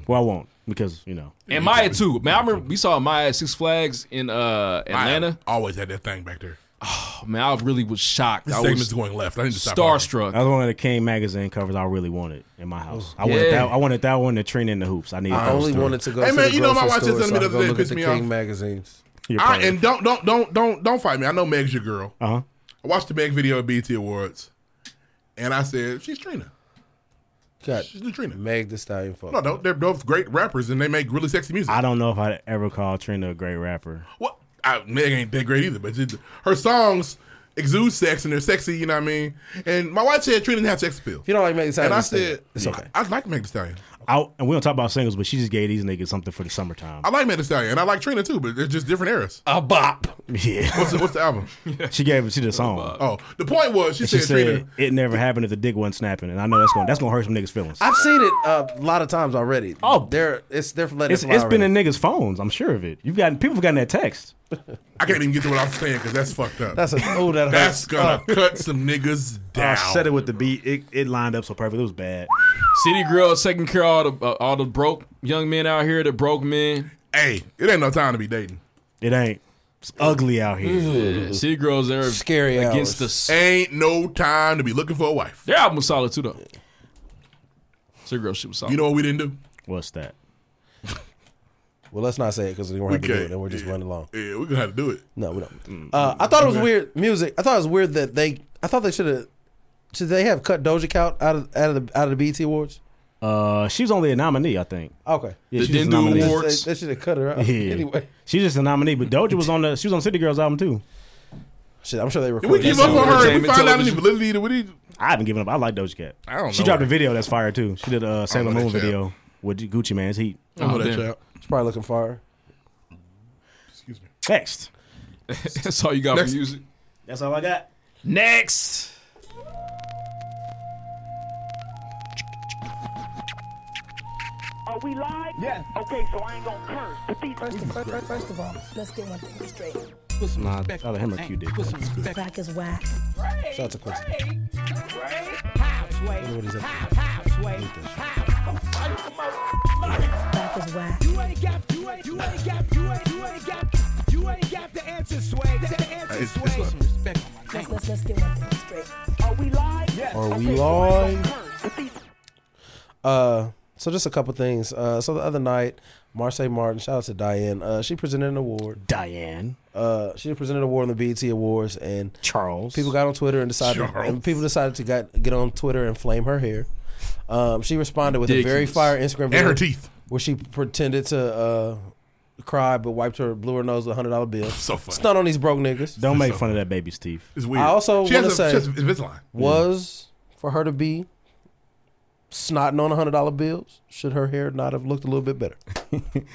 Speaker 13: Well, I won't because you know.
Speaker 11: And Maya, too. Man, I remember we saw Maya at Six Flags in uh, Atlanta.
Speaker 4: I always had that thing back there.
Speaker 11: Oh, man, I really was shocked.
Speaker 4: This
Speaker 11: I
Speaker 4: segment's
Speaker 11: was
Speaker 4: going left. I need to stop
Speaker 11: starstruck.
Speaker 13: That was one of the King magazine covers I really wanted in my house. I
Speaker 11: Yeah.
Speaker 13: wanted that. I wanted that one. The Trina in the hoops. I needed.
Speaker 12: I
Speaker 13: those
Speaker 12: only
Speaker 13: three.
Speaker 12: wanted to go
Speaker 4: Hey,
Speaker 12: to
Speaker 4: man,
Speaker 12: the
Speaker 4: you know, my
Speaker 12: grocery
Speaker 4: wife said
Speaker 12: store
Speaker 4: something the
Speaker 12: so
Speaker 4: other
Speaker 12: I could go
Speaker 4: day that
Speaker 12: look at
Speaker 4: pissed
Speaker 12: the
Speaker 4: me
Speaker 12: King
Speaker 4: off.
Speaker 12: magazines.
Speaker 13: You're
Speaker 4: I,
Speaker 13: playing.
Speaker 4: and don't don't don't don't don't fight me. I know Meg's your girl.
Speaker 11: Uh.
Speaker 13: Uh-huh.
Speaker 4: I watched the Meg video at BT Awards, and I said she's Trina.
Speaker 12: God,
Speaker 4: She's the Trina.
Speaker 12: Meg the Stallion. Fuck.
Speaker 4: No, no, they're both great rappers, and they make really sexy music.
Speaker 13: I don't know if I'd ever call Trina a great rapper.
Speaker 4: What? I, Meg ain't that great either, but she, her songs exude sex and they're sexy. You know what I mean? And my wife said Trina didn't have sex appeal.
Speaker 12: If you don't like Meg the Stallion,
Speaker 4: and I
Speaker 12: just say
Speaker 4: said
Speaker 12: it. it's
Speaker 4: yeah,
Speaker 12: okay.
Speaker 4: I like Meg Thee Stallion.
Speaker 13: I, and we don't talk about singles, but she just gave these niggas something for the summertime.
Speaker 4: I like Meg Thee Stallion, and I like Trina too, but they're just different eras.
Speaker 12: A bop.
Speaker 13: Oh. Yeah,
Speaker 4: What's the, what's the album?
Speaker 13: she gave it. She did a song.
Speaker 4: Oh, the point was she
Speaker 13: And
Speaker 4: said,
Speaker 13: she said
Speaker 4: Trina.
Speaker 13: it never happened if the dick wasn't snapping, and I know that's going to that's going to hurt some niggas' feelings.
Speaker 12: I've seen it uh, a lot of times already. Oh, they're it's they're letting
Speaker 13: It's,
Speaker 12: it fly
Speaker 13: it's been
Speaker 12: already.
Speaker 13: in niggas' phones. I'm sure of it. You've gotten people have gotten that text.
Speaker 4: I can't even get to what I'm saying because that's fucked up.
Speaker 12: That's a oh that
Speaker 4: That's
Speaker 12: hurts.
Speaker 4: gonna cut some niggas down.
Speaker 13: Oh, I said it with the beat. It, it lined up so perfect. It was bad.
Speaker 11: City girls taking care of all the, uh, all the broke young men out here, the broke men.
Speaker 4: Hey, it ain't no time to be dating.
Speaker 13: It ain't. It's ugly out here.
Speaker 11: Yeah, City girls are
Speaker 12: Scary
Speaker 11: against the. s-
Speaker 12: hours.
Speaker 4: Ain't no time to be looking for a wife.
Speaker 11: Their album was solid too, though. City girls shit was solid.
Speaker 4: You know what we didn't do?
Speaker 13: What's that?
Speaker 12: Well, let's not say it because we're gonna have to do
Speaker 4: can't.
Speaker 12: it and we're just running long.
Speaker 4: Yeah, we're gonna have to do it.
Speaker 12: No, we don't. Uh, I thought it was
Speaker 4: Okay.
Speaker 12: weird music. I thought it was weird that they. I thought they should have. Should they have cut Doja Cat out of out of the out of the BT Awards?
Speaker 13: Uh, she was only a nominee, I think.
Speaker 12: Okay.
Speaker 13: Yeah,
Speaker 11: They
Speaker 13: she was
Speaker 11: didn't
Speaker 13: a
Speaker 11: do
Speaker 13: nominee.
Speaker 11: awards.
Speaker 12: They, they should have cut her out.
Speaker 13: Yeah.
Speaker 12: Anyway,
Speaker 13: She's just a nominee, but Doja was on the she was on City Girls album too.
Speaker 12: shit. I'm sure they
Speaker 4: If we
Speaker 12: recorded.
Speaker 4: give
Speaker 12: that
Speaker 4: up
Speaker 12: song.
Speaker 4: on her, if we
Speaker 11: entertainment
Speaker 4: find out any
Speaker 11: television.
Speaker 4: validity to what he.
Speaker 13: I haven't given up. I like Doja Cat.
Speaker 4: I don't
Speaker 13: She
Speaker 4: know
Speaker 13: dropped
Speaker 4: her.
Speaker 13: a video that's fire too. She did a Sailor
Speaker 4: know that
Speaker 13: Moon
Speaker 4: chick.
Speaker 13: video with Gucci Man's heat.
Speaker 4: I don't know
Speaker 11: Oh,
Speaker 4: that
Speaker 11: damn.
Speaker 4: child.
Speaker 12: It's probably looking fire.
Speaker 4: Excuse me.
Speaker 13: Next.
Speaker 11: That's all you got
Speaker 4: Next.
Speaker 11: for music.
Speaker 13: That's all I got.
Speaker 11: Next.
Speaker 15: Are we live? Yes. Okay, so I ain't gonna curse. But these first, first, first, of all, let's get one thing straight.
Speaker 13: Nah, I him a Q dick.
Speaker 15: Crack is whack.
Speaker 12: Shout out to Quincy.
Speaker 15: Halfway.
Speaker 12: Wonder what he's up to.
Speaker 15: Halfway. Crack is whack.
Speaker 16: You ain't got, you ain't, you ain't got, you ain't, you ain't got, you ain't got the answer, Sway. The, the answer,
Speaker 4: It's-
Speaker 16: Sway.
Speaker 4: it's
Speaker 15: Let's, let's, let's get one thing straight. Are we live? Yes.
Speaker 12: Are we live? Uh, So just a couple things. Uh, so the other night, Marseille Martin, shout out to Diane. Uh, she presented an award.
Speaker 13: Diane.
Speaker 12: Uh, she presented an award on the BET Awards, and
Speaker 13: Charles.
Speaker 12: People got on Twitter and decided.
Speaker 13: Charles.
Speaker 12: And people decided to get, get on Twitter and flame her hair. Um, she responded with a very
Speaker 13: Ridiculous.
Speaker 12: fire Instagram
Speaker 13: And
Speaker 12: video
Speaker 13: her
Speaker 4: teeth,
Speaker 12: where she pretended to uh, cry but wiped her blew her nose with a hundred dollar bill.
Speaker 4: so funny.
Speaker 12: It's not on these broke niggas.
Speaker 13: Don't make fun of that baby's teeth.
Speaker 4: It's weird.
Speaker 12: I also
Speaker 4: She has
Speaker 12: want to
Speaker 4: a- she has
Speaker 12: say
Speaker 4: Invisalign.
Speaker 12: was for her to be snotting on hundred dollar bills. Should her hair not have looked a little bit better?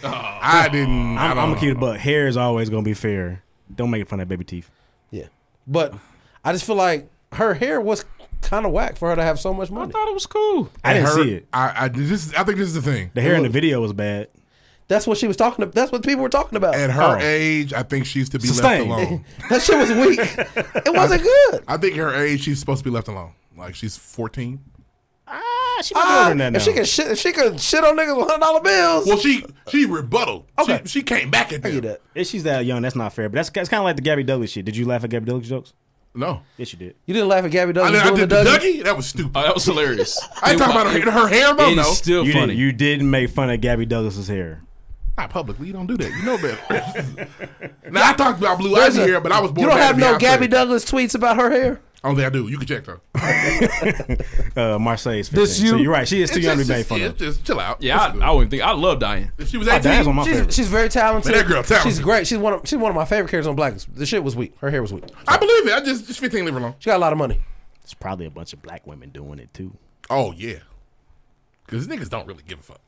Speaker 4: I
Speaker 13: I'm,
Speaker 4: didn't. I don't
Speaker 13: I'm gonna keep
Speaker 4: know.
Speaker 13: it, but hair is always gonna be fair. Don't make fun of that baby teeth.
Speaker 12: Yeah, but I just feel like her hair was kind of whack for her to have so much money. I thought
Speaker 11: it was cool.
Speaker 13: I didn't see it.
Speaker 4: I, I this. I think this is the thing.
Speaker 13: The hair in the video was bad.
Speaker 12: That's what she was talking. about. That's what people were talking about.
Speaker 4: At her
Speaker 13: Oh.
Speaker 4: age, I think she's to be
Speaker 13: Sustained.
Speaker 4: left alone.
Speaker 12: that shit was weak. It wasn't good.
Speaker 4: I think her age, she's supposed to be left alone. Like she's 14.
Speaker 13: Ah, she
Speaker 12: Ah, if she could shit, if she could shit on niggas with hundred dollar bills.
Speaker 4: Well, she she rebutted. Okay. She, she came back at them.
Speaker 13: If she's that young, that's not fair. But that's, that's kind of like the Gabby Douglas shit. Did you laugh at Gabby Douglas jokes?
Speaker 4: No.
Speaker 13: Yes, you did.
Speaker 12: You didn't laugh at Gabby
Speaker 4: I,
Speaker 12: Douglas
Speaker 4: did- I
Speaker 12: doing
Speaker 4: did
Speaker 12: the
Speaker 4: the
Speaker 12: Dougie.
Speaker 4: Dougie. That was stupid.
Speaker 11: Oh, that was hilarious.
Speaker 4: I ain't talking about her, her hair, though. No,
Speaker 13: you Didn't, you didn't make fun of Gabby Douglas's hair.
Speaker 4: not publicly. You don't do that. You know better. now I talked about blue eyes
Speaker 12: There's a-
Speaker 4: here, but I was born.
Speaker 12: You don't
Speaker 4: bad
Speaker 12: have
Speaker 4: to be
Speaker 12: no
Speaker 4: out there.
Speaker 12: Gabby Douglas tweets about her hair.
Speaker 4: I don't think I do. You can check though.
Speaker 13: Uh, Marseille's.
Speaker 12: This
Speaker 13: 15. So
Speaker 12: you-
Speaker 13: you're right. She is
Speaker 4: It's
Speaker 13: too young to
Speaker 4: just-
Speaker 13: be made
Speaker 4: it's-
Speaker 13: fun
Speaker 4: it's
Speaker 13: of.
Speaker 4: Just chill out.
Speaker 11: Yeah, I, I wouldn't think. I love Diane.
Speaker 4: If she was
Speaker 13: Oh,
Speaker 4: 18,
Speaker 13: Diane's one of my
Speaker 12: she's,
Speaker 13: favorites.
Speaker 12: she's very talented.
Speaker 4: Man, that girl talented.
Speaker 12: She's great. She's one of she's one of my favorite characters on Black. The shit was weak. Her hair was weak.
Speaker 4: I believe it. I just just 15 leave her alone.
Speaker 12: She got a lot of money.
Speaker 13: It's probably a bunch of black women doing it too.
Speaker 4: Oh yeah, because niggas don't really give a fuck.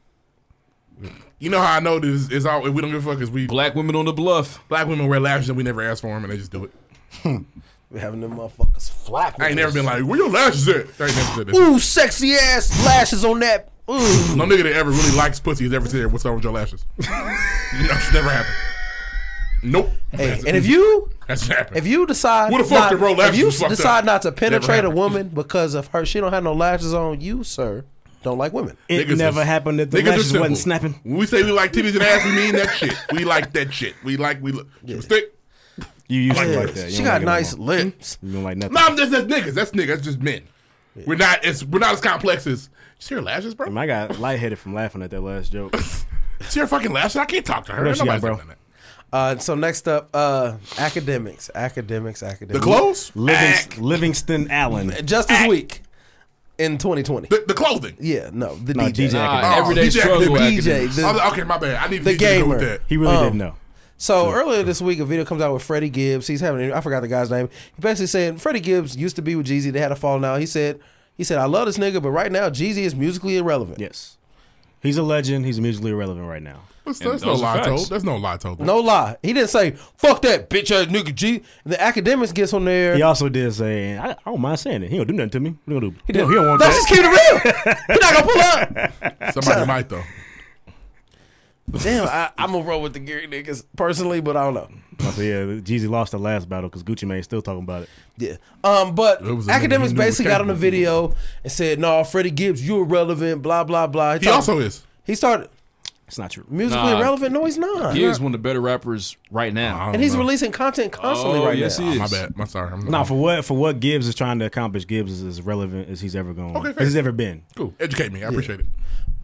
Speaker 4: You know how I know this is all we don't give a fuck because we
Speaker 11: black women on the bluff.
Speaker 4: Black women wear lashes and we never ask for them and they just do it.
Speaker 12: We having them motherfuckers flap.
Speaker 4: I ain't never been like, where your lashes at? I ain't never said that.
Speaker 12: ooh, sexy ass lashes on that. Ooh.
Speaker 4: No nigga that ever really likes pussy has ever said, what's wrong with your lashes? no, it's never happened. Nope.
Speaker 12: Hey, and if you
Speaker 4: that's happened.
Speaker 12: if you decide
Speaker 4: Where the fuck
Speaker 12: not-
Speaker 4: did Rolex
Speaker 12: if you
Speaker 4: was fucked
Speaker 12: decide
Speaker 4: up?
Speaker 12: not to
Speaker 4: Never
Speaker 12: penetrate a
Speaker 4: happened.
Speaker 12: woman because of her, she don't have no lashes on. You sir don't like women.
Speaker 13: It
Speaker 4: Niggas
Speaker 13: never
Speaker 4: is-
Speaker 13: happened that the
Speaker 4: niggas are
Speaker 13: lashes
Speaker 4: simple.
Speaker 13: wasn't snapping.
Speaker 4: When we say we like titties and ass, we mean that shit. We like that shit. We like, we look. She was thick.
Speaker 13: You used to
Speaker 4: Like
Speaker 13: like
Speaker 4: this.
Speaker 13: that. You
Speaker 4: She
Speaker 13: don't
Speaker 4: got
Speaker 13: like it no
Speaker 4: nice
Speaker 13: more.
Speaker 12: lips.
Speaker 13: You don't like nothing.
Speaker 4: No, I'm just, that's niggas. That's niggas. That's just men. We're not as, we're not as complex as, see her lashes, bro?
Speaker 13: And I got lightheaded from laughing at that last joke.
Speaker 4: See her fucking lashes? I can't talk to her.
Speaker 13: What else you got,
Speaker 4: Nobody's
Speaker 13: bro?
Speaker 4: doing that.
Speaker 12: Uh, so next up, uh, academics, academics, academics.
Speaker 4: The clothes? Eh,
Speaker 13: Livings- Livingston Allen.
Speaker 12: just this week in 2020.
Speaker 4: The, the clothing.
Speaker 12: Yeah, no, the
Speaker 13: No,
Speaker 12: DJ.
Speaker 13: DJ Nah,
Speaker 4: Oh,
Speaker 11: Uh, Everyday
Speaker 4: DJ
Speaker 11: struggle.
Speaker 4: academics.
Speaker 12: DJ, the-
Speaker 4: Oh, okay, my bad. I need
Speaker 12: the
Speaker 4: to go with
Speaker 12: gamer.
Speaker 4: that.
Speaker 13: He really
Speaker 12: Um,
Speaker 13: didn't know.
Speaker 12: So earlier this week, a video comes out with Freddie Gibbs. He's having I forgot the guy's name. He basically said Freddie Gibbs used to be with Jeezy. They had a falling out. He said he said I love this nigga, but right now Jeezy is musically irrelevant.
Speaker 13: Yes. He's a legend. He's musically irrelevant right now.
Speaker 4: That's,
Speaker 11: And
Speaker 4: that's no
Speaker 11: those are
Speaker 4: lie
Speaker 11: facts.
Speaker 4: told. That's no lie told.
Speaker 12: No lie, he didn't say fuck that bitch ass nigga G. The academics gets on there.
Speaker 13: He also did say, and I, I don't mind saying it. He don't do nothing to me. What he gonna do? He
Speaker 12: did.
Speaker 13: don't, he don't want
Speaker 12: Let's just
Speaker 13: that.
Speaker 12: keep it real. We're not gonna pull up.
Speaker 4: Somebody might though.
Speaker 12: Damn, I, I'm gonna roll with the Gary niggas personally, but I don't know.
Speaker 13: So yeah, Jeezy lost the last battle because Gucci Mane's still talking about it.
Speaker 12: Yeah. Um, but
Speaker 4: It was a nigga
Speaker 12: academics
Speaker 4: he knew was
Speaker 12: basically got on the
Speaker 4: capable.
Speaker 12: video and said, "No, Freddie Gibbs, you're irrelevant." Blah blah blah.
Speaker 4: He also is.
Speaker 12: He started
Speaker 13: It's not true.
Speaker 12: musically
Speaker 11: Nah.
Speaker 12: irrelevant. No, he's not.
Speaker 11: He is one of the better rappers right now.
Speaker 12: and he's releasing content constantly
Speaker 11: Oh,
Speaker 12: right
Speaker 11: yes,
Speaker 12: now.
Speaker 11: he is.
Speaker 4: My bad. My sorry. I'm
Speaker 13: No, for what for what Gibbs is trying to accomplish, Gibbs is as relevant as he's ever going.
Speaker 4: Okay,
Speaker 13: as
Speaker 4: fair.
Speaker 13: he's ever been.
Speaker 4: cool. Educate me. I appreciate it.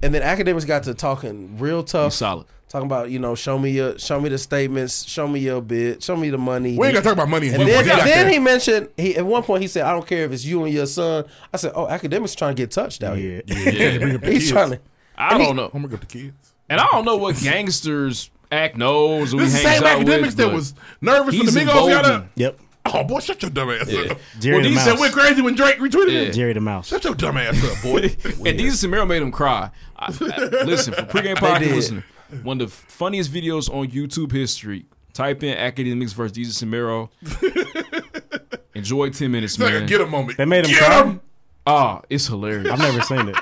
Speaker 12: And then academics got to talking real tough,
Speaker 11: He's solid.
Speaker 12: talking about you know, show me your, show me the statements, show me your bid, show me the money.
Speaker 4: We ain't gotta talk about money.
Speaker 12: and
Speaker 4: Well,
Speaker 12: then,
Speaker 4: we got
Speaker 12: then
Speaker 4: that.
Speaker 12: he mentioned he at one point he said, "I don't care if it's you and your son." I said, "Oh, academics trying to get touched out here.
Speaker 4: Yeah, bring up the
Speaker 12: He's
Speaker 4: kids.
Speaker 12: trying to."
Speaker 11: I
Speaker 12: And he-
Speaker 11: don't know.
Speaker 4: I'm gonna get the kids.
Speaker 11: And I don't know what gangsters act knows or
Speaker 4: This
Speaker 11: he
Speaker 4: is the
Speaker 11: hangs
Speaker 4: same
Speaker 11: out
Speaker 4: academics
Speaker 11: with,
Speaker 4: that
Speaker 11: but-
Speaker 4: was nervous when
Speaker 11: He's
Speaker 4: the big old got up.
Speaker 11: emboldened.
Speaker 13: Yep.
Speaker 4: Oh boy, shut your dumb ass up.
Speaker 13: Jerry
Speaker 4: Well,
Speaker 13: the
Speaker 4: he said
Speaker 13: Mouse.
Speaker 4: we're crazy when Drake retweeted
Speaker 11: Yeah.
Speaker 4: it.
Speaker 13: Jerry the Mouse.
Speaker 4: Shut your dumb ass up, boy.
Speaker 11: And DJ Samero made him cry. I, I, listen, for pregame
Speaker 12: did.
Speaker 11: podcast listener, one of the funniest videos on YouTube history. Type in academics versus DJ Samero. Enjoy ten minutes,
Speaker 4: It's like a
Speaker 11: man.
Speaker 4: get a moment.
Speaker 13: They made him
Speaker 4: Get
Speaker 13: cry.
Speaker 4: him.
Speaker 11: Oh, it's hilarious.
Speaker 13: I've never seen it.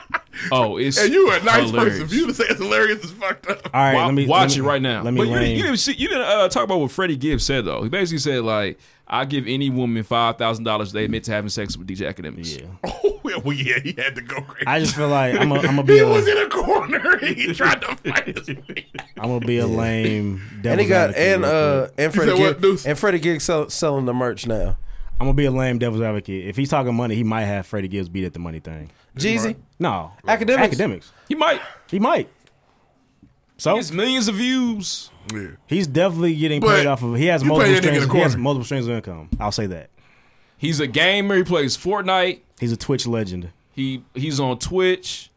Speaker 11: Oh, it's
Speaker 4: And you a nice
Speaker 11: hilarious.
Speaker 4: person. For you to say it's hilarious is fucked up.
Speaker 13: All right,
Speaker 11: Wa-
Speaker 13: let me
Speaker 11: watch
Speaker 13: let me-
Speaker 11: it right now.
Speaker 13: Let me
Speaker 11: but you,
Speaker 13: lane.
Speaker 11: didn't- you didn't, see, you didn't uh, talk about what Freddie Gibbs said though. He basically said like, "I give any woman five thousand dollars they admit to having sex with DJ Academics."
Speaker 13: yeah.
Speaker 4: Oh well, well, yeah, he had to go crazy.
Speaker 13: I just feel like I'm a, I'm gonna be
Speaker 4: he
Speaker 13: a,
Speaker 4: was
Speaker 13: I'm
Speaker 4: in a corner. He tried to fight his way.
Speaker 13: gonna be a lame.
Speaker 12: And he
Speaker 13: devil's
Speaker 12: got
Speaker 13: advocate
Speaker 12: and
Speaker 13: real
Speaker 12: uh
Speaker 13: quick.
Speaker 12: and Freddie
Speaker 4: said what,
Speaker 12: Giggs,
Speaker 4: Deuce?
Speaker 12: and Freddie Giggs sell, selling the merch now. uh,
Speaker 13: I'm gonna be a lame devil's advocate. If he's talking money, he might have Freddie Gibbs beat at the money thing.
Speaker 12: Jeezy?
Speaker 13: No.
Speaker 12: Academics.
Speaker 13: Academics.
Speaker 11: He might.
Speaker 13: He might. So
Speaker 11: He gets millions of views.
Speaker 4: Yeah.
Speaker 13: He's definitely getting
Speaker 11: But
Speaker 13: paid off of. He has
Speaker 11: you pay
Speaker 13: multiple
Speaker 11: that nigga in
Speaker 13: streams.
Speaker 11: the
Speaker 13: He has
Speaker 11: corner.
Speaker 13: multiple streams of income. I'll say that.
Speaker 11: He's a gamer. He plays Fortnite.
Speaker 13: He's a Twitch legend.
Speaker 11: He he's on Twitch.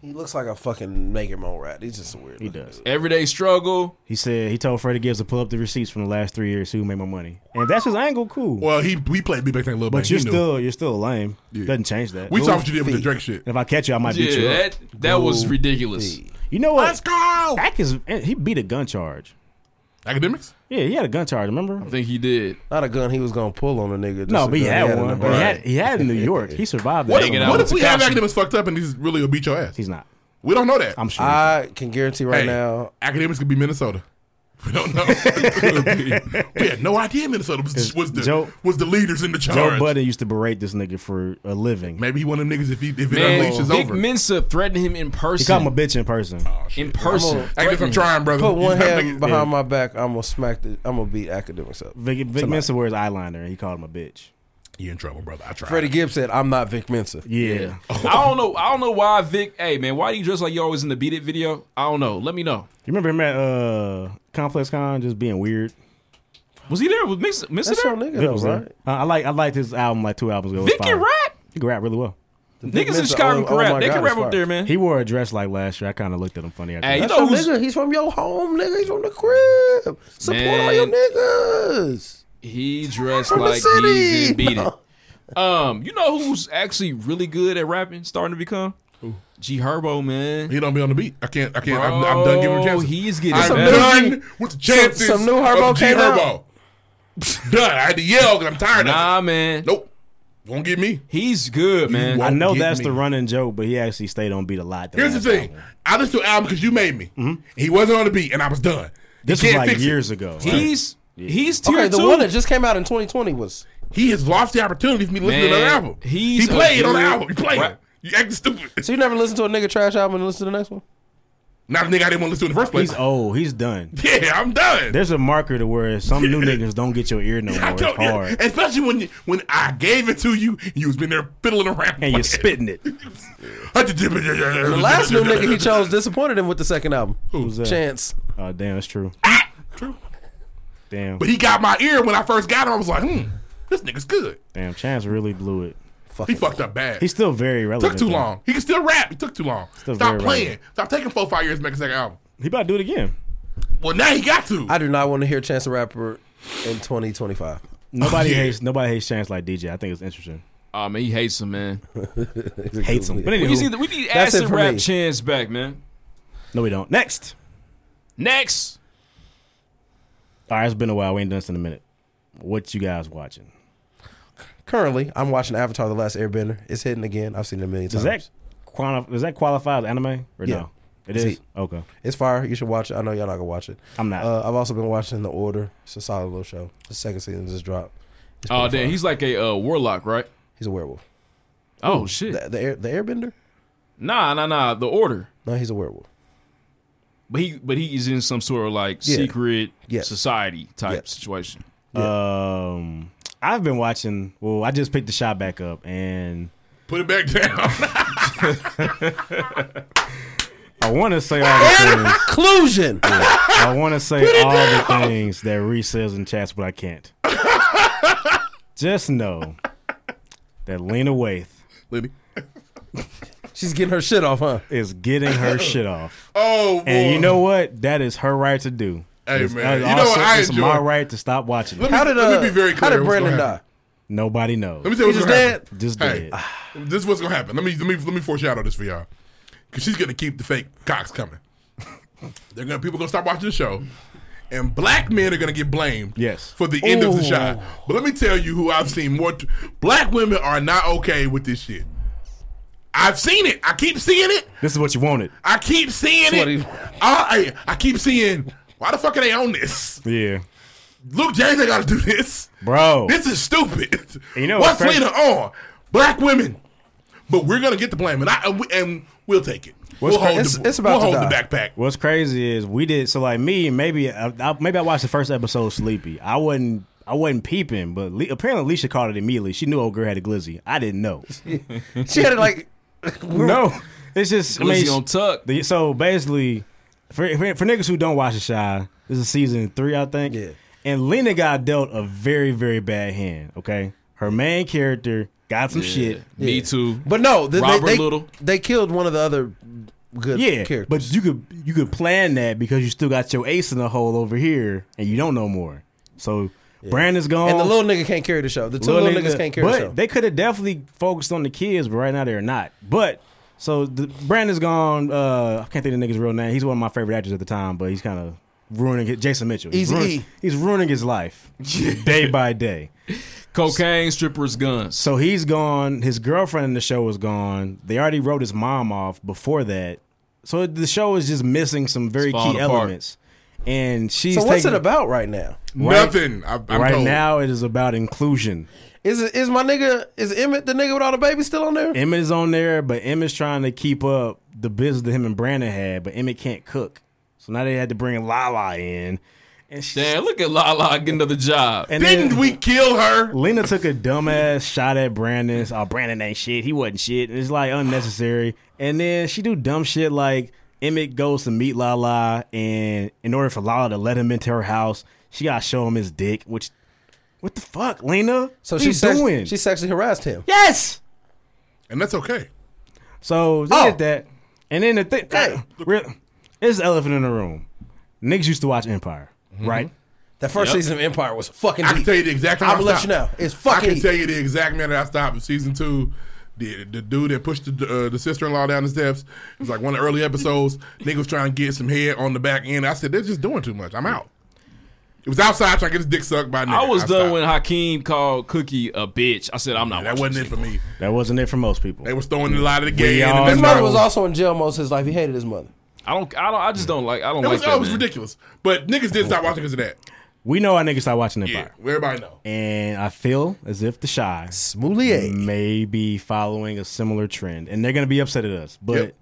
Speaker 12: He looks like a fucking Make It Mo rat. He's just a weird. He
Speaker 13: does.
Speaker 11: Everyday struggle.
Speaker 13: He said he told Freddie Gibbs to pull up the receipts from the last three years, so he make more money. And if that's his angle. Cool.
Speaker 4: Well, he we played Big Bang Thing a little bit.
Speaker 13: But you're still you're still lame. Doesn't change that.
Speaker 4: We saw what you
Speaker 13: Move
Speaker 4: did with the
Speaker 13: feet.
Speaker 4: Drake shit.
Speaker 13: If I catch you, I might beat you.
Speaker 11: Yeah,
Speaker 13: up.
Speaker 11: that that was
Speaker 13: Move
Speaker 11: ridiculous.
Speaker 13: feet. You know what? Let's go. That is eh, he beat a gun charge.
Speaker 4: Academics?
Speaker 13: Yeah, he had a gun charge. Remember?
Speaker 11: I think he did.
Speaker 12: Not a gun he was gonna pull on a nigga. just
Speaker 13: no,
Speaker 12: a
Speaker 13: but he
Speaker 12: gun
Speaker 13: had
Speaker 12: in
Speaker 13: one.
Speaker 12: the
Speaker 13: But he had
Speaker 12: pocket.
Speaker 13: he had it in New York. He survived that.
Speaker 4: What, if- what if we have academics fucked up and he's really gonna beat your ass?
Speaker 13: He's not.
Speaker 4: We don't know that.
Speaker 13: I'm sure.
Speaker 12: I can guarantee right now.
Speaker 4: Academics could be Minnesota. We don't know. we had no idea Minnesota was, was the
Speaker 13: Joe-
Speaker 4: was the leaders in the
Speaker 13: Joe
Speaker 4: charge.
Speaker 13: Budden used to berate this nigga for a living.
Speaker 4: Maybe he one of them niggas if he if it
Speaker 11: Man,
Speaker 4: unleashes
Speaker 11: Vic
Speaker 4: over.
Speaker 11: Mensa threatened him in
Speaker 13: He called
Speaker 11: person.
Speaker 13: him a bitch in person.
Speaker 4: Oh,
Speaker 11: in person.
Speaker 12: I'ma-
Speaker 11: Threatened him.
Speaker 12: Put one
Speaker 4: You
Speaker 12: hand
Speaker 4: nigga-
Speaker 12: behind
Speaker 4: Yeah.
Speaker 12: my back. I'm gonna smack the. I'm gonna beat academics up.
Speaker 13: Vic, Vic
Speaker 12: Tonight.
Speaker 13: Mensa wears eyeliner, and he called him a bitch.
Speaker 4: You in trouble, brother? I tried.
Speaker 12: Freddie Gibbs said, "I'm not Vic Mensa."
Speaker 13: Yeah.
Speaker 11: I don't know. I don't know why Vic. Hey man, why do you dress like you always in the Beat It video? I don't know. Let me know.
Speaker 13: You remember him at uh, Complex Con just being weird?
Speaker 11: Was he there? Was Miss Miss
Speaker 12: That's
Speaker 11: there?
Speaker 12: your nigga,
Speaker 13: Vic
Speaker 12: though,
Speaker 13: was
Speaker 12: right?
Speaker 13: there. Uh, I like I liked his album like two albums ago. It was
Speaker 11: Vic can
Speaker 13: fire.
Speaker 11: rap.
Speaker 13: He can rap really well.
Speaker 11: Niggas in oh, Chicago can rap. They can rap up there, man.
Speaker 13: He wore a dress like last year. I kind of looked at him funny. after
Speaker 11: Hey,
Speaker 13: that.
Speaker 11: you
Speaker 12: That's
Speaker 11: know
Speaker 12: your
Speaker 11: who's-
Speaker 12: nigga. He's from your home, nigga. He's from the crib. Support all your
Speaker 11: Man.
Speaker 12: niggas.
Speaker 11: He dressed
Speaker 12: From the
Speaker 11: like
Speaker 12: city.
Speaker 11: Yeezy and beat
Speaker 12: No.
Speaker 11: it. Um, you know who's actually really good at rapping, starting to become G Herbo, man. Oh,
Speaker 4: He don't be on the beat. I can't. I can't. I'm, I'm done
Speaker 12: Oh,
Speaker 4: giving him chances.
Speaker 11: He's getting
Speaker 4: I'm
Speaker 11: better.
Speaker 4: done with the chances.
Speaker 12: some new Herbo
Speaker 4: of G
Speaker 12: came
Speaker 4: Herbo. done. I had to yell because I'm tired of
Speaker 11: Nah, man.
Speaker 4: it. Nope. Won't get me.
Speaker 11: He's good, man.
Speaker 13: I
Speaker 4: won't
Speaker 13: know
Speaker 4: get
Speaker 13: that's
Speaker 4: me.
Speaker 13: the running joke, but he actually stayed on beat a lot.
Speaker 4: Here's the
Speaker 13: last
Speaker 4: thing.
Speaker 13: album.
Speaker 4: I listened to an album because you made me.
Speaker 12: Mm-hmm.
Speaker 4: He wasn't on the beat, and I was done.
Speaker 13: This
Speaker 4: you
Speaker 13: was
Speaker 4: can't
Speaker 13: like
Speaker 4: fix it.
Speaker 13: years ago.
Speaker 11: He's he's tier
Speaker 12: Okay, the
Speaker 11: two.
Speaker 12: one that just came out in 2020 was
Speaker 4: He has lost the opportunity for me to listen to
Speaker 11: Man,
Speaker 4: another album.
Speaker 11: he's
Speaker 4: He played
Speaker 11: a
Speaker 4: on the
Speaker 11: good
Speaker 4: album. He played.
Speaker 11: rap-
Speaker 4: You acting stupid.
Speaker 12: So you never listen to a nigga trash album and listen to the next one?
Speaker 4: Not a nigga I didn't want to listen to in the first place.
Speaker 13: He's old. He's done.
Speaker 4: yeah, I'm done.
Speaker 13: There's a marker to where some new niggas don't get your ear no more.
Speaker 4: I
Speaker 13: It's
Speaker 4: told you,
Speaker 13: hard.
Speaker 4: especially when you, when I gave it to you, you was been there fiddling around
Speaker 13: And you're spitting it.
Speaker 4: The
Speaker 12: The last new nigga he chose disappointed him with the second album.
Speaker 13: Who's that?
Speaker 12: Chance.
Speaker 13: Oh, damn, that's true. Damn.
Speaker 4: Ah! But he got my ear when I first got him. I was like, hmm, this nigga's good.
Speaker 13: Damn, Chance really blew it.
Speaker 4: He fucked up bad.
Speaker 13: He's still very relevant.
Speaker 4: took too
Speaker 13: though.
Speaker 4: long. He can still rap. He took too long.
Speaker 13: Still
Speaker 4: Stop
Speaker 13: very
Speaker 4: playing.
Speaker 13: relevant.
Speaker 4: Stop taking four five years to make a second album.
Speaker 13: He about to do it again.
Speaker 4: Oh, Well, now he got to.
Speaker 12: I do not want to hear Chance the Rapper in 2025.
Speaker 13: Nobody
Speaker 4: Yeah.
Speaker 13: hates nobody hates Chance like DJ. I think it's interesting.
Speaker 11: Oh man, he hates him, man.
Speaker 13: Hates him. But
Speaker 11: We need,
Speaker 13: anywho,
Speaker 11: we need
Speaker 12: That's it
Speaker 11: acid
Speaker 12: for
Speaker 11: rap
Speaker 12: me.
Speaker 11: chance back, man.
Speaker 13: no, we don't. Next.
Speaker 11: Next,
Speaker 13: All right, it's been a while. We ain't done this in a minute. What you guys watching?
Speaker 12: Currently, I'm watching Avatar: The Last Airbender. It's hitting again. I've seen it a million
Speaker 13: Does
Speaker 12: times.
Speaker 13: that quanti- does that qualify as anime or
Speaker 12: Yeah.
Speaker 13: no? It
Speaker 12: It's
Speaker 13: is.
Speaker 12: heat.
Speaker 13: Okay.
Speaker 12: It's fire. You should watch it. I know y'all not gonna watch it.
Speaker 13: I'm not.
Speaker 12: Uh, I've also been watching The Order. It's a solid little show. The second season just dropped. It's
Speaker 11: oh
Speaker 12: pretty
Speaker 11: damn,
Speaker 12: fire.
Speaker 11: he's like a uh, warlock, right?
Speaker 12: he's a werewolf.
Speaker 11: Oh shit,
Speaker 12: The, the, air, the Airbender?
Speaker 11: nah, nah, nah. The order,
Speaker 12: No, he's a werewolf.
Speaker 11: but he but he is in some sort of like
Speaker 12: Yeah.
Speaker 11: secret
Speaker 12: Yes.
Speaker 11: society type situation.
Speaker 13: Um, I've been watching. Well, I just picked the shot back up, and
Speaker 4: Put it back down.
Speaker 13: I want to say all the things.
Speaker 12: Inclusion.
Speaker 13: I want to say all the things that Reese says in chats, but I can't. just know that Lena Waith
Speaker 4: Liddy.
Speaker 12: She's getting her shit off, huh?
Speaker 13: is getting her shit off.
Speaker 4: Oh, boy.
Speaker 13: And you know what? That is her right to do.
Speaker 4: Hey,
Speaker 13: It's-
Speaker 4: man.
Speaker 13: it's
Speaker 4: You know what?
Speaker 13: also-
Speaker 4: I
Speaker 13: it's
Speaker 4: enjoy-
Speaker 13: my right to stop watching.
Speaker 4: Let
Speaker 13: It.
Speaker 4: me,
Speaker 12: How did uh,
Speaker 4: let me be very clear.
Speaker 12: How did
Speaker 4: what's gonna
Speaker 12: Brandon
Speaker 4: happen.
Speaker 12: die?
Speaker 13: Nobody knows.
Speaker 4: Let me tell you
Speaker 12: He
Speaker 4: what's
Speaker 12: just
Speaker 4: gonna happen.
Speaker 13: Just
Speaker 4: Hey,
Speaker 13: dead.
Speaker 4: this is what's gonna happen. Let me let me let me foreshadow this for y'all, because she's gonna keep the fake cocks coming. They're gonna people gonna stop watching the show, and black men are gonna get blamed.
Speaker 13: Yes.
Speaker 4: for the end of the
Speaker 12: Ooh.
Speaker 4: shot. But let me tell you who I've seen more. T- black women are not okay with this shit. I've seen it. I keep seeing it.
Speaker 13: This is what you wanted.
Speaker 4: I keep seeing
Speaker 12: That's what
Speaker 4: it.
Speaker 12: he-
Speaker 4: I, I I keep seeing. Why the fuck are they on this?
Speaker 13: Yeah.
Speaker 4: Luke James, they gotta do this.
Speaker 13: Bro.
Speaker 4: This is stupid.
Speaker 13: Oh. You know
Speaker 4: what's
Speaker 13: what's
Speaker 4: later
Speaker 13: crazy?
Speaker 4: on? Black women, but we're gonna get the blame, and I and, we, and we'll take it.
Speaker 13: What's
Speaker 4: we'll
Speaker 13: cra-
Speaker 4: hold
Speaker 12: it's-
Speaker 4: the,
Speaker 12: it's about
Speaker 4: we'll
Speaker 12: to
Speaker 4: hold the
Speaker 12: die.
Speaker 4: backpack.
Speaker 13: What's crazy is we did so like me maybe I, I, maybe I watched the first episode of sleepy. I wasn't I wasn't peeping, but Le- apparently Alicia caught it immediately. She knew old girl had a glizzy. I didn't know.
Speaker 12: She had it like
Speaker 13: no. It's just I mean,
Speaker 11: Glizzy on tuck.
Speaker 13: the- so basically, for, for for niggas who don't watch the shy, this is season three, I think. Yeah. And Lena got dealt a very very bad hand. Okay, her main character got some shit.
Speaker 11: Me too.
Speaker 12: But no, th- they,
Speaker 11: Robert
Speaker 12: they,
Speaker 11: Little.
Speaker 12: they killed one of the other good
Speaker 13: yeah,
Speaker 12: characters.
Speaker 13: but you could you could plan that because you still got your ace in the hole over here, and you don't know more. So Brandon's gone,
Speaker 12: And the little nigga can't carry the show. The two little, niggas can't carry
Speaker 13: But
Speaker 12: the show.
Speaker 13: they could have definitely focused on the kids, but right now they're not. But so the Brandon's gone. Uh, I can't think of the nigga's real name. He's one of my favorite actors at the time, but he's kind of ruining it. Jason Mitchell. He's
Speaker 11: Eazy-E.
Speaker 12: E.
Speaker 13: ruining, he's ruining his life day by day.
Speaker 11: Cocaine, strippers, guns.
Speaker 13: So he's gone. His girlfriend in the show is gone. They already wrote his mom off before that. So the show is just missing some very
Speaker 12: falling
Speaker 13: key
Speaker 12: apart.
Speaker 13: elements. And she's
Speaker 12: so what's
Speaker 13: taking-
Speaker 12: it about right now?
Speaker 13: Right-
Speaker 4: Nothing. I- I'm
Speaker 13: right
Speaker 4: told.
Speaker 13: now, it is about inclusion.
Speaker 12: Is it, is my nigga is Emmett the nigga with all the babies still on there?
Speaker 13: Emmett is on there, but Emmett's trying to keep up the business that him and Brandon had, but Emmett can't cook. So now they had to bring Lala in. And she,
Speaker 11: Damn, look at Lala get another job.
Speaker 13: we kill her? Lena took a dumbass shot at Brandon. Oh, Brandon ain't shit. He wasn't shit. And it's like unnecessary. And then she do dumb shit like Emmett goes to meet Lala, and in order for Lala to let him into her house, she gotta show him his dick. Which, what the fuck, Lena?
Speaker 12: So
Speaker 13: What
Speaker 12: she
Speaker 13: you
Speaker 12: sex-
Speaker 13: doing?
Speaker 12: she sexually harassed him.
Speaker 13: Yes.
Speaker 4: And that's okay.
Speaker 13: So
Speaker 12: Oh.
Speaker 13: they did that, and then the thing. real, it's the elephant in the room. Niggas used to watch Empire,
Speaker 12: Mm-hmm.
Speaker 13: right?
Speaker 12: That first season of Empire was fucking.
Speaker 4: I can
Speaker 12: deep.
Speaker 4: tell you the exact.
Speaker 12: I'm
Speaker 4: I
Speaker 12: gonna let you know.
Speaker 4: stopped.
Speaker 12: It's fucking.
Speaker 4: I can
Speaker 12: deep.
Speaker 4: tell you the exact minute I stopped. in Season two, the, the dude that pushed the, uh, the sister in law down the steps. It was like one of the early episodes. Nigga was trying to get some head on the back end. I said they're just doing too much. I'm out. It was outside trying to get his dick sucked by. a Nigga.
Speaker 11: I was done
Speaker 4: stopped.
Speaker 11: when Hakeem called Cookie a bitch. I said, I'm not.
Speaker 4: That wasn't it for me.
Speaker 13: That wasn't it for most people. They
Speaker 4: was throwing a lot of the
Speaker 13: gay.
Speaker 12: His mother was also in jail most of his life. He hated his mother.
Speaker 11: I don't. I don't. I just don't like. I don't
Speaker 4: That
Speaker 11: like
Speaker 4: was,
Speaker 11: that.
Speaker 4: oh, it was
Speaker 11: man.
Speaker 4: ridiculous. But niggas did stop watching because of that.
Speaker 13: We know our niggas start watching Empire.
Speaker 4: Everybody know.
Speaker 13: And I feel as if the shy Smoothie may be following a similar trend, and they're gonna be upset at us. But
Speaker 4: Yep.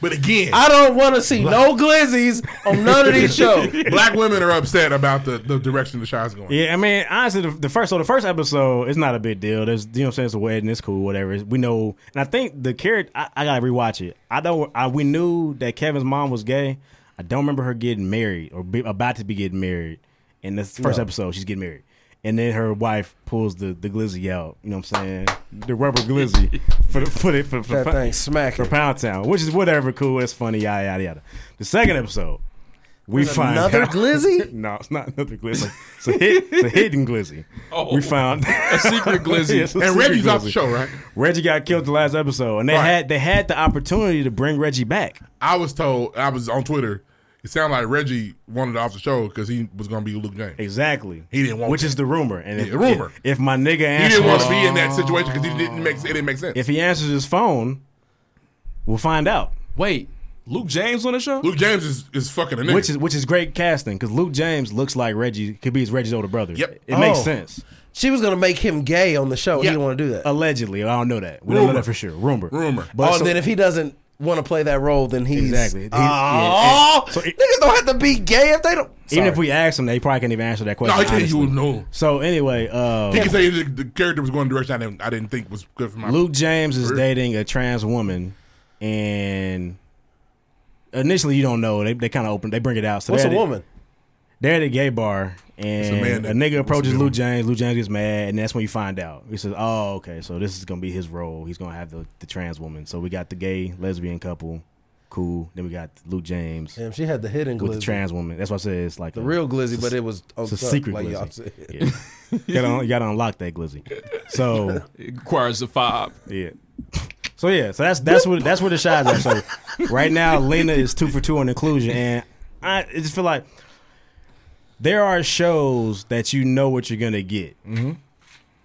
Speaker 4: But again,
Speaker 12: I don't want to see no glizzies on none of these shows.
Speaker 4: Black women are upset about the, the direction the show's going.
Speaker 13: yeah, I mean, honestly, the, the first so the first episode is not a big deal. There's you know what I'm saying it's a wedding, it's cool, whatever. We know, and I think the character I, I gotta rewatch it. I don't. I we knew that Kevin's mom was gay. I don't remember her getting married or be, about to be getting married. In the first
Speaker 12: No.
Speaker 13: episode, she's getting married. And then her wife pulls the, the glizzy out, you know what I'm saying? The rubber glizzy for the for the, for, for,
Speaker 12: That
Speaker 13: for,
Speaker 12: thing smack
Speaker 13: for Pound Town, which is whatever, cool, it's funny, yada yada yada. The second episode, we
Speaker 12: There's
Speaker 13: find
Speaker 12: another
Speaker 13: out-
Speaker 12: glizzy?
Speaker 13: no, it's not another glizzy. It's a, hid, it's a hidden glizzy.
Speaker 11: Oh.
Speaker 13: we found
Speaker 11: A secret glizzy.
Speaker 13: Yes, a
Speaker 4: And
Speaker 13: secret
Speaker 4: Reggie's off the
Speaker 13: glizzy.
Speaker 4: show, right?
Speaker 13: Reggie got killed the last episode, and they
Speaker 4: Right.
Speaker 13: had they had the opportunity to bring Reggie back.
Speaker 4: I was told I was on Twitter. It sounded like Reggie wanted off the show because he was going to be Luke James.
Speaker 13: Exactly.
Speaker 4: He didn't want
Speaker 13: which
Speaker 4: that.
Speaker 13: is the rumor. And
Speaker 4: Yeah,
Speaker 13: if,
Speaker 4: the rumor.
Speaker 13: If, if my nigga
Speaker 4: He
Speaker 13: answers,
Speaker 4: didn't want to be in that situation because he didn't make it didn't make sense.
Speaker 13: if he answers his phone, we'll find out.
Speaker 11: Wait, Luke James on the show?
Speaker 4: Luke James is, is fucking a nigga.
Speaker 13: Which is which is great casting because Luke James looks like Reggie could be his Reggie's older brother.
Speaker 4: Yep.
Speaker 13: it makes
Speaker 12: Oh.
Speaker 13: sense.
Speaker 12: She was gonna make him gay on the show. He didn't want to do
Speaker 13: Uh,
Speaker 12: that.
Speaker 13: Allegedly, I don't know that. We don't know
Speaker 12: Rumor.
Speaker 13: that for sure. Rumor.
Speaker 4: Rumor.
Speaker 13: But
Speaker 12: oh,
Speaker 13: so-
Speaker 12: and then if he doesn't want to play that role, then he's
Speaker 13: Exactly. He-
Speaker 12: Oh,
Speaker 13: yeah, and- so it-
Speaker 12: niggas don't have to be gay if they don't.
Speaker 13: even
Speaker 12: Sorry.
Speaker 13: if we ask him, they probably can't even answer that question.
Speaker 4: No, I can't. You
Speaker 13: honestly.
Speaker 4: would know.
Speaker 13: So anyway, uh,
Speaker 4: He can say the, the character was going a direction I didn't, I didn't think was good for my
Speaker 13: Luke James is dating a trans woman, and initially you don't know. They they kind of open. They bring it out. So
Speaker 12: What's
Speaker 13: they're
Speaker 12: a
Speaker 13: at
Speaker 12: woman?
Speaker 13: They're at a gay bar,
Speaker 4: a man
Speaker 13: and a,
Speaker 4: that-
Speaker 13: nigga
Speaker 4: what's
Speaker 13: approaches
Speaker 4: the
Speaker 13: Luke James. Luke James gets mad, and that's when you find out. He says, "Oh, okay, so this is gonna be his role. He's gonna have the, the trans woman. So we got the gay lesbian couple, cool. Then we got Luke James.
Speaker 12: Damn, she had the hidden
Speaker 13: with the
Speaker 12: glizzy.
Speaker 13: trans woman. That's why I said it's like
Speaker 12: The real glizzy,
Speaker 13: it's a-
Speaker 12: but it was on
Speaker 13: it's a
Speaker 12: top,
Speaker 13: secret
Speaker 12: like y'all
Speaker 13: glizzy.
Speaker 12: said.
Speaker 13: Yeah. you, gotta, you gotta unlock that glizzy. So
Speaker 11: It requires a five.
Speaker 13: yeah. So yeah, so that's that's what that's where the shots are. So right now, Lena is two for two on inclusion, and I I just feel like there are shows that you know what you're gonna get. Mm-hmm. You know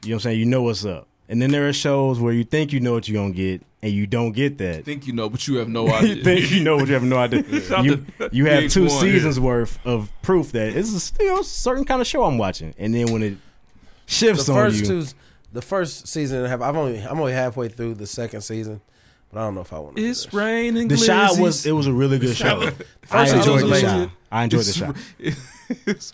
Speaker 13: what I'm saying? You know what's up, and then there are shows where you think you know what you're gonna get, and you don't get that.
Speaker 11: Think you know, but you have no idea.
Speaker 13: you think you know what you have no idea.
Speaker 11: Shout
Speaker 13: you,
Speaker 11: to
Speaker 13: you have
Speaker 11: Big
Speaker 13: two
Speaker 11: One.
Speaker 13: seasons worth of proof that it's a you know, certain kind of show I'm watching, and then when it shifts
Speaker 12: the
Speaker 13: on
Speaker 12: first
Speaker 13: you,
Speaker 12: two, the first season and a half. I've only I'm only halfway through the second season, but I don't know if I want to.
Speaker 11: It's raining.
Speaker 13: The Shy was it was a really good show. I
Speaker 12: First
Speaker 13: enjoyed the
Speaker 12: season was
Speaker 13: Shy.
Speaker 12: amazing.
Speaker 13: I enjoyed the
Speaker 11: It's
Speaker 13: Shy.
Speaker 11: It's, it's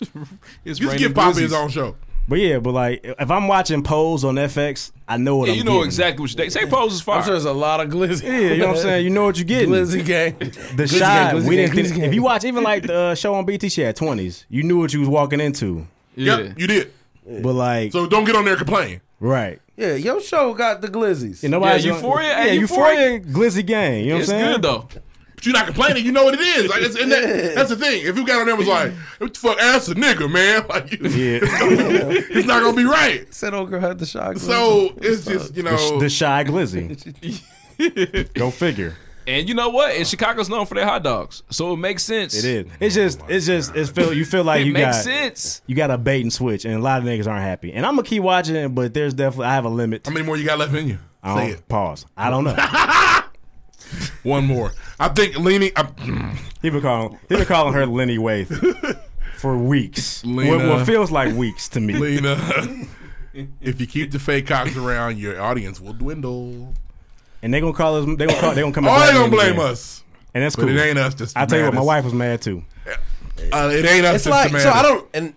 Speaker 4: You should
Speaker 11: raining
Speaker 4: give Poppy his
Speaker 11: glizzies.
Speaker 4: own show.
Speaker 13: But yeah, but like if I'm watching Pose on FX, I know what
Speaker 11: Yeah,
Speaker 13: I'm
Speaker 11: you know
Speaker 13: getting.
Speaker 11: exactly what you think. Say pose is fire.
Speaker 13: sure there's
Speaker 12: a lot of glizzy.
Speaker 13: Yeah, you know what I'm saying. You know what you're getting.
Speaker 12: Glizzy gang.
Speaker 13: The
Speaker 12: Glizzy
Speaker 13: shot.
Speaker 12: gang, glizzy
Speaker 13: we didn't
Speaker 12: gang, glizzy
Speaker 13: think,
Speaker 12: gang.
Speaker 13: if you watch even like the uh, show on BT, she had twenties. You knew what you was walking into.
Speaker 4: Yep, you did.
Speaker 13: But like,
Speaker 4: so don't get on there complaining.
Speaker 13: Right.
Speaker 12: Yeah, your show got the glizzies.
Speaker 13: And nobody's gonna- Yeah, Euphoria, glizzy gang. You know what I'm saying?
Speaker 11: though.
Speaker 4: But you're not complaining. You know what it is. Like, it's, and that, that's the thing. If you got on there and was like, "What the fuck, ass a nigga, man?" Like, you, it's not gonna be right.
Speaker 12: Said old girl had the shot.
Speaker 4: So it's just you
Speaker 13: The sh-
Speaker 4: know,
Speaker 13: the, shy glizzy. Go figure.
Speaker 11: And you know what? And Chicago's known for their hot dogs, so it makes sense.
Speaker 13: It
Speaker 4: Oh
Speaker 13: is. It's just. It's just. It's feel. You feel like
Speaker 11: It
Speaker 13: you
Speaker 11: makes
Speaker 13: got.
Speaker 11: sense.
Speaker 13: You got a bait and switch, and a lot of niggas aren't happy. And I'm gonna keep watching it, but there's definitely I have a limit. How
Speaker 4: many more you got left in you?
Speaker 13: I don't,
Speaker 4: Say it.
Speaker 13: Pause. I don't know.
Speaker 4: One more. I think leaning.
Speaker 13: he been calling. He been calling her Lenny Waith for weeks. What,
Speaker 4: Lena.
Speaker 13: what feels like weeks to me.
Speaker 4: Lena. if you keep the fake cocks around, your audience will dwindle.
Speaker 13: And they gonna call us. They gonna call. They gonna come. and
Speaker 4: Oh, they gonna
Speaker 13: me
Speaker 4: blame
Speaker 13: again.
Speaker 4: us.
Speaker 13: And that's
Speaker 4: But
Speaker 13: cool.
Speaker 4: it ain't us that's
Speaker 13: I tell you what,
Speaker 4: mad.
Speaker 13: my wife was mad too.
Speaker 4: Uh, it ain't us.
Speaker 12: It's
Speaker 4: that's
Speaker 12: like
Speaker 4: the
Speaker 12: so. I
Speaker 4: matter.
Speaker 12: don't and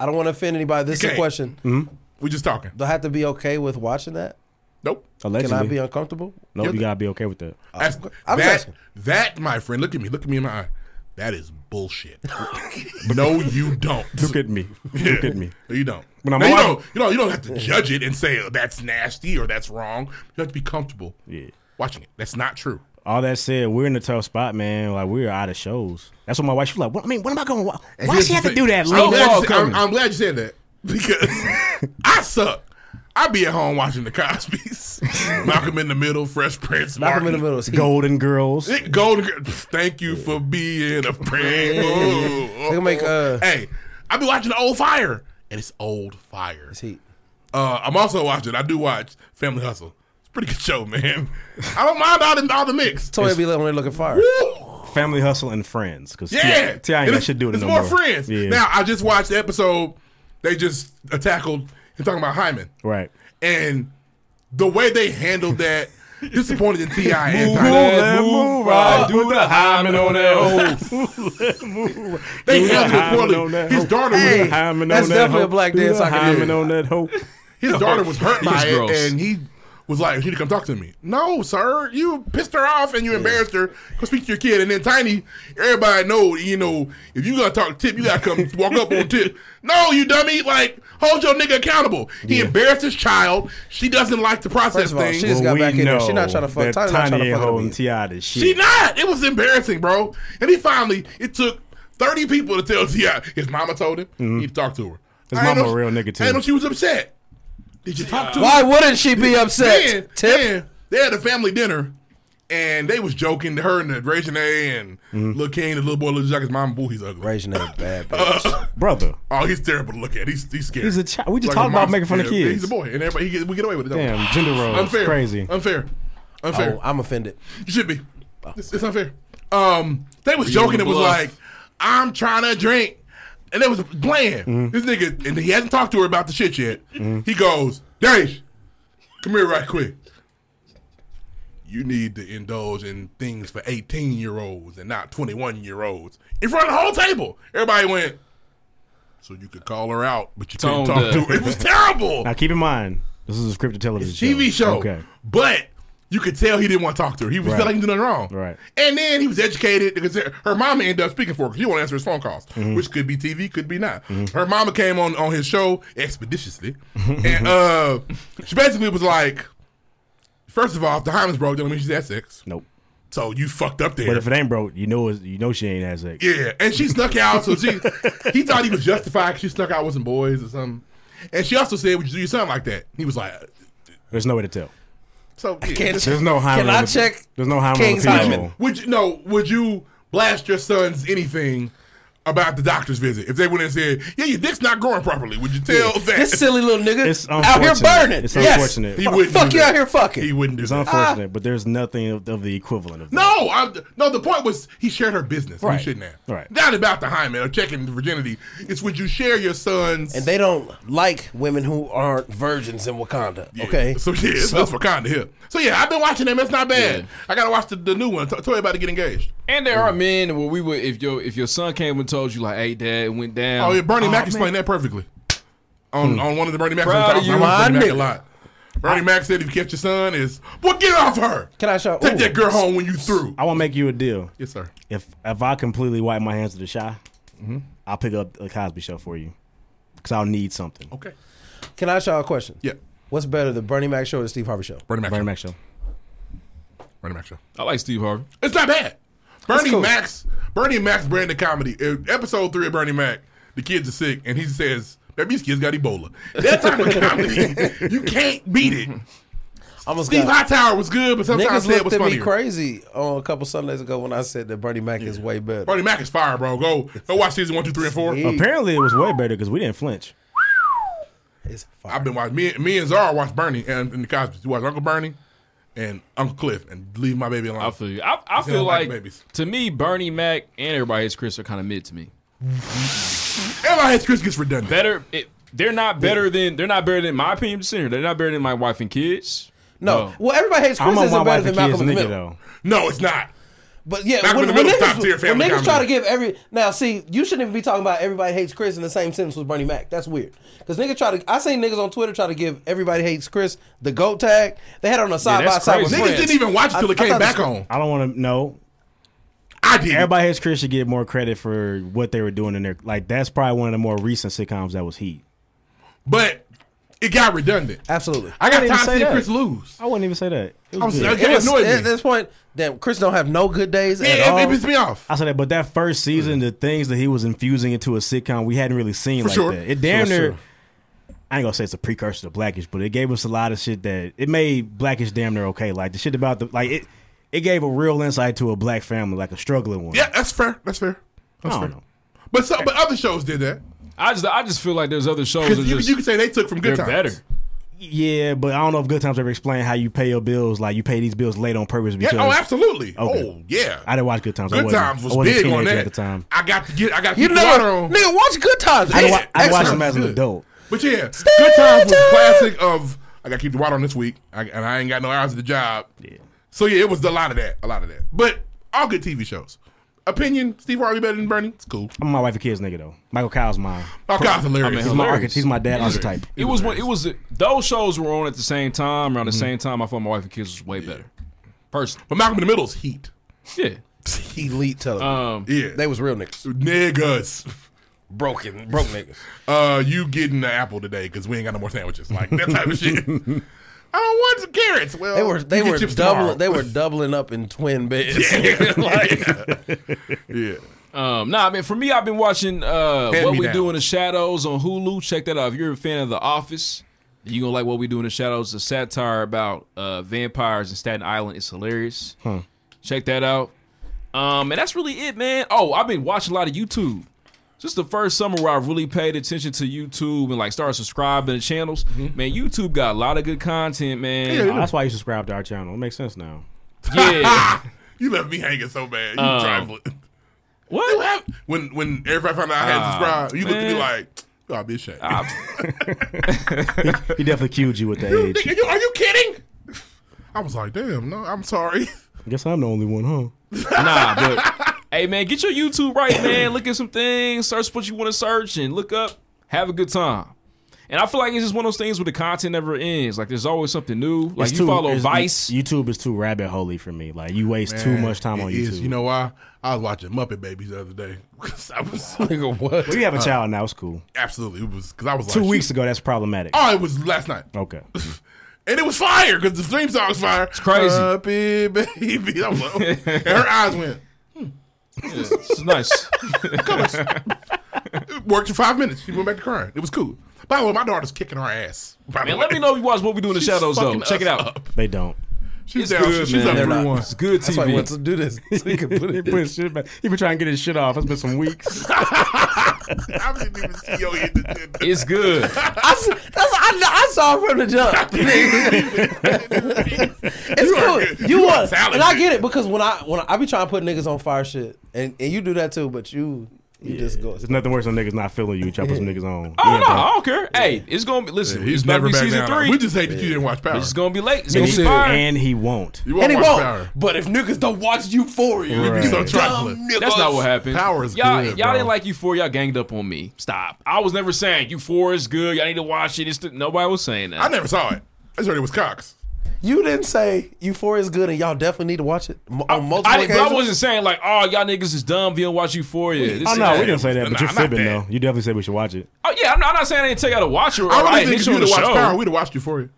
Speaker 12: I don't want to offend anybody. This
Speaker 4: You
Speaker 12: is a
Speaker 4: can't.
Speaker 12: question.
Speaker 13: Mhm.
Speaker 4: We just talking.
Speaker 12: Do I have to be okay with watching that?
Speaker 4: Nope.
Speaker 13: Allegedly.
Speaker 12: Can I be uncomfortable?
Speaker 13: Nope, you gotta be okay with that.
Speaker 4: That's-
Speaker 12: I'm
Speaker 4: that,
Speaker 12: asking.
Speaker 4: that, my friend, look at me. Look at me in my eye. That is bullshit. no, you don't.
Speaker 13: Look at me. Look at me.
Speaker 4: No, you don't.
Speaker 13: When I'm
Speaker 4: No, you,
Speaker 13: watching-
Speaker 4: don't you, know, you don't have to judge it and say oh, that's nasty or that's wrong. You have to be comfortable
Speaker 13: yeah.
Speaker 4: watching it. That's not true.
Speaker 13: All that said, we're in a tough spot, man. Like we're out of shows. That's what my wife. She's like, what, I mean, what am I going? Why,
Speaker 4: And
Speaker 13: why
Speaker 4: here's
Speaker 13: she
Speaker 4: the
Speaker 13: have to
Speaker 4: thing.
Speaker 13: do that?
Speaker 4: I'm
Speaker 13: Lena?
Speaker 4: glad, you said- I'm, I'm glad you said that because I suck. I be at home watching the Cosby's, Malcolm in the Middle, Fresh Prince,
Speaker 12: Malcolm in the
Speaker 4: Martin.
Speaker 12: Middle is heat.
Speaker 13: Golden Girls.
Speaker 4: It- Golden Girl- Thank you for being a friend. Oh, oh,
Speaker 12: They make,
Speaker 4: oh.
Speaker 12: uh,
Speaker 4: hey, I be watching the old fire, and it's old fire. It's
Speaker 12: heat.
Speaker 4: Uh, I'm also watching. I do watch Family Hustle. It's a pretty good show, man. I don't mind all the all the mix.
Speaker 12: Toy be looking looking fire.
Speaker 13: Family Hustle and Friends. Because
Speaker 4: Yeah,
Speaker 13: Ti, Ti ain't
Speaker 4: And
Speaker 13: got
Speaker 4: it's-
Speaker 13: shit to do with it
Speaker 4: It's
Speaker 13: no
Speaker 4: more,
Speaker 13: more.
Speaker 4: friends.
Speaker 13: Yeah.
Speaker 4: Now I just watched the episode. They just uh, tackled and talking about Hyman
Speaker 13: right.
Speaker 4: and the way they handled that. Disappointed in Ti and
Speaker 11: Move
Speaker 4: Ty.
Speaker 11: that, move right, do the hymen on that hoe.
Speaker 4: They
Speaker 11: Do
Speaker 4: handled
Speaker 11: the
Speaker 4: it
Speaker 11: hymen
Speaker 13: on that
Speaker 4: poorly. His
Speaker 13: hoe.
Speaker 4: daughter
Speaker 13: Hey,
Speaker 4: was
Speaker 13: hymen that's on that definitely hoe. a black Do dance the I can do. hymen on that hoe.
Speaker 4: His daughter was hurt
Speaker 13: He's
Speaker 4: by it,
Speaker 13: gross.
Speaker 4: and he was like, "She need to come talk to me." No, sir, you pissed her off and you embarrassed her. Go speak to your kid, and then Tiny. Everybody know, you know, if you gonna talk tip, you gotta come walk up on tip. No, you dummy! Like hold your nigga accountable. He embarrassed his child. She doesn't like the process
Speaker 12: First of all,
Speaker 4: thing.
Speaker 12: she just got back in there. She not trying to fuck.
Speaker 13: that
Speaker 12: Tiny not trying
Speaker 13: Tiny
Speaker 12: to
Speaker 13: ain't
Speaker 12: fuck.
Speaker 13: holding Ti to shit.
Speaker 4: She not. It was embarrassing, bro. And he finally, it took 30 people to tell T.I. His mama told him. He talked to her.
Speaker 13: Mm-hmm. His
Speaker 4: I ain't
Speaker 13: mama
Speaker 4: know-
Speaker 13: a real nigga, too.
Speaker 4: I ain't know she was upset. Did you talk to
Speaker 12: Why
Speaker 4: her?
Speaker 12: wouldn't she be upset?
Speaker 4: Then, then they had a family dinner. And they was joking to her and the Regine and
Speaker 13: Mm-hmm.
Speaker 4: Lil King, the little boy, Lil Jack, his mom, boo, he's ugly.
Speaker 12: Regine, bad
Speaker 4: Uh,
Speaker 13: Brother.
Speaker 4: Oh, he's terrible to look at. He's he's scary.
Speaker 13: He's a child. We just
Speaker 4: a
Speaker 13: talked about
Speaker 4: monster.
Speaker 13: making fun of kids.
Speaker 4: He's a boy, and everybody he get, we get away with it. don't we?
Speaker 13: Damn, gender roles.
Speaker 4: Unfair.
Speaker 13: Crazy.
Speaker 4: Unfair. Unfair.
Speaker 12: Oh, I'm offended.
Speaker 4: You should be. It's, it's unfair. Um, they was
Speaker 12: Real
Speaker 4: joking. It was
Speaker 12: bluff.
Speaker 4: like, I'm trying to drink, and it was bland. This nigga, and he hasn't talked to her about the shit yet. He goes, Dash, come here right quick. You need to indulge in things for 18 year olds and not 21 year olds in front of the whole table. Everybody went. So you could call her out, but you
Speaker 13: Tone
Speaker 4: couldn't talk to
Speaker 13: deaf.
Speaker 4: her. It was terrible.
Speaker 13: Now keep in mind, this is a scripted television show.
Speaker 4: TV show.
Speaker 13: Okay.
Speaker 4: But you could tell he didn't want to talk to her. He was
Speaker 13: Right.
Speaker 4: feeling like he did nothing wrong.
Speaker 13: Right.
Speaker 4: And then he was educated because her mama ended up speaking for her because she won't answer his phone calls,
Speaker 13: Mhm.
Speaker 4: which could be TV, could be not.
Speaker 13: Mm-hmm.
Speaker 4: Her mama came on on his show expeditiously, and uh, she basically was like, first of all, if the hymen's broke, don't mean she's had sex.
Speaker 13: Nope.
Speaker 4: So you fucked up there.
Speaker 13: But if it ain't broke, you know it's- you know she ain't had sex.
Speaker 4: Yeah, and she snuck out. So she, he thought he was justified 'cause she snuck out with some boys or something. And she also said, "Would you do something like that?" He was like,
Speaker 13: There's no way to tell.
Speaker 4: "So yeah,
Speaker 12: can't-
Speaker 4: this-
Speaker 13: There's no hymen.
Speaker 12: Can I
Speaker 13: on the-
Speaker 12: check
Speaker 13: There's no hymen
Speaker 12: King's
Speaker 13: on the
Speaker 12: hymen?
Speaker 13: pillow.
Speaker 4: Would you no? Would you blast your sons anything about the doctor's visit if they went and said, "Yeah, your dick's not growing properly"? Would you tell Oh, that
Speaker 12: This silly little nigga
Speaker 13: It's
Speaker 12: out here
Speaker 13: unfortunate.
Speaker 12: burning.
Speaker 13: It's
Speaker 12: yes.
Speaker 13: unfortunate.
Speaker 12: He wouldn't fuck you out here fucking.
Speaker 4: He wouldn't do
Speaker 13: It's
Speaker 4: that.
Speaker 13: unfortunate, but there's nothing of, of the equivalent of that.
Speaker 4: Ah. No, I, no. The point was he shared her business.
Speaker 13: Right.
Speaker 4: He shouldn't have.
Speaker 13: Right.
Speaker 4: Not about the hymen or checking the virginity. It's would you share your sons?
Speaker 12: And they don't like women who aren't virgins in Wakanda. Okay.
Speaker 4: So yeah, so, that's Wakanda here. So yeah, I've been watching them. It's not bad. I gotta watch the, the new one. T- Tell you about to get engaged.
Speaker 11: And there are men where we would if your if your son came and told you like, "Hey, dad, it went down."
Speaker 4: Oh yeah, Bernie Mac
Speaker 11: man.
Speaker 4: explained that perfectly. on, on one of the Bernie Mac
Speaker 12: Proud of
Speaker 4: songs. I
Speaker 12: you,
Speaker 4: love
Speaker 12: my
Speaker 4: Bernie Mac a
Speaker 12: nigga.
Speaker 4: lot. Bernie Mac said if you catch your son is well get off her.
Speaker 12: Can I show?
Speaker 4: Take that girl home when you through.
Speaker 13: I want to make you a deal.
Speaker 4: Yes, sir.
Speaker 13: If if I completely wipe my hands of the shy,
Speaker 12: Mm-hmm.
Speaker 13: I'll pick up a Cosby Show for you because I'll need
Speaker 12: Oh,
Speaker 13: something.
Speaker 4: Okay.
Speaker 12: Can I ask y'all a question?
Speaker 4: Yeah.
Speaker 12: What's better, the Bernie Mac show or the Steve Harvey show?
Speaker 4: Bernie Mac.
Speaker 13: Bernie Mac Show.
Speaker 4: Bernie Mac show.
Speaker 11: I like Steve Harvey.
Speaker 4: It's not bad. Bernie
Speaker 12: cool.
Speaker 4: Mac's Bernie Mac's brand of comedy. Uh, Episode three of Bernie Mac, the kids are sick, and he says, "Baby, these kids got Ebola." That type of comedy, you can't beat it.
Speaker 12: Almost
Speaker 4: Steve
Speaker 12: got-
Speaker 4: Hightower was good, but sometimes Ted
Speaker 12: Niggas looked
Speaker 4: was
Speaker 12: at me
Speaker 4: funnier.
Speaker 12: crazy on a couple Sundays ago when I said that Bernie Mac is way better.
Speaker 4: Bernie Mac is fire, bro. Go go watch season one, two, three, and four.
Speaker 13: Apparently, it was way better because we didn't flinch.
Speaker 4: I've been watching. Me, me and Zara watched Bernie and, and the Cosby. We watched Uncle Bernie and Uncle Cliff, and leave my baby alone.
Speaker 11: I feel you. I, I
Speaker 4: It's in
Speaker 11: feel
Speaker 4: my
Speaker 11: like
Speaker 4: babies.
Speaker 11: to me, Bernie Mac and everybody hates Chris are kind of mid to me.
Speaker 4: Everybody hates Chris gets redundant.
Speaker 11: Better, it, they're not better than they're not better than my opinion. Just sitting here, they're not better than my wife and kids.
Speaker 12: No. Well, everybody hates
Speaker 11: I'm on
Speaker 12: Chris
Speaker 11: my
Speaker 12: isn't
Speaker 11: wife
Speaker 12: better than
Speaker 11: and
Speaker 12: Malcolm
Speaker 11: kids
Speaker 12: in the
Speaker 11: nigga,
Speaker 12: Middle.
Speaker 11: though.
Speaker 4: No, it's not.
Speaker 12: But yeah,
Speaker 4: Malcolm in
Speaker 12: when,
Speaker 4: the
Speaker 12: when
Speaker 4: Middle's
Speaker 12: niggas,
Speaker 4: top tier
Speaker 12: when
Speaker 4: family
Speaker 12: niggas try to
Speaker 4: comedy.
Speaker 12: give every now, see, you shouldn't even be talking about everybody hates Chris in the same sentence with Bernie Mac. That's weird. Because niggas try to, I seen niggas on Twitter try to give everybody hates Chris the goat tag. They had it on a side by side. with Friends. I- I thought it was-
Speaker 13: I don't want to know.
Speaker 4: I did.
Speaker 13: Everybody hates Chris should get more credit for what they were doing in their like. That's probably one of the more recent sitcoms that was heat.
Speaker 4: But it got redundant.
Speaker 12: Absolutely.
Speaker 4: I got
Speaker 13: I didn't
Speaker 4: tired of
Speaker 13: say
Speaker 4: seeing
Speaker 13: that.
Speaker 4: Chris lose.
Speaker 13: I wouldn't even say that. It
Speaker 4: I'm
Speaker 13: good.
Speaker 4: sorry,
Speaker 12: It was- at this point, damn, Chris don't have no good days at all.
Speaker 4: off.
Speaker 13: I said that, but that first
Speaker 4: Mm.
Speaker 13: season, the things that he was infusing into a sitcom, we hadn't really seen
Speaker 12: For
Speaker 13: like
Speaker 12: sure.
Speaker 13: that. It damn
Speaker 12: For
Speaker 13: near.
Speaker 12: sure.
Speaker 13: I ain't gonna say it's a precursor to Blackish, but it gave us a lot of shit that it made Blackish damn near okay. Like the shit about the like it, it gave a real insight to a black family, like a struggling one.
Speaker 4: Yeah, that's fair. That's fair. That's
Speaker 13: I
Speaker 4: fair.
Speaker 13: don't know.
Speaker 4: But so, but other shows did that.
Speaker 11: I just I just feel like there's other shows that
Speaker 4: Because you,
Speaker 11: just
Speaker 4: you can say they took from good
Speaker 11: they're
Speaker 4: times.
Speaker 11: better.
Speaker 13: Yeah, but I don't know if Good Times ever explained how you pay your bills. Like you pay these bills late on purpose
Speaker 4: Yeah,
Speaker 13: because.
Speaker 4: oh, absolutely.
Speaker 13: Okay.
Speaker 4: Oh, yeah.
Speaker 13: I didn't watch Good Times. I
Speaker 4: Good
Speaker 13: wasn't-
Speaker 4: Times was
Speaker 13: I wasn't a
Speaker 4: big on
Speaker 13: teenager
Speaker 4: that.
Speaker 13: at the time.
Speaker 4: I got to get. I got. To
Speaker 12: You
Speaker 4: keep
Speaker 12: know,
Speaker 4: water on.
Speaker 12: nigga, watch Good Times.
Speaker 13: I, wa- I watched
Speaker 4: Excellent.
Speaker 13: them as an
Speaker 4: Good.
Speaker 13: adult.
Speaker 4: But yeah, Good Times was a classic of I got to keep the water on this week, I, and I ain't got no hours at the job. Yeah. So yeah, it was a lot of that, a lot of that. But all good TV shows. Opinion: Steve Harvey better than Bernie. It's cool.
Speaker 13: I'm my wife and kids nigga though. Michael Kyle's mine.
Speaker 4: Michael Kyle's hilarious.
Speaker 13: He's,
Speaker 4: I mean,
Speaker 13: my
Speaker 4: hilarious.
Speaker 13: archety- he's my dad
Speaker 4: Hilarious. Mm-hmm.
Speaker 13: archetype.
Speaker 11: It was when it was those shows were on at the same time around the same time. I thought my wife and kids was way better. Personally,
Speaker 4: but Malcolm in the Middle's heat.
Speaker 11: Yeah,
Speaker 12: elite television.
Speaker 11: Um,
Speaker 4: yeah,
Speaker 12: they was real niggas.
Speaker 4: Niggas.
Speaker 12: Broken, broke niggas.
Speaker 4: Uh, you getting the apple today because we ain't got no more sandwiches. Like that type of shit. I don't want some carrots. Well,
Speaker 12: They were they
Speaker 4: you get
Speaker 12: were
Speaker 4: chips
Speaker 12: doubling
Speaker 4: tomorrow.
Speaker 12: they were doubling up in twin beds.
Speaker 4: yeah.
Speaker 11: Um, nah, I mean, for me, I've been watching uh,
Speaker 12: Hand
Speaker 11: What
Speaker 12: Me
Speaker 11: We
Speaker 12: Down.
Speaker 11: Do in the Shadows on Hulu. Check that out. If you're a fan of The Office, you're going to like What We Do in the Shadows. The satire about uh, vampires in Staten Island. It's hilarious.
Speaker 13: Huh.
Speaker 11: Check that out. Um, and that's really it, man. Oh, I've been watching a lot of YouTube. Just the first summer where I really paid attention to YouTube and like started subscribing to channels.
Speaker 12: Mm-hmm.
Speaker 11: Man, YouTube got a lot of good content, man.
Speaker 13: Oh, that's why you subscribe to our channel. It makes sense now.
Speaker 11: yeah.
Speaker 4: You left me hanging so bad. You
Speaker 11: Um,
Speaker 4: trifling.
Speaker 11: What?
Speaker 4: when when everybody found out I had
Speaker 11: Ah,
Speaker 4: subscribed, you looked at me
Speaker 11: man.
Speaker 4: like, "Oh, be ashamed."
Speaker 13: He definitely cued you with the age.
Speaker 4: Nigga, you- are you kidding? I was like, "Damn, no, I'm sorry."
Speaker 13: guess I'm the only one, huh?
Speaker 11: nah, but hey, man, get your YouTube right, man. Look at some things, search what you want to search, and look up. Have a good time. And I feel like it's just one of those things where the content never ends. Like there's always something new. Like
Speaker 13: It's
Speaker 11: you
Speaker 13: too-
Speaker 11: follow
Speaker 13: it's-
Speaker 11: Vice.
Speaker 13: YouTube is too rabbit holy for me. Like you waste too
Speaker 4: Man,
Speaker 13: much time
Speaker 4: it
Speaker 13: on
Speaker 4: is.
Speaker 13: YouTube.
Speaker 4: You know why? I was watching Muppet Babies the other day. 'Cause I was
Speaker 12: nigga, what?
Speaker 13: Well, you have a child now. It's cool.
Speaker 4: absolutely, it was because I was
Speaker 13: uh, Two
Speaker 4: like,
Speaker 13: weeks ago, that's problematic.
Speaker 4: Oh, it was last night,
Speaker 13: Okay.
Speaker 4: and it was fire because the theme song's fire. It's
Speaker 11: crazy.
Speaker 4: Muppet Babies. I was like, oh. and her eyes went.
Speaker 11: Yeah, it's nice.
Speaker 4: It worked for five minutes. She went back to crying. It was cool. By the way, my daughter's kicking her ass. By the
Speaker 11: Man,
Speaker 4: way.
Speaker 11: let me know if you watch what we do in the
Speaker 4: She's
Speaker 11: shadows though.
Speaker 4: fucking
Speaker 11: Check it
Speaker 4: us
Speaker 11: out.
Speaker 13: They don't.
Speaker 4: She's
Speaker 11: It's
Speaker 4: down.
Speaker 11: good,
Speaker 4: she's
Speaker 11: man.
Speaker 4: up
Speaker 11: They're not.
Speaker 4: everyone.
Speaker 11: It's good
Speaker 12: That's why he
Speaker 11: TV.
Speaker 12: wants to do this. So he can put
Speaker 13: He
Speaker 12: it
Speaker 13: put his shit back. He been trying to get his shit off. It's been some weeks.
Speaker 11: It's good.
Speaker 12: I, s- that's, I, kn- I saw it from the jump. it's cool. You,
Speaker 4: you are
Speaker 12: was,
Speaker 4: talented.
Speaker 12: and I get it because when I when I, I be trying to put niggas on fire shit, and, and you do that too, but you You just go.
Speaker 13: There's nothing worse than niggas not feeling you. Try to put some niggas on.
Speaker 11: Oh no, I don't care. Hey, it's gonna be listen.
Speaker 13: Yeah, he's
Speaker 11: it's about to
Speaker 13: never
Speaker 11: be
Speaker 13: back
Speaker 11: season
Speaker 13: down.
Speaker 11: three.
Speaker 13: We just hate that you didn't
Speaker 4: watch Power.
Speaker 11: It's gonna be late. It's
Speaker 13: and,
Speaker 11: gonna
Speaker 13: he,
Speaker 11: be fire.
Speaker 13: and he won't.
Speaker 4: You won't
Speaker 12: and he
Speaker 4: watch
Speaker 12: won't.
Speaker 4: Power.
Speaker 12: But if niggas don't watch Euphoria,
Speaker 13: Right.
Speaker 12: you
Speaker 13: So
Speaker 12: dumb
Speaker 4: trifling.
Speaker 12: niggas.
Speaker 11: That's not what happened.
Speaker 4: Power is
Speaker 11: y'all,
Speaker 4: good,
Speaker 11: y'all
Speaker 4: bro.
Speaker 11: didn't like Euphoria. Y'all ganged up on me. Stop. I was never saying Euphoria is good. Y'all need to watch it. It's the, nobody was saying that.
Speaker 4: I never saw it. I just heard it was Cox.
Speaker 12: You didn't say Euphoria is good, and y'all definitely need to watch it m- on multiple
Speaker 11: I, didn't-
Speaker 12: occasions.
Speaker 11: I wasn't saying like, oh, y'all niggas is dumb. If you don't watch Euphoria. This
Speaker 13: Oh
Speaker 11: and
Speaker 13: no, we
Speaker 11: that.
Speaker 13: didn't say that. But
Speaker 11: Nah,
Speaker 13: you're
Speaker 11: I'm not
Speaker 13: fibbing
Speaker 11: that.
Speaker 13: though. You definitely said we should watch it.
Speaker 11: Oh yeah, I'm not, I'm not saying I didn't tell y'all to watch it. Or,
Speaker 4: I
Speaker 11: I
Speaker 4: really
Speaker 11: didn't
Speaker 4: think
Speaker 11: hit
Speaker 4: if
Speaker 11: you
Speaker 4: you
Speaker 11: on
Speaker 4: would
Speaker 11: the
Speaker 4: have watched
Speaker 11: show.
Speaker 4: Power, we'd have watched Euphoria.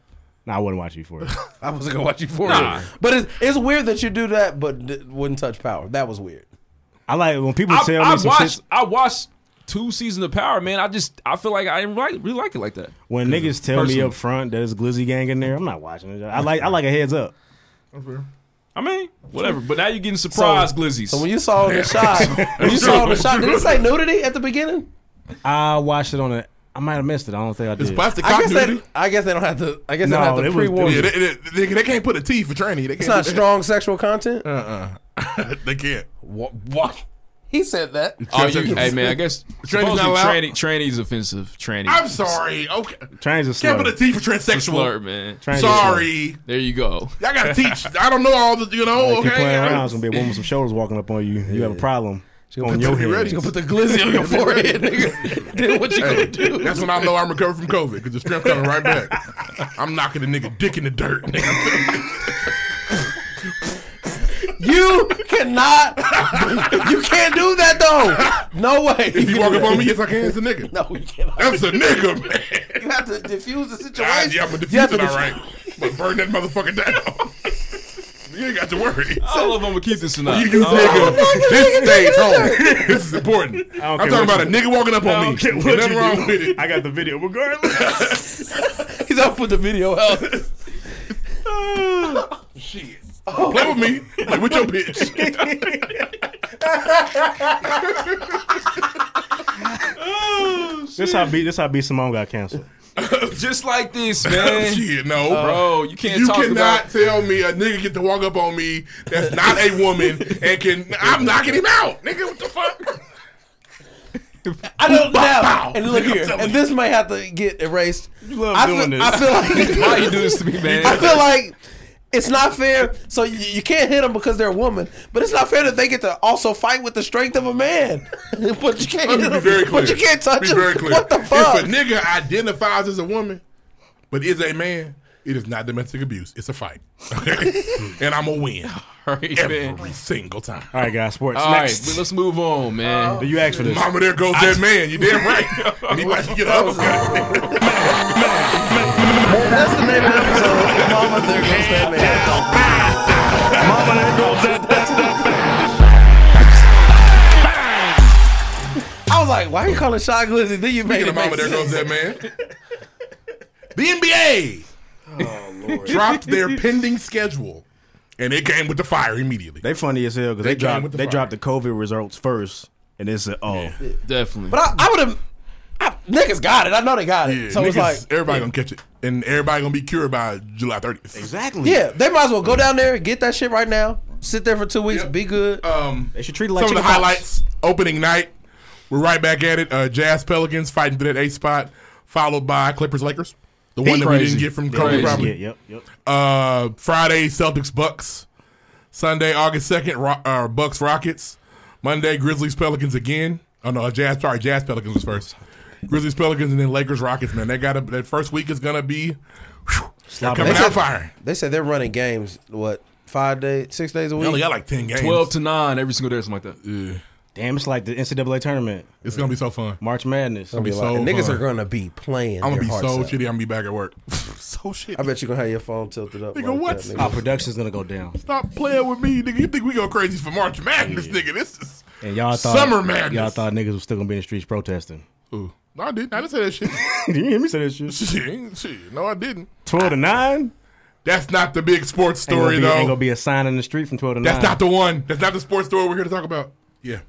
Speaker 13: No, I wouldn't watch Euphoria.
Speaker 12: I wasn't gonna watch Euphoria.
Speaker 11: Nah.
Speaker 12: But it's, it's weird that you do that, but d- wouldn't touch Power. That was weird.
Speaker 13: I like when people
Speaker 11: I,
Speaker 13: tell
Speaker 11: I
Speaker 13: me some
Speaker 11: watched.
Speaker 13: shit.
Speaker 11: I watched two seasons of Power. Man, I just I feel like I didn't like, really like it like that.
Speaker 13: When niggas tell me
Speaker 11: personal.
Speaker 13: up front that it's Glizzy Gang in there, I'm not watching it. I like I like a heads up.
Speaker 11: I mean, whatever. But now you're getting surprise glizzies.
Speaker 12: So when you saw the shot, when you saw the shot, did it say nudity at the beginning?
Speaker 13: I watched it on a. I might have missed it. I don't think I did.
Speaker 4: It's plastic
Speaker 12: I
Speaker 4: cock
Speaker 12: guess,
Speaker 4: nudity.
Speaker 12: they, I guess they don't have to. I guess they
Speaker 13: No,
Speaker 12: don't
Speaker 13: it
Speaker 12: have to
Speaker 13: was-
Speaker 12: pre-warn
Speaker 4: Yeah,
Speaker 12: you.
Speaker 4: they, they, they, they can't put a T for tranny. They can't
Speaker 12: It's not
Speaker 4: do
Speaker 12: strong sexual content.
Speaker 4: that. Uh-uh. they can't.
Speaker 12: What? what? He said that.
Speaker 11: Oh, you, hey man, I guess
Speaker 4: Tranny's
Speaker 11: supposedly
Speaker 4: not allowed?
Speaker 11: tranny, tranny's offensive. Tranny.
Speaker 4: I'm sorry. Okay.
Speaker 13: Trans is
Speaker 4: Can't put
Speaker 13: slur.
Speaker 4: a T for
Speaker 11: It's a slur,
Speaker 4: transsexual.
Speaker 11: man.
Speaker 13: Trans is
Speaker 4: Sorry.
Speaker 11: There you go.
Speaker 4: Y'all gotta teach. I don't know all the, you
Speaker 13: slur. They
Speaker 4: know,
Speaker 13: keep
Speaker 4: okay?
Speaker 13: playing around. It's gonna be a woman with some shoulders walking up on you. You have a problem on
Speaker 4: put
Speaker 13: your
Speaker 4: the-
Speaker 13: head.
Speaker 4: you ready?
Speaker 12: You gonna put the glizzy on your forehead, nigga? then what you gonna
Speaker 4: Hey,
Speaker 12: do?
Speaker 4: that's when I know I'm recovered from COVID because the strength coming right back. I'm knocking the nigga dick in the dirt.
Speaker 12: You cannot. you can't do that though. No way.
Speaker 4: if you
Speaker 12: can
Speaker 4: walk
Speaker 12: do
Speaker 4: up on
Speaker 12: that.
Speaker 4: me, yes, I can. It's a nigga.
Speaker 12: no, you cannot.
Speaker 4: That's a nigga, man.
Speaker 12: You have to diffuse the situation.
Speaker 4: I, yeah, I'm gonna
Speaker 12: You
Speaker 4: defuse
Speaker 12: have
Speaker 4: it,
Speaker 12: to
Speaker 4: all right. But burn that motherfucker down. you ain't got to worry.
Speaker 12: Oh,
Speaker 11: All of them gonna keep this tonight.
Speaker 4: You, you
Speaker 11: Oh,
Speaker 4: nigga, this stays home. This is important.
Speaker 13: care
Speaker 4: I'm talking
Speaker 13: what
Speaker 4: about a
Speaker 13: you-
Speaker 4: nigga walking up
Speaker 13: I
Speaker 4: on
Speaker 13: don't
Speaker 4: me.
Speaker 13: care
Speaker 4: Ain't
Speaker 13: what
Speaker 4: Nothing
Speaker 13: you
Speaker 4: wrong
Speaker 13: do.
Speaker 4: with it.
Speaker 13: I got the video regardless.
Speaker 12: He's out for the video out.
Speaker 4: Shit. Play with me. Like, with your bitch.
Speaker 13: this how beat. This how beat Simone got canceled.
Speaker 11: Just like this, man.
Speaker 4: Shit, no, bro.
Speaker 12: Oh,
Speaker 11: Bro, you can't
Speaker 4: you
Speaker 11: talk
Speaker 4: cannot
Speaker 11: about.
Speaker 4: tell me a nigga get to walk up on me that's not a woman and can. I'm knocking him out, nigga. What the fuck?
Speaker 12: I don't
Speaker 4: bow.
Speaker 12: know. And look
Speaker 4: I'm
Speaker 12: here,
Speaker 4: telling
Speaker 12: and
Speaker 4: you.
Speaker 12: this may have to get erased. You
Speaker 13: love
Speaker 12: I
Speaker 13: doing this.
Speaker 12: feel, I feel
Speaker 11: Why
Speaker 12: like
Speaker 11: you do this to me, man?
Speaker 12: I feel like it's not fair. So you, you can't hit them because they're a woman, but it's not fair that they get to also fight with the strength of a man. but you can't.
Speaker 4: Let
Speaker 12: hit
Speaker 4: me be
Speaker 12: 'em,
Speaker 4: very clear.
Speaker 12: But you can't touch
Speaker 4: be
Speaker 12: them.
Speaker 4: very clear.
Speaker 12: What the
Speaker 4: If
Speaker 12: fuck?
Speaker 4: a nigga identifies as a woman but is a man, it is not domestic abuse. It's a fight, and I'm gonna win
Speaker 11: Alright, man.
Speaker 4: every single time.
Speaker 13: All right, guys. Sports.
Speaker 11: All right,
Speaker 13: Next.
Speaker 11: well, let's move on, man.
Speaker 13: Do you ask for this?
Speaker 4: Mama, there goes that man. You damn right. And he about to get up.
Speaker 12: That's the name of the episode. Mama, there goes that man. I was like, why you calling Shy Glizzy? Then you make
Speaker 4: Speaking
Speaker 12: it
Speaker 4: of Mama,
Speaker 12: make
Speaker 4: there goes
Speaker 12: sense.
Speaker 4: that man. The NBA dropped their pending schedule, and it came with the fire immediately.
Speaker 13: They funny as hell because they,
Speaker 4: came
Speaker 13: dropped
Speaker 4: with the
Speaker 13: they
Speaker 4: fire.
Speaker 13: dropped the COVID results first, and they said, "Oh,
Speaker 11: Definitely.
Speaker 12: But I, I would have. Niggas got it. I know they got it.
Speaker 4: Yeah,
Speaker 12: so it's
Speaker 4: niggas-
Speaker 12: like
Speaker 4: everybody gonna catch it, and everybody gonna be cured by July 30th.
Speaker 13: exactly."
Speaker 12: Yeah, they might as well go down there, get that shit right now, sit there for two weeks,
Speaker 4: Yep.
Speaker 12: be good.
Speaker 4: Um,
Speaker 13: They should treat it like
Speaker 4: some of the
Speaker 13: chicken pox.
Speaker 4: highlights. Opening night, we're right back at it. Uh, Jazz Pelicans fighting for that eighth spot, followed by Clippers Lakers, the one that we
Speaker 11: Crazy.
Speaker 4: didn't get from
Speaker 13: Yeah,
Speaker 4: Kobe.
Speaker 13: yeah,
Speaker 4: Probably.
Speaker 13: yep, yep.
Speaker 4: Uh, Friday Celtics Bucks, Sunday August second Ro- uh, Bucks Rockets, Monday Grizzlies Pelicans again. Oh no, Jazz sorry Jazz Pelicans was first. Grizzlies Pelicans and then Lakers Rockets. Man, they got to that first week is gonna be. whew, they're
Speaker 13: Sloppy.
Speaker 4: coming
Speaker 13: They
Speaker 4: out firing.
Speaker 12: They said they're running games. What five days, six days a
Speaker 4: We
Speaker 12: week?
Speaker 4: only got like ten games.
Speaker 11: 12 to 9 every single day, or something like that.
Speaker 13: Damn, it's like the NCAA tournament,
Speaker 4: It's gonna be so fun.
Speaker 13: March Madness.
Speaker 12: Gonna be
Speaker 4: be
Speaker 12: like-
Speaker 4: so
Speaker 12: and niggas
Speaker 4: fun.
Speaker 12: are gonna be playing.
Speaker 4: I'm gonna
Speaker 12: their
Speaker 4: be
Speaker 12: hearts
Speaker 4: so
Speaker 12: out.
Speaker 4: shitty. I'm gonna be back at work. so shitty.
Speaker 12: I bet you gonna have your phone tilted up.
Speaker 4: Nigga,
Speaker 12: like
Speaker 4: what?
Speaker 12: that,
Speaker 13: Our
Speaker 12: nigga.
Speaker 13: production's gonna go down,
Speaker 4: Stop playing with me, nigga. You think we go crazy for March Madness, nigga? This is
Speaker 13: and y'all thought
Speaker 4: Summer Madness.
Speaker 13: Y'all thought niggas was still gonna be in the streets protesting.
Speaker 4: Ooh. No, I didn't. I didn't say that shit.
Speaker 13: you didn't hear me say that shit.
Speaker 4: shit, shit. No, I didn't.
Speaker 13: Twelve to nine.
Speaker 4: That's not the big sports
Speaker 13: Ain't
Speaker 4: story,
Speaker 13: gonna be, ain't
Speaker 4: though.
Speaker 13: gonna be a sign in the street from twelve to
Speaker 4: That's
Speaker 13: nine.
Speaker 4: not the one. That's not the sports story we're here to talk about. Yeah,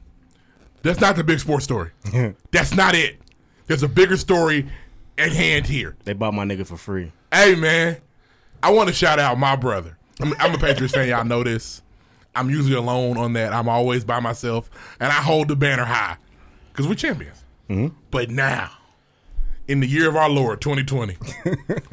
Speaker 4: that's not the big sports story. that's not it. There's a bigger story at hand here.
Speaker 13: they bought my nigga for free.
Speaker 4: Hey man, I want to shout out my brother. I'm, I'm a Patriots fan. Y'all know this. I'm usually alone on that. I'm always by myself, and I hold the banner high because we're champions. But now, in the year of our Lord 2020,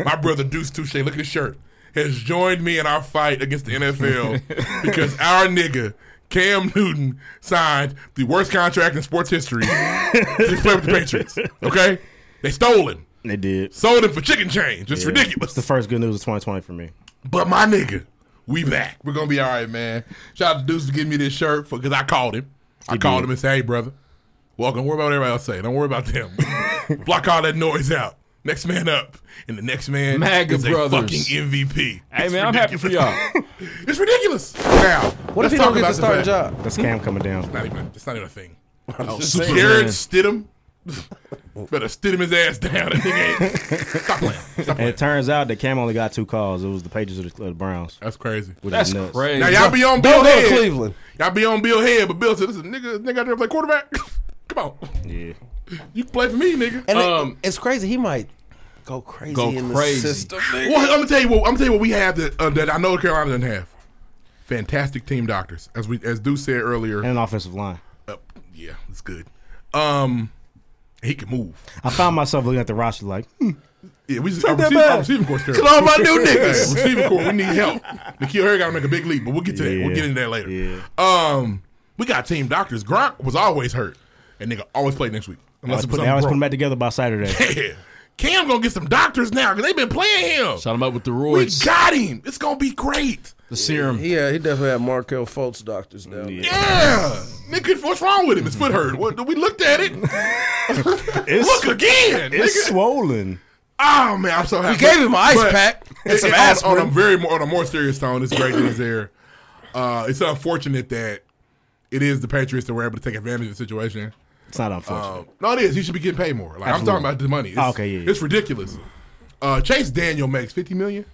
Speaker 4: my brother Deuce Touche, look at his shirt, has joined me in our fight against the NFL because our nigga Cam Newton signed the worst contract in sports history to play with the Patriots. Okay, they stole him.
Speaker 13: They did.
Speaker 4: Sold him for chicken change. It's
Speaker 13: Yeah.
Speaker 4: ridiculous.
Speaker 13: It's the first good news of 2020 for me.
Speaker 4: But my nigga, we back. We're gonna be all right, man. Shout out to Deuce for giving me this shirt for because I called him. I
Speaker 13: He
Speaker 4: called
Speaker 13: did.
Speaker 4: him and said, "Hey, brother, welcome. Worry about what everybody else say. Don't worry about them. Block all that noise out. Next man up, and the next man
Speaker 11: MAGA
Speaker 4: is
Speaker 11: brothers.
Speaker 4: a fucking MVP.
Speaker 11: Hey, man, I'm happy for y'all.
Speaker 4: it's ridiculous. Now,
Speaker 12: What
Speaker 4: let's
Speaker 12: if he
Speaker 4: talk
Speaker 12: don't
Speaker 4: about
Speaker 12: get to
Speaker 4: the
Speaker 12: start a
Speaker 4: fact-
Speaker 12: job?
Speaker 13: That's Cam coming down.
Speaker 4: It's not even. It's not even a thing.
Speaker 12: Oh,
Speaker 13: Superman.
Speaker 4: Jared Stidham. Better Stidham his ass down. That nigga ain't. Stop playing.
Speaker 13: And it turns out that Cam only got two calls. It was the Patriots or the, or the Browns.
Speaker 4: That's crazy.
Speaker 13: Which
Speaker 11: That's
Speaker 13: is nuts.
Speaker 11: crazy.
Speaker 4: Now y'all be on Bill
Speaker 13: Don't go to
Speaker 4: head.
Speaker 13: Cleveland.
Speaker 4: Y'all be on Bill head, but Bill said, "This is nigga, nigga out there play quarterback. Come on,
Speaker 13: Yeah.
Speaker 4: you can play for me, nigga." Um,
Speaker 12: And it- it's crazy. He might go crazy
Speaker 4: Go
Speaker 12: in
Speaker 4: crazy.
Speaker 12: the system.
Speaker 4: well, I'm gonna tell you what. I'm gonna tell you what we have that, uh, that I know Carolina doesn't have. Fantastic team doctors, as we as Deuce said earlier,
Speaker 13: and an offensive line.
Speaker 4: Uh, yeah, it's good. Um, he can move.
Speaker 13: I found myself looking at the roster like, hmm.
Speaker 4: Yeah, we just
Speaker 13: Take
Speaker 4: our
Speaker 13: that
Speaker 4: receiver,
Speaker 13: back.
Speaker 4: our receiving core's terrible.
Speaker 13: Get all my new niggas.
Speaker 4: Hey, receiving core, we need help. Nikhil Harry got to make a big leap, but we'll get to that. We'll
Speaker 13: Yeah,
Speaker 4: get into that later. Um, we got team doctors. Gronk was always hurt, and nigga always played next week
Speaker 13: I
Speaker 4: unless
Speaker 13: was
Speaker 4: it was
Speaker 13: put, I was putting them back
Speaker 4: something broke.
Speaker 13: together by Saturday.
Speaker 4: Yeah. Cam gonna get some doctors now because they've been playing him.
Speaker 11: Shot him up with the
Speaker 4: We
Speaker 11: roids.
Speaker 4: got him. It's gonna be great.
Speaker 11: The serum.
Speaker 12: Yeah, he definitely had Markel Fultz doctors down there.
Speaker 4: Yeah, nigga, what's wrong with him? His foot hurt. What, we looked at it. Look again.
Speaker 13: It's
Speaker 4: nigga.
Speaker 13: swollen.
Speaker 4: Oh man, I'm so happy.
Speaker 12: gave him an ice
Speaker 4: But-
Speaker 12: pack and some
Speaker 4: on-
Speaker 12: aspirin.
Speaker 4: On a very more, on a more serious tone, it's great that he's there. Uh, it's unfortunate that it is the Patriots that were able to take advantage of the situation.
Speaker 13: It's not unfortunate.
Speaker 4: Um, no, it is. He should be getting paid more. Like I'm
Speaker 13: Absolutely.
Speaker 4: talking about the money.
Speaker 12: Ah,
Speaker 4: It's,
Speaker 13: Oh, okay, yeah, yeah.
Speaker 4: it's ridiculous. Uh, Chase Daniel makes 50 million.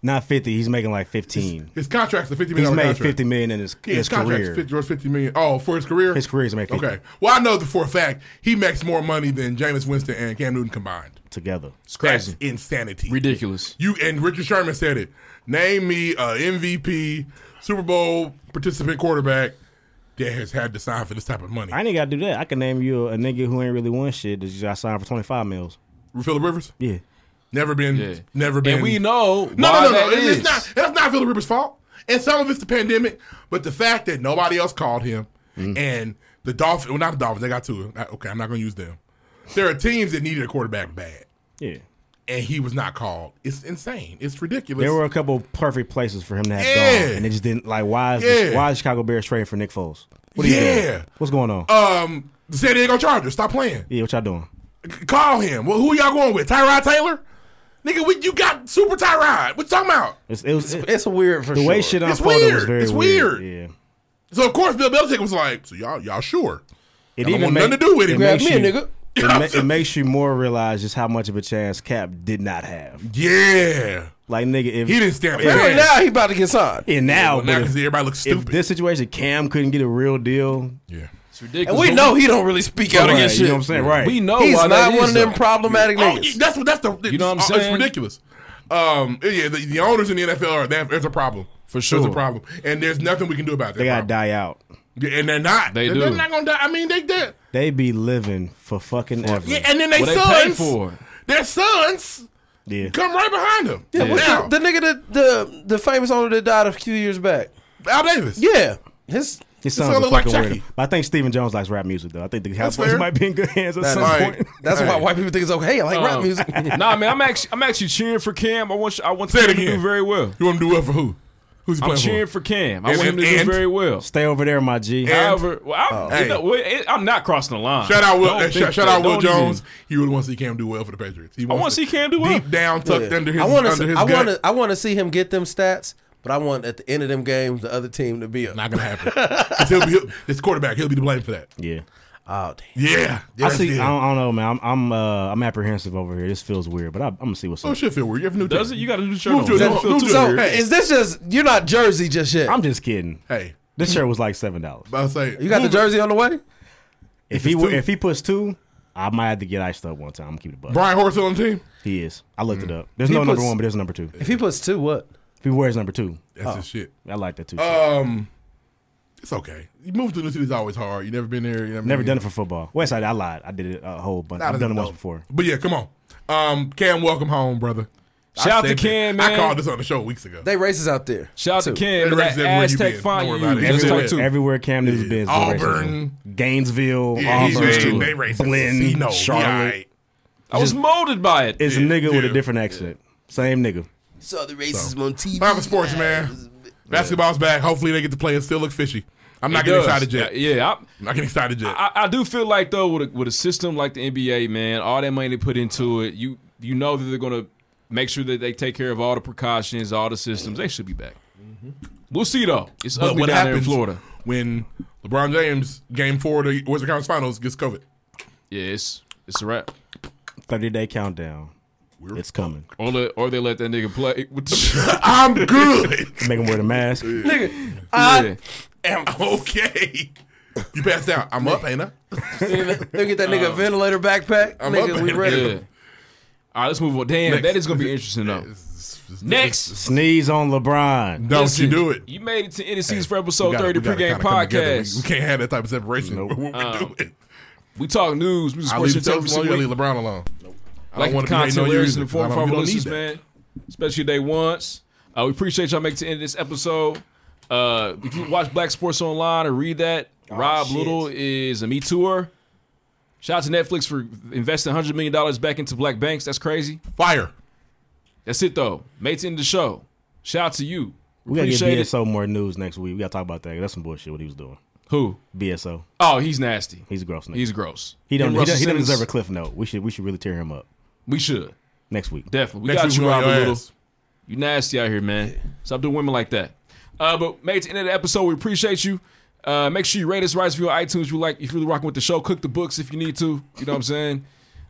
Speaker 13: Not 50. He's making like 15.
Speaker 4: His contract's a 50
Speaker 13: He's
Speaker 4: million.
Speaker 13: made
Speaker 4: contract.
Speaker 13: 50 million in his,
Speaker 4: Yeah,
Speaker 13: his
Speaker 4: his contract's
Speaker 13: career.
Speaker 4: 50, worth 50 million. Oh, for his career?
Speaker 13: His career's made 50
Speaker 4: Okay. Well, I know that for a fact he makes more money than Jameis Winston and Cam Newton combined.
Speaker 13: together.
Speaker 11: It's crazy.
Speaker 4: That's insanity.
Speaker 11: Ridiculous.
Speaker 4: You and Richard Sherman said it. Name me a MVP Super Bowl participant quarterback that has had to sign for this type of money.
Speaker 13: I ain't got to do that. I can name you a, a nigga who ain't really won shit that I signed for 25 mils.
Speaker 4: Phillip Rivers?
Speaker 13: Yeah.
Speaker 4: Never been. Never been.
Speaker 11: And we know
Speaker 4: No,
Speaker 11: why
Speaker 4: no, no, no.
Speaker 11: that
Speaker 4: It-
Speaker 11: is.
Speaker 4: It's not. That's not Phillip Rivers' fault. And some of it's the pandemic, but the fact that nobody else called him
Speaker 13: Mm.
Speaker 4: and the Dolphins, well, not the Dolphins, they got two. I- Okay, I'm not going to use them. There are teams that needed a quarterback bad,
Speaker 13: Yeah.
Speaker 4: and he was not called. It's insane. It's ridiculous.
Speaker 13: There were a couple perfect places for him to have
Speaker 4: Yeah.
Speaker 13: gone, and they just didn't. Like, why is
Speaker 4: Yeah.
Speaker 13: why is Chicago Bears trading for Nick Foles? What are you
Speaker 4: Yeah.
Speaker 13: doing? What's going on?
Speaker 4: um, the San Diego Chargers, stop playing.
Speaker 13: yeah, what y'all doing?
Speaker 4: C- Call him. Well, who y'all going with? Tyrod Taylor? Nigga, we, you got Super Tyrod. What you talking about?
Speaker 13: It's, it was,
Speaker 12: It's weird for
Speaker 13: the way
Speaker 12: sure.
Speaker 13: shit
Speaker 4: It's
Speaker 13: unfolded was
Speaker 4: weird.
Speaker 13: very
Speaker 4: It's
Speaker 13: weird.
Speaker 4: weird.
Speaker 13: Yeah.
Speaker 4: So, of course, Bill Belichick was like, so y'all, y'all sure?
Speaker 13: It
Speaker 4: I don't
Speaker 13: even
Speaker 4: want
Speaker 13: make-
Speaker 4: nothing to do with
Speaker 13: it
Speaker 4: him.
Speaker 13: makes you- It, ma- it makes you more realize just how much of a chance Cap did not have.
Speaker 4: Yeah.
Speaker 13: Like nigga, if
Speaker 4: He didn't stand a
Speaker 13: if-
Speaker 4: chance. Now
Speaker 12: he about to get signed.
Speaker 13: Yeah, now,
Speaker 4: well, now
Speaker 13: but
Speaker 4: 'cause
Speaker 13: if,
Speaker 4: everybody looks
Speaker 13: if
Speaker 4: stupid.
Speaker 13: this situation, Cam couldn't get a real deal.
Speaker 4: Yeah,
Speaker 11: It's ridiculous.
Speaker 12: And we know he don't really speak out
Speaker 13: Right,
Speaker 12: against shit.
Speaker 13: you know what I'm saying? Right.
Speaker 11: We know
Speaker 12: He's
Speaker 11: why that
Speaker 12: not one
Speaker 11: is,
Speaker 12: of them
Speaker 11: though.
Speaker 12: problematic
Speaker 4: Oh,
Speaker 12: niggas.
Speaker 4: that's what that's the uh,
Speaker 11: You know what I'm
Speaker 4: it's-
Speaker 11: saying?
Speaker 4: It's ridiculous. Um, yeah, the, the owners in the NFL are that, there's a problem
Speaker 11: For
Speaker 4: There's
Speaker 11: sure.
Speaker 4: a problem, and there's nothing we can do about that.
Speaker 13: They gotta
Speaker 4: problem.
Speaker 13: die out.
Speaker 4: Yeah, and they're not.
Speaker 11: They
Speaker 4: are
Speaker 11: do.
Speaker 4: They're not gonna die. I mean, they did.
Speaker 13: They be living for fucking ever.
Speaker 4: Yeah, and then they
Speaker 11: What they paid
Speaker 4: sons,
Speaker 11: for.
Speaker 4: their sons
Speaker 13: Yeah.
Speaker 4: come right behind them.
Speaker 12: Yeah, what's
Speaker 4: now,
Speaker 12: the, the nigga that the the famous owner that died a few years back?
Speaker 4: Al Davis.
Speaker 12: Yeah, his
Speaker 13: His
Speaker 12: his
Speaker 13: son's a
Speaker 12: look
Speaker 13: fucking
Speaker 12: like
Speaker 13: weirdo.
Speaker 12: Chucky.
Speaker 13: But I think Stephen Jones likes rap music though. I think the
Speaker 12: That's
Speaker 13: Cowboys
Speaker 12: fair.
Speaker 13: might be in good hands at
Speaker 12: That's
Speaker 13: some
Speaker 12: right.
Speaker 13: point.
Speaker 12: That's why white people think it's okay. I like rap
Speaker 11: Um,
Speaker 12: music.
Speaker 11: nah, man, I'm actually I'm actually cheering for Cam. I want you, I want
Speaker 4: Say it
Speaker 11: Cam to
Speaker 4: again.
Speaker 11: do very well.
Speaker 4: you want them to do well for who? Who's he
Speaker 11: I'm
Speaker 4: playing
Speaker 11: cheering
Speaker 4: for?
Speaker 11: for Cam. I
Speaker 4: And-
Speaker 11: want him to do
Speaker 4: and-
Speaker 11: very well.
Speaker 13: Stay over there, my G.
Speaker 4: And-
Speaker 11: However, well, I'm,
Speaker 4: Hey.
Speaker 11: you know, well, it- I'm not crossing the line.
Speaker 4: Shout out Will.
Speaker 11: Don't
Speaker 4: uh,
Speaker 11: think
Speaker 4: shout, shout
Speaker 11: that.
Speaker 4: out Will
Speaker 11: Don't even-
Speaker 4: Jones. He really wants to see Cam do well for the Patriots. He
Speaker 11: I want to
Speaker 4: wants
Speaker 11: see Cam do well.
Speaker 4: deep down tucked
Speaker 12: Yeah.
Speaker 4: under his
Speaker 12: I want
Speaker 4: under
Speaker 12: to.
Speaker 4: his
Speaker 12: I
Speaker 4: gut.
Speaker 12: want to. I want to see him get them stats, but I want at the end of them games the other team to be up.
Speaker 4: Not gonna happen. 'Cause he'll be, he'll, this quarterback, he'll be to blame for that.
Speaker 13: Yeah.
Speaker 12: Oh damn.
Speaker 4: Yeah,
Speaker 13: I
Speaker 4: Yes,
Speaker 13: see.
Speaker 4: he
Speaker 13: I
Speaker 4: is.
Speaker 13: don't, I don't know, man. I'm I'm uh, I'm apprehensive over here. This feels weird, but I, I'm gonna see what's
Speaker 4: Oh,
Speaker 13: up.
Speaker 4: shit, feel weird. You have a new
Speaker 11: Does it?
Speaker 4: team.
Speaker 11: You got to do the shirt
Speaker 4: Move
Speaker 11: on.
Speaker 4: to a
Speaker 11: That
Speaker 4: different-
Speaker 11: feel
Speaker 4: move
Speaker 11: too
Speaker 4: to a-
Speaker 11: weird.
Speaker 4: Hey.
Speaker 12: Is this just you're not Jersey just yet?
Speaker 13: I'm just kidding.
Speaker 4: Hey,
Speaker 13: This shirt was like seven dollars.
Speaker 4: I say
Speaker 12: you got the
Speaker 4: move it.
Speaker 12: jersey on the way?
Speaker 13: If he
Speaker 4: it's
Speaker 13: w-
Speaker 4: two-
Speaker 13: if he puts two, I might have to get iced up one time. I'm gonna keep it buck.
Speaker 4: Brian Horace on the team.
Speaker 13: He is. I looked it up. There's
Speaker 12: He
Speaker 13: no number
Speaker 12: puts-
Speaker 13: one, but there's number two.
Speaker 12: If he puts two, what?
Speaker 13: If he wears number two,
Speaker 4: That's his shit.
Speaker 13: I like that too.
Speaker 4: Um, It's okay. You move to a new city is always hard. You never been there. You know what I
Speaker 13: Never
Speaker 4: mean?
Speaker 13: done it for football. Westside, I lied. I did it a whole bunch.
Speaker 4: Nah,
Speaker 13: I've done it
Speaker 4: that's
Speaker 13: once
Speaker 4: dope.
Speaker 13: before.
Speaker 4: But yeah, come on. Um, Cam, welcome home, brother.
Speaker 11: Shout out to
Speaker 4: said that.
Speaker 11: Cam,
Speaker 4: I
Speaker 11: man.
Speaker 4: called this on the show weeks ago.
Speaker 12: They racist out there.
Speaker 11: Shout out to
Speaker 12: too.
Speaker 11: Ken.
Speaker 4: They
Speaker 11: That
Speaker 4: racist everywhere you
Speaker 11: Aztec
Speaker 4: been.
Speaker 11: fine
Speaker 4: Don't worry
Speaker 11: you.
Speaker 4: about it.
Speaker 11: Just
Speaker 4: Everywhere.
Speaker 11: talk to.
Speaker 13: Everywhere Cam Newton's been. is
Speaker 4: Auburn.
Speaker 13: racism. Gainesville,
Speaker 4: Yeah, he-
Speaker 13: Auburn,
Speaker 4: they- they racist.
Speaker 13: Blinn,
Speaker 4: He know. He
Speaker 13: Charlotte.
Speaker 4: aight.
Speaker 11: I was molded by it.
Speaker 13: It's a nigga with a different accent. Same nigga.
Speaker 12: Saw the racism on TV.
Speaker 4: Time for sports, man. Basketball's back. Hopefully they get to play. It still look fishy. I'm not
Speaker 11: It
Speaker 4: getting
Speaker 11: does.
Speaker 4: excited yet.
Speaker 11: Yeah, yeah, I'm-
Speaker 4: I'm not getting excited yet.
Speaker 11: I, I do feel like though with a, with a system like the NBA, man, all that money they put into it, you you know that they're gonna make sure that they take care of all the precautions, all the systems. They should be back. We'll see though. It's
Speaker 4: Mm-hmm. But
Speaker 11: ugly
Speaker 4: what
Speaker 11: down there in
Speaker 4: happens
Speaker 11: Florida.
Speaker 4: when LeBron James game four of the Western Conference Finals gets COVID?
Speaker 11: Yeah, it's it's a wrap.
Speaker 13: Thirty day countdown. It's coming.
Speaker 11: Or let, or they let that nigga play. With the,
Speaker 4: I'm good.
Speaker 13: Make him wear the mask.
Speaker 12: Nigga,
Speaker 11: I
Speaker 4: am okay. You passed out. I'm up, ain't I?
Speaker 12: They get that nigga a ventilator backpack.
Speaker 4: Oh. I'm
Speaker 12: nigga,
Speaker 4: up
Speaker 12: we
Speaker 4: in
Speaker 12: ready.
Speaker 11: Yeah. All right, let's move on. Damn,
Speaker 4: Next.
Speaker 11: that is gonna be interesting though. Next,
Speaker 13: Sneeze on LeBron.
Speaker 4: Don't
Speaker 11: Listen,
Speaker 4: you do it.
Speaker 11: You made it to NDC's
Speaker 4: Hey,
Speaker 11: for episode
Speaker 4: we gotta-
Speaker 11: thirty
Speaker 4: we gotta
Speaker 11: pregame
Speaker 4: kinda come together. We-
Speaker 11: podcast.
Speaker 4: We, can't have that type of separation. When we
Speaker 11: Um,
Speaker 4: do it.
Speaker 11: We talk news. We just
Speaker 4: I
Speaker 11: push
Speaker 4: leave
Speaker 11: it every
Speaker 4: Steph
Speaker 11: single
Speaker 4: alone.
Speaker 11: week.
Speaker 4: leave LeBron alone. I
Speaker 11: like
Speaker 4: don't want
Speaker 11: the
Speaker 4: to be hating on
Speaker 11: content
Speaker 4: you
Speaker 11: lyrics
Speaker 4: either,
Speaker 11: and the form
Speaker 4: 'cause
Speaker 11: of
Speaker 4: I
Speaker 11: our
Speaker 4: don't- we don't
Speaker 11: listeners,
Speaker 4: need
Speaker 11: man. Especially day once. Uh, we appreciate y'all making it to end of this episode. Uh, if you watch Black Sports Online or read that, Rob
Speaker 13: Oh, shit.
Speaker 11: Little is a Me Tour. Shout out to Netflix for investing $100 million back into black banks. That's crazy.
Speaker 4: Fire.
Speaker 11: That's it, though. Made it to end of the show. Shout out to you.
Speaker 13: We gotta get
Speaker 11: Appreciate it.
Speaker 13: BSO more news next week. We gotta talk about that. That's some bullshit. What he was doing.
Speaker 11: Who?
Speaker 13: BSO.
Speaker 11: Oh, he's nasty.
Speaker 13: He's a gross. Nigga.
Speaker 11: He's gross.
Speaker 13: He don't.
Speaker 11: And
Speaker 13: He,
Speaker 11: Russell
Speaker 13: don't he doesn't
Speaker 11: Simmons-
Speaker 13: deserve a cliff note. We should. We should really tear him up
Speaker 11: We should.
Speaker 13: next week.
Speaker 11: Definitely. We
Speaker 13: Next
Speaker 11: got
Speaker 13: week
Speaker 11: you,
Speaker 13: we on
Speaker 11: Robert
Speaker 13: your
Speaker 11: Little.
Speaker 13: ass.
Speaker 11: You nasty out here, man. Stop doing women like that. Uh, but made it to the end of the episode. We appreciate you. Uh, make sure you rate us, write us if you on iTunes. If you like, if you're really rocking with the show, cook the books if you need to. You know what I'm saying?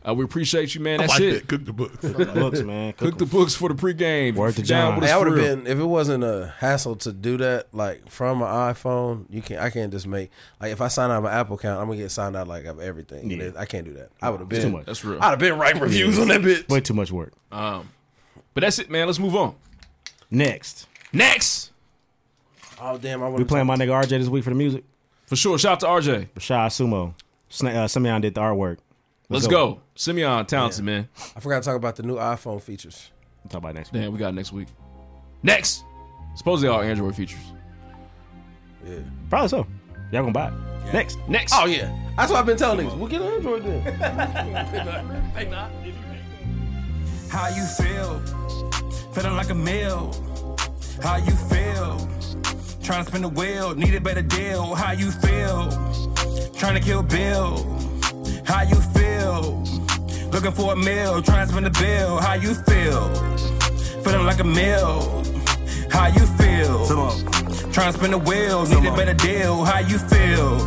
Speaker 11: Uh, we appreciate you, man.
Speaker 4: I
Speaker 11: That's
Speaker 4: like
Speaker 11: it.
Speaker 4: that. Cook the books.
Speaker 13: Cook the books, man.
Speaker 11: Cook, the books for the pregame. Word to Down with
Speaker 12: Hey, I
Speaker 11: us
Speaker 12: would
Speaker 11: for
Speaker 12: have
Speaker 11: real.
Speaker 12: been if it wasn't a hassle to do that. Like from an iPhone, you can not I can't just make like if I sign out of an Apple account, I'm gonna get signed out like of everything.
Speaker 13: Yeah.
Speaker 12: I can't do that. I would have been
Speaker 13: It's too much. That's real.
Speaker 12: I'd have been writing reviews
Speaker 13: Yeah.
Speaker 12: on that bitch.
Speaker 13: Way too much work.
Speaker 11: Um, but that's it, man. Let's move on.
Speaker 13: Next,
Speaker 11: Next,
Speaker 12: Oh damn! I
Speaker 13: we playing my nigga RJ this week for the music.
Speaker 11: for sure. Shout out to RJ.
Speaker 13: Rashad Sumo. Sna- uh, Simeon did the artwork.
Speaker 11: Let's go. Simeon Townsend, man.
Speaker 12: I forgot to talk about the new iPhone features.
Speaker 13: Talk about it next week.
Speaker 11: Damn, we got it next week. Next, supposedly all Android features.
Speaker 12: Yeah.
Speaker 13: Probably so. Y'all gonna buy it. Next.
Speaker 11: Next.
Speaker 12: Oh yeah, that's what I've been telling niggas. We'll get an Android then.
Speaker 6: How you feel? Feeling like a meal. How you feel? Trying to spin the wheel, need a better deal. How you feel? Trying to kill Bill. How you feel? Looking for a meal, trying to spin the bill. How you feel? Feeling like a meal. How you feel? Trying to spin the wheel, need a better deal. How you feel?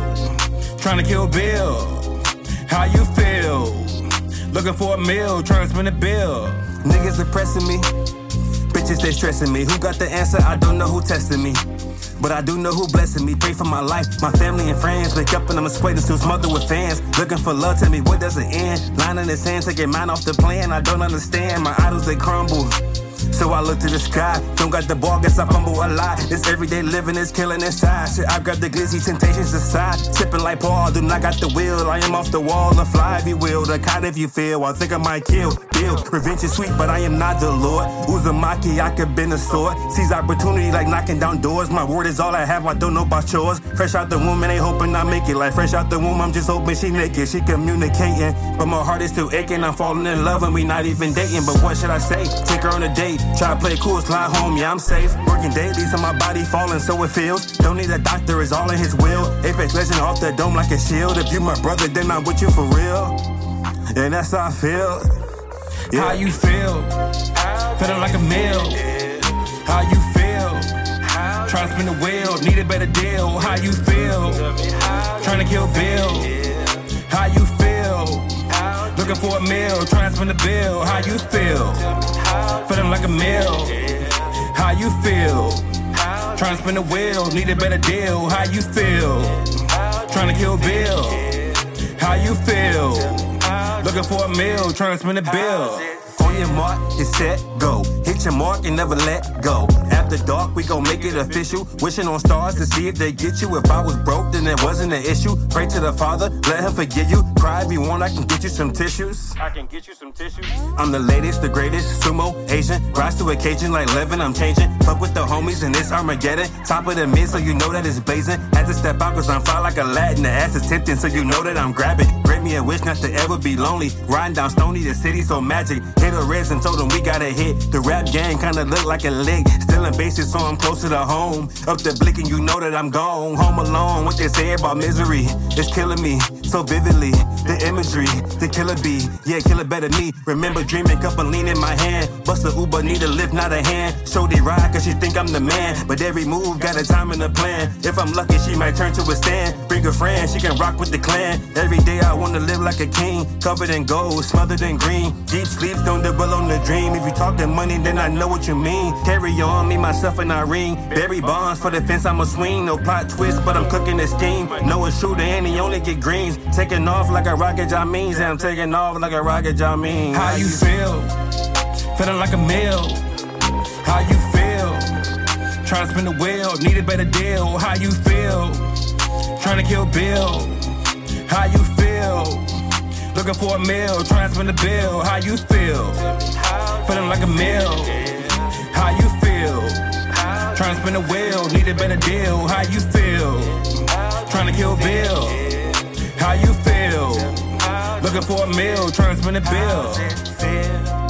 Speaker 6: Trying to kill Bill. How you feel? Looking for a meal, trying to spin a bill.
Speaker 8: Niggas oppressing me. Bitches, they stressing me. Who got the answer? I don't know who tested me. But I do know who blessing me. Pray for my life, my family and friends. Wake up and I'm sweating, still smothered with fans. Looking for love, tell me what does it end? Line in the sand, taking mine off the plan. I don't understand. My idols, they crumble. So I look to the sky. Don't got the ball, guess I fumble a lot. This everyday living is killing inside. Shit, I grab the glizzy, temptations aside. Sipping like Paul, do not got the will. I am off the wall, a fly if you will. The kite if you feel. I think I might kill. Bill, revenge is sweet, but I am not the Lord. Uzumaki, I could bend a sword. Seize opportunity like knocking down doors. My word is all I have, I don't know about yours. Fresh out the womb, and they hoping I make it. Like fresh out the womb, I'm just hoping she naked. She communicating, but my heart is still aching. I'm falling in love, and we not even dating. But what should I say? Take her on a date. Try to play cool, slide home, yeah, I'm safe. Working daily, so my body falling, so it feels. Don't need a doctor, it's all in his will. Apex legend off the dome like a shield. If you my brother, then I'm with you for real. And that's how I feel.
Speaker 6: How you feel? Feeling like a meal. How you feel? Trying to spin the wheel, need a better deal. How you feel? Trying to kill Bill. How you feel? Looking for a meal, trying to spin the bill. How you feel? Feeling like a meal. How you feel? Trying to spin the wheel, need a better deal. How you feel? Trying to kill Bill. How you feel? Looking for a meal, trying to spin the bill.
Speaker 8: On your mark, get set, go. Hit
Speaker 6: your mark and never let go. After dark, we gon' make it official. Wishing on stars to see if they get you. If I was broke, then it wasn't an issue. Pray to the Father, let Him forgive you. Cry if you want, I can get you some tissues. I can get you some tissues. I'm the latest, the greatest, sumo, Asian. Rise to occasion like Levin, I'm changing. Fuck with the homies and it's Armageddon. Top of the mid, so you know that it's blazing. Had to step out cause I'm fly like Aladdin. The ass is tempting, so you know that I'm grabbing. Grant me a wish not to ever be lonely. Riding down Stony, the city so magic. Hit a res and told them we gotta hit. The rap gang kinda look like a lick. Still in basic, so I'm closer to home. Up the blick and you know that I'm gone. Home alone, what they say about misery. It's killing me so vividly. The imagery, the killer bee. Yeah, killer better me. Remember dreaming, cup of lean in my hand. Bust a Uber, need a lift, not a hand. Shorty ride, cause she think I'm the man. But every move got a time and a plan. If I'm lucky, she might turn to a stand. Bring a friend, she can rock with the clan. Every day I wanna live like a king. Covered in gold, smothered in green. Deep sleep, don't dwell on the dream. If you talk the money, then I know what you mean. Carry on, me, myself, and Irene. Barry bonds for the fence, I'ma swing. No plot twist, but I'm cooking the scheme. No a shooter, and he only get greens. Taking off like a rocket, I means. And I'm taking off like a rocket, I mean.
Speaker 17: How you feel? Feeling like a meal. How you feel? Trying to spin the wheel, need a better deal. How you feel? Trying to kill Bill. How you feel? Looking for a meal, trying to spin the bill. How you feel? Feeling like a meal. How you feel? Trying to spin the wheel, need a better deal. How you feel? Trying to kill Bill. How you feel? Looking for a meal, trying to spin the bill.